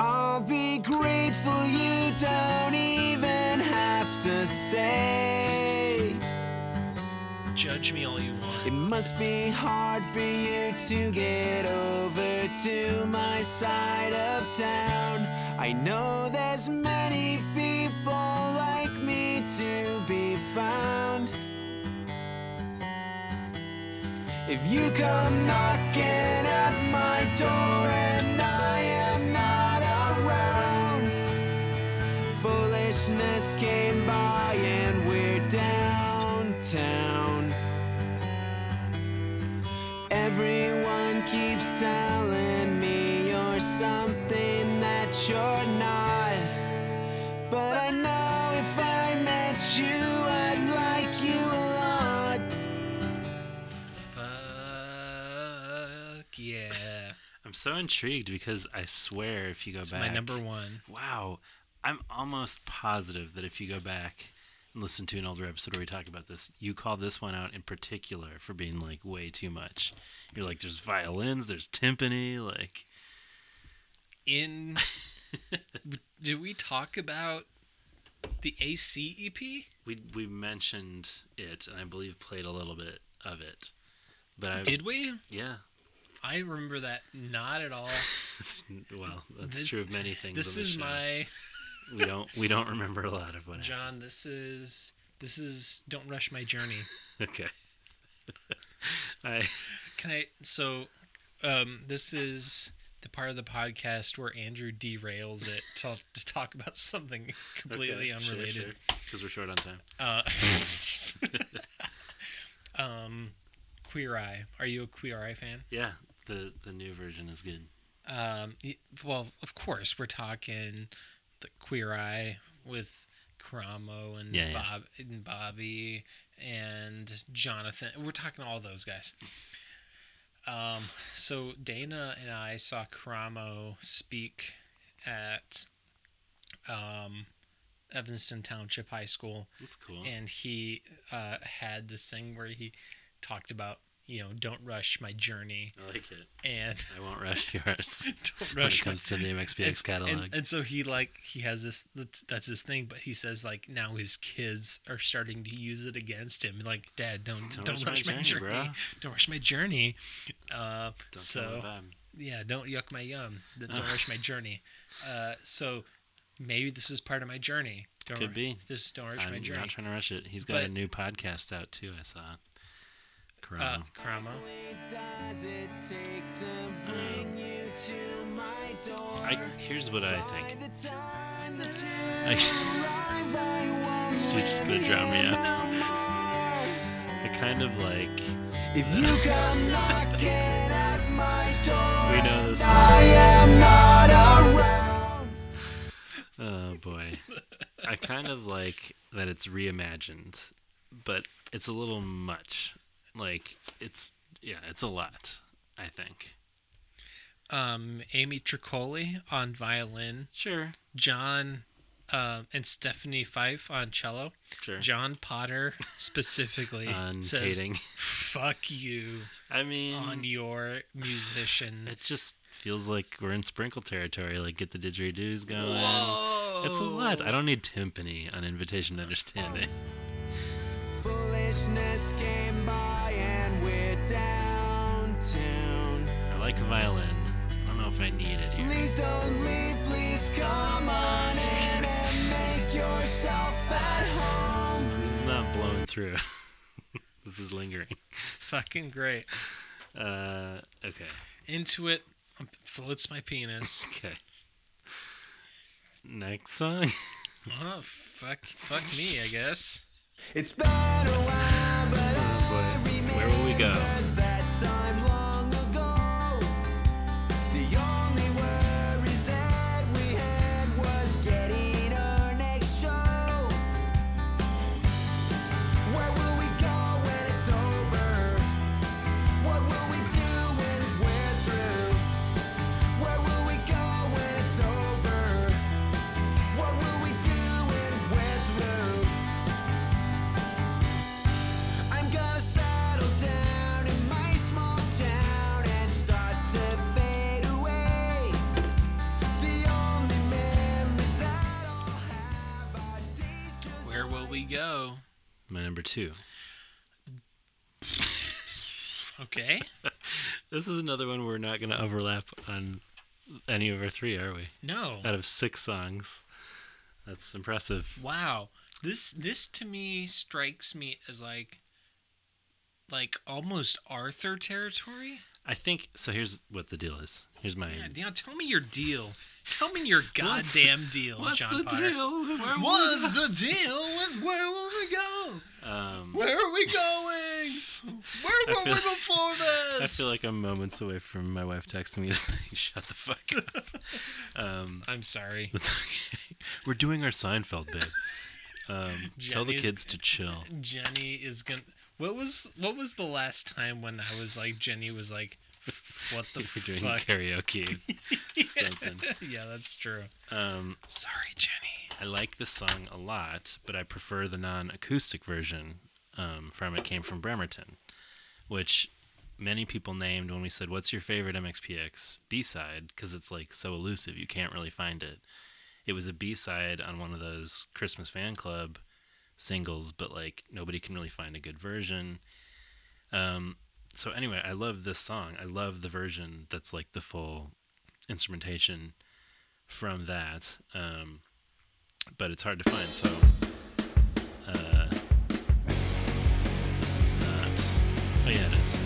[SPEAKER 12] I'll be grateful you don't even have to stay.
[SPEAKER 2] Judge me all you want.
[SPEAKER 12] It must be hard for you to get over to my side of town. I know there's many people like me to be found. If you come knocking at my door and I am not around, foolishness came by and we're downtown. Everyone keeps telling me you're something that you're not. But I know if I met you, I'd like you a lot.
[SPEAKER 2] Fuck yeah.
[SPEAKER 3] I'm so intrigued because I swear if you go
[SPEAKER 2] It's
[SPEAKER 3] back
[SPEAKER 2] my number one.
[SPEAKER 3] Wow. I'm almost positive that if you go back and listen to an older episode where we talk about this, you call this one out in particular for being like way too much. You're like, there's violins, there's timpani, like
[SPEAKER 2] <laughs> In do we talk about the E AC EP?
[SPEAKER 3] we we mentioned it and I believe played a little bit of it. But I
[SPEAKER 2] Did we?
[SPEAKER 3] Yeah. <laughs>
[SPEAKER 2] I remember that not at all.
[SPEAKER 3] well, that's
[SPEAKER 2] This-
[SPEAKER 3] true of many things.
[SPEAKER 2] This
[SPEAKER 3] on the
[SPEAKER 2] is
[SPEAKER 3] show.
[SPEAKER 2] my
[SPEAKER 3] We don't we don't remember a lot of what happened.
[SPEAKER 2] John, this is this is don't rush my <laughs> journey.
[SPEAKER 3] <laughs> Okay. <laughs> I
[SPEAKER 2] Can I? So, um, this is the part of the podcast where Andrew derails it to, to talk about something completely unrelated.
[SPEAKER 3] because we're short on time.
[SPEAKER 2] Uh, <laughs> um, Queer Eye. Are you a Queer Eye fan?
[SPEAKER 3] Yeah, the the new version is good.
[SPEAKER 2] Um, y- well, of course, we're talking the Queer Eye with Cramo and
[SPEAKER 3] Yeah, yeah.
[SPEAKER 2] Bob and Bobby and Jonathan. We're talking all those guys. Um, so Dana and I saw Cramo speak at um, Evanston Township High School
[SPEAKER 3] That's cool.
[SPEAKER 2] and he uh, had this thing where he talked about you know don't rush my journey
[SPEAKER 3] I like it.
[SPEAKER 2] and <laughs>
[SPEAKER 3] I won't rush <laughs> yours
[SPEAKER 2] don't rush
[SPEAKER 3] when it
[SPEAKER 2] my-
[SPEAKER 3] comes
[SPEAKER 2] <laughs>
[SPEAKER 3] to the MXPX
[SPEAKER 2] and,
[SPEAKER 3] catalog.
[SPEAKER 2] And, and so he like he has this that's, that's his thing, but he says like now his kids are starting to use it against him. Like, Dad, don't don't, rush, my journey.
[SPEAKER 3] bro.
[SPEAKER 2] <laughs> Don't rush my journey. Uh,
[SPEAKER 3] Don't kill the
[SPEAKER 2] so
[SPEAKER 3] vibe.
[SPEAKER 2] yeah, don't yuck my yum. Th- Don't
[SPEAKER 3] Ah.
[SPEAKER 2] rush
[SPEAKER 3] <laughs>
[SPEAKER 2] my journey. Uh, so maybe this is part of my journey. Don't
[SPEAKER 3] Could
[SPEAKER 2] ru-
[SPEAKER 3] be.
[SPEAKER 2] This don't rush
[SPEAKER 3] I'm
[SPEAKER 2] my journey.
[SPEAKER 3] not trying to rush it. He's got a
[SPEAKER 2] But-
[SPEAKER 3] new podcast out too. I saw. Crow.
[SPEAKER 2] uh, Cramo.
[SPEAKER 12] Does it take to bring you to my door?
[SPEAKER 3] I, here's what I think.
[SPEAKER 12] By the time that you
[SPEAKER 3] <laughs> I,
[SPEAKER 12] arrive, I won't
[SPEAKER 3] it's just gonna drown me out.
[SPEAKER 12] no more.
[SPEAKER 3] I kind of like.
[SPEAKER 12] If you come knocking at my door,
[SPEAKER 3] We know this.
[SPEAKER 12] I am not around.
[SPEAKER 3] Oh boy. I kind of like that it's reimagined, but it's a little much. Like it's yeah, it's a lot, I think.
[SPEAKER 2] um, Amy Tricoli on violin.
[SPEAKER 3] Sure.
[SPEAKER 2] John um, and Stephanie Fife on cello.
[SPEAKER 3] Sure.
[SPEAKER 2] John Potter specifically
[SPEAKER 3] <laughs> On
[SPEAKER 2] says,
[SPEAKER 3] hating.
[SPEAKER 2] "Fuck you."
[SPEAKER 3] I mean,
[SPEAKER 2] on your
[SPEAKER 3] <laughs>
[SPEAKER 2] musician.
[SPEAKER 3] It just feels like we're in sprinkle territory, like get the didgeridoos going. It's a
[SPEAKER 12] Whoa.
[SPEAKER 3] lot. I don't need timpani on invitation to understanding.
[SPEAKER 12] Foolishness came by and we're downtown.
[SPEAKER 3] I like violin. I don't know if I need it here.
[SPEAKER 12] Please don't leave, please come on in and make yourself at home.
[SPEAKER 3] This is not blown through. <laughs> this is lingering.
[SPEAKER 2] Fucking great.
[SPEAKER 3] Uh, okay.
[SPEAKER 2] Into it um, floats my
[SPEAKER 3] <laughs>
[SPEAKER 2] penis.
[SPEAKER 3] Okay. Next song. <laughs>
[SPEAKER 2] Oh fuck! Fuck me, I guess.
[SPEAKER 12] It's been a while, but I
[SPEAKER 3] Oh, Where will we go?
[SPEAKER 12] remember that time long ago. The only worries that we had was getting our next show. Where will we go when it's over? What will we do when we're through? Where will we go when it's over? What will we do when we're through? I'm gonna settle down in my small town and start to fade away. The only memories that I'll have are days just
[SPEAKER 2] Where will we go?
[SPEAKER 3] My number two.
[SPEAKER 2] Okay.
[SPEAKER 3] This is another one we're not going to overlap on any of our three, are we?
[SPEAKER 2] No.
[SPEAKER 3] Out of six songs. That's impressive.
[SPEAKER 2] Wow. This this to me strikes me as like like almost Arthur territory.
[SPEAKER 3] I think so. Here's what the deal is. Here's my.
[SPEAKER 2] Yeah, now tell me your deal. Tell me
[SPEAKER 3] <laughs>
[SPEAKER 2] your goddamn deal,
[SPEAKER 3] what's
[SPEAKER 2] John
[SPEAKER 3] the
[SPEAKER 2] Potter.
[SPEAKER 3] deal? Where will
[SPEAKER 4] What's the deal with where will we go?
[SPEAKER 3] Um,
[SPEAKER 4] Where are we going? Where
[SPEAKER 3] I
[SPEAKER 4] were we
[SPEAKER 3] feel-
[SPEAKER 4] before
[SPEAKER 3] <laughs> I
[SPEAKER 4] this?
[SPEAKER 3] feel like I'm moments away from my wife texting me to <laughs> say, "Shut the fuck up." Um,
[SPEAKER 2] <laughs>
[SPEAKER 3] <laughs>
[SPEAKER 2] I'm sorry.
[SPEAKER 3] it's okay. We're doing our Seinfeld bit. Um, tell the
[SPEAKER 2] Jenny's-
[SPEAKER 3] kids to chill.
[SPEAKER 2] Jenny is gonna. What was what was the last time when I was like Jenny was like, what
[SPEAKER 3] <laughs>
[SPEAKER 2] the
[SPEAKER 3] We're doing
[SPEAKER 2] fuck?
[SPEAKER 3] karaoke. something.
[SPEAKER 2] <laughs> yeah, that's true.
[SPEAKER 3] Um,
[SPEAKER 2] Sorry, Jenny.
[SPEAKER 3] I like this song a lot, but I prefer the non-acoustic version um, from "It Came from Bremerton," which many people named when we said, "What's your favorite MXPX B-side?" Because it's like so elusive, you can't really find it. It was a B-side on one of those Christmas fan club singles, but like nobody can really find a good version. Um, so anyway, I love this song. I love the version that's like the full instrumentation from that. Um, but it's hard to find. So uh, this is not. Oh yeah, it is.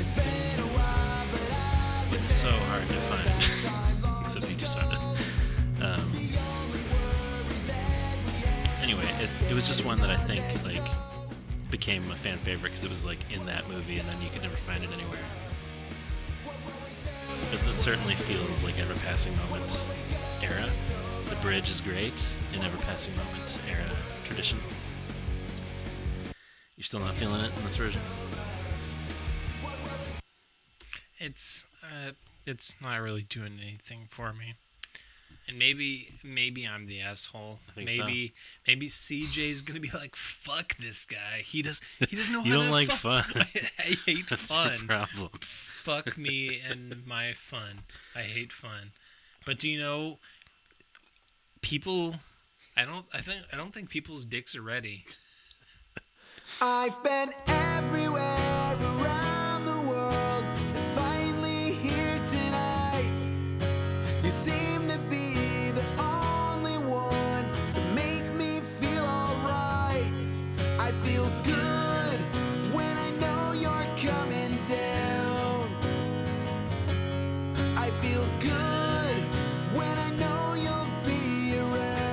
[SPEAKER 12] It's been a while, but I
[SPEAKER 3] It's so hard to <laughs> find. Except you just found it. Um, anyway, it, it was just one that I think like became a fan favorite because it was like in that movie, and then you could never find it anywhere. But it certainly feels like Ever Passing Moment era. The bridge is great in Ever Passing Moment era tradition. You're still not feeling it in this version?
[SPEAKER 2] It's uh, it's not really doing anything for me. And maybe maybe I'm the asshole.
[SPEAKER 3] think so.
[SPEAKER 2] maybe maybe CJ's gonna be like, fuck this guy. He does he doesn't know
[SPEAKER 3] <laughs> You
[SPEAKER 2] how
[SPEAKER 3] don't
[SPEAKER 2] to
[SPEAKER 3] like
[SPEAKER 2] fuck-
[SPEAKER 3] fun.
[SPEAKER 2] <laughs> I hate
[SPEAKER 3] <laughs> That's your
[SPEAKER 2] fun.
[SPEAKER 3] problem. <laughs>
[SPEAKER 2] fuck me and my fun. I hate fun. But do you know people I don't I think I don't think people's dicks are ready.
[SPEAKER 12] I've been everywhere around the world and finally here tonight. You seem to be the only one to make me feel alright. I feel good when I know you're coming down. I feel good when I know you'll be around.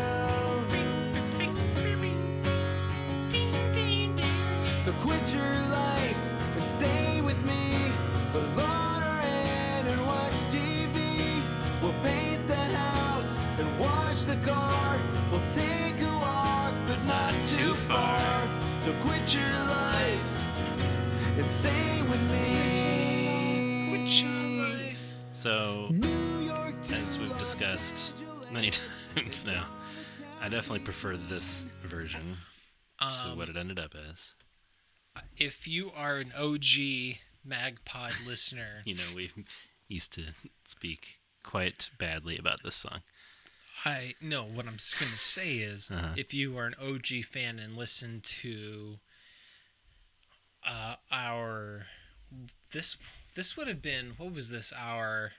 [SPEAKER 12] So quit your life and stay with me. We'll order in and watch TV. We'll paint the far. So quit your life and stay with me. Quit your life.
[SPEAKER 3] So, as we've discussed many <laughs> times now, I definitely prefer this version to
[SPEAKER 2] Um,
[SPEAKER 3] what it ended up as.
[SPEAKER 2] If you are an OG Magpod <laughs> listener,
[SPEAKER 3] You know, we used to speak quite badly about this song.
[SPEAKER 2] I no. What I'm s- gonna say is,
[SPEAKER 3] Uh-huh.
[SPEAKER 2] if you are an OG fan and listen to uh, our this this would have been what was this our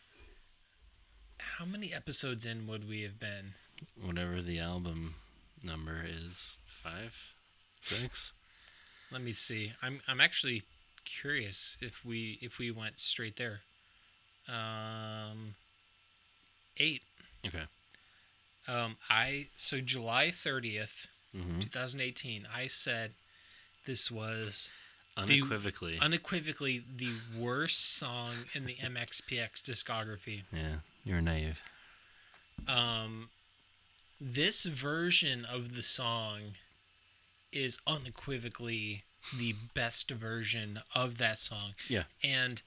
[SPEAKER 2] how many episodes in would we have been?
[SPEAKER 3] Whatever the album number is, five, six.
[SPEAKER 2] Let me see. I'm I'm actually curious if we if we went straight there. Um, eight.
[SPEAKER 3] Okay.
[SPEAKER 2] Um, I so July 30th
[SPEAKER 3] Mhm.
[SPEAKER 2] 2018. I said this was the-
[SPEAKER 3] Unequivocally.
[SPEAKER 2] unequivocally the worst song in the MXPX discography.
[SPEAKER 3] Yeah, you're naive.
[SPEAKER 2] Um, this version of the song is unequivocally the best version of that song.
[SPEAKER 3] Yeah.
[SPEAKER 2] And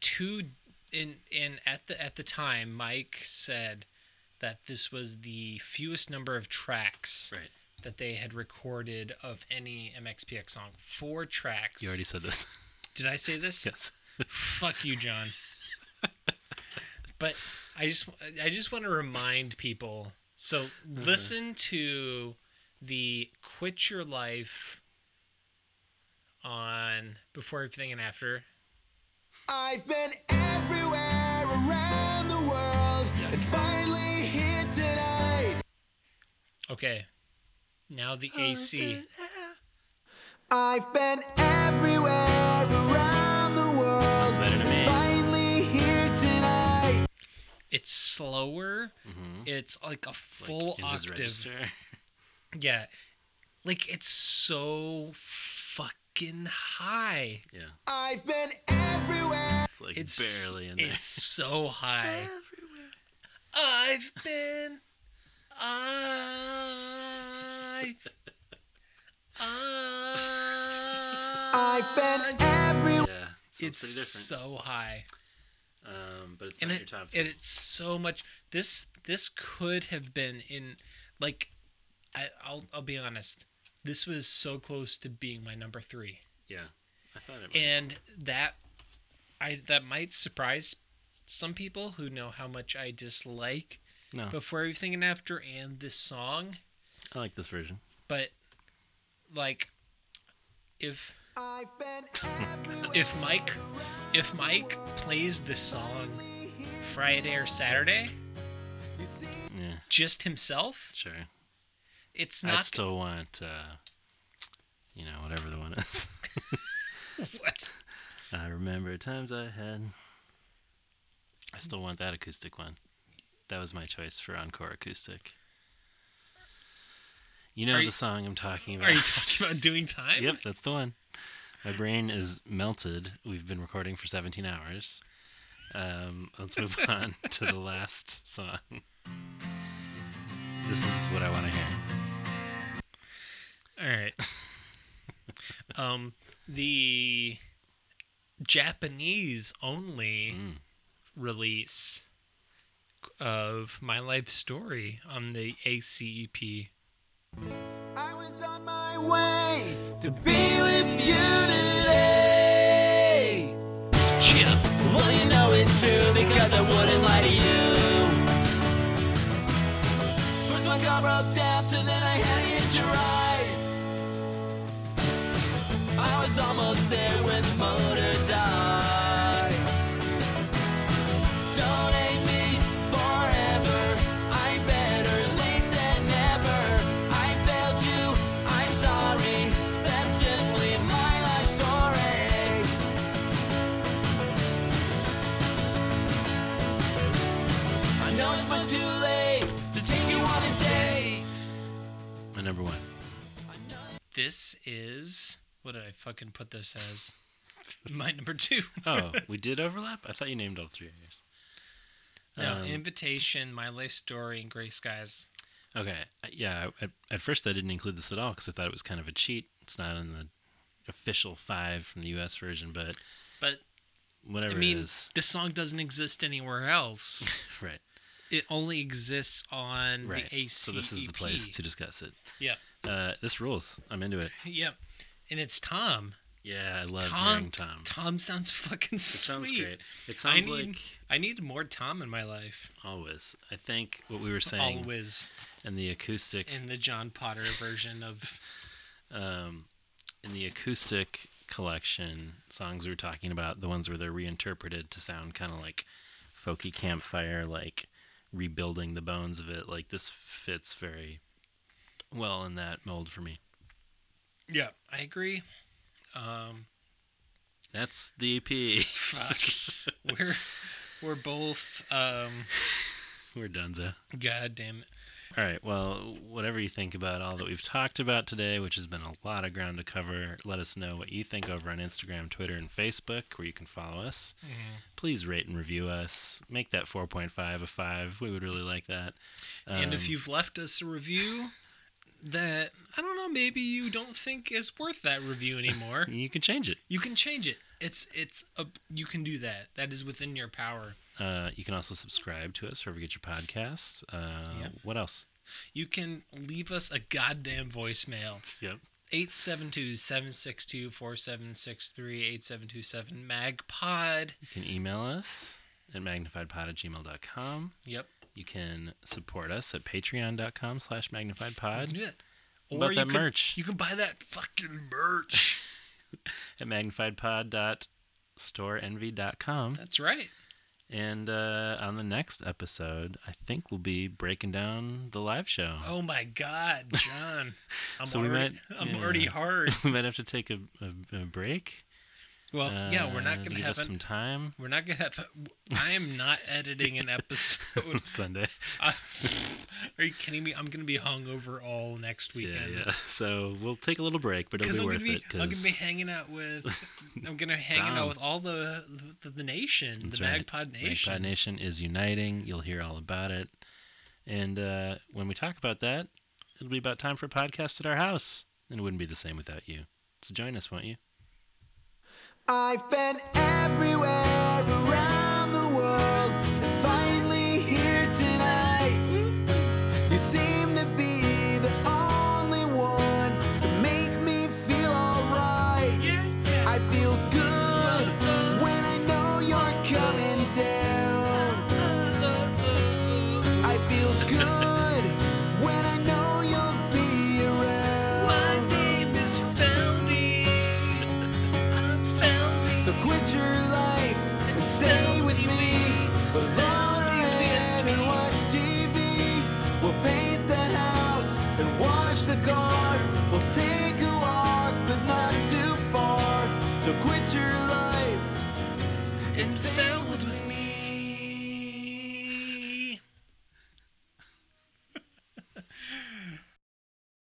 [SPEAKER 2] two in in at the at the time Mike said that this was the fewest number of tracks
[SPEAKER 3] right.
[SPEAKER 2] that they had recorded of any MXPX song. Four tracks.
[SPEAKER 3] You already said this. <laughs>
[SPEAKER 2] Did I say this?
[SPEAKER 3] yes.
[SPEAKER 2] Fuck you, John. but I just I just want to remind people. So
[SPEAKER 3] Mm-hmm.
[SPEAKER 2] listen to the "Quit Your Life" on before everything and after.
[SPEAKER 12] I've been everywhere around the world and finally here tonight.
[SPEAKER 2] Okay. Now the AC.
[SPEAKER 12] I've been everywhere around the world. Sounds
[SPEAKER 3] better to me.
[SPEAKER 12] Finally here tonight.
[SPEAKER 2] It's slower.
[SPEAKER 3] Mhm.
[SPEAKER 2] It's like a full
[SPEAKER 3] in his
[SPEAKER 2] octave.
[SPEAKER 3] register.
[SPEAKER 2] Yeah. Like it's so fucking high.
[SPEAKER 3] Yeah.
[SPEAKER 12] I've been everywhere.
[SPEAKER 3] It's like
[SPEAKER 2] It's
[SPEAKER 3] barely in there.
[SPEAKER 2] It's so high. I've been. I've.
[SPEAKER 12] I've been e- everywhere.
[SPEAKER 3] <laughs> Yeah. Sounds
[SPEAKER 2] It's
[SPEAKER 3] pretty different.
[SPEAKER 2] so high,
[SPEAKER 3] um, but it's
[SPEAKER 2] and
[SPEAKER 3] not your
[SPEAKER 2] it,
[SPEAKER 3] top.
[SPEAKER 2] and
[SPEAKER 3] three.
[SPEAKER 2] it's so much. This this could have been in, like, I, I'll I'll be honest. This was so close to being my number three.
[SPEAKER 3] yeah. I thought it might.
[SPEAKER 2] and that I that might surprise some people who know how much I dislike
[SPEAKER 3] No.
[SPEAKER 2] before everything and after and this song,
[SPEAKER 3] I like this version.
[SPEAKER 2] but like if
[SPEAKER 12] I've been everywhere.
[SPEAKER 2] if Mike if Mike plays this song Friday or Saturday
[SPEAKER 3] Yeah.
[SPEAKER 2] just himself,
[SPEAKER 3] Sure.
[SPEAKER 2] it's
[SPEAKER 3] I
[SPEAKER 2] not
[SPEAKER 3] still want, uh, you know, whatever the one is. <laughs>
[SPEAKER 2] <laughs> what
[SPEAKER 3] I remember times I had. I still want that acoustic one. That was my choice for encore acoustic. You know
[SPEAKER 2] Are
[SPEAKER 3] the
[SPEAKER 2] you-
[SPEAKER 3] song I'm talking about.
[SPEAKER 2] are <laughs> you talking about doing time?
[SPEAKER 3] yep, that's the one. My brain is melted. We've been recording for 17 hours. Um, let's move <laughs> on to the last song. This is what I want to hear.
[SPEAKER 2] All right. um, the Japanese only
[SPEAKER 3] Mm.
[SPEAKER 2] release of My Life Story on the E ACEP.
[SPEAKER 12] I was on my way to be with you today.
[SPEAKER 2] Chip.
[SPEAKER 12] Well, you know it's true because I wouldn't lie to you. First my car broke down, so then I had to hitch a ride. I was almost there when the motor died. Don't hate me forever. I'm better late than never. I failed you. I'm sorry. That's simply my life story. I know it's much too late to take you on a date.
[SPEAKER 3] My number one.
[SPEAKER 2] This is what did I fucking put this
[SPEAKER 3] <laughs>
[SPEAKER 2] as? My number two.
[SPEAKER 3] Oh, we did overlap? I thought you named all three of yours.
[SPEAKER 2] No,
[SPEAKER 3] Um,
[SPEAKER 2] Invitation, My Life Story, and Gray Skies.
[SPEAKER 3] Okay. I- Yeah. I- At, at first, I didn't include this at all because I thought it was kind of a cheat. It's not in the official five from the U.S. version, but
[SPEAKER 2] But
[SPEAKER 3] whatever
[SPEAKER 2] I mean,
[SPEAKER 3] it is,
[SPEAKER 2] this song doesn't exist anywhere else.
[SPEAKER 3] right?
[SPEAKER 2] It only exists on
[SPEAKER 3] Right.
[SPEAKER 2] the E ACEP.
[SPEAKER 3] so this is the place to discuss it.
[SPEAKER 2] Yep.
[SPEAKER 3] Uh, this rules. I'm into it.
[SPEAKER 2] Yep. And it's Tom.
[SPEAKER 3] Yeah, I love
[SPEAKER 2] Tom.
[SPEAKER 3] hearing Tom.
[SPEAKER 2] Tom sounds fucking
[SPEAKER 3] It
[SPEAKER 2] sweet.
[SPEAKER 3] sounds great. It sounds
[SPEAKER 2] I need,
[SPEAKER 3] like
[SPEAKER 2] <laughs> I need more Tom in my life.
[SPEAKER 3] always. I think what we were saying
[SPEAKER 2] Always.
[SPEAKER 3] in the acoustic
[SPEAKER 2] In the John Potter version
[SPEAKER 3] <laughs>
[SPEAKER 2] of
[SPEAKER 3] um, in the acoustic collection songs we were talking about the ones where they're reinterpreted to sound kind of like folky campfire like rebuilding the bones of it like this fits very well in that mold for me
[SPEAKER 2] Yeah, I agree. Um,
[SPEAKER 3] that's the E ep
[SPEAKER 2] fuck, we're we're both um,
[SPEAKER 3] <laughs> we're donezo
[SPEAKER 2] God damn it.
[SPEAKER 3] all right well whatever you think about all that we've talked about today which has been a lot of ground to cover let us know what you think over on instagram twitter and facebook where you can follow us please rate and review us. Make that 4.5 a 5. We would really like that.
[SPEAKER 2] and if
[SPEAKER 3] Um,
[SPEAKER 2] you've left us a review that I don't know, maybe you don't think is worth that review
[SPEAKER 3] <laughs>
[SPEAKER 2] anymore,
[SPEAKER 3] you can change it.
[SPEAKER 2] you can change it. It's it's a, you can do that. That is within your power.
[SPEAKER 3] Uh, you can also subscribe to us wherever you get your podcasts. Uh,
[SPEAKER 2] Yeah.
[SPEAKER 3] What else?
[SPEAKER 2] You can leave us a goddamn voicemail.
[SPEAKER 3] Yep.
[SPEAKER 2] 872-762-4763-8727 magpod.
[SPEAKER 3] You can email us at magnifiedpod at gmail.com.
[SPEAKER 2] Yep.
[SPEAKER 3] You can support us at patreon.com slash
[SPEAKER 2] You can
[SPEAKER 3] magnifiedpod
[SPEAKER 2] do that.
[SPEAKER 3] What about
[SPEAKER 2] you
[SPEAKER 3] that
[SPEAKER 2] can,
[SPEAKER 3] merch?
[SPEAKER 2] You can buy that fucking
[SPEAKER 3] <laughs>
[SPEAKER 2] merch. Mm-hmm.
[SPEAKER 3] at magnifiedpod.storeenvy.com.
[SPEAKER 2] That's right.
[SPEAKER 3] And uh, on the next episode, I think we'll be breaking down the live show.
[SPEAKER 2] Oh my God,
[SPEAKER 3] <laughs>
[SPEAKER 2] John. I'm
[SPEAKER 3] So we
[SPEAKER 2] already,
[SPEAKER 3] might-
[SPEAKER 2] I'm
[SPEAKER 3] yeah.
[SPEAKER 2] already
[SPEAKER 3] <laughs>
[SPEAKER 2] hard.
[SPEAKER 3] <laughs> we might have to take a, a, a break.
[SPEAKER 2] Well, yeah, we're
[SPEAKER 3] Uh,
[SPEAKER 2] not gonna
[SPEAKER 3] leave
[SPEAKER 2] have
[SPEAKER 3] us
[SPEAKER 2] an,
[SPEAKER 3] some time <laughs>
[SPEAKER 2] we're not gonna have. I am not editing an
[SPEAKER 3] <laughs>
[SPEAKER 2] episode. <laughs>
[SPEAKER 3] Sunday.
[SPEAKER 2] I- are you kidding me? I'm gonna be hungover all next
[SPEAKER 3] Yeah,
[SPEAKER 2] weekend.
[SPEAKER 3] yeah. <laughs> So we'll take a little break, but it'll
[SPEAKER 2] Because
[SPEAKER 3] be
[SPEAKER 2] I'm gonna
[SPEAKER 3] worth
[SPEAKER 2] be, I'm
[SPEAKER 3] it.
[SPEAKER 2] gonna be
[SPEAKER 3] Because
[SPEAKER 2] hanging out with,
[SPEAKER 3] <laughs>
[SPEAKER 2] I'm gonna hang out
[SPEAKER 3] Dom.
[SPEAKER 2] with all the the, the nation, the Magpod Nation.
[SPEAKER 3] Magpod Nation is uniting. You'll hear all about it. And uh, when we talk about that, it'll be about time for a podcast at our house, and it wouldn't be the same without you. So join us, won't you?
[SPEAKER 12] I've been everywhere around.